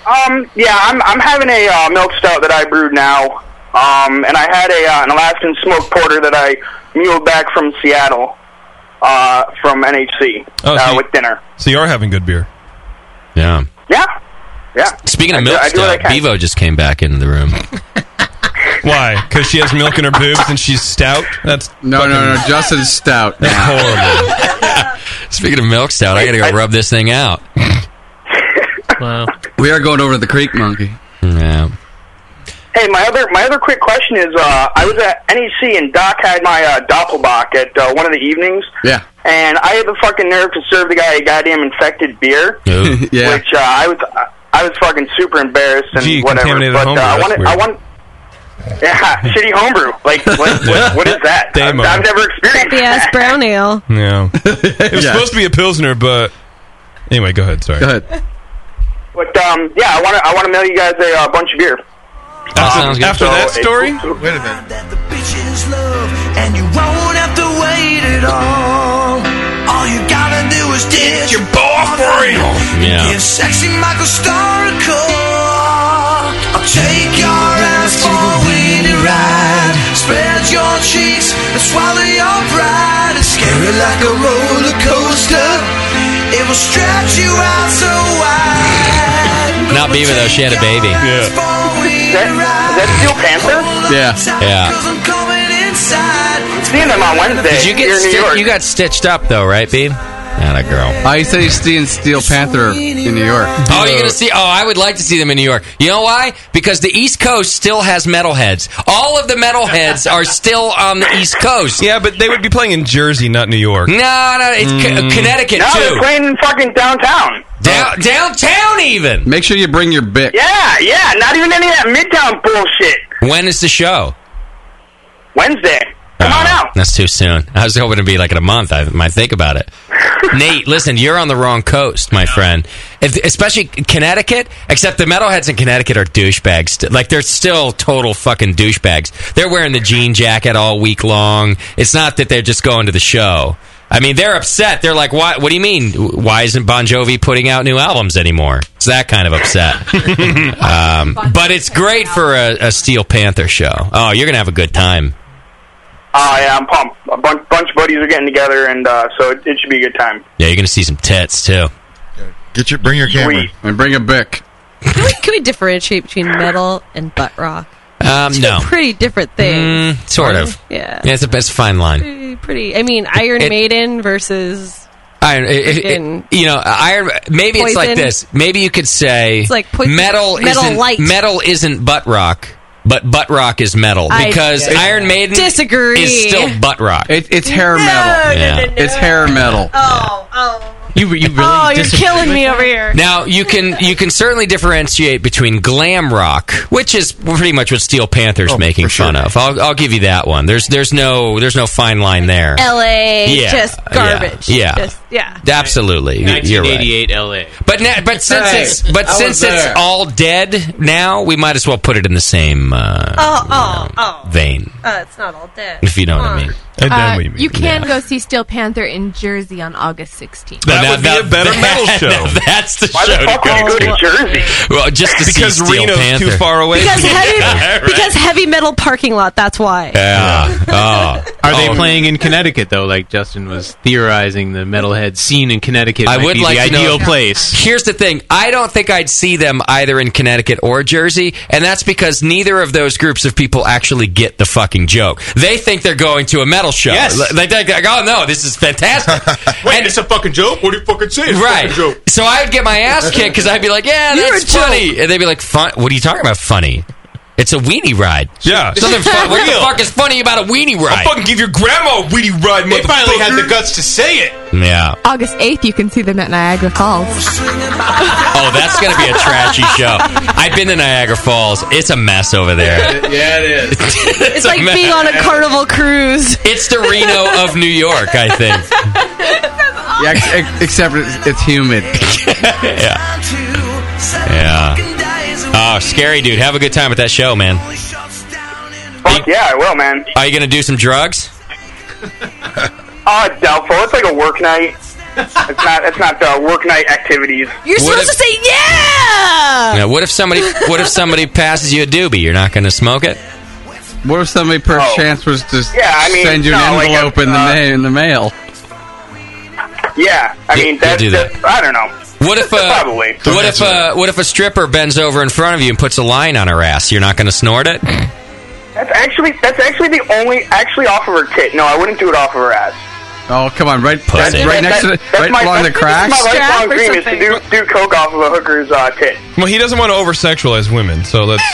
S21: Um, yeah, I'm I'm having a uh, milk stout that I brewed now. Um, and I had a uh, an Alaskan smoked porter that I muled back from Seattle, uh, from NHC
S9: Oh,
S21: uh,
S9: so you-
S21: with dinner.
S9: So you are having good beer.
S5: Yeah.
S21: Yeah, yeah.
S5: Speaking of
S21: I do-
S5: milk
S21: I do what I
S5: stout,
S21: can.
S5: Bevo just came back into the room.
S9: (laughs) Why? Because she has milk in her boobs and she's stout. That's
S4: no, no, no. Justin's stout. That's
S9: horrible.
S21: (laughs)
S5: Speaking of milk stout, I gotta go rub this thing out.
S30: wow.
S4: We are going over to the Creek Monkey.
S5: Yeah.
S21: Hey, my other my other quick question is, uh, I was at NEC and Doc had my uh, Doppelbock at uh, one of the evenings,
S4: Yeah.
S21: and I had the fucking nerve to serve the guy a goddamn infected beer.
S4: (laughs) yeah.
S21: Which uh, I was, I was fucking super embarrassed and
S4: Gee,
S21: whatever.
S4: contaminated
S21: But
S4: homebrew,
S21: uh, I
S4: that's
S21: wanted,
S4: weird.
S21: I want, yeah, (laughs) shitty homebrew. Like, what, what, what is that? I've,
S9: Demo.
S21: I've never experienced.
S11: Happy ass brown ale. (laughs)
S9: Yeah. (laughs) It was supposed to be a pilsner, but anyway, go ahead. Sorry. Go
S4: ahead.
S21: But um, yeah, I want to, I want to mail you guys a uh, bunch of beer. Um,
S9: after that story?
S31: Wait a minute.
S14: Bitches love, and you won't have to wait at all. All you gotta do is ditch your ball for real.
S5: Yeah.
S14: Give sexy Michael Starr a call. I'll take your ass for a weedy ride. Spread your cheeks and swallow your pride. It's scary like a roller coaster. It will stretch you out so wide.
S5: Not Beaver though. She had a baby. Yeah.
S21: Is that, is that Steel Panther?
S4: Yeah.
S5: Yeah.
S14: I'm coming inside.
S21: Seeing them on Wednesday.
S5: Did you
S21: here
S5: get
S21: in New York.
S5: sti- you got stitched up though, right, Beam? Not a girl.
S4: I say seeing Steel Panther in New York.
S5: Oh, you're gonna see. Oh, I would like to see them in New York. You know why? Because the East Coast still has metalheads. All of the metalheads are still on the East Coast.
S9: Yeah, but they would be playing in Jersey, not New York.
S5: No, no, it's Co-
S4: Mm.
S5: Connecticut
S21: no,
S5: too.
S21: they're playing in fucking downtown.
S5: Down, downtown, even.
S4: Make sure you bring your bic.
S21: Yeah, yeah. Not even any of that midtown bullshit.
S5: When is the show?
S21: Wednesday. Come on out.
S5: That's too soon. I was hoping to be like in a month. I might think
S21: (laughs)
S5: about it. Nate, listen, you're on the wrong coast, my friend. If, especially Connecticut. Except the metalheads in Connecticut are douchebags. Like they're still total fucking douchebags. They're wearing the jean jacket all week long. It's not that they're just going to the show. I mean, they're upset. They're like, "Why? What do you mean? Why isn't Bon Jovi putting out new albums anymore?" It's that kind
S21: (laughs)
S5: of upset. um, but it's great for a, a Steel Panther show. Oh, you're gonna have a good time.
S21: Oh yeah, I'm pumped. A bunch, bunch of buddies are getting together, and uh, so it, it should be a good time.
S5: Yeah, you're gonna see some tits too.
S31: Get your bring your camera
S4: and bring a bic.
S11: Can we, can we differentiate between metal and butt rock?
S5: Um,
S4: (laughs)
S5: no,
S11: Pretty different things.
S5: Mm, sort of.
S11: Yeah.
S5: yeah, it's a it's a fine line.
S11: Pretty, pretty. I mean, Iron
S5: It-
S11: Maiden versus
S5: Iron, it- it-
S11: Freaking
S5: you know, iron. Maybe it's like
S11: poison.
S5: this. Maybe you could say
S11: It's like poison-
S5: metal.
S11: metal
S5: isn't,
S11: light.
S5: Metal isn't butt rock, but butt rock is metal
S11: I
S5: because Iron Maiden
S11: disagree.
S5: is still butt rock.
S4: It, it's hair metal.
S5: Yeah.
S4: It's hair metal.
S30: You, you really
S11: Oh, you're killing me over here.
S5: Now you can you can certainly differentiate between glam rock, which is pretty much what Steel
S4: Oh,
S5: Panther's making fun of. I'll, I'll give you that one. There's there's no there's no fine line there.
S11: LA
S5: Yeah,
S11: just
S5: yeah,
S11: garbage.
S5: yeah.
S11: Just, yeah.
S5: Absolutely, you're right.
S16: 1988 LA.
S5: But na- but since
S16: Hey,
S5: it's but
S16: I was
S5: since it's
S16: there.
S5: all dead now, we might as well put it in the same uh,
S11: Oh, oh, oh.
S5: vein,
S11: Uh, it's not all dead.
S5: if you know what I mean.
S26: Uh, you can go see Steel Panther in Jersey on August 16th.
S5: Well, now that- (laughs) that- That's the show. to go to. Well, just to see
S9: Because
S5: Steel
S9: Reno's
S5: Panther.
S9: too far away.
S11: Because heavy,
S5: Yeah, (laughs) right.
S11: because heavy metal parking lot. That's why.
S5: (laughs) Yeah. Ah.
S16: (laughs)
S5: Oh.
S16: Are they playing in Connecticut though? Like Justin was theorizing, the metalhead scene in Connecticut
S5: I
S16: might
S5: would
S16: be
S5: like
S16: the
S5: to
S16: ideal
S5: know,
S16: place.
S5: Here's the thing: I don't think I'd see them either in Connecticut or Jersey, and that's because neither of those groups of people actually get the fucking joke. They think they're going to a metal show.
S15: Yes.
S5: They think, like, oh no, this is fantastic. Wait, it's a fucking joke. What do you fucking say?
S15: It's a
S5: right.
S15: fucking joke.
S5: So I would get my ass kicked because I'd be like, yeah,
S15: You're
S5: that's
S15: a joke.
S5: funny, and they'd be like, fun. What are you talking about, funny? It's a weenie ride.
S9: Yeah.
S5: (laughs) Something fun. What the
S9: Real.
S5: fuck is funny about a weenie ride?
S9: fucking give your grandma a weedy ride, They finally had the guts to say (laughs) it.
S5: Yeah.
S26: August 8th, you can see them at Niagara Falls.
S5: Oh, that's gonna be a trashy show. I've been to Niagara Falls. It's a mess over there.
S16: yeah,
S5: (laughs)
S16: it
S5: is.
S11: It's like being on a carnival cruise.
S5: It's
S11: (laughs)
S5: the Reno of New York, I think.
S4: (laughs) Yeah, ex- ex- except it's, it's humid.
S5: (laughs) yeah. Yeah. Oh, scary dude. Have a good time at that show, man.
S21: Fuck yeah, I will, man.
S5: Are you going to do some drugs?
S21: Uh, doubtful. It's like a work night. It's not. It's not the work night activities.
S11: You're supposed to say yeah.
S5: Now, what if somebody what if somebody passes you a doobie? You're not going to smoke it?
S4: What if somebody per chance was to s-
S21: Oh. Yeah, I mean,
S4: send you an
S21: no, like, uh,
S4: envelope in the ma- in the mail?
S21: Yeah, I mean that's,
S5: do that.
S21: that's- I don't know.
S5: What if uh,
S21: Probably.
S5: what if uh, what if a stripper bends over in front of you and puts a line on her ass? You're not going to snort it?
S21: That's actually that's actually the only actually off of her tit. No, I wouldn't do it off of her ass.
S4: Oh, come on, right, right,
S21: That's- that-
S4: right next to
S21: that-
S4: the,
S21: that's
S4: right
S21: my,
S4: along the
S21: that's-
S4: cracks.
S21: that's My lifelong
S9: Strap or
S21: dream is to do, do coke off of a hooker's uh, tit.
S9: Well, he doesn't want to over sexualize women, so let's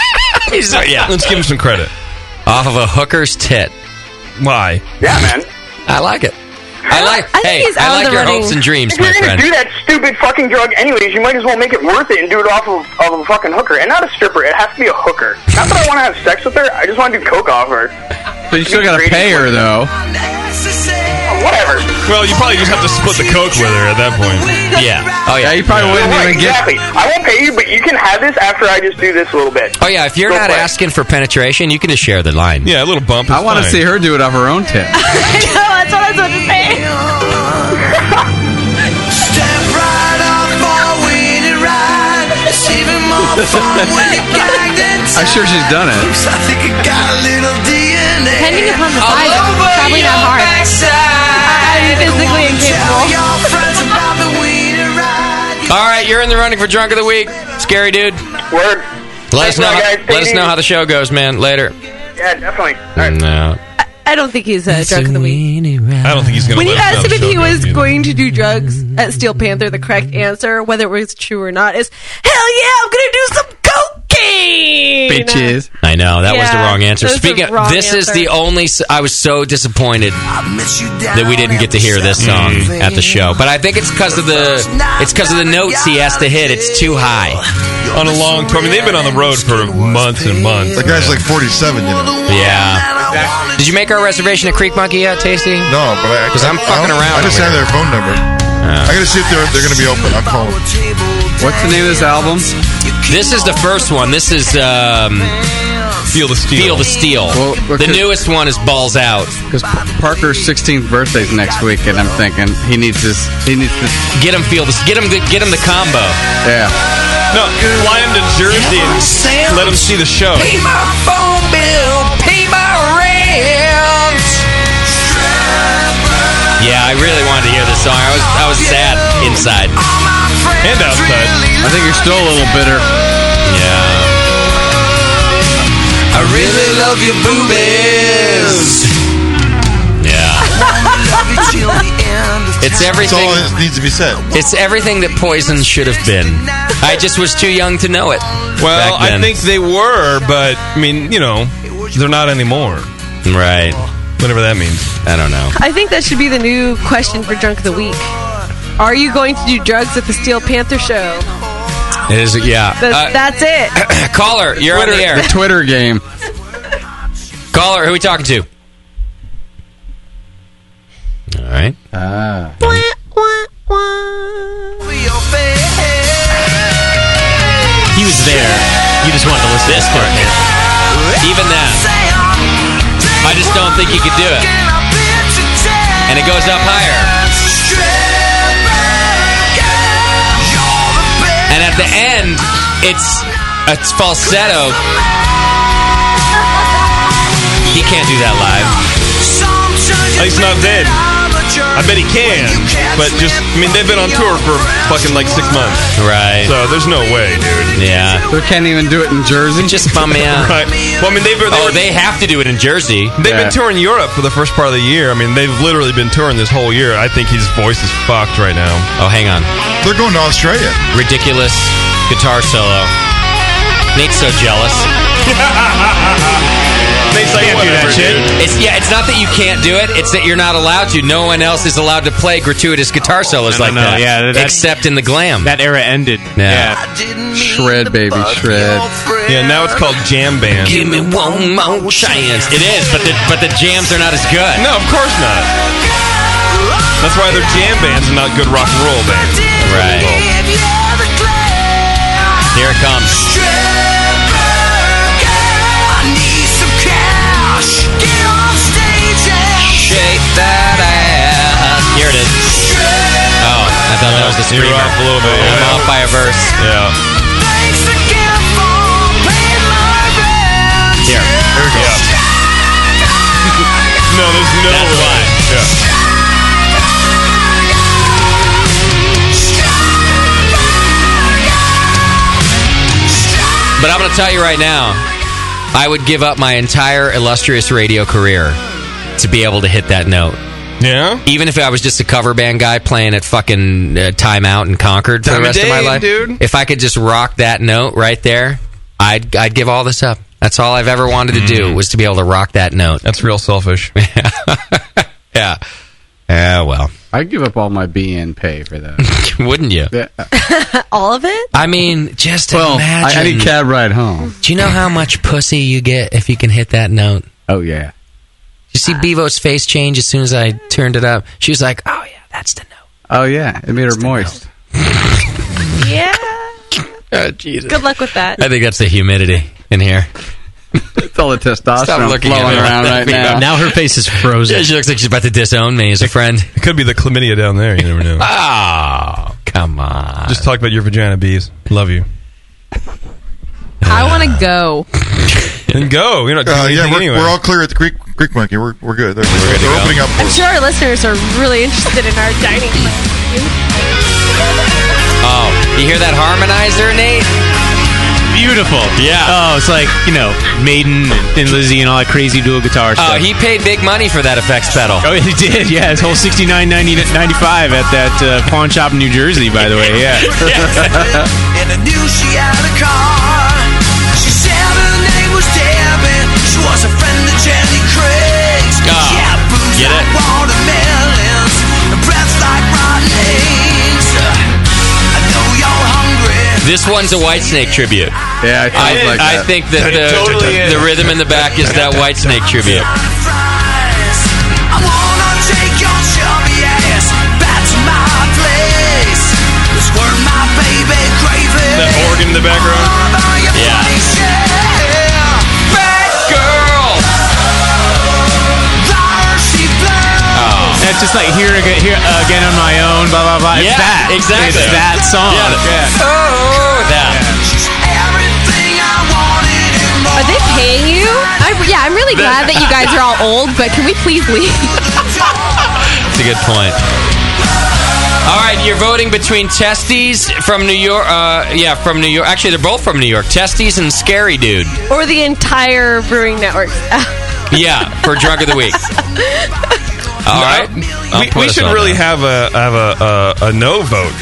S5: yeah.
S9: let's give him some credit.
S5: Off of a hooker's tit.
S9: Why?
S21: Yeah, man.
S5: I like it. I like.
S21: I think
S5: hey,
S21: he's out
S5: I
S21: of
S5: like
S21: the
S5: your
S21: running.
S5: hopes and dreams,
S21: If you're
S5: my
S21: gonna
S5: friend.
S21: do that stupid fucking drug anyways, you might as well make it worth it and do it off of, of a fucking hooker. And not a stripper. It has to be a hooker. Not that I want to have sex with her. I just want to do coke off her.
S4: But you still got to pay her though.
S21: Whatever.
S9: Well, you probably just have to split the coke with her at that point.
S5: Yeah. Oh yeah.
S4: you probably wouldn't
S21: Right, exactly. I won't pay you, but you can have this after I just do this little bit.
S5: Oh yeah. If you're
S21: Go
S5: not
S21: for it.
S5: asking for penetration, you can just share the line.
S9: Yeah, a little bump.
S4: I want to see her do it off her own (laughs) tip.
S14: I know, that's what I was about to say. (laughs) Step right up our winning ride. It's even more fun when you gag than
S4: I'm sure she's done it.
S14: I think it got a little DNA.
S11: Depending upon the size,
S14: All
S11: it's
S14: over
S11: probably not
S14: your
S11: hard.
S14: backside.
S11: I'm physically
S14: Tell
S11: incapable.
S14: your friends about the winning ride.
S5: All right, you're in the running for drunk of the week. Scary dude.
S21: Word.
S5: Let us
S11: Thanks a
S5: know.
S11: lot,
S5: how-
S11: guys.
S5: let us know how the show goes, man. Later.
S21: Yeah, definitely.
S5: No.
S11: I don't think he's uh, drunk of the week.
S9: I don't think he's going
S11: When
S9: to
S11: you asked
S9: let us know
S11: him
S9: the
S11: if
S9: show
S11: he
S9: goes
S11: was
S9: either.
S11: going to do drugs at Steel Panther, the correct answer, whether it was true or not, is hell yeah, I'm gonna do some cocaine.
S5: I know that was the
S11: Yeah,
S5: wrong answer.
S11: that was the
S5: Speaking, of,
S11: wrong
S5: this is
S11: answer.
S5: the only. s- I was so disappointed that we didn't get to hear this song
S14: Mm.
S5: at the show, but I think it's because of the it's because of the notes he has to hit. It's too high
S9: on a long tour. I mean, they've been on the road for months and months. The
S10: guy's like 47, you know.
S5: Yeah. Did you make our reservation at Creek Monkey yet, Tasty?
S10: No, but I
S5: because I'm
S10: I
S5: fucking
S10: don't-
S5: around.
S10: I just
S5: over
S10: have
S5: here.
S10: their phone number.
S5: Uh.
S10: I gotta see if they're they're gonna be open. I'll call them.
S4: What's the name of this album?
S5: This is the first one. This is um,
S9: Feel the Steel.
S5: Feel the Steel. the newest one is Balls Out.
S4: Because Parker's 16th birthday's next week, and I'm thinking he needs this. He needs this.
S5: Get him feel this. Get him. The, get him the combo.
S4: Yeah.
S9: No, fly him to Jersey and let him see the show.
S14: Pay my phone bill. Pay my rent.
S5: Yeah, I really wanted to hear this song. I was I was sad inside
S9: and outside.
S4: I think you're still a little bitter.
S5: Yeah. I really love your boobies. Yeah. It's everything.
S10: that needs to be said.
S5: It's everything that Poison should have been. I just was too young to know it.
S9: Well,
S5: back
S9: I
S5: then.
S9: think they were, but I mean, you know, they're not anymore.
S5: Right.
S9: Whatever that means.
S5: I don't know.
S11: I think that should be the new question for Drunk of the Week. Are you going to do drugs at the Steel Panther show?
S5: It is. Yeah.
S11: That's, that's it.
S5: Uh, (clears throat) caller, you're
S4: Twitter,
S5: on the air.
S4: The Twitter game.
S5: Caller, who are we talking to? All right.
S4: Ah.
S7: He was there. You just wanted to listen
S5: This part. Even that. I just don't think you could do it. And it goes up higher. And at the end, it's it's falsetto. He can't do that live.
S9: He's not dead. I bet he can, but just I mean, they've been on tour for fucking like six months,
S5: right?
S9: So there's no way, dude.
S5: Yeah.
S4: They can't even do it in Jersey.
S5: Just bum me
S4: (laughs)
S5: out.
S9: Right. Well, I mean, they've been,
S5: Oh, they have to do it in Jersey.
S9: They've been touring Europe for the first part of the year. I mean, they've literally been touring this whole year. I think his voice is fucked right now.
S5: Oh, hang on.
S10: They're going to Australia.
S5: Ridiculous guitar solo. Nate's so jealous.
S23: (laughs)
S9: Nate's like, can't do that shit.
S5: It's yeah. It's not that you can't do it. It's that you're not allowed to. No one else is allowed to play gratuitous guitar solos
S15: No, no,
S5: like
S15: no.
S5: that.
S15: Yeah, that- that-
S5: except in the glam.
S15: That era ended.
S5: Yeah.
S4: Shred, baby, shred.
S9: Yeah, now it's called Jam Band.
S5: Give me one more chance. It is, but the but the jams are not as good.
S9: No, of course not. That's why they're jam bands and not good rock and roll bands.
S5: Right. Here it comes.
S14: I need some cash.
S5: oh, the
S9: You're
S5: screamer.
S9: off a little bit.
S5: I'm
S9: yeah.
S5: off by a verse.
S9: Yeah.
S5: Here, here we go.
S9: (laughs) no, there's no That's way. Yeah.
S5: But I'm going to tell you right now, I would give up my entire illustrious radio career to be able to hit that note.
S9: Yeah.
S5: Even if I was just a cover band guy playing at fucking uh, Time Out in Concord for
S9: Time
S5: the
S9: of
S5: rest of, my
S9: day,
S5: life,
S9: dude.
S5: If I could just rock that note right there, I'd I'd give all this up. That's all I've ever wanted to do was to be able to rock that note.
S9: Mm. That's real selfish.
S5: yeah. (laughs) yeah. Yeah. Well,
S21: I'd give up all my BN pay for that.
S5: (laughs) Wouldn't you?
S21: Yeah.
S11: All of it?
S5: I mean, just
S21: well,
S5: imagine.
S21: I, I need cab ride home.
S5: Do you know how much pussy you get if you can hit that note?
S21: Oh yeah.
S5: You see Bevo's face change as soon as I turned it up. She was like, "Oh yeah, that's the note."
S21: Oh yeah, it made her moist.
S11: Yeah.
S5: Oh, Jesus.
S11: Good luck with
S5: (laughs)
S11: that.
S5: I think that's the humidity in here.
S21: It's all the testosterone
S5: Stop looking at
S21: flowing
S5: me like
S21: around
S5: that,
S21: right
S5: Bevo.
S21: now.
S5: Now
S7: her face is
S9: (laughs)
S7: frozen.
S5: Yeah, she looks like she's about to disown me as a friend.
S9: It could be the chlamydia down there. You never know.
S5: (laughs) oh, come on.
S9: Just talk about your vagina bees. Love you.
S26: I want to go.
S9: And go. You're not doing
S10: Uh, yeah,
S9: anything
S10: we're,
S9: anyway.
S10: we're all clear at the Greek Greek monkey. We're, we're good. They're,
S9: good to
S10: they're
S9: go.
S10: opening up.
S11: I'm sure our listeners are really interested in our dining
S5: Oh, you hear that harmonizer, Nate?
S16: Beautiful. Yeah. Oh, it's like, you know, Maiden and Thin Lizzy and all that crazy dual guitar
S5: Oh,
S16: stuff.
S5: he paid big money for that effects pedal.
S16: Oh, (laughs) he did. Yeah, his whole sixty nine ninety ninety five at that uh, pawn shop in New Jersey, by the way. (laughs) Yeah. (laughs)
S14: And I knew she had a car. She said her name was Devin. She was a friend of Jenny Craig's.
S5: Ah,
S14: yeah, boobs
S5: get
S14: like
S5: it?
S14: watermelons. And breaths like rotten eggs. I know y'all hungry.
S5: This one's a Whitesnake tribute.
S21: Yeah, I,
S5: I,
S14: like
S5: I
S14: that.
S5: think that the,
S14: It totally is.
S5: the rhythm in the back is that Whitesnake tribute.
S14: I wanna take your chubby ass back to my place. It's where my baby craving.
S9: That organ in the background.
S14: Yeah.
S16: Oh. That's just like here again, here uh, again on my own, blah blah blah.
S14: Yeah,
S16: it's that
S14: exactly.
S16: It's that song.
S14: Yeah.
S5: Oh, that.
S26: Are they paying you? I, yeah, I'm really glad that you guys are all old, but can we please leave? (laughs)
S5: That's a good point. All right, you're voting between Testies from New York. Uh, yeah, from New York. Actually, they're both from New York. Testies and Scary Dude.
S11: or the entire brewing network. (laughs)
S5: Yeah, for Drunk of
S9: (laughs)
S5: the Week. All right. I'll
S9: we,
S5: put
S9: we
S5: us
S9: should
S5: on
S9: really
S5: that.
S9: have a have a, a a no vote.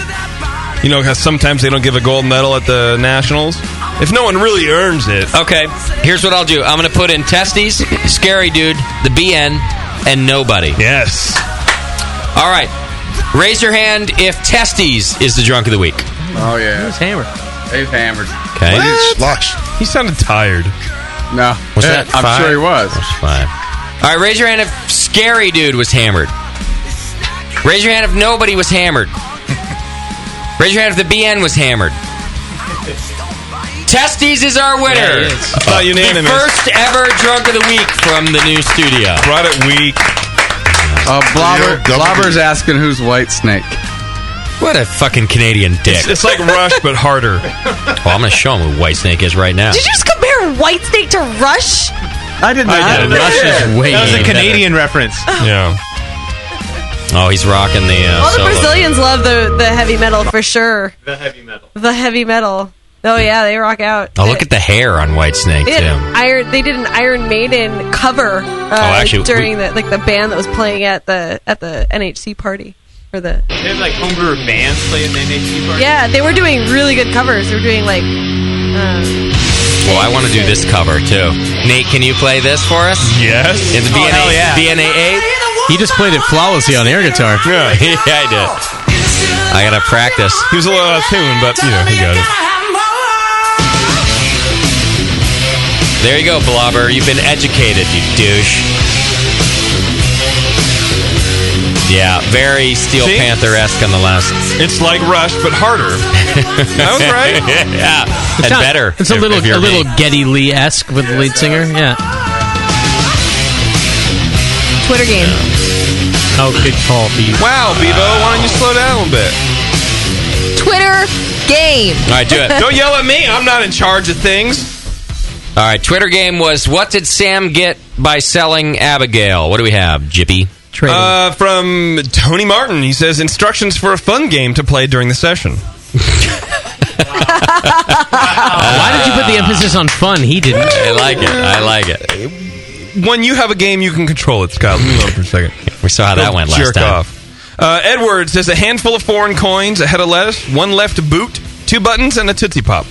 S9: You know, 'cause sometimes they don't give a gold medal at the nationals if no one really earns it.
S5: Okay, here's what I'll do. I'm going to put in testes, scary dude, the BN, and nobody.
S9: Yes.
S5: All right. Raise your hand if testes is the drunk of the week.
S21: Oh yeah. He was
S7: hammered.
S21: He was hammered.
S5: Okay.
S9: He sounded tired.
S21: No.
S5: Was
S21: Eh,
S5: that
S21: I'm
S5: five?
S21: sure he was.
S5: Five. All right, raise your hand if scary dude was hammered. Raise your hand if nobody was hammered. Raise your hand if the BN was hammered. Testes is our winner.
S9: There it is. By unanimous.
S5: The first ever drunk of the week from the new studio.
S9: Brought it weak.
S21: Uh, Blobber, Blobber's asking who's White Snake.
S5: What a fucking Canadian dick.
S9: It's, it's like Rush, but harder.
S5: (laughs) Well, I'm going to show him who White Snake is right now.
S11: Did you just compare White Snake to Rush?
S21: I did
S5: not. I did. Rush is way
S16: That was a
S5: better.
S16: Canadian reference. (laughs)
S9: Yeah.
S5: Oh, he's rocking the. Uh,
S11: All the
S5: solo.
S11: Brazilians love the, the heavy metal for sure.
S16: The heavy metal.
S11: The heavy metal. Oh yeah, they rock out.
S5: Oh, look at the hair on White Snake
S11: They did,
S5: too.
S11: an Iron, they did an Iron Maiden cover uh,
S5: Oh, actually,
S11: during the like the band that was playing at the at the NHC party or the
S16: They have like homebrewer bands playing the NHC party.
S11: yeah they were doing really good covers. They were doing like um,
S5: Well, I want to do this cover too. Nate, can you play this for us?
S9: Yes.
S5: In the
S7: Oh,
S5: DNA,
S7: hell yeah.
S5: DNA eight.
S7: He just played it flawlessly on air guitar.
S9: Yeah,
S5: (laughs) yeah, I did. I gotta practice.
S9: He was a little out of tune, but you know he got it.
S5: There you go, Blobber. You've been educated, you douche. Yeah, very Steel
S9: See?
S5: Panther esque on the last.
S9: It's like Rush, but
S5: (laughs)
S9: harder. I was (laughs) right.
S5: yeah, and
S7: Not-
S5: better.
S7: It's a
S5: if-
S7: little
S5: if
S7: a
S5: you're
S7: little
S5: me.
S7: Getty Lee esque with the lead singer. Yeah.
S11: Twitter game.
S7: Oh, good call, Bevo.
S9: Wow, Bebo, why don't you slow down a little bit?
S11: Twitter game.
S5: All right, do it.
S9: Don't yell at me. I'm not in charge of things.
S5: All right, Twitter game was what did Sam get by selling Abigail? What do we have, Jippy?
S9: Uh, from Tony Martin, he says instructions for a fun game to play during the session. (laughs)
S7: Why did you put the emphasis on fun? He didn't.
S5: I like it. I like it.
S9: When you have a game, you can control it, Scott. Let me alone for a second.
S5: We saw how that went last
S9: jerk
S5: time.
S9: off. Uh, Edward says a handful of foreign coins, a head of lettuce, one left boot, two buttons, and a Tootsie
S5: (laughs)
S9: Pop.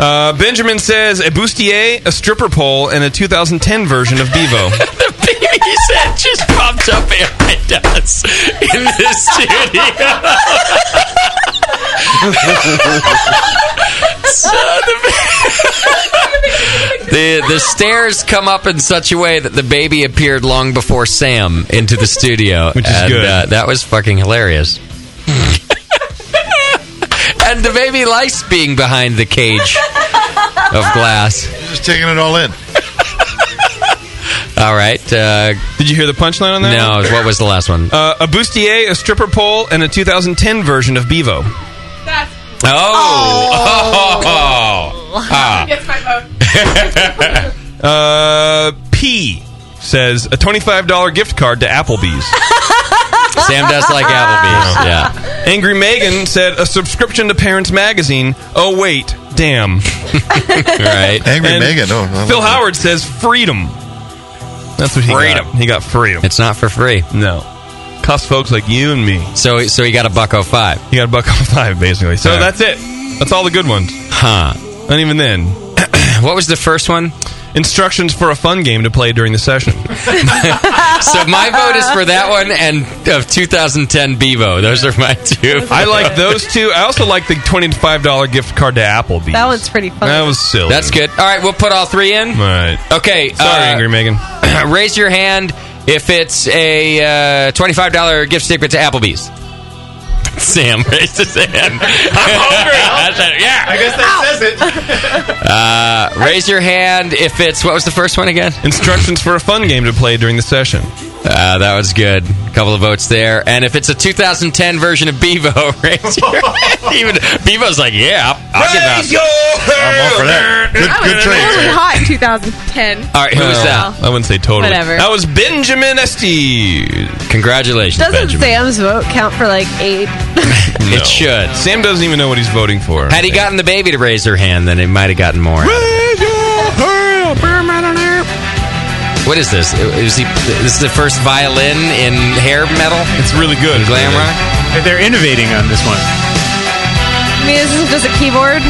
S9: Uh, Benjamin says a bustier, a stripper pole, and a 2010 version of Bevo.
S5: (laughs) (laughs) He said just popped up every does in the studio. the the stairs come up in such a way that the baby appeared long before Sam into the studio,
S9: Which is
S5: and,
S9: good.
S5: Uh, that was fucking hilarious. and the baby likes being behind the cage of glass.
S10: Just taking it all in.
S5: All right. Uh,
S9: Did you hear the punchline on that?
S5: No.
S9: one?
S5: What was the last one?
S9: Uh, a bustier, a stripper pole, and a 2010 version of Bevo.
S5: Oh.
S8: (laughs)
S5: Oh.
S9: (laughs)
S5: Ah.
S9: uh, P says a twenty-five dollar gift card to Applebee's.
S5: (laughs) Sam does
S9: (laughs)
S5: like Applebee's.
S9: Yeah. Angry Megan said a subscription to Parents Magazine. Oh wait, damn.
S5: (laughs) right.
S9: (laughs)
S10: Angry Megan, oh, I love
S9: Phil
S10: that.
S9: Howard says freedom. That's what he
S5: Freedom.
S9: got. He got freedom.
S5: It's not for free.
S9: No. Costs folks like you and me.
S5: So so he got a buck oh five.
S9: He got a buck oh five basically. So
S5: Yeah.
S9: that's it. That's all the good ones.
S5: Huh.
S9: And even then.
S5: (clears throat) what was the first one?
S9: Instructions for a fun game to play during the session.
S5: (laughs) so my vote is for that one and of 2010 Bevo. Those are my two.
S9: I like those two. I also like the twenty-five dollar gift card to Applebee's.
S11: That one's pretty fun.
S9: That was silly.
S5: That's good. Uh, All right, we'll put all three in.
S9: All right.
S5: Okay.
S9: Sorry, Angry Megan.
S5: (clears throat) raise your hand if it's a uh, twenty-five dollar gift certificate to Applebee's.
S9: (laughs)
S5: Sam raised his hand. I said, yeah. I
S9: guess that
S5: says it. (laughs) uh, raise your hand if it's what was the first one again?
S9: Instructions for a fun game to play during the session.
S5: Uh, that was good. A couple of votes there. And if it's a 2010 version of Bevo, (laughs)
S9: (laughs)
S5: raise your hand. Even Bevo's like, yeah, I'll, I'll give
S10: I'm
S5: out.
S10: all for that. Good,
S26: I
S10: good
S26: was
S10: trade.
S26: really hot in 2010.
S5: All right, who was that?
S9: I wouldn't say totally.
S11: Whatever.
S9: That was Benjamin Estes.
S5: Congratulations,
S11: Doesn't Sam's vote count for like eight?
S5: It should.
S9: Sam doesn't even know what he's voting for.
S5: Had he gotten the baby to raise her hand, then it might have gotten more. What is this? Is he? This is the first violin in hair metal.
S9: It's really good.
S5: glam rock.
S16: They're innovating on this one.
S11: I mean, this is just a keyboard.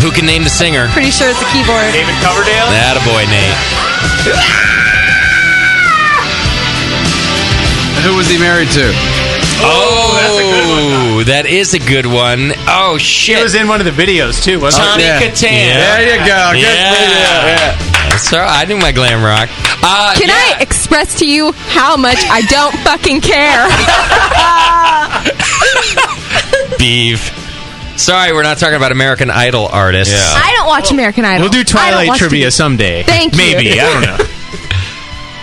S5: Who can name the singer?
S11: Pretty sure it's a keyboard.
S16: David Coverdale.
S5: That a boy, Nate.
S21: Who was he married to?
S5: Oh, that's a good one. That is a good one. Oh shit!
S16: He was in one of the videos too, wasn't
S5: Tony
S16: he?
S5: Catan.
S16: There you go. Good video.
S5: yeah. So I knew my glam rock.
S26: (laughs)
S5: Uh,
S26: Can I express to you how much I don't fucking care?
S5: beef. Sorry, we're not talking about American Idol artists.
S26: (laughs) I don't watch American Idol.
S16: We'll do
S26: I don't
S16: Twilight
S26: watch
S16: trivia
S26: TV.
S16: someday.
S26: Thank you.
S16: Maybe I
S26: (laughs)
S16: don't know.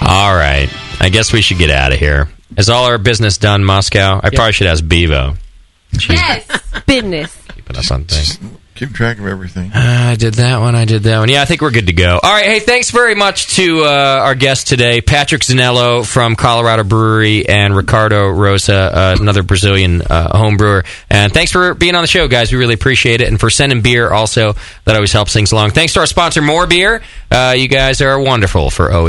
S5: All right. I guess we should get out of here. Is all our business done, Moscow? I probably should ask Bevo.
S11: Business.
S5: Keeping us on things.
S10: Keep track of everything.
S5: Uh, I did that one. I did that one. Yeah, I think we're good to go. All right. Hey, thanks very much to uh, our guest today, Patrick Zanello from Colorado Brewery and Ricardo Rosa, uh, another Brazilian uh, home brewer. And thanks for being on the show, guys. We really appreciate it. And for sending beer also. That always helps things along. Thanks to our sponsor, More Beer. Uh, you guys are wonderful for always.